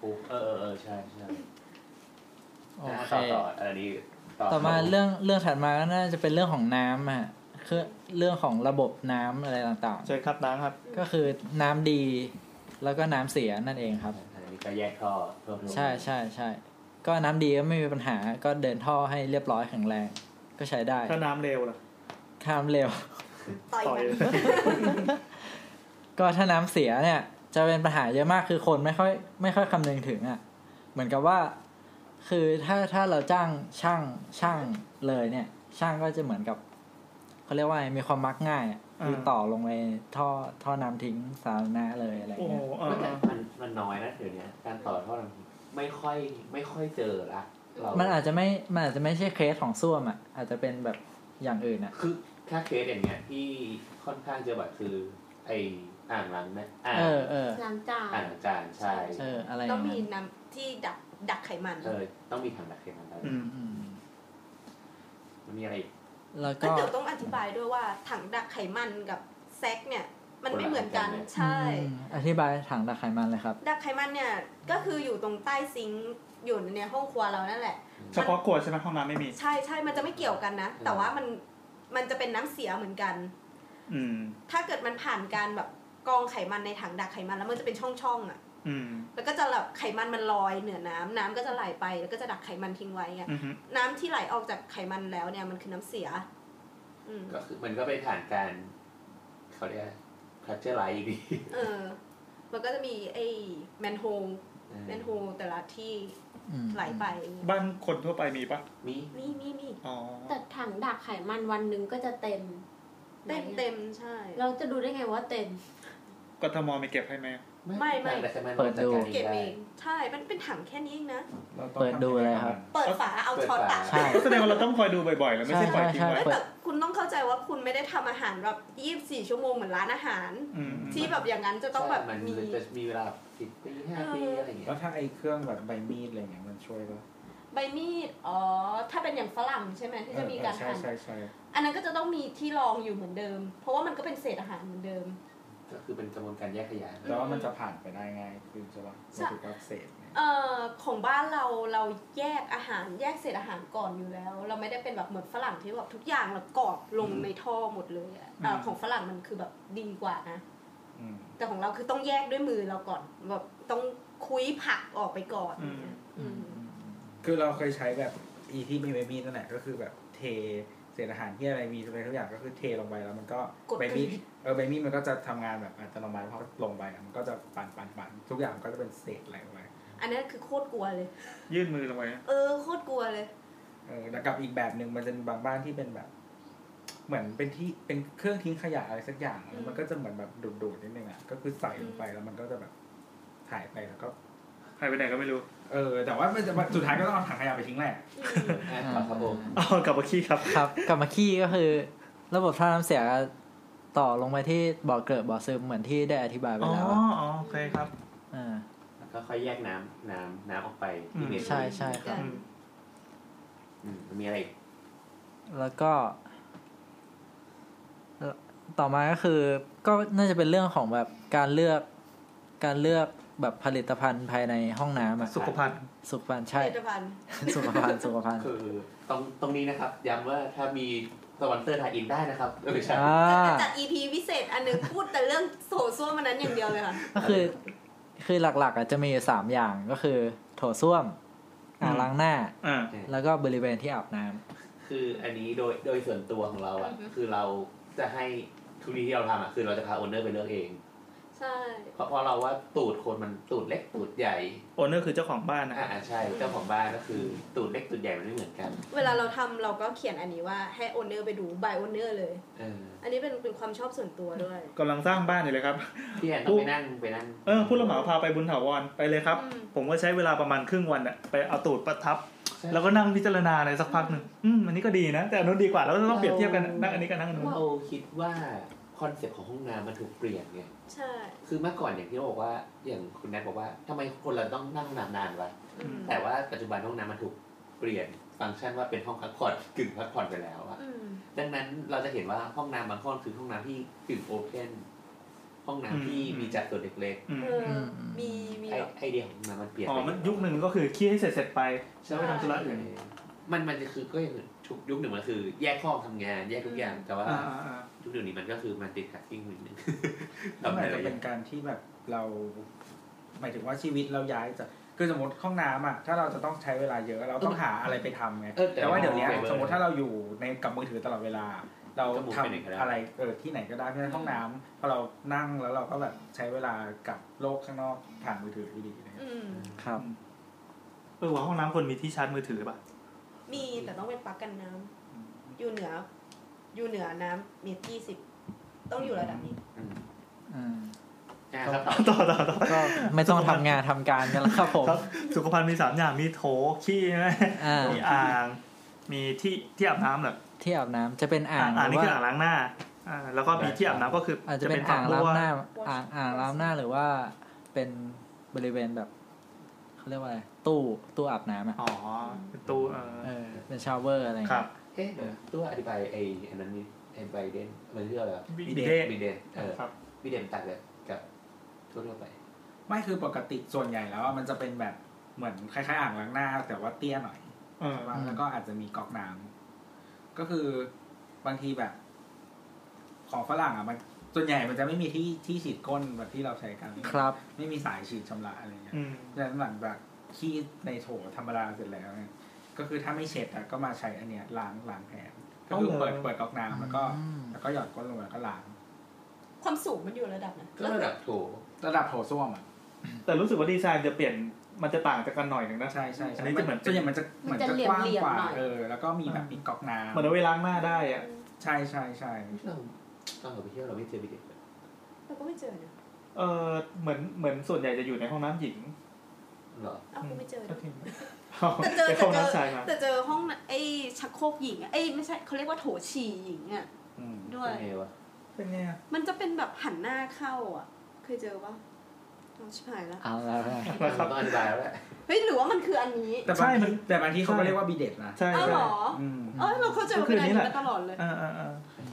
โอ้เออเออเออใช่ใช่
โอ
อ่ะ
เค
ต่อต่ออันนี้ต่อ
ต่อมาเรื่องเรื่องถัดมาก็น่าจะเป็นเรื่องของน้ำอ่ะคือเรื่องของระบบน้ำอะไรต่าง
ใช่ครับน้ำครับ
ๆ ก็คือน้ำดี แล้วก็น้ำเสียนั่นเองครับ
อันนี้ก็แยกท่อเพิ่มลง
ใช่ใช่ใช่ก็น้ำดีก็ไม่มีปัญหาก็เดินท่อให้เรียบร้อยแข็งแรง ก็ใช้ได้
ถ้าน้ำเร็วล่ะ
ข้ามเร็ว
ต่อยมัน
ก็ถ้าน้ำเสียเนี่ย จะเป็นปัญหาเยอะมากคือคนไม่ค่อยไม่ค่อยคำนึงถึงอ่ะ เหมือนกับว่า คือถ้าถ้าเราจ้างช่างช่างเลยเนี่ย ช่างก็จะเหมือนกับเขาเรียกว่าไงมีความมักง่ายอะคือต่อลงไปท่อท่อน้ำทิ้งสาธารณะเลยอะไรเงี้ย
ไม่แต่มันมันน้อยนะเดี๋ยวนี้การต่อท่อรังสีไม่ค่อยไม่ค่อยเจอละเรา
มันอาจจะไม่มันอาจจะไม่ใช่เคสของส้วมอ่ะอาจจะเป็นแบบอย่างอื่นอ่ะ
คือถ้าเคสอย่างเงี้ยที่ค่อนข้างเจอบ่อยคือ ไออ่างล้างนะอ่าง
เออเออ
ล้างจาน
อ่างล้างจานใช่
เอออะไร
ต้องมีน้ำที่ดักดักไขมัน
เออต้องมีถังดักไขมันอะไร
อืม
อืม
มันมีอะไรอีก
แล้ว
ก็
ก็
เดี๋ยวต้องอธิบายด้วยว่าถังดักไขมันกับแซกเนี่ย มันไม่เหมือนกัน
คนละอันกันเลย
ใช่
อืมอธิบายถังดักไขมันเลยครับ
ดักไขมันเนี่ยก็คืออยู่ตรงใต้ซิงค์อยู่ในห้องครัวเรานั่นแหละ
เฉพาะครัวใช่ไหมห้องน้ำไม่มี
ใช่ใช่มันจะไม่เกี่ยวกันนะ แต่ว่ามันมันจะเป็นน้ำเสียเหมือนกัน
อืม
ถ้าเกิดมันผ่านการแบบกองไขมันในถังดักไขมันแล้วมันจะเป็นช่องช่องๆอ่ะ
อืม
แล้วก็จะแบบไขมันมันลอยเหนือน้ำน้ำก็จะไหลไปแล้วก็จะดักไขมันทิ้งไว้อะ
อือฮึ
น้ำที่ไหลออกจากไขมันแล้วเนี่ยมันคือน้ำเสีย อืม
ก็คือมันก็ไปผ่านการเขาเรียกคัลเจอร์ไลท์อีกที
เออ มันก็จะมีไอ้แมนโฮล
เออ
แมนโฮลแต่ละที่
อืม
ไหลไป
บ้านคนทั่วไปมีปะ
มี
มีมีมี
อ๋อ
แต่ถังดักไขมันวันหนึ่งก็จะเต็ม
เต็มเต็มๆใช่
เราจะดูได้ไงว่าเต็ม
กทมมีเก็บให้ไหม
ไม่ไม่
เปิดดู
เก็บเองใช่มันเป็นถังแค่นี้เองนะ
เปิดดูเลยครับ
เปิดฝาเอาช็อตอะ
ใช่
ก็แสดงว่าเราต้องคอยดูบ่อยๆ แล้วไม่ใช่ปล่อยทิ้งไว้
เอ้ยแต่คุณต้องเข้าใจว่าคุณไม่ได้ทำอาหารแบบ 24 ชั่วโมงเหมือนร้านอาหาร
อืม
ที่แบบอย่างนั้นจะต้องแบบ
มัน
มี
จะมีเวลาสิบปีห้าปีอะไรอย่างเงี้ย
แล้วถ้าไอ้เครื่องแบบใบมีดอะไรเงี้ยมันช่วยปะ
ใบมีด อ๋อ ถ้าเป็นอย่างฝรั่งใช่ไหมที่จะมีการ
ใช่
หั่น
ใช่ใช่
อันนั้นก็จะต้องมีที่รองอยู่เหมือนเดิม เพราะว่ามันก็เป็นเศษอาหารเหมือนเดิม
ก็คือเป็นกระบวนการแยกขยะ
แต่ว่ามันจะผ่านไปได้ง่ายคือจะว่า
ใช่
มันถูกอักเสบ
เอ่อของบ้านเราเราแยกอาหารแยกเศษอาหารก่อนอยู่แล้ว เราไม่ได้เป็นแบบเหมือนฝรั่งที่แบบทุกอย่างเรากรอบลงในท่อหมดเลยอะแต่
อืม
ของฝรั่งมันคือแบบดีกว่านะ แต่ของเราคือต้องแยกด้วยมือเราก่อนแบบต้องคุยผักออกไปก่อนอืม
คือเราเคยใช้แบบอีที่มีใบมีดนั่นแหละก็คือแบบเทเศษอาหารที่อะไรมีอะไรทุกอย่างก็คือเทลงไปแล้วมันก็
กด
ใบมีด
กด
เออใบมีดมันก็จะทำงานแบบอัตโนมัติเพราะลงไปอะมันก็จะปั่นปั่นปั่นทุกอย่างก็จะเป็นเศษอะไรออกมา
อันนั้นคือโคตรกลัวเลย
ยื่นมือลงไป
เออโคตรกลัวเลย
เออแต่กับอีกแบบหนึ่งมันจะมีบางบ้านที่เป็นแบบ เหมือนเป็นที่เป็นเครื่องทิ้งขยะอะไรสักอย่าง
อืม
มันก็จะเหมือนแบบดูดๆนิดนึงอ่ะก็คือใส่ลงไปแล้วมันก็จะแบบถ่ายไปแล้วก็
หายไปไหนก็ไม่รู้
เออ แต่ว่ามันจะมาสุดท้ายก็ต้องเอาถังขยะไปทิ้งแหละ
ครับผม
อ๋อกลับมาขี้ครับ
ครับกลับมาขี้ก็คือ ระบบท่อน้ำเสียต่อลงไปที่บ่อเกลอะบ่อซึมเหมือนที่ได้อธิบายไป
อ๋อ
แล้ว
อ๋อโอเคครับ
อ่า
ก็ค่อยแยกน้ำน้ำน้ำออกไปที่เมนู
ใช่ใช่ครับ
อืมมีอะไรอีก
แล้วก็เอ่อต่อมาก็คือ ก็น่าจะเป็นเรื่องของแบบการเลือก การเลือกแบบผลิตภัณฑ์ภายในห้องน้ำอะ
สุขภัณฑ์
สุขภัณฑ์
ผ
ใช่
ลิตภัณฑ์
สุขภัณฑ์สุขภัณฑ์
คือตรงตรงนี้นะครับย้ำว่าถ้ามีสปอนเซอร์ถ่ายอินได้นะครับ เออใช่
อ่า
จัด EP พิเศษอันหนึงพูดแต่เรื่องโถส้วมมันนั้นอย่างเดียวเลยค่ะ
ก็คือ คือหลักๆอะจะมีอยู่สามอย่างก็คือ โถส้วมอ่างล้างหน้า
อ่า
แล้วก็บริเวณที่อาบน้ำ
คืออันนี้โดยโดยส่วนตัวของเราอะคือเราจะให้ทุกทีที่เราทำอะคือเราจะพาโอนเนอร์ไปเลือกเอง
ใช่
เพราะเพราะเราว่าตูดคนมันตูดเล็กตูดใหญ่
โอเนอร์คือเจ้าของบ้านนะ
อ่าใช่ เจ้าของบ้านก็คือตูดเล็กตูดใหญ่มันไม่เหมือนกัน
เวลาเราทำเราก็เขียนอันนี้ว่าให้โอนเนอร์ไปดู by โอนเนอร์เลย
เออ
อันนี้เป็นเป็นความชอบส่วนตัวด้วย
กำลังสร้างบ้านอยู่เลยครับ
พี่แอนต้องไปนั่งไปนั่ง
เออผู้รับเหมาพาไปบุญถาวรไปเลยครับ ผมก็ใช้เวลาประมาณครึ่งวันอะไปเอาตูดประทับ แล้วก็นั่งพิจารณาอะไรสักพักหนึ่งอืมอันนี้ก็ดีนะ แต่อันนู้นดีกว่าแล้วก็ต้องเปรียบเทียบกันนั่งอันนี้กับนั่งอันนู้น
เราคิดว่าคอนเซ็ปต์ของห้องน้ำมันถูกเปลี่ยนไง
ใช่
คือเมื่อก่อนอย่างที่เราบอกว่าอย่างคุณแนทบอกว่าทำไมคนเราต้องนั่งนานๆวะ
อืม
แต่ว่าปัจจุบันห้องน้ำมันถูกเปลี่ยนฟังก์ชันว่าเป็นห้องพักผ่อนกึ่งพักผ่อนไปแล้วอะ
อืม
ดังนั้นเราจะเห็นว่าห้องน้ำบางห้องคือห้องน้ำที่กึ่งโอเพนห้องน้ำที่มีจัดตัวเล็ก
อืม
เออมีมี
ๆไอ
แบบ
ไอเดียของห้องน้ำมันเปลี่ยน
อ๋อ
ไป
มันยุคหนึ่งก็คือขี้ให้เสร็จเสร็จๆไปใช้ไปทำธุระอื่น
มันมันจะคือก็อย่างทุกยุคหนึ่งมันคือ แยกห้องทำงานแยกทุกอย่างแต่ว่า
อ่าอ่าอ่า
ทุกเดี๋ยวนี้มันก็คือมันติดขัดยิ่งนิดนึง
ก็อาจจะ
ทำ
เป็นการที่แบบเราหมายถึงว่าชีวิตเราย้ายจากคือสมมติห้องน้ำอ่ะถ้าเราจะต้องใช้เวลาเยอะเราต้องหาอะไรไปทำไง
เออแต่
แต่ว่าเดี๋ยวเนี้ย
ไม่ได้
สมมติถ้าเราอยู่ในกับมือถือตลอดเวลา เรา
ก็หมุน
ทำ
ไปไหนก็ได้
อะไรเออที่ไหนก็ได้เพราะฉะนั้นห้องน้ำพอเรานั่งแล้วเราก็แบบใช้เวลากับโลกข้างนอกผ่านมือถืออยู่ดีนะ
อืม
ครับ
เออว่าห้องน้ำคนมีที่ชาร์จมือถือป่ะ
มีแต่ต้องเป็นปลั๊กกันน้ำอยู่เหนือ อยู่เหนือน้ำเมตรยี่สิบต้องอยู่ระดับนี้
อืม
อ่ะครับต่อ
ต่อต่อต่อ
ก็ไม่ต้องทำ งานทำการกันแล้วครับผม
ครับสุขภัณฑ์มีสามอย่างมีโถขี้ใช่ไหม
อ่า
มีอ่าง มีที่ที่อาบน้ำเหรอ
ที่อาบน้ำจะเป็นอ่าง
อ่าง
หรื
นี่
อ
คือ
ว่า
อ่างล้างหน้าอ่าแล้วก็มีที่อาบน้ำก็คือ
อาจจะเป็น
ฝั
อ่าก ง
บั
ล้าง
ว
หน้าอ่างอ่างล้างหน้าหรือว่าเป็นบริเวณแบบเขาเรียกว่าอะไรตู้ตู้อาบน้ำอ่ะ
อ๋อเป็นตู้เออ
เออเป็นชาวเวอร์อะไรอย่าง
ครับ
เงี้ย
เอ๊ะเดี๋ยวตัวอธิบายไอ้อันนั้นนี่ไอ้ไบเดนมันเรียกอะไรวะ
บิเดต
บิเดนเออ
ครับ
บิเดนต่างกับกับทั่วๆไป
ไม่คือปกติส่วนใหญ่แล้วอะมันจะเป็นแบบเหมือนคล้ายๆอ่างล้างหน้า แต่ว่าเตี้ยหน่อย
เออ
ใช่ปะแล้วก็อาจจะมีก๊อกน้ำก็คือบางทีแบบ ของฝรั่งอ่ะมันส่วนใหญ่มันจะไม่มีที่ที่ฉีดก้นแบบที่เราใช้กัน
ครับ
ไม่มีสายฉีดชำระอะไรเงี้ย
อืม
ดังนั้นหลังจากขี้ในโถธรรมดาเสร็จแล้วเนี่ยก็คือถ้าไม่เช็ดอ่ะก็มาใช้อันเนี้ยล้างล้างแผลก็คือ
เอาเหรอ
เปิดเปิดก๊อกน้ำแล้วก็
อืม
แล้วก็หยอดก้นลงไปแล้วก็ล้าง
ความสูงมันอยู่ระดับไหนะ
ก็ระดับโถ
ระดับโถส้วมอ่ะ
แต่รู้สึกว่าดีไซน์จะเปลี่ยนมันจะต่างจากกันหน่อยหนึ่งนะ
ใช่ใช่
อั
ใช่
นนี้จะเหมือนเป็น
ส่วนใหญ่มันจะเหมือนจะกว้างก
มันจะเหลี่ยม
ว่า
ๆหน่อย
เออแล้วก็มีแบบมีก๊อกน้ำ
เหมือนเอาไว้ล้างหน้าได้อะ
ใช่ใช่ใช่
เรา ตอนเราไปเที่ยวเราไม่เจอบิเด็ก
เราก็ไม่เจอนะ
เออเหมือนเหมือนส่วนใหญ่จะอยู่ในห้องน้ำหญิง
เหรอ
เอากูไม่เจอนะ
แต่
แต่เจอแต่
ห้อง
เจอ
น้ำชายมา
แต่เจอห้องน่ะไอ้ชักโครกหญิงอะไอ้ไม่ใช่เขาเรียกว่าโถฉี่หญิงอ่ะ ด้วย
เป็นไงวะ
เป็นไงอะ
มันจะเป็นแบบหันหน้าเข้าอ่ะ เคยเจอปะเอาชิบหายละ
เอาแล้วนะ
มันต้องอธิบายแล้วแหละ
เฮ้ยหรือว่ามันคืออันนี้
แต่บางที่แต่บางที่เขาก็เรียกว่าบีเด็ดนะ
ใช่
อ้าวเหรอ
ม
เอ้ยเราเข้าใจว่าเป็นอันนี้มาตลอดเลย
อ่าอ่าอ่า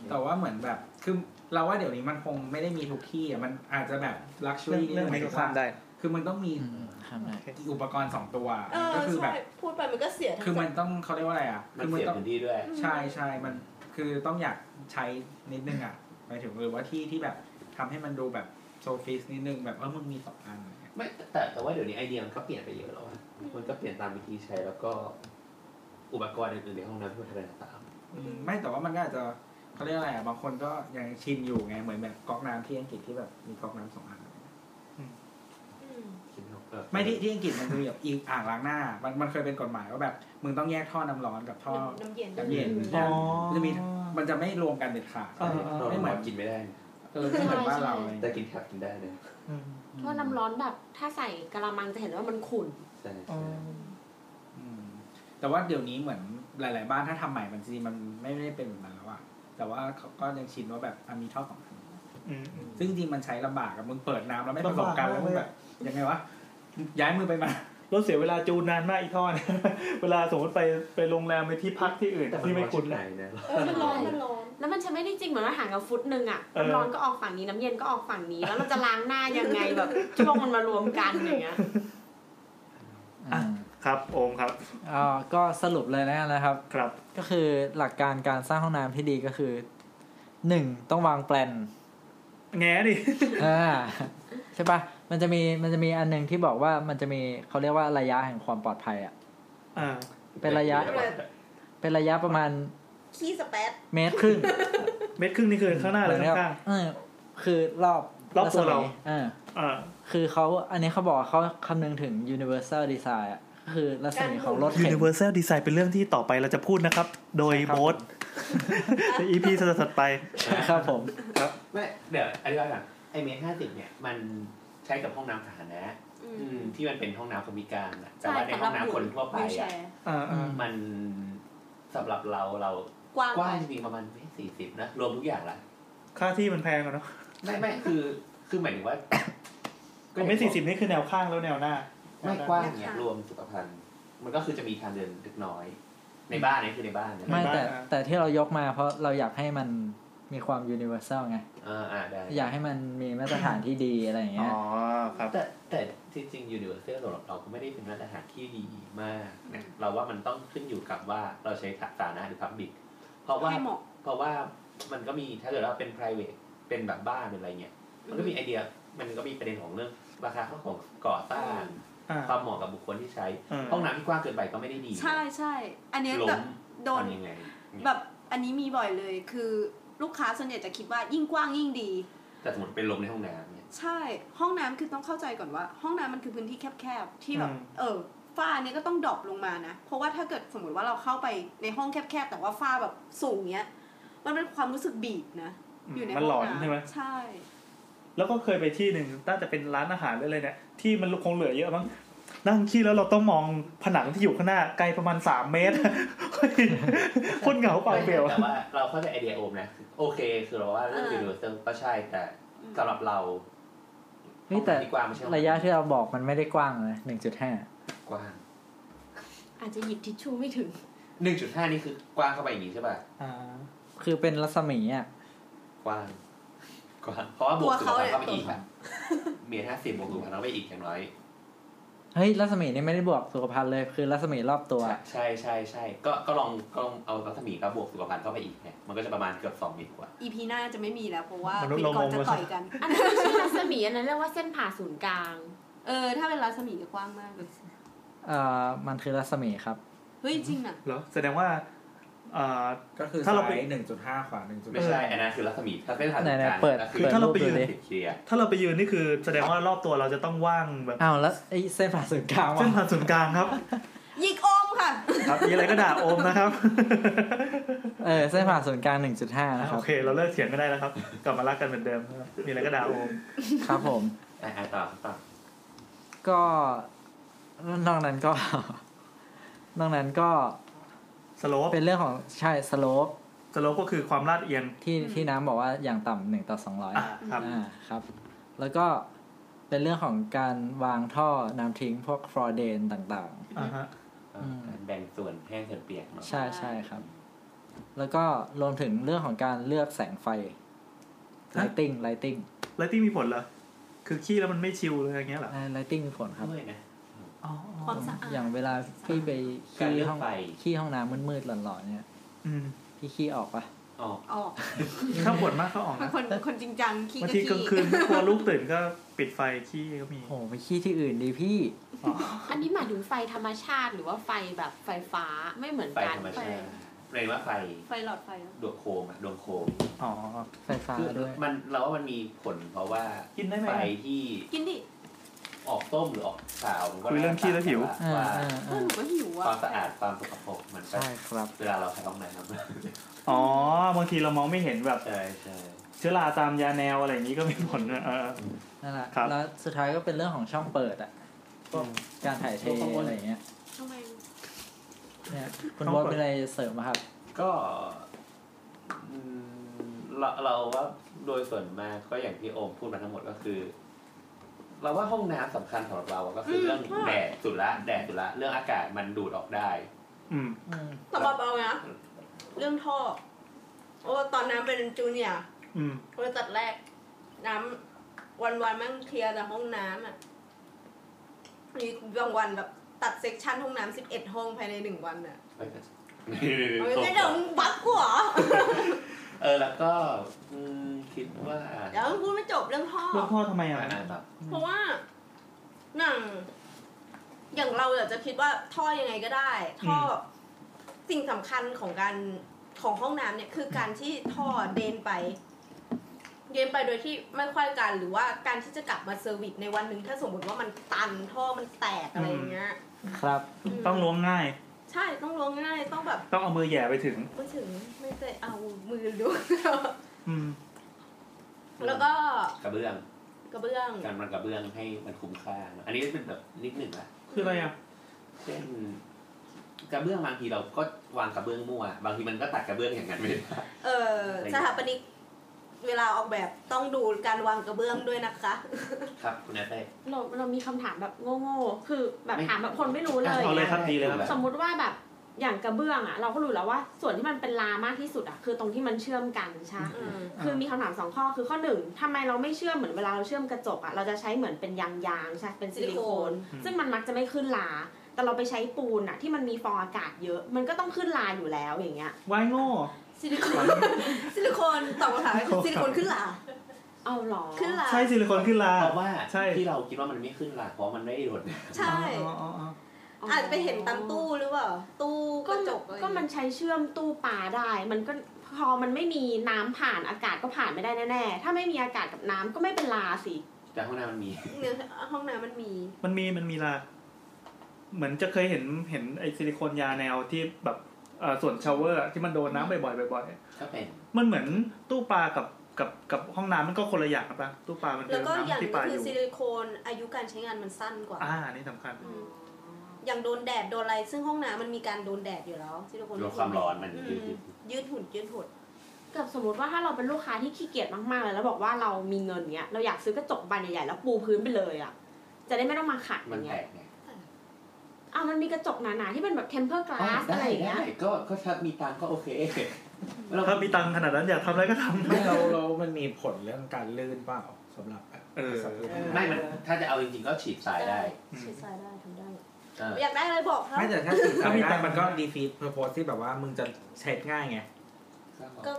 แต่ว่าเหมือนแบบ คือเราว่าเดี๋ยวนี้มันคงไม่ได้มีทุกที่อ่ะ มันอาจจะแบบลักชัวรี่นิดนึง
ไม่ก็
ควา
ข้าม มได้
คือมันต้องมี
ข้ามได้
อุปกรณ์สองตัว
เออ
ก็คือแบ
ใช่
บ
พูดไปมันก็เสียทั้ง
คือมัน
ใจ
ต้องเขาเรียกว่าอะไรอ่ะ
มัน
คืมั
เสีย
ต้อง
พื้นที่ด้วย
ใช่ใช่มัน คือต้องอยากใช้นิดนึงอ่ะหมายถึงหรือว่าที่ที่แบบทำให้มันดูแบบโซฟิสนิดนึงแบบเออมึงมีสองอันอะไรเงี้ย
ไม่แต่แต่ว่าเดี๋ยวนี้ไอเดียมันก็เปลี่ยนไปเยอะแล้วอะมันก็เปลี่ยนตามวิธีใช้แล้วก็อุปกรณ์อื่นๆในห้องน้ำที่มันทำงานตาม
อืมไม่แต่ว่ามันก็อาจจะเขาเรียกอะไรอ่ะ บางคนก็ยังชินอยู่ไง เหมือนแบบก๊อกน้ำที่อังกฤษที่แบบมีก๊อกน้ำสองอัน
อืม
ไม่ที่ที่อังกฤษมันจะมีแบบอีกอ่างล้างหน้า มันมันเคยเป็นกฎหมายว่าแบบมึงต้องแยกท่อน้ำร้อนกับท่อ
น้ำเย็น
น้ำเย็น
อ๋อ
มันจะมีมันจะไม่รวมกันเด็ดขาด
เออเออ
ไม่เหมือน
กินไม่ได้
เออไม่เหมือนบ้านเราเลย
แต่กินแทบกินได้เลย
เพราะน้ำร้อนแบบถ้าใส่กะละมังจะเห็นว่ามันขุ่น
ใช่
อ๋อ
ใช่
แต่ว่าเดี๋ยวนี้เหมือนหลาย ๆ บ้านถ้าทำใหม่มันจริงๆมันไม่ไม่ได้เป็นแบบนั้นแล้วอะแต่ว่าเขาก็ยังชินว่าแบบอ่ะมีท่อสองอัน
อืม
ซึ่งจริงๆมันใช้ลำบากอะมึงเปิดน้ำแล้วไม่ผสมกันแล้วมึงแบบยังไงวะย้ายมือไปมา
รถเสียเวลาจูนนานมากอีกท่อน เวลาสมมติไปไปโรงแรมไปที่พักที่อื่น
แต่
ที่ไม่คุ้น
ไหน
นะ
นะ
เออมันร้อนมันร้อน
แล้วมันจะไม่ได้จริงเหมือนว่าห่างกับฟุตหนึ่งอ่ะ
เออ
น้ำร้อนก็ออกฝั่งนี้น้ำเย็นก็ออกฝั่งนี้ แล้วเราจะล้างหน้ายังไง แบบช่วงมันมารวมกันอย่างเงี้ย
อ่ะ
ครับโอมครับ
อ่าก็สรุปเลยแล้วกันนะครับ
ครับ
ก็คือหลักการการสร้างห้องน้ำที่ดีก็คือหนึ่งต้องวางแปลน
แง่ดิ
อ่าใช่ปะมันจะมีมันจะมีอันหนึ่งที่บอกว่ามันจะมีเขาเรียกว่าระยะแห่งความปลอดภัยอ่ะ
อ่า
เป็นระยะ เป็นระยะประมาณ
ขี้สเปซ
เมตรครึ่ง
เม็ดครึ่งนี่คือข้างหน้าหรือข้างข้าง
เออคือรอบ
รอบตัวเรา
รัศมีเออ
อ่า
คือเขาอันนี้เขาบอกว่าเขาคำนึงถึง universal design อ่ะก็คือรัศมีของรถ
ยู
เข็น
นิเวอร์แซลดีไซน์เป็นเรื่องที่ต่อไปเราจะพูดนะครับ โดย
ใช่ครับ
โบ๊ท ใน EP สัดๆไป
ครับผม
ไม่เดี๋ยวอธิบายก่อนไอเมตรห้าสิบเนี่ย มันใช้กับห้องน้ำสาธารณะ
อืม
อืมที่มันเป็นห้องน้ำคนพิการน่ะแต่
ใช่
ว่าในห้อง
สำหรับ
น้ำคนทั่วไป
วิวแช
อ่ะ
ร์
อ่าอ่า
มันสำหรับเราเรา
กว้าง
กว้างจริงๆประมาณไม่สี่สิบนะ รวมทุกอย่างละ
ค่าที่มันแพงกว่าเนาะ
ไม่ไม่ คือคือหมายถึง ว่า
ก็ไม่สี่สิบนี่คือแนวข้างแล้วแนวหน้า
ไม่กว้างเนี่ยรวมสุขภัณฑ์ มันก็คือจะมีทางเดินเล็กน้อย ในบ้านนี่คือในบ้านนะ
ไม่แต่แต่ที่เรายกมาเพราะเราอยากให้มันมีความ universal ไง
อ่าอ่าได้
อยากให้มันมีมาตรฐานที่ดีอะไรอย่างเงี้
อ๋
ย
อครับ
แต่แต่ที่จริงยูนิเวอร์แซลสำหรับเราก็ไม่ได้เป็นมาตรฐานที่ดีมากนะเราว่ามันต้องขึ้นอยู่กับว่าเราใช้สาธารณะหรือพับบิกเพราะว่า
ให้เหมาะ
เพราะว่ามันก็มีถ้าเกิดว่าเป็น p r i v a t เป็นแบบบ้านเป็นอะไรเงี้ยมันก็มีไอเดียมันก็มีประเด็นของเรื่องราคาของก่อสร้าง
อ่า
ความเหมาะกับบุคคลที่ใช้
อืม
ห้องน้ำที่กว้างเกินไปก็ไม่ได้ดี
ใช่ใช่อันเนี้ย
ล้
แบ
ม
บโดน
ทำยังไง
แบบอันนี้มีบ่อยเลยคือลูกค้าส่วนใหญ่จะคิดว่ายิ่งกว้างยิ่งดี
แต่สมมติเป็นลมในห้องน้ำเนี่ย
ใช่ ห้องน้ำคือต้องเข้าใจก่อนว่า ห้องน้ำมันคือพื้นที่แคบๆที่แบบ
อืม
เออฝ้าเนี่ยก็ต้องดรอปลงมานะ เพราะว่าถ้าเกิดสมมติว่าเราเข้าไปในห้องแคบๆแต่ว่าฝ้าแบบสูงเนี้ย มันเป็นความรู้สึกบีบนะ อยู่ใน
มัน
ห้
หล
อ
อง นใช่ไหม
น้ำใช่
แล้วก็เคยไปที่หนึ่งน่าจะเป็นร้านอาหารหรืออะไรเนี่ย ที่มันคงเหลือเยอะมั้งนั่งขี้แล้วเราต้องมองผนังที่อยู่ข้างหน้าไกลประมาณสามเมตร เฮ้ยโคนเหงาเปล่า เปลี่ยว
แต่ว่าเราเข้าใจไอเดียโอมนะโอเคคือเราว่าเรื่องยูนิเวอร์แซลก็ใช่แต่สำหรับเรา
นี่แต่
ห้องำกว้างไม่ใช่ห้องน้ำ
ระยะที่เราบอกมันไม่ได้กว้างเลยหนึ่งจุดห้า
กว้าง
อาจจะหยิบทิชชู่ไม่ถึง
หนึ่งจุดห้านี่คือกว้างเข้าไปอย่างนี้ใช่ป่ะ
คือเป็นรัศมีอ่ะ
กว้างกว้างเพราะว่าบวกสุขภาพเข้าไปอีกอะเมตรห้าสิบบวกสุขภาพเข้าไปอีกอย่างน้อย
เฮ้ยรัศมีนี่ไม่ได้บวกสุขภัณฑ์เลย คือรัศมีรอบตัว
ใช่ใช่ใช่ก็ก็ลองก็ลองเอารัศมีกับบวกสุขภัณฑ์เข้าไปอีกเนี่ยมันก็จะประมาณเกือบสองเมตรกว่า
อีพีหน้าจะไม่มีแล้วเพราะว่าม
นุษย์
ปี
เรา
ก่อน
งง
จะ
เลย
ต่อยกัน
อันนั้นไม่ใช่รัศมีอันนั้นเรียกว่าเส้นผ่าศูนย์กลาง
เออ ถ้าเป็นรัศมีก็กว้างมากเลย
เอ่อ มันคือรัศมีครับ
เฮ้ยจริงอ่ะ
เหรอแสดงว่าอ่า
ก็คือ
ถ้า
ซ้า
เราไป
ยหนึ่งจุดห้าขวาหนึ่งจุด
ไม่ใช่อันนั้นคือรัศมีถ้าเป็นทาง
ไหนๆ
การ
เปิด
ก็คื
เปิด
ถ้าเราไป
รูปดู
ยื
ดิ
น
เคลียร์
ถ้าเราไปยืนนี่คือ แสดงว่ารอบตัวเราจะต้องว่าง แบบ
อ้าวแล้วไอ้เส้นผ่าศูนย์กลางวะ
เส้นผ่านศูนย์กลางครับ
หยิกอมค่ะ
ครับมีอะไรก็ด่าโอมนะครับ
เอ เออเส้นผ่าศูนย์กลางหนึ่งจุดห้านะค รั
โอบเค เราเลิกเถียงกันได้แล้วครับ กลับมารักกันเหมือนเดิมครับมีอะไรก็ด่าโอม
ครับผม
อ่าต่อต่อ
ก็นอกนั้นก็ นอกนั้นก็
สโลป
เป็นเรื่องของใช่สโลป
สโลปก็คือความลาดเอียง
ที่ที่น้ำบอกว่าอย่างต่ำหนึ่งต่อสองร้อย
อ่าครับ
ครับ แล้วก็เป็นเรื่องของการวางท่อน้ำทิ้งพวกฟลอเดนต่าง
อ่าฮะ
ๆอืม
แบ่งส่วนแห้งส่วนเปียกเนาะ
ใช่ใช่ครับ แล้วก็รวมถึงเรื่องของการเลือกแสงไฟ lighting lighting
ไลท์ติ้งมีผลเหรอคือขี้แล้วมันไม่ชิลเลยอย่างเงี้ยเหรอ
อ่า lighting มีผลครับ
ด้วยนะ
ความสะอาด
อย่างเวลาพี่ไป
การ
ขี้
เลือก
ห้อง
ไฟ
ขี้ห้องน้ำมืดๆหลอนๆเนี่ย
อืม
พี่ขี้ออกปะ
ออก
ออก
ถ้าปวดมากก็ออก
เป็น
นะ
คนคนจริงจังขี้
บาง
ก็
ที
ขี้
กลางคืนกลัวลูกตื่นก็ปิดไฟขี้ก็มี
โหไปขี้ที่อื่นดีพี่
อันนี้หมายถึงไฟธรรมชาติหรือว่าไฟแบบไฟฟ้าไม่เหมือน
ไฟ
กัน
ธรรมชาติเรียกว่าไฟ
ไฟหลอดไฟอะ
ดวงโคมอะดวงโคม
อ๋อ
ไฟฟ้า
คือ
ด้วย
มันเราว่ามันมีผลเพราะว่า
กินได้ไหม
ไฟที่
กินดิ
ออกต้มหรือออกขาวมันก็
คุยเรื่องขี้แล้วหิว
าว่า
เพื่อนหนูก็หิว
ค
อ่ะ
วามสะอาดความสกปรกมันก็
ใช่ครับ
เวลาเราใช้ห้องน้ำ
อ๋อบางทีเรามองไม่เห็นแบบ
ใช่ใช่
เชื้อราตามยาแนวอะไรอย่างนี้ก็มีผลนะเออ
นั่นแหละ
ครับ
แล้วสุดท้ายก็เป็นเรื่องของช่องเปิดอ่ะพวกการถ่ายเทอะไรอย่างเงี้ย
ทำไม
เนี่ยคุณโบอสมีอะไรเสริมไหมครับ
ก็อืมเราเราว่าโดยส่วนมากก็อย่างที่โอมพูดมาทั้งหมดก็คือ เราว่าห้องน้ำสำคัญสำหรับเราอะก็คือเรื่องแดดสุดละแดดสุดละเรื่องอากาศมันดูดออกได้
อืม
อืม
สำหรับเรานะเรื่องท่อ โอ้ตอนน้ำเป็นจูเนียร์
อืม
บริษัทแรก น้ำวันวันๆแมั่งเคลียร์แต่ห้องน้ำอ่ะมีบางวันแบบตัดเซกชันห้องน้ำสิบเอ็ดห้องภายในหนึ่งวันอ่ะ
เอ้ย
เอาไม่ได้เดี๋ยวมึงบัฟกูเหรอ
เออแล้วก็อืมคิดว่า
เดี๋ยวมึงพูดไม่จบเรื่องท่อ
เรื่องพ่อทำไมอ่ะ
อ่านแบบ
เพราะว่าหนังอย่างเราอยากจะคิดว่าท่อยังไงก็ได้ ท่ออสิ่งสำคัญของการของห้องน้ำเนี่ย คือการที่ท่อเดนไป เดนไปโดยที่ไม่ค่อยกันหรือว่าการที่จะกลับมาเซอร์วิสในวันหนึ่งถ้าสมมติว่ามันตันท่อมันแตกอะไรอย่างเงี้ย
ครับ
ม
ต้องล้วงง่าย
ใช่ต้องล้วงง่ายต้องแบบ
ต้องเอามือแหย่ไปถึง
ไม่ถึงไม่เคยเอามือล้วง
อืม
แล้วก็
กระเบื้อง
กระเบื้อง
การมันกระเบื้องให้มันคุ้มค่านะอันนี้เป็นแบบนิดหนึ่งละ
คืออะไรอ่ะ
เช่นกระเบื้องบางทีเราก็วางกระเบื้องมั่วบางทีมันก็ตัดกระเบื้องอย่างนั้นไม่ได้
เออสถาปนิกเวลาออกแบบต้องดูการวางกระเบื้องด้วยนะคะ
ครับคุณแอฟเต้
เราเรามีคำถามแบบโง่ๆคือแบบถามแบบคนไม่รู้เลย
เอาเลยครับดีเลยครับ
สมมุติว่าแบบอย่างกระเบื้องอะเราก็รู้แล้วว่าส่วนที่มันเป็นลามากที่สุดอะคือตรงที่มันเชื่อมกันใช่ไหม
อืม
คือมีคำถามสองข้อคือข้อหนึ่งทำไมเราไม่เชื่อมเหมือนเวลาเราเชื่อมกระจกอะเราจะใช้เหมือนเป็นยางยางๆใช่เป็นซิลิโคน
อืม
ซึ่งมันมักจะไม่ขึ้นลา แต่เราไปใช้ปูนอะที่มันมีฟองอากาศเยอะ มันก็ต้องขึ้นลาอยู่แล้วอย่างเงี้ย
วายโง่
ซิลิโคนซิลิโคนตอบคำถามให้คือซิลิโคนขึ้นหลา
เอาหรอ
ขึ้นหลา
ใช่ซิลิโคนขึ้นลา
เพราะว่า
ใช่
ที่เราคิดว่ามันไม่ขึ้นล่ะเพราะมันไม่ได้โดด
ใช่
อ๋ออ๋ออ๋อ
อาจจะไปเห็นตามตู้หรือเปล่าตู้ก
ก็
ระ
มัน
จกอะไร
ก็มันใช้เชื่อมตู้ปลาได้ มันก็พอมันไม่มีน้ำผ่านอากาศก็ผ่านไม่ได้แน่ๆถ้าไม่มีอากาศกับน้ำก็ไม่เป็นลาสิ
แต่ห้องน้ำมันมี
เนื้อห้องน้ำมันมี
มันมีมันมีลา เหมือนจะเคยเห็นเห็นไอซิลิโคนยาแนวที่แบบเอ่อส่วนชาวเวอร์อะที่มันโดนน้ำบ่อยๆบ่อย
ก็เป็น
ๆมันเหมือนตู้ปลากับกับกับห้องน้ำมันก็คนละอย่างนะปะตู้ปลามัน
แล้วก็
เดิน
อย่างห
น้ำ
นึ
ที่
ง
ปลาอ
คือยู่ ซิลิโคนอายุการใช้งานมันสั้นกว่า
อ่าอันนี่สำคัญ
อืมอย่างโดนแดดโดนอะไรซึ่งห้องน้ำมันมีการโดนแดดอยู่แล้วซิลิโคน
ลดความร้อนมัน
อื
ยืด
มยืดหุ่นยืดหด
กับสมมติว่าถ้าเราเป็นลูกค้าที่ขี้เกียจมากๆเลยแล้วบอกว่าเรามีเงินเนี้ยเราอยากซื้อกระจกบานใหญ่ๆแล้วปูพื้นไปเลยอ่ะจะได้ไม่ต้องมาขัดอ
มัน
ย่าง
แต
เงี้
ก
ย
ไง
อ้าวมันมีกระจกหนาๆที่เป็นแบบเทมเพอร์กลาสอะไรอย่างเงี้ย
ได้ก็ก็ถ้ามีตังค์ก็โอเคเรา
ถ้ามีตังค์ขนาดนั้นอยากทำอะไรก็ทำ
ไม่เราเรามันมีผลเรื่องการลื่นเปล่าสำหรับแบบ
เออ
สำหรับ
ไม่มันถ้าจะเอาจริงๆก็ฉีดทรายได้
ใช้สายได้ทำได้
เออ
อยากได้อะไรบอกครับ
ไม่แต่ถ้าสื่อ
ถ้า
สาร
มีตั
ได้
งค์
มันก็ดีฟีดเพอร์โพสที่แบบว่ามึงจะเช็ดง่ายไง
ก็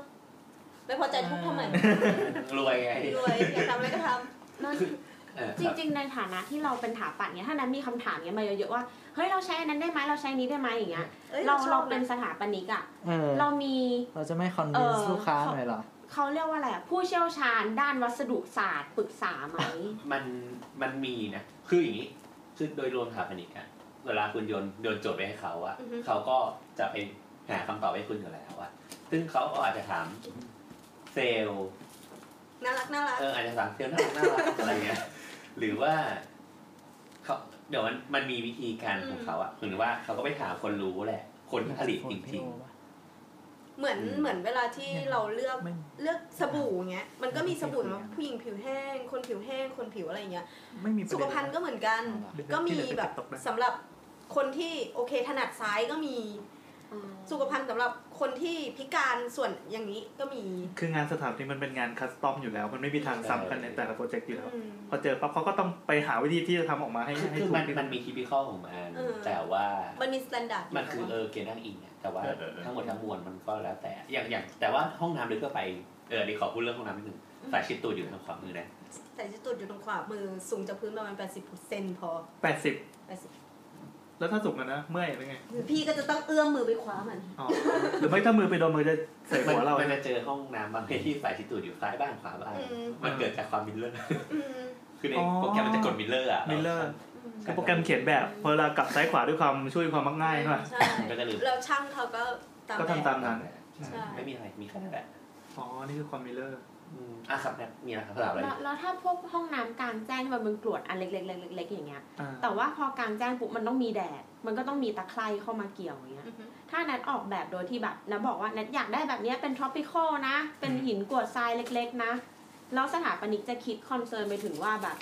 ไม่พอใจทุบทำไม
รวยไง
รวยอยากทำอะไรก็ท
นั่น
เออ
จ
ครับ
ริง ๆ ในฐานะที่เราเป็นถาปัดเนี้ยถ้านั้นมีคำถามเนี้ยมาเยอะๆว่าเฮ้ยเราใช้อันนั้นได้ไหมเราใช้นี้ได้ไหมอย่างเงี้ย
ำอ้ย
เรา
ช
เรา
อบ
เป็นสถาปนิกอ่ะ
เออ
เรามี
เราจะไม่คอน
เอ
วิน
อ
ลูกค้าหน่อยเหรอ
เขาเรียกว่าอะไรอะผู้เชี่ยวชาญด้านวัสดุศาสตร์ปรึกษาไหม
มันมันมีนะ คืออย่างนี้ คือโดยรวมสถาปนิกอะเวลาคุณโยนโยนโจทย์ไปให้เขาอะเขาก็จะไป หาคำตอบให้คุณอยู่แล้วอะซึ่งเขาก็อาจจะถามเซลล์
น่ารักน่ารัก
เอออาจจะสั่งเซลล์น่ารักน่ารักอะไรเงี้ย หรือว่าเขาเดี๋ยวมันมันมีวิธีการของเขาอะถึงว่าเขาก็ไปถามคนรู้แหละ คนที่ผลิตจริง
เหมือน
อืม
เหมือนเวลาที่เราเลือกเลือกสบู่อย่างเงี้ย มันก็มีสบู่สำหรับผู้หญิงผิวแห้ง คนผิวแห้ง คนผิวอะไรอย่างเงี้ย
ไม่มี
สุขภัณฑ์ก็เหมือนกัน
เดี๋ยว
ก็มี
ที่เหลือ
แบบ
ไปตกนะ
สำหรับคนที่โอเคถนัดซ้ายก็มีสุขภัณฑ์สำหรับคนที่พิการส่วนอย่างนี้ก็มี
คืองานสถาปนิกมันเป็นงานคัสตอมอยู่แล้ว มันไม่มีทางซ้ำกันในแต่ละโปรเจกต์อยู่แล้ว พอเจอปั๊บเขาก็ต้องไปหาวิธีที่จะทำออกมาให้
ๆคือ
ให้
คือ
ถูก
มัน
ที่
มันมีทิปิคอลของมัน
เออ
แต่ว่า
มันมีสแตนดาร์ด
มันคือเออเกณฑ์อ้างอิงเนี่ยแต่ว่าทั้งหมดทั้งมวลมันก็แล้วแต่อย่างอย่างแต่ว่าห้องน้ำลึกก็ไปเออเดียวขอพูดเรื่องห้องน้ำนิดนึงสายชิดตูดอยู่ทางขวามือนะ
แต่ที่ตุดอยู่ตรงขวามือสูงจากพื้นประมาณ 80เซนพอ
แปดสิบ
80
แล้วถ้าสุกนะนะเมื่อยหรือไง
หรือพี่ก็จะต้องเอื้อมมือไปคว้ามัน
อ๋อหรือไม่ถ้ามือไปโดนมันจะใส่หัวเรา
นจะเจอห้องน้ำบางที่สายชิดตูดอยู่ซ้ายบ้างขวาบ้าง
อืม
มันเกิดจากความมิลเลอร์คือในโปรแกรมมันจะกดมิลเลอร์อ่ะ
มิลเลอร์คือโปรแกรมเขียนแบบพอเรากลับซ้ายขวาด้วยความช่วยความมักง่ายใช่ปะ
ใช่
ก็จะลืม
แล้วช่างเขาก็ตาม
ก็ทำ
แบบ
ตามนั้น
ใช่
ไม่มีอะไรมีแค่นั้นแหละ
อ๋อนี่คือความมิลเลอร์
อ่ะครับแนทมีอะไรครับสำหรับอะไร
แล้วแล้วถ้าพวกห้องน้ำกลางแจ้งที่มันเป็นกรวดอันเล็กๆๆๆๆอย่างเงี้ย
อ่า
แต่ว่าพอกลางแจ้งปุ๊บมันต้องมีแดด มันก็ต้องมีตะไคร่เข้ามาเกี่ยวอย่างเงี้ย ถ้าแนทออกแบบโดยที่แบบแนทบอกว่าแนทอยากได้แบบเนี้ยเป็น tropical นะ เป็นหินกรวดทรายเล็กๆนะ แล้วสถาปนิกจะคิดคอนเซิร์นไปถึงว่าแบบ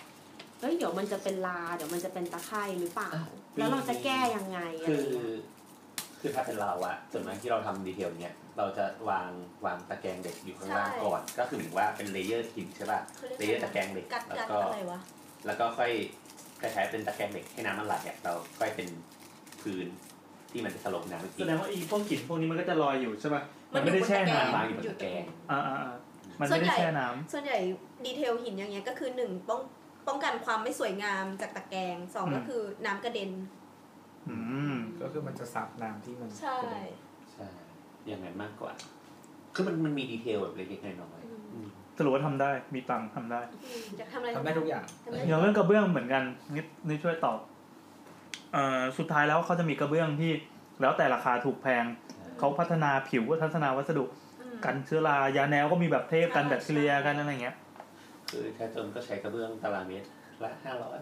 เฮ้ยเดี๋ยวมันจะเป็นลา เดี๋ยวมันจะเป็นตะไคร่หรือเปล่า แล้วเราจะแก้ยังไงอะไร
คือ
เงี้ย
คือถ้าเป็นเราอะส่วนมากที่เราทำดีเทลเนี่ยเราจะวางวางตะแกรงเด็กอยู่ข้างล่าง
ใช่
ก่อน ก็คือเหมือนว่าเป็นเลเยอร์หินใช่ป่ะเลเยอร์ตะแกรงเหล็ก
กัด
แล้ว
กัด
ก็
อะไรวะ
แล้วก็ค่อยคล้ายๆเป็นตะแกรงเหล็กให้น้ำมันไหลอะเราค่อยเป็นพื้นที่มันจะสลบน้ำอีกที
แสดงว่าอีพวกกลิ่นพวกนี้มันก็จะลอยอยู่ใช่ป่ะ
มันอยู่บนตะแกรง
วางอยู่บนตะแกรง
อ่าอ่าอ่ามันไม่ได้แช่น้ำ
ส่วนใหญ่ดีเทลหินอย่างเงี้ยก็คือหนึ่งป้องป้องกันความไม่สวยงามจากตะแกรงสองก็คือน้ำกระเด็น
ก็คือมันจะสับน้ำที่มัน
ใช่
ใช่อย่างนั้นมากกว่า คือมันมันมีดีเทลแบบเล็กๆน้อย
สรุปว่าทำได้มีตังค์ทำได้
อยากทำอะไร
ทำได้ทุกอย่าง
อย่างเรื่องกระเบื้องเหมือนกันนี่นี่ช่วยตอบเอ่อสุดท้ายแล้วเขาจะมีกระเบื้องที่ แล้วแต่ราคาถูกแพง เขาพัฒนาผิวพัฒนาวัสดุ กันเชื้อรายาแนวก็มีแบบเทพกันแบคทีเรียกันอะไรเงี้ย
ๆคือถ้าจนก็ใช้กระเบื้องตารางเมตรละห้าร้อย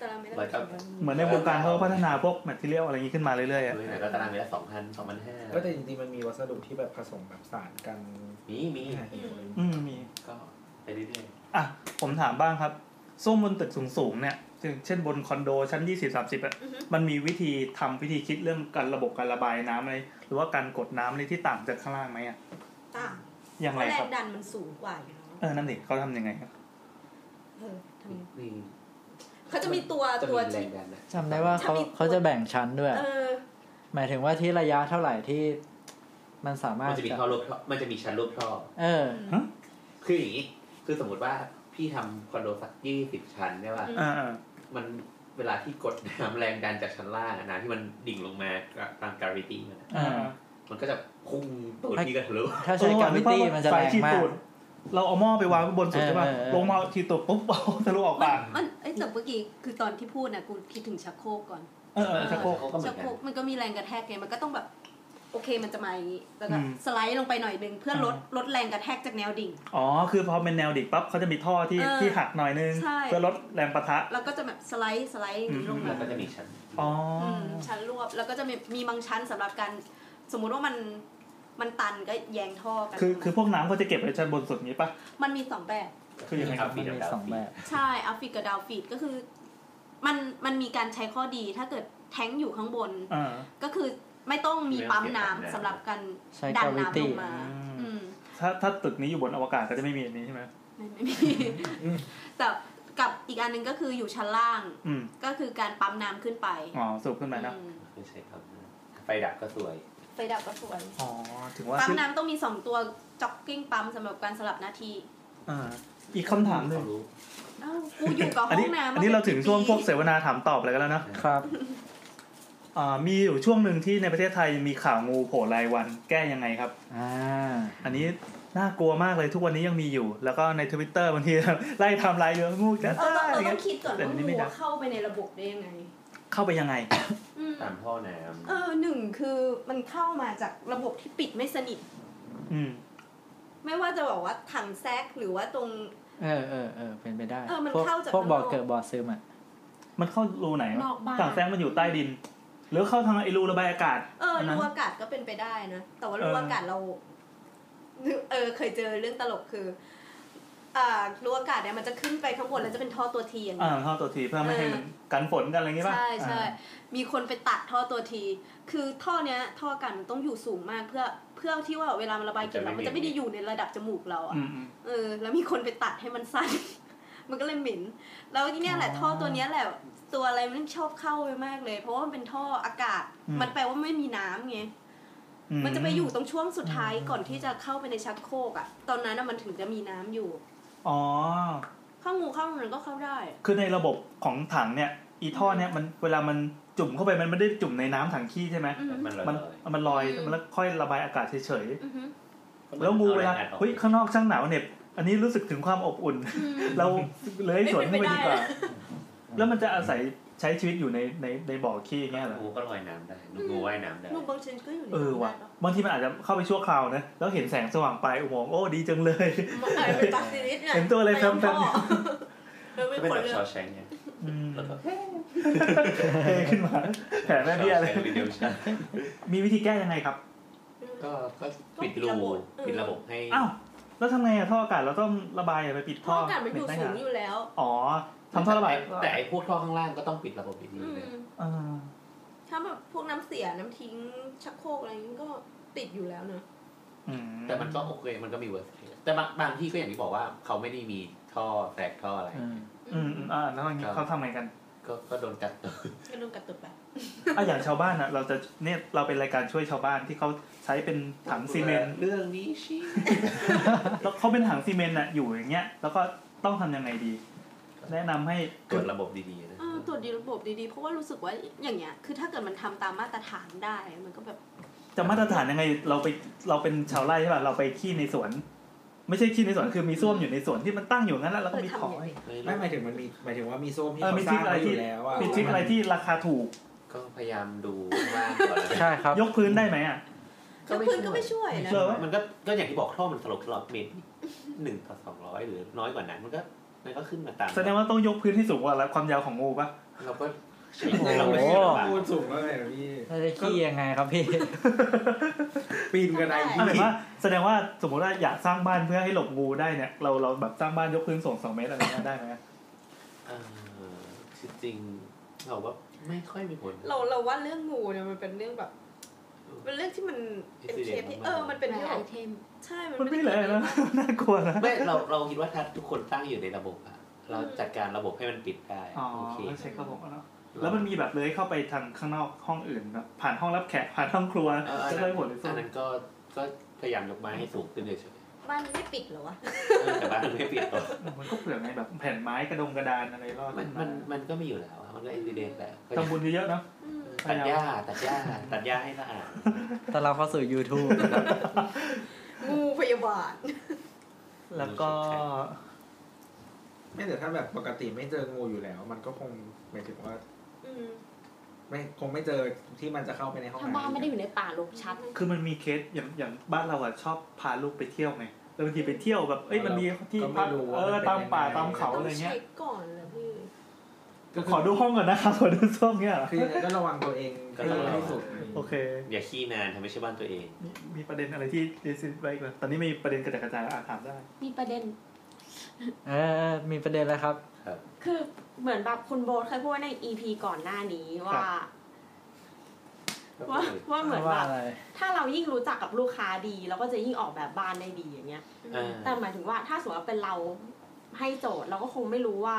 ตารางเมตรละ
แล้วก็
เหมือนในวงการเขาก็พัฒนาพวกแมทเทียลอะไรอย่างงี้ขึ้นมาเรื่อยๆอะ
คือไหนก็ตารางเมตรละสองพันสองพันห้า
ก็แต่จริงๆมันมีวัสดุที่แบบผสมแบบสารกัน
มีมี
อืมมี
ก็ไปเรื่อย
อ่ะ ผมถามบ้างครับส้วมบนตึกสูงๆเนี่ยอย่างเช่นบนคอนโดชั้นยี่สิบสามสิบอ่ะ
อือฮึ
มันมีวิธีทำวิธีคิดเรื่องการระบบการระบายน้ำอะไรหรือว่าการกดน้ำอะไรที่ต่างจากข้างล่างไหมอ่ะ
ต่าง
อย่างไร
เพราะแร
ครั
ง
บ
ดันมันสูงกว่าอยู่แล้ว
เออ นั่นดิเขาทำยังไงครับ
เออทำไม
ๆมี
เขาจะมีตัวตัวที่
จำได้ว่าเขาเขาจะแบ่งชั้นด้วย
เออ
หมายถึงว่าที่ระยะเท่าไหร่ที่มันสามารถ
มันจะมีท่อรูปท่อมันจะมีชั้นรูปท่อ
เออ
คืออย่างนี้ คือสมมติว่าพี่ทำคอนโดสักยี่สิบชั้นใช่ป่ะ
อ่า
มันเวลาที่กดน้ำแรงดันจากชั้นล่างอะน้ำที่มันดิ่งลงมาตามการิตี้มันอะ
อ่า
มันก็จะพุ่งตูดพี่กันทะลุ
ถ้าใช้ gravity
เออ
มันจะแรงมาก
ไฟที่ตูดเราเอาหม้อไปวางไว้บนสุดใช่ป่ะ
เออเออเออ
ลงมาทีตูดปุ๊บ เอาทะลุออกปาก
มันไอ้ยแต่เมื่อกี้คือตอนที่พูดนะกูคิดถึงชักโครกก่อน
เออเออชักโครก
ชักโครกมันก็มีแรงกระแทกไงมันก็ต้องแบบ โอเคมันจะมาอย่างนี้แล้วก็
อืม
สไลด์ลงไปหน่อยนึงเพื่อลดลดแรงกระแทกจากแนวดิ่ง
อ๋อ คือพอเป็นแนวดิบปั๊บเขาจะมีท่อที่
เออ
ที่หักหน่อยนึง
ใช่
เพื่อลดแรงปะทะ
แล้วก็จะแบบสไลด์สไลด์อย่างนี้ลงมา
แล้วก็จะมีชั้น
อ๋ออ
อืมชั้นรวบแล้วก็จะมีมีบางชั้นสำหรับการสมมุติว่ามันมันตันก็แยงท่อกัน
คือคือพวกน้ำเขาจะเก็บไว้ชั้นบนสุดนี้ป่ะ
มันมีสองแบบ
คือยังไงครับ
มันมีสองแบบ
ใช่อัฟฟิกกับดาวฟีดก็คือ มันมันมีการใช้ข้อดีถ้าเกิดแท้งอยู่ข้างบน
อ่า
ก็คือไม่ต้องมีปั๊มน้ำสำหรับการ
ใช้
ดันน้ำ
gravity
ลงมา
อืม
อืม
ถ้าถ้าตึกนี้อยู่บนอวกาศก็จะไม่มีอันนี้ใช่ไหม
ไม่ไม่มีแต่กับอีกอันหนึงก็คืออยู่ชั้นล่าง
อืม
ก็คือการปั๊มน้ำขึ้นไป
อ๋อสูบขึ้นมานะ
ไม่ใช่ครับไฟดับก็สวย
ไฟดับก็สวย
อ๋อ ถึงว่า
ปั๊ม
ชื่อ
น้ำต้องมีสองตัวจ็อกกิ้งปั๊มสำหรับการสลับหน้าที่
อ่า อีกคำถามหนึ่ง
เอ้ากูอยู่กับ
อัน
ห้อ
นี้
งน้ำ
อันนี้เราถึงช่วงพวก
เ
เสวนาถามตอบอะไรกันแล้วนะครับ อ่า มีอยู่ช่วงหนึ่งที่ในประเทศไทยมีข่าวงูโผล่รายวันแก้ยังไงครับ
อ่า
อันนี้น่ากลัวมากเลยทุกวันนี้ยังมีอยู่ แล้วก็ในทวิตเตอร์บ างที ไล่ไทำลายเยอะงูจะ
ราต้
ได้
อง
อะไร
เราต้
เงี้
อย งคิดก่อน
แต่
ว่า
อันนี้
งู
ไม่ได้
เข้าไปในระบบได้ยังไง
เข้าไปยังไง
ตามท่อน้
เออหนึ่งคือมันเข้ามาจากระบบที่ปิดไม่สนิท
อืม
ไม่ว่าจะบอกว่าถังแซกหรือว่าตรง
เออเออเออเป็นไปได้
เออมัน
พวก
เข้าจาก
พวก
ข้างน
บ่
อ
อก เกิดบ่อซึมอ่ะ
มันเข้ารูไหนวะ
นอกบ้าน
ต่างแซงมันอยู่ใต้ดิน หรือเข้าทางไอรูระบายอากาศ
เออ
อันนั้
รู
น
อากาศก็เป็นไปได้นะ แต่ว่ารู
เอออ
อากาศเรา เออ เคยเจอเรื่องตลกคือ อ่ารูอากาศเนี่ยมันจะขึ้นไปข้างบนแล้วจะเป็นท่อตัวทีอย่าง
อ่า
เงี้ย
เข้าตัวทีเพื่อไม่ให้มันกันฝนกันอะไรอย่างงี้ป่ะ
ใช่ใช่
อ่า
มีคนไปตัดท่อตัวที คือท่อเนี้ย ท่อกันมันต้องอยู่สูงมากเพื่อเพื่อที่ว่าเวลามันระบายกลิ่นเรามันจะไม่ได้อยู่ในระดับจมูกเราอะ
อืมอืม
เออแล้วมีคนไปตัดให้มันสั้น มันก็เลยเหม็น แล้วทีเนี้ยแหละท่อตัวเนี้ยแหละ ตัวอะไรมันชอบเข้าไปมากเลย เพราะว่ามันเป็นท่ออากาศ
อืม
มันแปลว่าไม่มีน้ำไง มันจะไปอยู่ตรงช่วงสุดท้ายก่อนที่จะเข้าไปในชักโครกอะตอนนั้นน่ะมันถึงจะมีน้ำอยู่
อ๋อ
เข้างูเข้ามันก็เข้าได้
คือในระบบของถังเนี่ย อีท่อเนี่ยมันเวลามันจุ่มเข้าไปมันไม่ได้จุ่มในน้ำถังขี้ใช่ไหม
อืมมันลอย
มันมันลอยมันแล้วค่อยระบายอากาศเฉย
อือฮึ
ๆแล้วงูเวลาเฮ้ยข้างนอกช่างหนาวเหน็บ อันนี้รู้สึกถึงความอบ อุ่น เราเลอยสวนเข้าไปดีกว่า แล้วมันจะอาศัยใช้ชีวิตอยู่ในในในบ่อขี้อย่างเงี้ยเหรอ
ำงูก็ลอยน้ำได้งูว่ายน้ำได้
ลูกบางชนิดก็อยู่ใน
เออว่ะบางทีมันอาจจะเข้าไปชั่วคราวนะ แล้วเห็นแสงสว่างปลายอุโมงค์โอ้ดีจังเลย
เออเป็นปากซิลิสเนี่ย
เห็นตัวอะไร
ป
แฟ้ม
ท่อเออเป็น
เป็น
ค
แบ
น
บ
เลื
ช
อ
อก แชงเนี่ย
ๆอืมเท่ขึ้นมาแผลแม่เบี้ยเลย
รีเดมชั่น
มีวิธีแก้ยังไงครับ
ก็ก็ปิดรูปิดระบบให้
อ้าว แล้วทำไงอะท่ออากาศเราต้องระบายอะไปปิด
ท่
ท่
อ
อ
อากาศมันอยู่สูงอยู่แล้ว
อ๋อทำท่อระบาย
แต่ไอ้พวกท่อข้างล่างก็ต้องปิดระบบอีกที
อื
เลย
ม
เออ
ถ้าแบบพวกน้ำเสียน้ำทิ้งชักโครกอะไรนี้ก็ติดอยู่แล้วนะ
อืม
แต่มันก็โอเคมันก็มีเวอร์แต่บางบางที่ก็อย่างที่บอกว่าเขาไม่ได้มีท่อแตกท่ออะไร
อืมอืมอ่าแล้วมันเขาทำไงกัน
ก็ก็โดนกัดตัว
ก็โดนกัดตุดไป
อ่ะอย่างชาวบ้านอะเราจะเนี่ยเราเป็นรายการช่วยชาวบ้านที่เขาใช้เป็นถังซีเมนต์
เรื่องนี้ชี้
แล้วเขาเป็นถังซีเมนต์อะอยู่อย่างเงี้ย แล้วก็ต้องทำยังไงดี แนะนำให้
เกิดระบบดีๆนะ
เออตรวจดีระบบดีๆ เพราะว่ารู้สึกว่าอย่างเงี้ย คือถ้าเกิดมันทำตามมาตรฐานได้ มันก็แบบ
จะมาตรฐานยังไง เราไปเราเป็นชาวไร่ใช่ป่ะเราไปขี้ในสวน ไม่ใช่ขี้ในสวนคือมีส้วมอยู่ในสวนที่มันตั้งอยู่งั้นแล้วเราก็มีของให้
ไม่หมายถึงมันมีหมายถึงว่ามีส้มที่
เออ
เขา
มี
ส
ทริป
ร้าง
อะไร
ไว้อ
ที่
ยู่แล้วอะ
มีทริปอะไรที่ราคาถูก
ก็พยายามดูว่าก่อนแล้วกัน
ใช่ครับ
ยกพื้นได้ไหมอ่ะ
ก็พื้นก็ไม่ช่วยนะ
เหรอ
มันก็ก็อย่างที่บอกท่อมันสลบตลอดเมตรหนึ่งต่อสองร้อยหรือน้อยกว่านั้นมันก็มันก็ขึ้นมาตาม
แสดงว่าต้องยกพื้นที่สูงกว่าแล้วความยาวของงูป่ะ
เราก็ใช้
โอ้โห
เราไม่ใช่ลำบาก
พูดสูงแล้วไงอะพี่
แล้วจะขี้ยังไงครับพี่
ปีนกันได
อ่ะหมาย
พี่
ว่าแสดงว่าสมมติว่าอยากสร้างบ้านเพื่อให้หลบงูได้เนี่ยเราเราแบบสร้างบ้านยกพื้นสูงสองเมตรอะไรเงี้ยได้ไหมอะ
เอ่อจริงๆเราว่าไม่ค่อยมีผล
เราเราว่าเรื่องงูเนี่ยมันเป็นเรื่องแบบเป็นเรื่องที่มันเป็นเคสที่เออ มันเป็นเรื่อง
ไอ
แบบ
เทม
ใช่
มัน
เป็
ไม่เลยนะน่ากลัวนะ
ไม่เราเราคิดว่าถ้าทุกคนตั้งอยู่ในระบบอะเราจัดการระบบให้มันปิดได้
อ๋อ
โอเค
แล้วเช็คระบบแล้วเนอะแล้วมันมีแบบเลยเข้าไปทางข้างนอกห้องอื่นแบบผ่านห้องรับแขกผ่านห้องครัว
เอออัน
จะ
นั้
ได้
น
ผลหรือเป
อัน
ล่า
นั้นก็ก็พยายามยกไม้ให้สูงขึ้นเฉย
บ้านไม่ปิดเหรอวะ
ๆเออแต่บ้านมันไม่ปิดหรอก
มันก็เปลือกไงแบบแผ่นไม้กระดงกระดานอะไรรอด
มัน
ขึ้า
มันมันก็มีอยู่แล้วอะมันก็เอวิเดนแล้ว
ทำบุญเยอะๆเนาะ
ตัดหญ้าตัดหญ้าตัดหญ้าให้สะอาด
ตอนเราเข้าสู่ YouTube นะครับ
งูพยาบาล
แล้วก็
ไม่แต่ถ้าแบบปกติไม่เจองูอยู่แล้ว มันก็คงหมายถึงว่า
อืม
ไม่คงไม่เจอที่มันจะเข้าไปในห้อง
ถ้าบ้านไม่ได้อยู่ในป่าลกชัด
คือมันมีเคสอย่างอย่างบ้านเราอะชอบพาลูกไปเที่ยวไงแล้วบางทีไปเที่ยวแบบเอ้ยมันมีที่พักเออตามป่าตามเขา
ต้อ
อะไร
ง
เงี้ย
เช็คก่อนเลยพี่
ก็
ขอดูห้องก่อนนะครับขอดูส้วมเนี่ยเหรอ
คือยังไงก็ระวังตัวเองให้ให้สุด
โอเค
อย่าขี้นานทำให้ใช่บ้านตัวเอง
มีมีประเด็นอะไรที่ดิสไว้อีกไหมตอนนี้มีประเด็นกระจัดกระจายแล้วอาถามได้
มีประเด็น
เออมีประเด็นอะไรครับ
คือเหมือนแบบคุณโบทเคยพูดไว้ใน EP ก่อนหน้านี้ว่า ว่าว่าเหมือนแบ
ว่า
บ
อะไร
ถ้าเรายิ่งรู้จักกับลูกค้าดีเราก็จะยิ่งออกแบบบ้านได้ดีอย่างเงี้ย
เออ
แต่หมายถึงว่าถ้าสมมติว่าเป็นเราให้โจทย์เราก็คงไม่รู้ว่า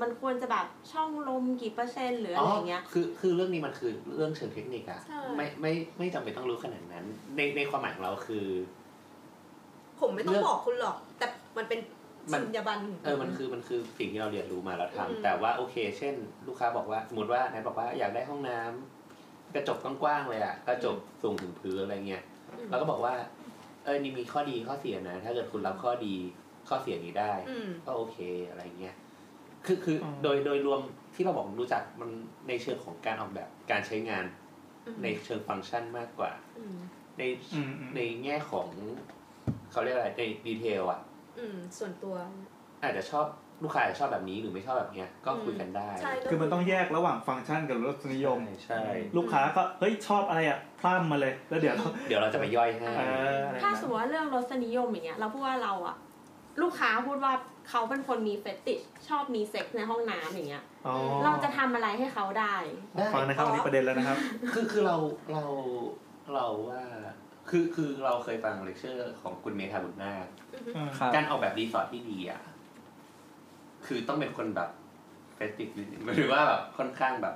มันควรจะแบบช่องลมกี่เปอร์เซ็นต์หรืออะไรอย่างเงี้ย
คือคือเรื่องนี้มันคือเรื่องเชิงเทคนิคอะ
ใช่
ไม่ไม่ไม่จำเป็นต้องรู้ขนาดนั้น ในในความหมายของเราคือ
ผมไม่ต้อ
เลื
ง
อก
บอกคุณหรอก แต่มันเป็น
มั
สั
น
ญญาบัน
เออ มันคือ มันคือสิ่งที่เราเรียนรู้มาแล้ว
อืม
ทำแต่ว่าโอเค เช่น ลูกค้าบอกว่า สมมติว่าแนายบอกว่าอยากได้ห้องน้ำกระจกกว้างๆเลยอะกระจกสูงถึงพื้นอะไรเงี้ย เราก็บอกว่า เออ นี่มีข้อดีข้อเสียนะ ถ้าเกิดคุณรับข้อดีข้อเสียนี้ได้
อืม
ก็โอเคอะไรเงี้ย คือคือโดยโดยรวมที่เราบอกรู้จักมันในเชิงของการออกแบบการใช้งาน
อืม
ในเชิงฟังก์ชันมากกว่า
อืม
ในในแง่ของเขาเรียกอะไรในดีเทลอ่ะ
อืมส่วนตัว
อาจจะชอบลูกค้าอาจจะชอบแบบนี้หรือไม่ชอบแบบเนี้ยก็คุยกันได้
ใช่
คือมันต้องแยกระหว่างฟังก์ชันกับรสนิยมลูกค้าก็เฮ้ยชอบอะไรอ่ะพร่ำมาเลย แล้วเดี๋ยวเรา
เดี๋ยวเราจะไปย่อยให้
เอออะไร
ถ้าสมมติว่าเรื่องรสนิยมอย่างเงี้ยเราพูดว่าเราอะลูกค้าพูดว่าเขาเป็นคนมีเฟติชชอบมีเซ็กซ์ในห้องน้ำอย่างเงี้ย
อ๋อ
เราจะทำอะไรให้เขาได้
ฟังนะครับวันนี้ประเด็นแล้วนะครับ
คือคือเราเราเราว่าคือคือเราเคยฟังเลคเชอร์ของคุณเมธาบุญนาค
ครับ
การออกแบบรีสอร์ทที่ดีอ่ะคือต้องเป็นคนแบบเฟสติกหรือว่าแบบค่อนข้างแบบ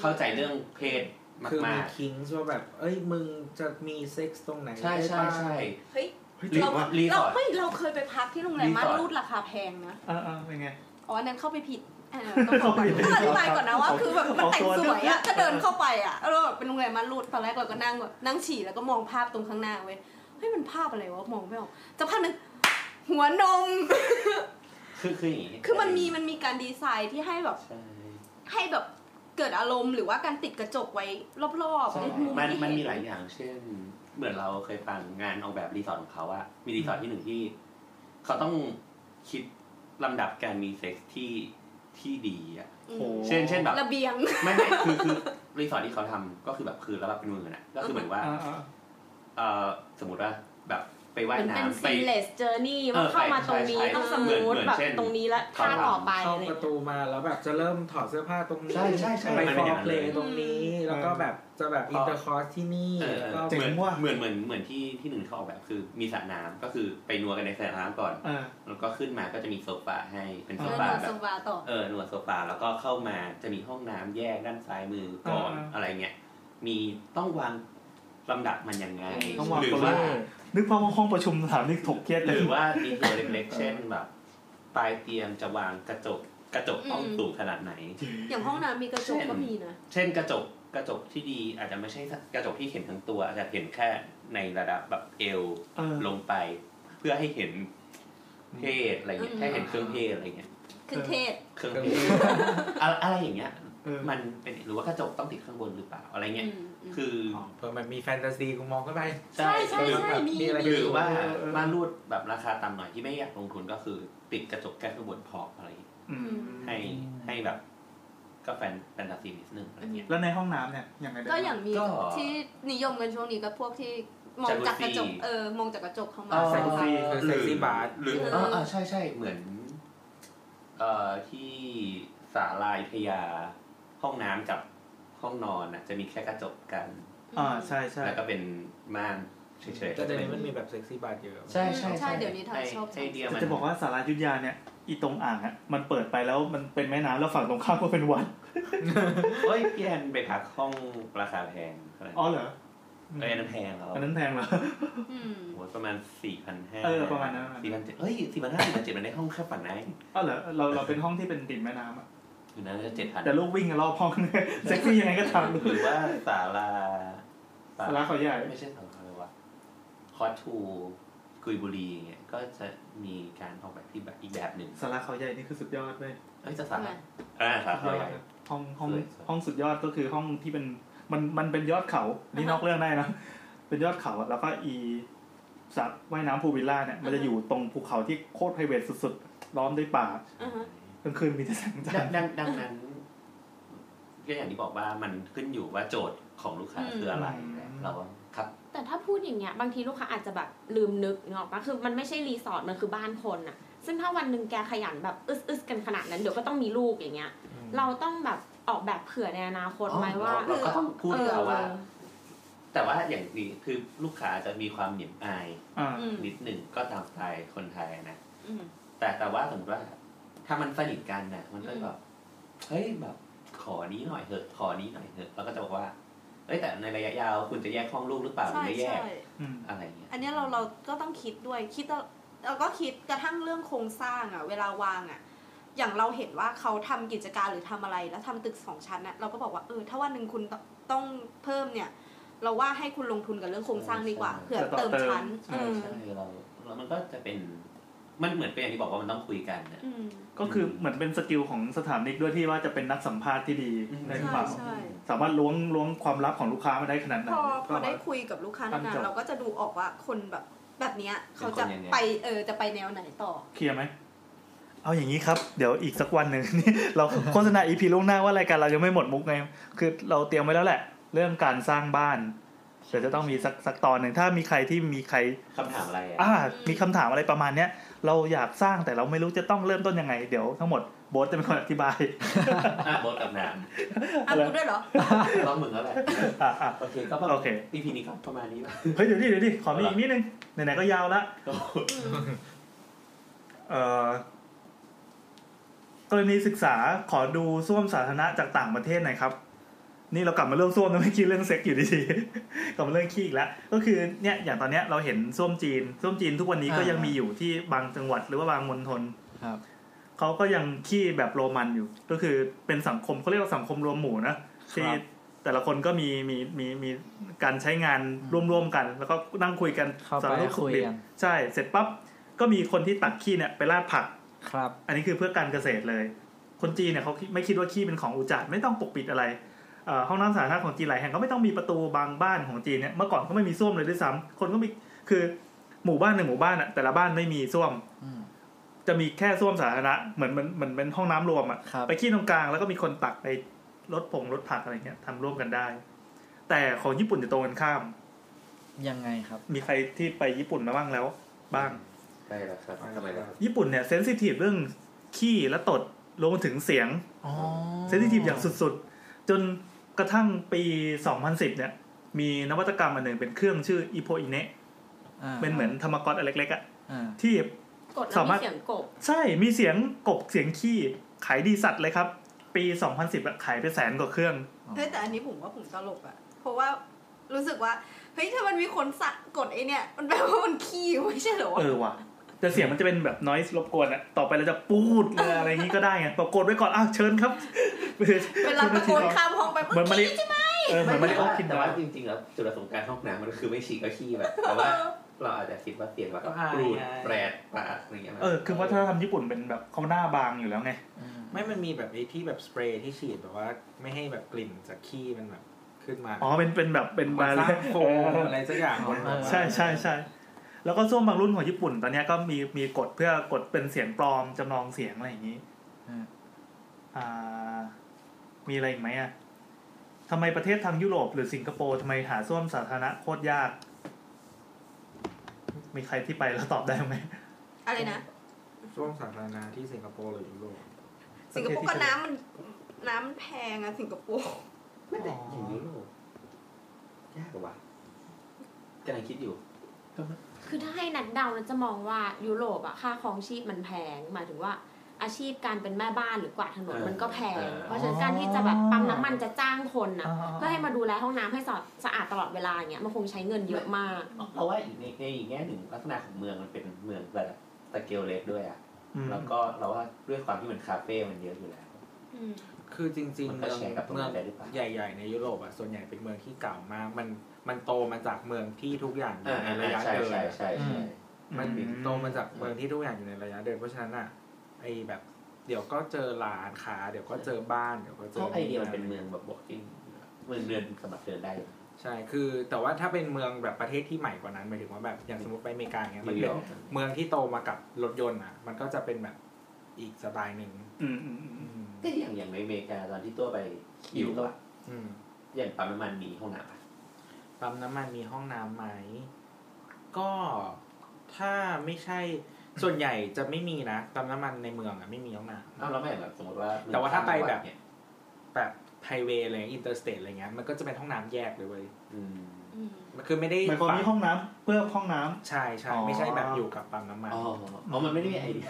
เข้าใจเรื่องเพศ
คือมี
มาก
คิงส์ว่าแบบ เอ้ยมึงจะมีเซ็กซ์ตรงไหน
ๆ ใช่ใช่
ได้บ้าง
ใช่
เฮ้ย
เฮ้ยจริง
เรา
ว่ะ
เราเฮ้ยเราเคยไปพักที่โรงแรมม่านรูดราคาแพงนะ
เออเออเป็นไง
อ๋ออันนั้นเข้าไปผิดเออต้องบอกก่อนต้องอธิบายก่อนนะ ว่าคือแบบมันแต่งสวยอะก็เดินเข้าไปอะแล้วแบบเป็นโรงแรมม่านรูดตอนแรกเราก็นั่งแบบนั่งฉี่แล้วก็มองภาพตรงข้างหน้าเว้ยเฮ้ยมันภาพอะไรวะมองไม่ออกจะพักหนึงหัวนม
คือคืออย่างนี้
คือมันมีมันมีการดีไซน์ที่ให้แบบ
ใช่
ให้แบบเกิดอารมณ์หรือว่าการติดกระจกไว้รอบๆ
ใช่
มุม
มัน
ที่
มัน
เห็
มีหลายอย่าง เช่น เหมือนเราเคยฟังงานออกแบบรีสอร์ทของเขาอะมีรีสอร์ทที่หนึ่งที่ เขาต้องคิดลำดับการมีเซ็กซ์ที่ที่ดีอะ
อืม
เช่นเช่นแบบ
ระเบียง
ไม่ไม่คือคือรีสอร์ทที่เขาทำก็คือแบบคืนแล้วแบบเป็นหมื่นอะก็คือเหมือนว่า เออสมมติว่าแบบไป
เห
ว่าย
มือนเป็น
น้ำไป
seamless journey
เอ
ว่า
อ
เข้ามาตรงนี้
ใช่ใช่
ต้องสมูท
เหมือน
แบบ
เช่น
ตรงนี้แล้ว
เขา
ท่าต่อไป
เข้า
อะไร
ประตูมาแล้วแบบจะเริ่มถอดเสื้อผ้าตรงนี้
ใช่ใช่ใช่
ไป
มัน
ฟ
เป็น
อ
อย่างนั้น
ร์เพล
เลย
ย์ตรงนี้ แล้วก็แบบจะแบบอินเตอร์คอร์สที่นี่
เออเอ
แล้วก็
อ
เจ๋
เหมือน
งว่ะ
เหมือนเหมือนเหมือนที่ที่หนึ่งเขาออกแบบคือมีสระน้ำก็คือไปนัวกันในสระน้ำก่อน
เออ
แล้วก็ขึ้นมาก็จะมีโซฟาให้เป็นโซ
เออ
ฟา
หนวด
แบ
โซ
บ
ฟาต่อ
เออหนวดโซฟาแล้วก็เข้ามาจะมีห้องน้ำแยกด้านซ้ายมือก่อน
เออเอออ
อะไรเงี้ยมีต้องวางลำดับมันยังไง
ต้องวาง
หรื
ตัวเล
ว่า
ขนึกภาพว่าห้องประชุมสถามนี่ถกเครียด
ห
กัน
รือว่าดีเทลเล็กๆเช่นแบบปลายเตียงจะวางกระจกกระจกต้อง
อืม
สูงขนาดไหน
อย่างห้องน้ำมีกระจกก็มีนะ
เช่นกระจกกระจกที่ดีอาจจะไม่ใช่กระจกที่เห็นทั้งตัว อาจจะเห็นแค่ในระดับแบบเอว
เออ
ลงไป เพื่อให้เห็นเพศอะไรเงี้ย
อืม
ให้เห็นเครื่องเพศอะไรเงี้ย
คือเทศ
เครื่องเพศอะไรอะไรอย่างเงี้ยมันเป็นหรือว่ากระจกต้องติดข้างบนหรือเปล่าอะไรเงี้ย
อืมอืม
คือ
เพิ่มแบบมีแฟนตาซีกูมองเข้าไป
ใช่
ใช่
หรือ
ใช่
แบบ
มีมี
หรือว่าม่านรูดแบบราคาต่ำหน่อยที่ไม่อยากลงทุนก็คือ ติดกระจกแค่ข้างบนพออะไรอย่างเงี้ย
อืม
ให้ให้แบบก็แฟนแฟนตาซีนิดนึงอะไรเงี้ย
แล้วในห้องน้ำเนี่ยยังไงได้
ก็อย่างมี
ก็
ที่นิยมกันช่วงนี้ก็พวกที่มองจากกระจก
จากรูซี่
เออ มองจากกระจกเข้ามา
อ่า
ใส่ผ้า
คือ sexy bar
หรือ
เออ
เอออ่าใช่ใช่เหมือนเอ่อที่สาลายพยาห้องน้ำกับห้องนอนน่ะจะมีแค่กระจกกัน
อ่าใช่ใช่
แล้วก็เป็นม่านเฉยๆ
แต่เดี๋ยวนี้
ก็
มัน
จะ
มี
เป็
แบบเซ็กซี่บาร์เยอะ
ใช่ใช่
ใช่เดี๋ยวนี้ทำ
ไ
ชอบ
ไอเดีย
แต่
มัน
จะบอกว่าสารายุทธยาเนี่ยอีตรงอ่างอ่ะมันเปิดไปแล้วมันเป็นแม่น้ำแล้วฝั่งตรงข้ามก็เป็นวัด
เฮ้ยพี่แอนไปพักห้องราคาแพงขนาด
อ๋อเหรอ
ไอนนั้นแพงแล้ว
อันนั้นแพงเหรอ
อืม
โอ้โหประมาณสี่พันห้า
เออประมาณนั้นประมาณนั้น
สี่พันเจ็ดเฮ้ยสี่พันห้าสี่พันเจ็ดมันได้ห้องแค่ฝันไหน
อ๋อเหรอเราเราเป็นห้องที่เป็นติดแม่น้ำอ่ะ
อยู่นั้นจะเจ็ดพัน
แต่ลูกวิ่งกันรอบห้อง เนี่ยเซ็กซี่ยังไงก็ทำ
หรือว่าสารา
สาราเขาใหญ่
ไม่ใช่สาราเลยวะคอทูกุยบุรีอย่างเงี้ยก็จะมีการออกแบบที่แบบอีกแบบหนึ่ง
สาราเขาใหญ่นี่คือสุดยอดเลย
เอ้ยจะสาราอ่าสาราเขาใหญ่
ห้องห้อง
สวยๆ
ห้องสุดยอดก็คือห้องที่เป็นมันมันเป็นยอดเขานี่นอกเรื่องได้นะ เป็นยอดเขาอะแล้วก็อีสระว่ายน้ำพูลวิลล่าเนี่ยมันจะอยู่ตรงภูเขาที่โคตรไพรเวทสุดๆ ล้อมด้วยป่า
อ่าฮะ
กลางคืนมีแต่แสงจั
ดั
น
ง
ทร์
ดังดังนั้นก็อย่างที่บอกว่ามันขึ้นอยู่ว่าโจทย์ของลูกค้าคืออะไรแต่เราว่าครับ
แต่ถ้าพูดอย่างเงี้ยบางทีลูกค้าอาจจะแบบลืมนึกเนาะก็คือมันไม่ใช่รีสอร์ทมันคือบ้านคนอะซึ่งถ้าวันหนึ่งแกขยันแบบอึสอึสๆกันขนาดนั้นเดี๋ยวก็ต้องมีลูกอย่างเงี้ย เราต้องแบบออกแบบเผื่อในอนาคตไหม
อ๋อ
ว่า
เราก็ต้องพูด
เออ
กับว่า แต่ว่าอย่างนี้คือลูกค้าจะมีความเหนียมอาย
อ่า
อืม
นิดหนึ่งก็ตามสไตล์คนไทยนะ
อืม
แต่แต่ว่าสมมติว่าถ้ามันสนิทกันน่ะ มันก็แบบเฮ้ยแบบ ขอนี้หน่อยเถอะขอนี้หน่อยเถอะเราก็จะบอกว่าเอ้ยแต่ในระยะยาวคุณจะแยกห้องลูกหรือเปล่าหรื
ใช่
อไม่แยก
ใช่
อืม
อะไรอย่างเงี้ย
อันเนี้ยเราเราก็ต้องคิดด้วยคิดตเราก็คิดกระทั่งเรื่องโครงสร้างอ่ะ เวลาวางอ่ะ อย่างเราเห็นว่าเขาทำกิจการหรือทำอะไรแล้วทำตึกสองชั้นน่ะเราก็บอกว่าเออถ้าวันหนึ่งคุณตต้องเพิ่มเนี่ย เราว่าให้คุณลงทุนกับเรื่องโครงสร้างดีกว่าเผื่อเติมชั้น
ใช่
เออ
ใช่เราเรามันก็จะเป็น มันเหมือนเป็นอย่างที่บอกว่ามันต้องคุยกันนะ
ก็คือเหมือนเป็นสกิลของสถานิกด้วยที่ว่าจะเป็นนักสัมภาษณ์ที่ดีได้หรือเปล่า
ใช่ใช่
สามารถล้วงล้วงความลับของลูกค้ามาได้ขนาดไหน
พอพ
ก็
อได้คุยกับลูกค้านา
ตั้
ง น
ใจ
ๆเราก็จะดูออกว่าคนแบบแบบเนี้ยเขาจะ
เป็นคนยังไง
ไปเออจะไปแนวไหนต่อ
เคลียร์ไหม เอาอย่างนี้ครับ เดี๋ยวอีกสักวันหนึ่ง นี่เราโฆษณาอีพีล่วงหน้าว่ารายการเรายังไม่หมดมุกไง คือเราเตรียมไว้แล้วแหละ เรื่องการสร้างบ้านเดี๋ยวจะต้องมีสักสักตอนหนึ่งถ้ามีใครที่มีใคร
คำถามอะไรอะ
อ่า มีคำถามอะไรประมาณเนี้ย เราอยากสร้างแต่เราไม่รู้จะต้องเริ่มต้นยังไง เดี๋ยวทั้งหมดโบ๊ทจะเป็นคนอธิบาย
อ่ะโบทกับน้
อ่ะกูด้วยเหรอ
ำต้องมึงแล้วแหละโอเคก็
โอเค
อีพีนี้ก็ประมาณนี้ป่ะ
เฮ้ยเดี๋ยวดิเดี๋ยวดิขอมีอีกนิดนึงไหนๆก็ยาวละเอ่อกรณีศึกษาขอดูส้วมสาธารณะจากต่างประเทศหน่อยครับ นี่เรากลับมาเรื่องส้วมนะไม่คิดเรื่องเซ็กอยู่ดีๆ กลับมาเรื่องขี้อีกแล้วก็คือเนี่ยอย่างตอนเนี้ยเราเห็นส้วมจีนส้วมจีนทุกวันนี้ก็
อ่ายั
ยังมีอยู่ที่บางจังหวัดหรือว่าบางมณฑล
ครับ
เขาก็ยังขี้แบบโรมันอยู่ ก็คือเป็นสังคมเขาเรียกว่าสังคมรวมหมู่นะที่แต่ละคนก็มีมีมีมีการใช้งานร่วมๆกัน แล้วก็นั่งคุยกัน
เข้าไป
สารทุกข์สุขดิบ
คุยกัน
ใช่เสร็จปั๊บก็มีคนที่ตักขี้เนี่ยไปราดผัก
ครับ
อันนี้คือเพื่อการเกษตรเลย คนจีนเนี่ยเขาไม่คิดว่าขี้เป็นของอุจจาระไม่ต้องปกปิดอะไรเอ่อห้องน้ำสาธารณะของจีนหลายแห่งก็ไม่ต้องมีประตูบางบ้านของจีนเนี่ยเมื่อก่อนก็ไม่มีส้วมเลยด้วยซ้ำคนก็มีคือหมู่บ้านหนึ่งหมู่บ้านอะแต่ละบ้านไม่มีส้วม
อืม
จะมีแค่ส้วมสาธารณะเหมือนเหมันเหมือนเป็นห้องน้ำรวมอะ
ครับ
ไปขี้ตรงกลางแล้วก็มีคนตักไปรถผงรถผักอะไรเงี้ยทำร่วมกันได้ แต่ของญี่ปุ่นจะตรงกันข้าม
ยังไงครับ
มีใครที่ไปญี่ปุ่นมาบ้างแล้ว บ้าง
ใช่แล้วครับทำไมล่ะครับ
ญี่ปุ่นเนี่ยเซนซิทีฟเรื่องขี้และตดรวมถึงเสียงเซนซิทีฟอย่างสุดๆ จนกระทั่งปี 2010 เนี่ย มีนวัตกรรมอันหนึ่งเป็นเครื่องชื่ออีโพอินเนเป็นเหมือนธรรมกรอันเล็กๆอะที่
กดแล้ว
สามาร
มี
ถ
เสียงกบ
ใช่มีเสียงกบเสียงขี้ ขายดีสัตว์เลยครับ ปี 2010อะขายไปแสนกว่าเครื่อง
เฮ้ยแต่อันนี้ผมว่าผมตลกอะเพราะว่ารู้สึกว่าเฮ้ยถ้ามันมีคนสะกดไอเนี่ยมันแปลว่ามันขี้ไม่ใช่เหรอวะ
เออว่ะ แต่เสียงมันจะเป็นแบบนอยรบกวนอะต่อไปเราจะปูดเลยอะไรอย่างนี้ก็ได้ไงปรากฏไว้ก่อนอ้าวเชิญครับ
เวลาตะโกนข้ามห้องไป
เหมือนมาริ
ขี้ใช่ไหม
เออเหมือนมันก็กิน
แต่
น้
ว่าจริงๆแล้วจุดประสงค์การห้องน้ำมันก็คือไม่ฉี่ก็ขี้แบบแต่ว่าเราอาจจะคิดว่าเสียงแบบกรูดแปรดปาดอะไรอย่างเงี้ย
ำเออคือวัฒนธรรมญี่ปุ่นเป็นแบบเขาหน้าบางอยู่แล้วไง
ไม่มันมีแบบไอ้ที่แบบสเปรย์ที่ฉีดแบบว่าไม่ให้แบบกลิ่นจากขี้มันแบบขึ้นมา
อ๋อ เป็น เป็นแบบ เป็น
มา
บาร์
สร้างโฟ
เ
มอะไรสักอย่างบนแบบว่า
ใช่ใช่ใช่ แล้วก็ส้วมบางรุ่นของญี่ปุ่น ตอนเนี้ยก็มี มีกดเพื่อกดเป็นเสียงปลอมจำลองเสียงอะไรอย่างนี้ อ่า มีอะไรอีกไหมอ่ะทำไมประเทศทางยุโรปหรือสิงคโปร์ทำไมหาส้วมสาธารณะโคตรยาก มีใครที่ไปแล้วตอบได้ไหม
อะไรนะ
ช่วงสาธารณะที่สิงคโปร์หรือยุโรป
สิงคโปร์ก็น้ำมันน้ำมันแพงอะสิงคโปร์
ไม่ได้อย่างยุโรปยากกว่ากำลังคิดอยู่
คือถ้าให้นักเดานะจะมองว่ายุโรปอะค่าครองชีพมันแพง หมายถึงว่าอาชีพการเป็นแม่บ้านหรือกวาดถนนมันก็แพง เพราะฉะนั้นการที่จะแบบปั๊มน้ำมันจะจ้างคนอะเพื่อให้มาดูแลห้องน้ำให้สะอาดสะอาดตลอดเวลาอย่างเงี้ยมันคงใช้เงินเยอะมาก
เพราะว่าอีกในในอีกแง่หนึ่งลักษณะของเมืองมันเป็นเมืองแบบสเกลเล็กด้วยอ่ะ
อืม
แล้วก็เราว่าด้วยความที่มันคาเฟ่มันเยอะอยู่แล้ว
คือจริง
มัน
ๆ
ก็
เมือง
แชร์กับตรง
เมื
นั้
อง
นได้หรือเปล่า
ใหญ่ ๆ ในยุโรปอ่ะส่วนใหญ่เป็นเมืองที่เก่ามาก มันมันโตมาจากเมืองที่ทุกอย่างอยู่
อ่า
ในระยะ
ใช่
เดิน
ใช่ใช่
อื
ใช่
ม มัน
อืม
โตมาจากเมืองที่ทุกอย่างอยู่ในระยะเดินเพราะฉะนั้นอ่ะไอแบบ เดี๋ยวก็เจอร้านค้าเดี๋ยวก็เจอบ้านเดี๋ยวก็เจ
ก็
อ
ไอเดียมันเป็นเมืองแบบ walking เมืองเดินสำหรับเดินได้
ใช่คือ แต่ว่าถ้าเป็นเมืองแบบประเทศที่ใหม่กว่านั้นหมายถึงว่าแบบอย่างสมมติไปอเมริกาอย่างเงี้ยมันเป็น
นิวยอร์ก
เมืองที่โตมากับรถยนต์อ่ะ มันก็จะเป็นแบบอีกสไตล์หนึ่ง
อืมอืมอืม
ก็อย่างอย่างในอเมริกาตอนที่ตัวไปอยู่ก็แบบ
อืม
อย่างปั๊มน้ำมันมีห้องน้ำอะ
ปั๊มน้ำมันมีห้องน้ำไหม ก็ถ้าไม่ใช่ส่วนใหญ่จะไม่มีนะปั๊มน้ำมันในเมืองอะไม่มีห้องน้ำ
อ้าวแล้วไม่แบบสมมติว่า
แต่ว่าถ้าไปแบบ
เนี่ย
แบบไฮเวย์อะไรอินเตอร์สเตทอะไรเงี้ยมันก็จะเป็นห้องน้ำแยกเลยเว้ย
อืม
มันคือไม่ได้
หมายความ
ฝัง
มีห้องน้ำเพื่อห้องน้ำ
ใช่ใช่
อ๋อ
ไม่ใช่แบบอยู่กับปั๊มน้ำมัน
อ๋ออ๋อมันไม่ได้มีไอเดีย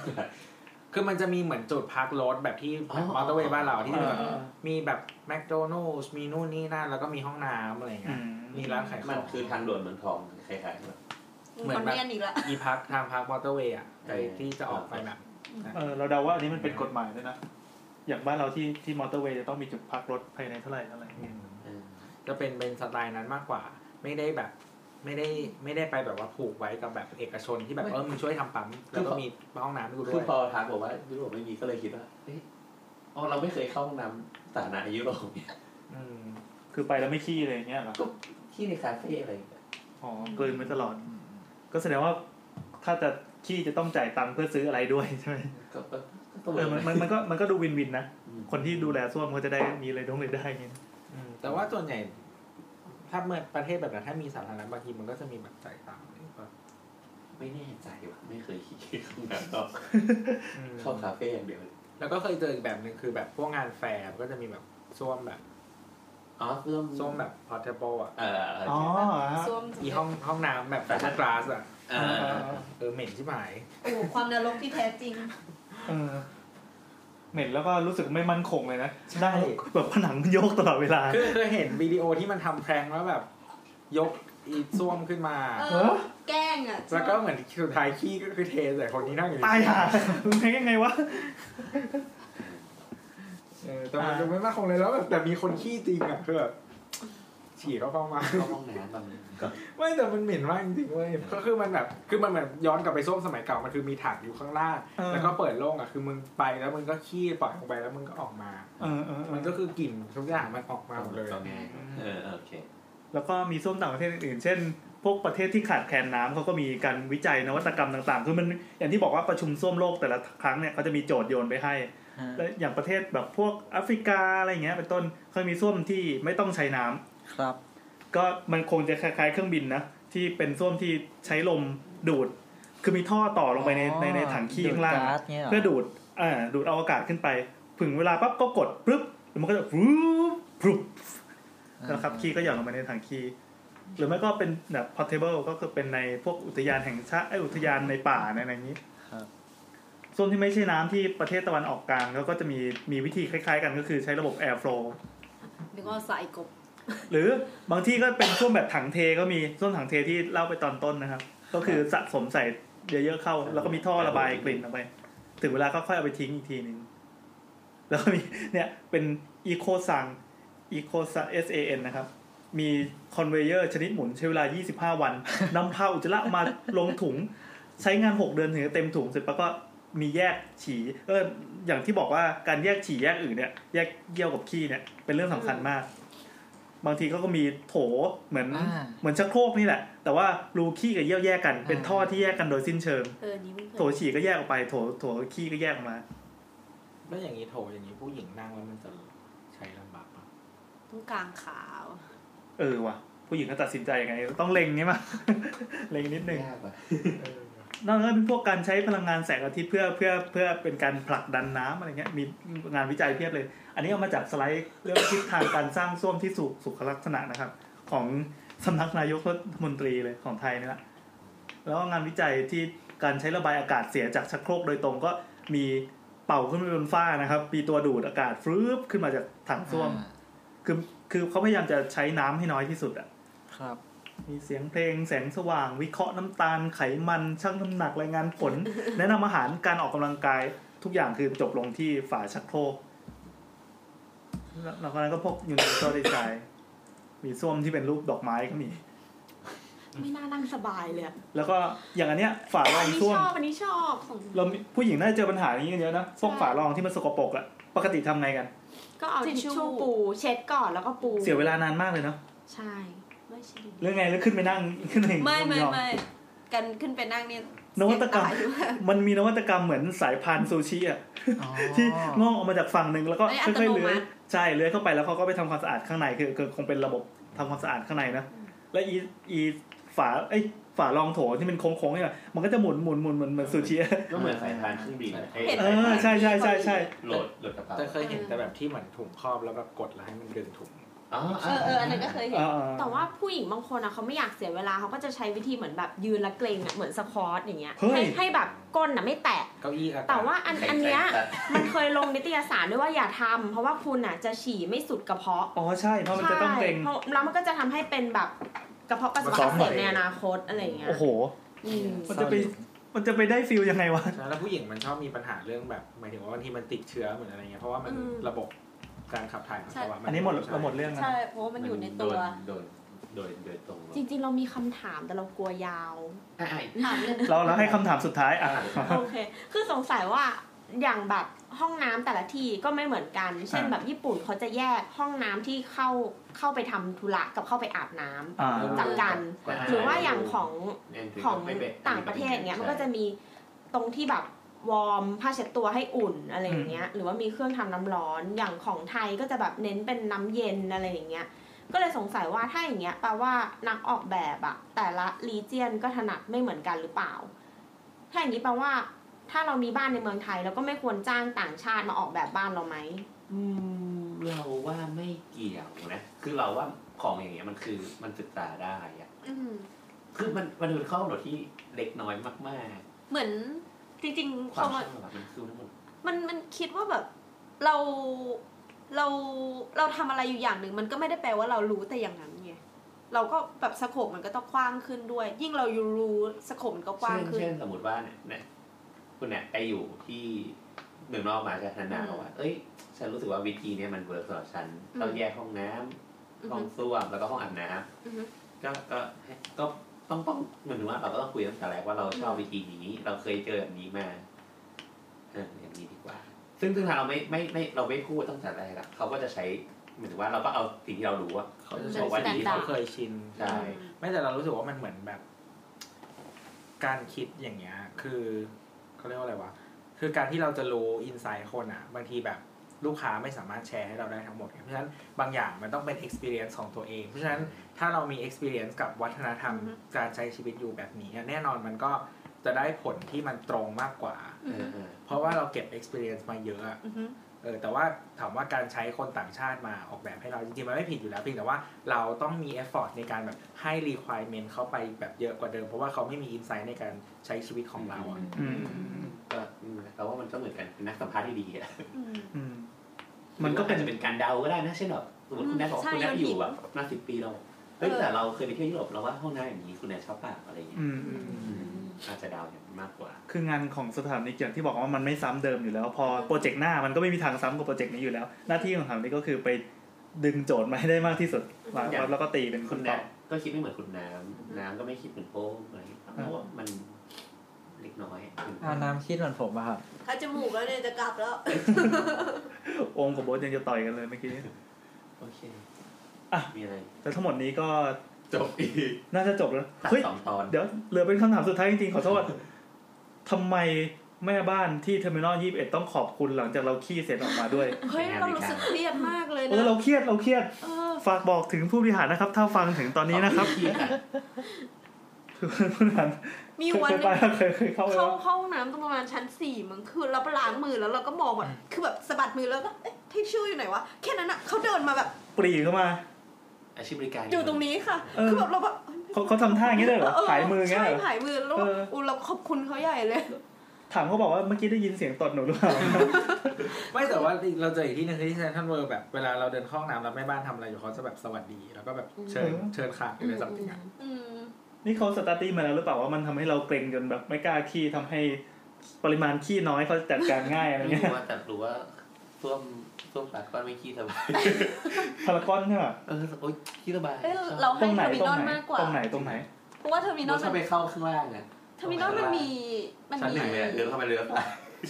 คือมันจะมีเหมือนจุดพักรถแบบที่
อ๋อ
มอเตอร์เวย์บ้านเราที่
เออ
แบบมีแบบแมคโดนัลล์มีนู่นนี่นั่นแล้วก็มีห้องน้ำอะไรเงี้ยมีร้านขายข
มัน
อง
คือทางด่วนเมืองทองคล้ายๆแบบ
เหมือน
คอน
แบ
เนีย
บ
นอีกละ
มีพักทางพักมอเตอร์เวย์อะไอ้ที่จะออกไปแบบ
เออเราเดาว่าอันนี้มันเป็นกฎหมายด้วยนะ อย่างบ้านเราที่ที่มอเตอร์เวย์จะต้องมีจุดพักรถภายในเท่าไหร่อะไรอย่างเงี้ย
จะเป็นเป็นสไตล์นั้นมากกว่า ไม่ได้แบบ ไม่ได้ไม่ได้ไปแบบว่าผูกไว้กับแบบเอกชนที่แบบเออมึงช่วยทำปั๊มแล้วก็มีห้องน้ำให้กูด้
คื
ว
อย พอทักบอกว่ายุโรปไม่มีก็เลยคิดว่าเอ๊ะอ๋อเราไม่เคยเข้าห้องน้ำสาธารณะในยุโรปเนี่ย
คือไปแล้วไม่ขี้เลยอย่างเงี้ยเหรอ
ที่ในคาเฟ่อะไรอย่างเงี้ย
อ๋อกลืนไว้ตลอด ก็แสดงว่าถ้าจะขี้จะต้องจ่ายตังค์เพื่อซื้ออะไรด้วยใช่ไหม
ก็ก็ก็
เออมันมันมันก็มันก็ดูวินวินนะ คนที่ดูแลส้วมเขาจะได้มีอะไรต้องเลยได้ไง
อืมแต่ว่าส่วนใหญ่ ถ้าเมื่อประเทศแบบนั้นถ้ามีสาธารณะบางทีมันก็จะมีแบบจ่ายตังค์อะไรอย่างเงี้ย
ไม่แน่ใจว่ะไม่เคยคิดห้องน้ำหรอกเข้าคาเฟ่อย่างเดียวเลย
แล้วก็เคยเจออีกแบบหนึ่งคือแบบพวกงานแฟร์ก็จะมีแบบส้วมแบบ
อ๋อส้วม
ส้วมแบบพอร์ตเบลอ่ะ
เออ
อ๋อ
ส้วม
อีห้องห้องน้ำแบบแฟชั่นกลาสอ่ะ
เออ
เออเหม็นใช่ไหม
โอ้โหความนรกที่แท้จริง
เออเหม็นแล้วก็รู้สึกไม่มั่นคงเลยนะได้แบบผนังโยกตลอดเวลา
คือเคยเห็นวิดีโอที่มันทำแพรงแล้วแบบ ยกอีส้วมขึ้นมา
เออ แกล้งอ่ะ
แล้วก็เหมือนสุดท้ายขี้ก็คือเทใส่คนที่นั่งอยู่
ตายห่ามึงแพ้ยังไงวะ
เออแต่มันดูไม่มั่นคงเลยแล้วแบบแต่มีคนขี้จริงอ่ะคือแบบฉี่เข้าห้องมา
เข้าห้องน้ำแบบนี้ก็
ไม่แต่มันเหม็นมากจริงๆเว้ยก็คือมันแบบคือมันแบบย้อนกลับไปส้วมสมัยเก่ามันคือมีถังอยู่ข้างล่าง
เออ
แล้วก็เปิดโล่งอ่ะคือมึงไปแล้วมึงก็ขี้ปล่อยลงไปแล้วมึงก็ออกมา
เออเออเอ
มัน
อ
ก็คือกลิ่นทุกอย่างมันออกมาหมดเลย
ก็ง่ายเออโอเค
แล้วก็มีส้วมต่างประเทศอื่นๆ เช่น พวกประเทศที่ขาดแคลนน้ำเขาก็มีการวิจัยนวัตกรรมต่างๆ คือมันอย่างที่บอกว่าประชุมส้วมโลกแต่ละครั้งเนี่ยเขาจะมีโจทย์โยนไปให้ และอย่างประเทศแบบพวกแอฟริกาอะไรเงี้ยเป็นต้นเคยมีส้วมที่ไม่ต้องใช้น้ำ
ครับ
ก็มันคงจะคล้ายๆเครื่องบินนะที่เป็นส้วมที่ใช้ลมดูด คือมีท่อต่อลงไปใน
อ๋อ
ในในถังขี้ข้างล่าง
ดูดก๊าซเนี่ยเหรอ
เพื่อดูดอ่าดูดเอาอากาศขึ้นไปถึงเวลาปั๊บก็กดปึ๊บแล้วมันก็จะวูบปุ๊บนะครับขี้ก็หย่อนลงไปในถังขี้หรือไม่ก็เป็นแบบ portable ก็คือเป็นในพวกอุทยานแห่งชาติเอ้ยอุทยานในป่าในอะไรอย่างนี้ ส่วนที่ไม่ใช่น้ำที่ประเทศตะวันออกกลางเขาก็จะมีมีวิธีคล้ายๆกันก็คือใช้ระบบ air flow
นึกว่าสายกบ
หรือบางที่ก็เป็นส้วมแบบถังเทก็มีส้วมถังเทที่เล่าไปตอนต้นนะครับ ก็คือสะสมใส่เยอะๆเข้า แล้วก็มีท่อระบายกลิ่นออกไป ถึงเวลาก็ค่อยเอาไปทิ้งอีกทีหนึ่งแล้วก็มีเนี่ยเป็นอีโคซังอีโคซัง S A N นะครับ มีคอนเวเยอร์ชนิดหมุนใช้เวลา 25 วัน นำพาอุจจาระมาลงถุง ใช้งาน 6 เดือนถึงจะเต็มถุงเสร็จปั๊บก็มีแยกฉี่เอออย่างที่บอกว่าการแยกฉี่แยกอื่นเนี่ยแยกเยี่ยวกับขี้เนี่ยเป็นเรื่องสำคัญมาก บางทีเขาก็มีโถเหมือน
อ่า
เหมือนชักโครกนี่แหละ แต่ว่ารูขี้กับเยี่ยวแยกกัน เป็นท่อที่แยกกันโดยสิ้นเชิง
เออนี่มึง
โถฉี่ก็แยกออกไปโถโถขี้ก็แยกออกมา
แล้วอย่างนี้โถอย่างนี้ผู้หญิงนั่งแล้วมันจะใช้ลำบากปะ
ต้องกลางขาว
เออว่ะ ผู้หญิงก็ตัดสินใจยังไง ต้องเล็งนี่มา เล็งนิดนึง
ยากว่ะ
นอกจากนั้นเป็นพวกการใช้พลังงานแสงอาทิตย์เพื่อเพื่อเพื่อเป็นการผลักดันน้ำอะไรเงี้ยมีงานวิจัยเพียบเลย อันนี้เอามาจากสไลด์เรื่องทิศทางการสร้างส้วมที่สุสุขลักษณะนะครับ ของสำนักนายกรัฐมนตรีเลยของไทยนี่แหละแล้วก็งานวิจัยที่การใช้ระบายอากาศเสียจากชักโครกโดยตรงก็มีเป่าขึ้นไปบนฟ้านะครับมีตัวดูดอากาศฟลืบขึ้นมาจากถังส้วม คือคือเขาพยายามจะใช้น้ำให้น้อยที่สุดอะ
ครับ
มีเสียงเพลงแสงสว่าง วิเคราะห์น้ำตาลไขมันชั่งน้ำหนักรายงานผ ล แนะนำอาหารการออกกำลังกายทุกอย่างคือจบลงที่ฝาชักโครกแล้วแล้วก็นั้นก็พวกยูนิเวอร์แซลดีไซน์มีส้วมที่เป็นรูปดอกไม้ก็มี
ไม่น่านั่งสบายเลยอะ
แล้วก็อย่างอันเนี้ยฝารอ
อัน
ง
นี้
ส้ว
ช
ม
อบอันนี้ชอบของ
เรามีผู้หญิงน่าจะเจอปัญหานี้กันเยอะนะพวกฝารองที่มันสกปรกอะปกติทำไงกัน
ก็เอาทิชชู่ปูเช็ดก่อนแล้วก็ปู
เสียเวลานานมากเลยเนาะ
ใช่ไม่ใช่ดิ
เรื่องไงแล้วขึ้นไปนั่ง ขึ้นไป
ไม่ไม่
ยอๆ
ไม่กันขึ้นไปนั่งเนี่ย
นวัตกรรม
เสี่ยงตายด้วย
มันมีนวัตกรรมเหมือนสายพานซูชิอ่ะที่งอกออกมาจากฝั่งหนึ่งแล้วก็
ไม่อัต
ค่อย
โน
ๆเลื้
มั
อย
ติ
ใช่เลื้อยเข้าไปแล้วเขาก็ไปทำความสะอาดข้างในคือคือคงเป็นระบบทำความสะอาดข้างในนะและอีอีฝาไอยฝารองโถที่มันโค้งๆเนี่ยมันก็จะหมุนหมุนหมุนหมุนเหมือนซูชิอะ
ก็เหมือนสายพานเครื่องบินอะไอ้
เออใช่ใช่ใช่ใช่
โหลดโหลดกระเป๋า
แต่เคยเห็นแต่แบบที่เหมือนถุงครอบแล้วแบบกดแล้วให้มันดึงถุง
อ๋อ
เออเอออันนั้นก็เคยเห็น
อ่า
แต่ว่าผู้หญิงบางคนอะเขาไม่อยากเสียเวลาเขาก็จะใช้วิธีเหมือนแบบยืนและเกรงอะเหมือนสควอตอย่างเงี้ยให้ให้แบบก้นอะไม่แตะ
เก้าอี้อะ
แต่ว่าอันอันเนี้ยมันเคยลงนิตยสารด้วยว่าอย่าทำเพราะว่าคุณอ่ะจะฉี่ไม่สุดกระเพาะ
อ๋อใช่เพราะมันจะต้องเกรง
ใช่พราะแล้วมันก็จะทำให้เป็นแบบกระเพาะปัสสาวะอักเสบในอนาคตอะไรอย่างเงี้ย
โอ้โห
อืม
มันจะไปมันจะไปได้ฟิลยังไงวะ
ใช่แล้วผู้หญิงมันชอบมีปัญหาเรื่องแบบหมายถึงว่าบางทีมันติดเชื้อเหมือนอะไรเงี้ยเพราะว่ามัน
อืม
ระบบการขับถ่ายของเขาะ
อันนี้หมดเราหมดเรื่องนะ
ใช่เพราะว่ามันอยู่ในตัว
โดน โดยโดยตรง
จริง ๆ เรามีคำถามแต่เรากลัวยาว
อ่ะอ่ะ
เราเราให้คำถามสุดท้ายอ่ะ
โอเค คือสงสัยว่าอย่างแบบห้องน้ำแต่ละที่ก็ไม่เหมือนกัน เช่น
อ่า
แบบญี่ปุ่นเขาจะแยกห้องน้ำที่เข้าเข้าไปทำธุระกับเข้าไปอาบน้ำ
อ่า
จากกัน
อ่า
หรือว่าอย่างของ
แอนทรี
ของ
ก็ไม่เป็น
ต่างประเทศเงี้ย
ใช่
มันก็จะมีตรงที่แบบวอร์มผ้าเช็ดตัวให้อุ่นอะไรอย่างเงี้ย หรือว่ามีเครื่องทำน้ำร้อนอย่างของไทยก็จะแบบเน้นเป็นน้ำเย็นอะไรอย่างเงี้ย ก็เลยสงสัยว่าถ้าอย่างเงี้ยแปลว่านักออกแบบอะแต่ละรีเจียนก็ถนัดไม่เหมือนกันหรือเปล่า ถ้าอย่างนี้แปลว่า ถ้าเรามีบ้านในเมืองไทยเราก็ไม่ควรจ้างต่างชาติมาออกแบบบ้านเราไหม
อืมเราว่าไม่เกี่ยวนะ คือเราว่าของอย่างเงี้ยมันคือมันศึกษาได้อะคือมันมันเป็นข้อกำหนดที่เล็กน้อยมาก
เหมือนจริง
ๆ
ๆ
ความ
คำว่า
ชอบอะมันคือทั้งหมด
มันมันคิดว่าแบบเราเราเราทำอะไรอยู่อย่างหนึ่ง มันก็ไม่ได้แปลว่าเรารู้แต่อย่างนั้นไงเราก็แบบสโคปมันก็ต้องกว้างขึ้นด้วย ยิ่งเราอยู่รู้สโคปมันก็กว้าง
เช่น
ขึ้น
เช่นสมมติว่าเนี่ยเนี่ยคุณเนี่ยไปอยู่ที่เมืองนอกมาจะนานๆบอกว่า เอ้ย ฉันรู้สึกว่าวิธีเนี้ยมันเวิร์กสำหรับฉัน
อืม
ต้องแยกห้องน้ำ
อือฮึ
ห้องส้วมแล้วก็ห้องอาบน้
อือฮึ
ำก็ก็ก็ต้องต้องเหมือนว่าเราก็ต้องคุยตั้งแต่แรกว่าเราชอบวิธีนี้ เราเคยเจอแบบนี้มาเอออย่างนี้ดีกว่า ซึ่งซึ่งถ้าเราไม่ไม่ไม่เราไม่พูดตั้งแต่แรกอะเขาก็จะใช้เหมือนว่าเราก็เอาสิ่งที่เรารู้อะเขาจะ
จะ
ใช้
ใช้
ว่า
สิ่ง
ดี
ที่
ที่
เขา
เขา
เค
เค
ย
ย
ชิน
ใช่
ไม่แต่เรารู้สึกว่ามันเหมือนแบบ การคิดอย่างเงี้ย คือเขาเรียกว่าอะไรวะ คือการที่เราจะรู้อินไซต์คนอ่ะ บางทีแบบลูกค้าไม่สามารถแชร์ให้เราได้ทั้งหมดไงเพราะฉะนั้นบางอย่างมันต้องเป็น experience ของตัวเอง เพราะฉะนั้นถ้าเรามี experience กับวัฒนธรรมการใช้ชีวิตอยู่แบบนี้อะแน่นอนมันก็จะได้ผลที่มันตรงมากกว่า
อือฮึ
เพราะว่าเราเก็บ experience มาเยอะอะ
อือฮึ
เออแต่ว่าถามว่าการใช้คนต่างชาติมาออกแบบให้เราจริงๆ มันไม่ผิดอยู่แล้วเพียงแต่ว่าเราต้องมี effort ในการแบบให้ requirement เข้าไปแบบเยอะกว่าเดิม เพราะว่าเขาไม่มี insight ในการใช้ชีวิตของเราอะ
อืม
ก็อืมแต่ว่ามันก็เหมือนกันเป็นนักสัมภาษณ์ที่ดีอะ
อืม
มันก็เป็นจะเป็นการเดาก็ได้นะเช่นแบบสมมติคุณแนทบอก
ใช่
คุณแนท
โยนหิน
อยู่แบบมาสิบปีเราเฮ้ยแต่เราเคยไปเที่ยวยุโรปเราว่าห้องน้ำอย่างนี้คุณแนทชอบเปล่าอะไรอย่างเงี้ย
อืมอืม
อาจจะเดาอย่างนั้นมากกว่า
คืองานของสถาปนิกอย่างที่บอกว่ามันไม่ซ้ำเดิมอยู่แล้ว พอโปรเจกต์หน้ามันก็ไม่มีทางซ้ำกับโปรเจกต์นี้อยู่แล้ว หน้าที่ของสถาปนิกก็คือไปดึงโจทย์มาให้ได้มากที่สุดวางปั๊บแล้วก็ตีเป็น
คุ
คุณ ณ
แน
ตอ
ท
บ
ก็คิดไม่เหมือนคุณน้ำน้ำก็ไม่คิดเหมือนโป้งอะไรอย่างเงี้ยเพราะว่ามันเล็กน้อย
เอาน้ำคิดเหมือนผมอะครับ
คัดจมูกแล้วเนี่ยจะกลับแล้ว
องค์กับโบทยังจะต่อยกันเลยเมื่อกี้
โอเค
อ่ะ
มีอะไร
แต่ทั้งหมดนี้ก็
จบอีก
น่าจะจบแล้ว
ตัด
เฮ้ย
สองตอน
เดี๋ยวเหลือเป็นคำถามสุดท้ายจริงๆขอโทษทำไมแม่บ้านที่เทอร์มินอลยี่สิบเอ็ดต้องขอบคุณหลังจากเราขี้เสร็จออกมาด้วย
เฮ้ยเรารู้สึกเครียดมากเลย
เอ
นะ
อเราเครียดเราเครียด
เออ
ฝากบอกถึงผู้บริหารนะครับ ถ้าฟังถึงตอนนี้นะครับผู้บริหาร
มีวันห
เคย
นึ่ง
ไปแล้วเคยเคยเข้าไป
เข้า
แล้ว
เข้าห้องน้ำตรงประมาณชั้นสี่มั้งคือเราไปล้างมือแล้วเราก็มองแบบคือแบบสะบัดมือแล้วก็เอ๊ะทิชชู่อยู่ไหนวะแค่นั้นอ่ะเขาเดินมาแบบ
ปรีเข้ามา
อาชีพบริการ
อยู่ตรงนี้ค่ะ
เออ
คือแบบเราแบบ
เขาเขาทำท่าอย่างนี้เลยเหรอผายมืออย่างนี้
ใช่
ยเหรอ
ผายมือแล้ว
เออ
อุยเราขอบคุณเขาใหญ่เลย
ถามเขาบอกว่าเมื่อกี้ได้ยินเสียงตดหนูหรือเปล่า
ไม่แต่ว่าเราเจออีกที่หนึ่งที่เซนทรัลเวิร์แบบเวลาเราเดินเข้าห้องน้ำแล้วแม่บ้านทำอะไรอยู่เขาจะแบบสวัสดี แล้วก็แบบเชิญ
อืม
เชิญค่ะอะไรสักอย่าง
อืม
นี่เขาสตาร์ตี้มาแล้วหรือเปล่าว่ามันทำให้เราเกรงจนแบบไม่กล้าขี้ทำให้ปริมาณขี้น้อยเขาจัดการง่ายอะไร
ไม่
เงี้
รู้
ย
ว่าแต่รู้ว่าส้วมส้วมปากก้อนไม่ขี้สบาย
พารากอนใช่ป่ะ
เออโอ๊ยขี้สบาย
เอ้ยเราให้
ตรงไหน
เทอร์มิ
ตร
นอง ล
ไหน
มากกว่า
ตรงไหนตรงไหน
เพราะว่าเทอร์มินอลมั
ถ้านไปเข้าข้างล่างอะ
เทอร์มินอลมันมีมัน
ชั้น
มี
หนึ่งเลยอะเดินเข้าไปเรือไฟ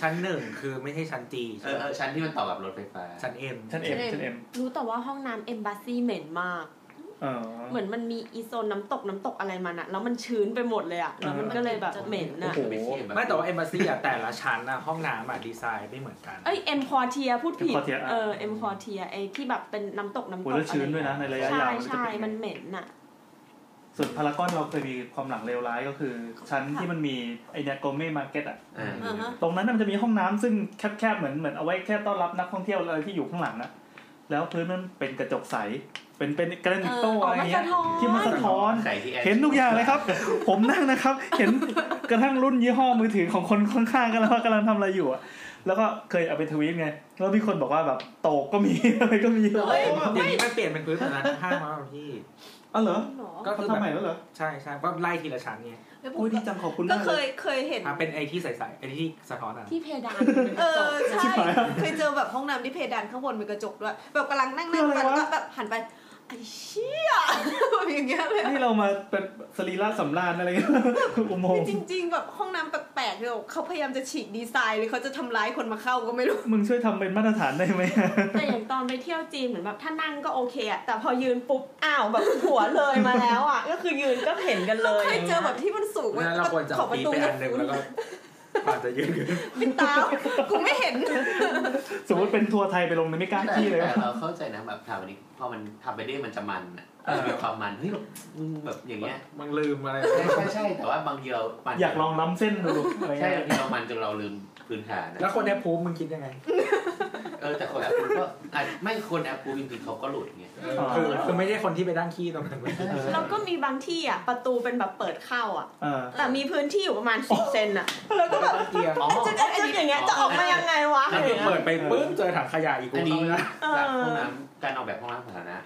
ชั้นหนึ่งคือไม่ใช่ชั้นจี
เออเออชั้นที่มันต่อกับรถไฟฟ้า
ชั้นเอ็ม
ชั้นเอ็มชั้นเอ็ม
รู้แต่ว่าห้องน้ำเอมบ s สซีเหม็นมาก
อ๋อ
เหมือนมันมีอีโซนน้ำตกน้ำตกอะไรมันอะแล้วมันชื้นไปหมดเลยอะแล้วมันก็เลยแบบเหม็นอะ
โอ้โหไม่แต่ว่าเอมบ s ซีอะแต่ละชั้นอะห้องน้ำอะดีไซน์ไม่เหมือนกัน
เอ้ยเอ็มคอเทียพูดผิด
M Quartier อะ
เออเอ็มคอเทียไอที่แบบเป็นน้ำตกน้ำต
โอ้
ก
แล้วชื้นด้วยนะในระยะยาวมันจะเป็น
ใช่ใช่มันเหม็นอะ
ส่วนพารากอนเราเคยมีความหลังเลวร้ายก็คือ ชั้นที่มันมีไอเนี่ยโกเม่มาร์เก็ตอ่ะ
อ่าฮะ
ตรงนั้นนะมันจะมีห้องน้ำซึ่งแคบๆเหมือนเหมือนเอาไว้แค่ต้อนรับนักท่องเที่ยวอะไรที่อยู่ข้างหลังนะแล้วพื้นมันเป็นกระจกใส เป็นเป็นกระนิตโต้
เอออ๋อ
อะไร
มัน
เงี้ย
สะท้อน
ที่มันสะท้อน
ใส่ที่แอร์
เห็นทุกอย่างเลยครับ ผมนั่งนะครับ เห็นกระทั่งรุ่นยี่ห้อมือถือของคนข้างๆกันแล้วว่ากำลังทำอะไรอยู่อะแล้วก็เคยเอาไปทวีตไงแล้วมีคนบอกว่าแบบโตกก็มี อะไรก็มี
เฮ้ยเดี๋ยวนี้มันเปลี่ยนเป็นพื้นฐานห้างแล้วเหรอพี่
อ๋อเหรอ
ก็คือ
เขาทำใหม่แล้วเหรอ
ใช่ใช่ก็ไล่ทีละชั้นไง
อุ้ยดีจังขอบคุณ
ก็
มาก
เค
เลย
ยเคยเห็น
อ่ะเป็นไอที่ใสๆไอที่สะท้อนอ่ะ
ที่เพดาน
เออใช่เคยเจอแบบห้องน้ำที่เพดานข้างบนเป็นกระจกด้วย แบบกำลังนั่งๆไปแล้วก็แบบหันไป
เชี่ยแบบอย่างเงี้ยเลย
นี่เรามาเป็นสรีระสำราญอะไรกัน อุโมงค์
จริง ๆ แบบห้องน้ำแปลกๆเนี่ยเขาพยายามจะฉีกดีไซน์เลยเขาจะทำร้ายคนมาเข้าก็ไม่รู้
มึงช่วยทำเป็นมาตรฐานได้ไหม
แต่อย่างตอนไปเที่ยวจีนเหมือนแบบถ้านั่งก็โอเคอะแต่พอยืนปุ๊บอ้าวแบบหัวเลยมาแล้วอะ ก็คือยืนก็เห็นกันเลย
เคยเจอแบบที่มันสูง
งั้นเราควรจะ
ขอบ
เอา
ประ
ปี
ตู
ไป
เนี่ย
อันหนึ่งแล้วก็อาจจะยืนขึ้น
ปิดตากูไม่เห็น
สมมติเป็นทัวร์ไทยไปลงในยไม่กล้า
แต่
ขี้เลย
แต่เราเข้าใจนะแบบถามวันนี้พอมันทำไปได้มันจะมันอ่ะมันมีความมันเฮ้ยมึงแบบอย่างเงี้ย
มันลืมอะไร
ใช่ใช่ใช่แต่ว่าบางทีเรามัน
อยากลองล้ำเส้นดูอะไร
ใช่
เงี้ย
บางทีเรามันจนเราลืมพื้นฐานอะ
แล้วคนแอปพูมึงคิดยังไง
เออแต่คนแอปพูก็อาจไม่คนแอปพูจริงๆเขาก็หลุดไง
คือคือไม่ใช่คนที่ไปดั้งขี้ตรงนั้นเว้ย
แล้วก็มีบางที่อะประตูเป็นแบบเปิดเข้าอะ
เออ
แต่มีพื้นที่อยู่ประมาณสิบเซนอะ
แล้วก็แบบ
เกียร์
อ๋อ
จะจะอย่างเงี้ยจะออกมายังไงวะ
แล้วคือเปิดไปปื้มเจอถังขยะอีกกู
อันนี้
เข้าไม่
แบบ
ได้
ห้องน้ำการออกแบบห้องน้ำสาธารณะ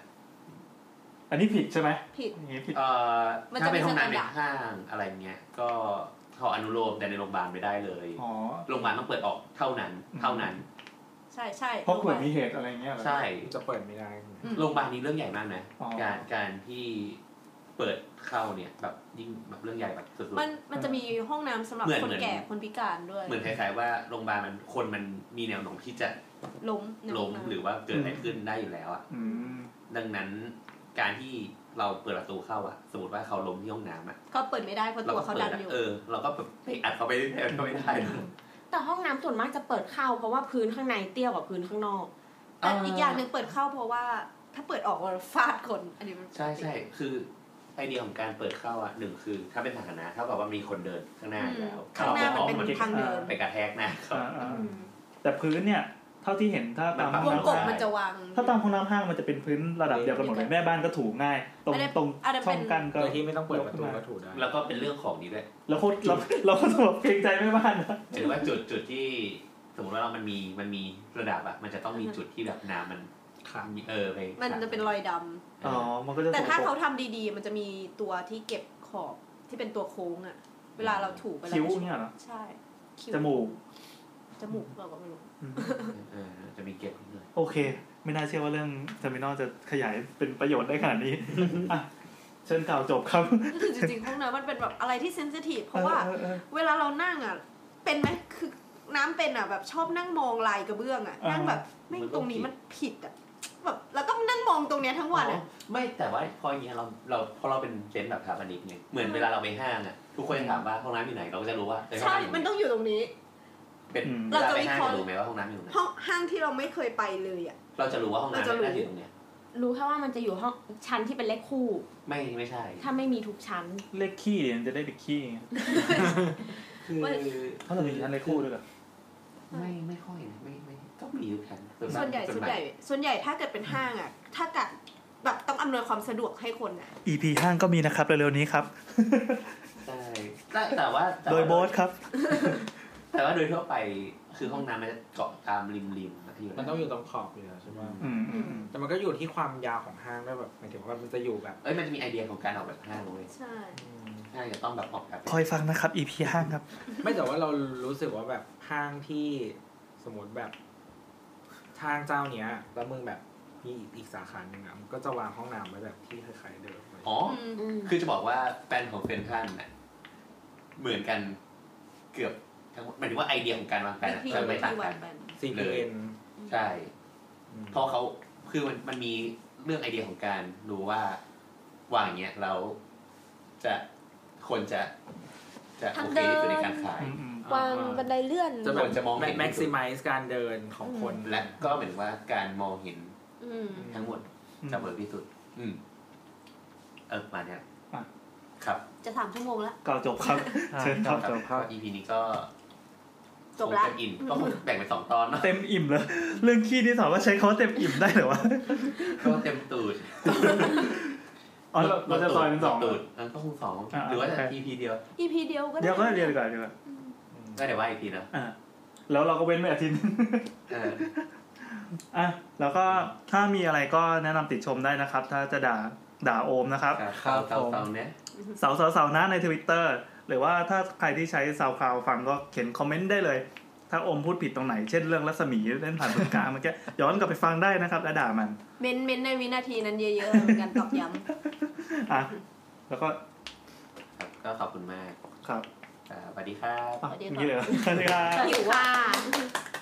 อันนี้ผิดใช่ไหม
ผิด
อย่างงี้ผิด
เอ่อ
มันจะ
ถ้า
เป็
เป็น นห้องน้ำใน
สแตนดาร์ด
ห้างอะไรเงี้ยก็เขาอนุโลมแต่ในโรงพยาบาลไม่ได้เลย
อ๋อ
โรงพยาบาลต้องเปิดออกเท่านั้นเท่านั้น
ใช่ใช่
เพราะเกิดมีเหตุอะไรเงี้ยเหรอ
ใช่
จะเปิดไม่ได้
โรงพยาบาลนี้เรื่องใหญ่มากนะ
อ๋อ
การการที่เปิดเข้าเนี่ยแบบยิ่งแบบเรื่องใหญ่แบบสุด
มันมันจะมีห้องน้ำสำหรับ
เห
คน
มือนเหมือน
แก่คนพิการด้วย
ๆ เหมือนคล้ายๆว่าโรงพยาบาลมันคนมันมีแนวโน้มที่จะ
ล้มใน
ล้ม
ห้งน้ำ
หรือว่าเกิดอะไรขึ้นได้อยู่แล้วอ่ะ
อืม
ดังนั้นการที่เราเปิดประตูเข้าอ่ะ สมมติว่าเขาล้มที่ห้องน้ำอ่ะ
ก็เปิดไม่ได้เพราะ
เรา
ตัว
ก็
เขา
เปิ
ดั
ด
น
อะ
อยู่
เออ เราก็แบบไปอัดเขาไปแทนก็ไม่ได้นะ
แต่ห้องน้ำส่วนมากจะเปิดเข้า เพราะว่าพื้นข้างในเตี้ยกว่าพื้นข้างนอก
แต่อีกอย่างหนึ่งเปิดเข้าเพราะว่า ถ้าเปิดออกมันฟาดคน อันนี้มัน
ใช่ใช่คือไอเดียของการเปิดเข้าอ่ะหนึ่งคือ ถ้าเป็นสาธารณะเท่ากับว่ามีคนเดินข้างหน้าอยู่แล้ว
ข้างหน้ามัน
อ
เป็นทางเดิน
ไปกระแทกหนะเขา
อ่าอ่าแต่พื้นเนี่ย เท่าที่เห็นถ้าตาม
มัน
ห้
ว
องง
ก
ป
บ
รั
น้ำ
บ
มันจะวาง
ถ้าตามห้องน้ำห้างมันจะเป็นพื้นระดับเดียวกันหมดเลยแม่บ้านก็ถูง่าย ตรง
ไม่ได้
ตรง
อันนั้นเป็น
ช่องกั้นก็
โดยที่ไม่ต้องเปิดประตูก็
แล้ว
ถูได้
แล้วก็เป็นเรื่องของนี้ด้วย
แล้วโคตรเรา เราก็ต้องแบบเกรงใจแม่บ้านนะ
หรือว่าจุดจุดที่สมมติว่าเรามันมีมันมีระดับอะมันจะต้องมีจุดที่แบบน้ำมัน
ครับ
มีเออไป
มันจะเป็นรอยดำ
อ๋อมันก็จะ
แต่ถ้าเขาทำดีๆ มันจะมีตัวที่เก็บขอบที่เป็นตัวโค้งอะเวลาเราถูเวลา
คิ้วเนี่ยเหรอ
ใช่คิ้ว
จมูก
จมูกเราก็ไม่รู้
อืม
เออจะมีเก็บนิดหน่อย
โอเค ไม่น่าเชื่อว่าเรื่องเทอร์มินอลจะขยายเป็นประโยชน์ได้ขนาดนี้อ่ะเชิญกล่าวจบครับ
คือจริงๆห้องน้ำมันเป็นแบบอะไรที่เซนซิทีฟเพราะว่า
ออเออ
เวลาเรานั่งอ่ะ เป็นไหมคือน้ำเป็นอ่ะแบบชอบนั่งมองลายกระเบื้องอ่ะ
อ่านั่
นั่งแบบไม่งตรงนี้มันผิดอ่ะแบบแล้วก็นั่งมองตรงเนี้ยทั้งวัน
อ๋อ
อ่ะ
ไม่แต่ว่าพออย่างเงี้ยเราเราพอเราเป็นเซนส์แบบสถาปนิกไงเหมือนเวลาเราไปห้างอะทุกคนจะถามว่าห้องน้ำอยู่ไหนเราก็จะรู้ว่าเออห้อ
ใช่
งน้ำอยู่ไห
มันต้องอยู่ตรงนี้
เป็น
อืม
เวลาไปห้างจะรู้ไหมว่าห้องน้ำอยู่ไหน
ห้องห้างที่เราไม่เคยไปเลยอ่ะ
เราจะรู้ว่าห้องน้ำ
เราจะรู้
น่าจะอยู่ตรงเนี้ย
รู้แค่ว่ามันจะอยู่ห้องชั้นที่เป็นเลขคู่
ไม่ไม่ใช่
ถ้าไม่มีทุกชั้น
เลขขี้เดี๋ยวมันจะได้ไปขี้ไง
คือ
ไม่
เขาจะมีอันเลขคู่ด้วยเหรอ
ไม่ไม่ค่อยนะไม่ไม่ก็มีทุกชั้น
ส่วนใหญ่ส่วนใหญ่ ส่วนใหญ่ถ้าเกิดเป็นห้างอ่ะ ถ้ากัดแบบต้องอำนวยความสะดวกให้คนอ่ะ
EP ห้างก็มีนะครับ เร็วๆนี้ครับ
ใช่แต่แต่ว่าแต่
โด
ว่า
ยโบสครับ
แต่ว่าโดยทั่วไปคือห้องน้ำมันจะเกาะตามริมริมๆะที่ยู่
มันต้องอยู่ตรงขอบอยู่แล้วใช่ไหม
อืมอืม
แต่มันก็อยู่ที่ความยาวของห้างด้วยแบบหมายถึงว่ามันจะอยู่แบบ
เอ้ยมันจะมีไอเดียของการออกแบบห้างเว้ย
ใช่
ห้างจะต้องแบบออกแบบ
คอยฟังนะครับ EP ห้างครับ
ไม่แต่ว่าเรารู้สึกว่าแบบห้างที่สมมติแบบทางเจ้าเนี้ย แล้วมึงแบบมีอีกอีกสาขาหนึ่งอ่ะมันก็จะวางห้องน้ำไว้แบบที่คล้ายๆเดิมเลย
อ๋อ
อืม
อืม
คือจะบอกว่าแฟนของเซนทรันน่ะเหมือนกันเกือบทั้งหมดหมายถึงว่าไอเดียของการวางแผน
วิ
น่ะ
ธี
จะไม่
วิ
ต่า
ธี
ง
วั
กัน น
ไป
เลย
4 n
ใช่เพราะเขาคือมันมันมีเรื่องไอเดียของการดูว่า วางอย่างเงี้ยเราจะคนจะ จะ
ทา
โอง เค
เดิน
ที่สุดในการขาย
วางบันไดเลื่อน
จะแบบ
จะมองเห็น
แ maximize การเดินของคน
และก็เหมือนว่าการมองเห็น
อืม
ทั้งหมด
อืม
จะเบิร์ที่สุด อืม เออมาเนี่ย
อ่ะ
ครับ
จะสามชั่วโมงแล้ว
กล่าวจบครับเชิญครับ
ครับก็ EP นี้ก็
จบละ
คงเต็มอิ่มก็คงแบ่งเป็นสองตอนเนอะ
เต็มอิ่มเลยเรื่องขี้ที่สามว่ารถใช้คำว่าเต็มอิ่มได้เหรอวะ
ก็เต็มตูด
อ๋อเราเราจะซอยเป็นสอง
ตูดเออก็คงสอง
อ่ะ
หรือว่าจะ
โอเค
EP เดียว
EP เดียวก็ได้
เดี๋ยวก็เรียนก่อนดีกว่า
ก็เดี๋ยวว่าอีกทีนะ
อ่าแล้วเราก็เว้นไปอาทิตย์หนึง
เออ
อ่ะแล้วก็ถ้ามีอะไรก็แนะนำติดชมได้นะครับ ถ้าจะด่าด่าโอมนะครับ
ครับ
ครั
เสา
บ
เสาเสาเนี่ย
สาวสาวสาวๆๆนะในทวิตเตอร์หรือว่าถ้าใครที่ใช้ SoundCloud ฟังก็เขียนคอมเมนต์ได้เลย ถ้า ถ้าอมพูดผิดตรงไหน เช่นเรื่องรัศมีเล่นผ่านตรงกลางเมื่อกี้ย้อนกลับไปฟังได้นะครับแล้วด่ามัน
เม้นเม้นในวินาทีนั้นเยอะๆเหมือนกันตอกย้
อ่ะ แล้วก็
ก็ขอบคุณมาก
ครับ
อ่าสวัสดีครับ
อ่ะอย่างนี้เลยเหรอสวัสดีครับ
ำหิวว่า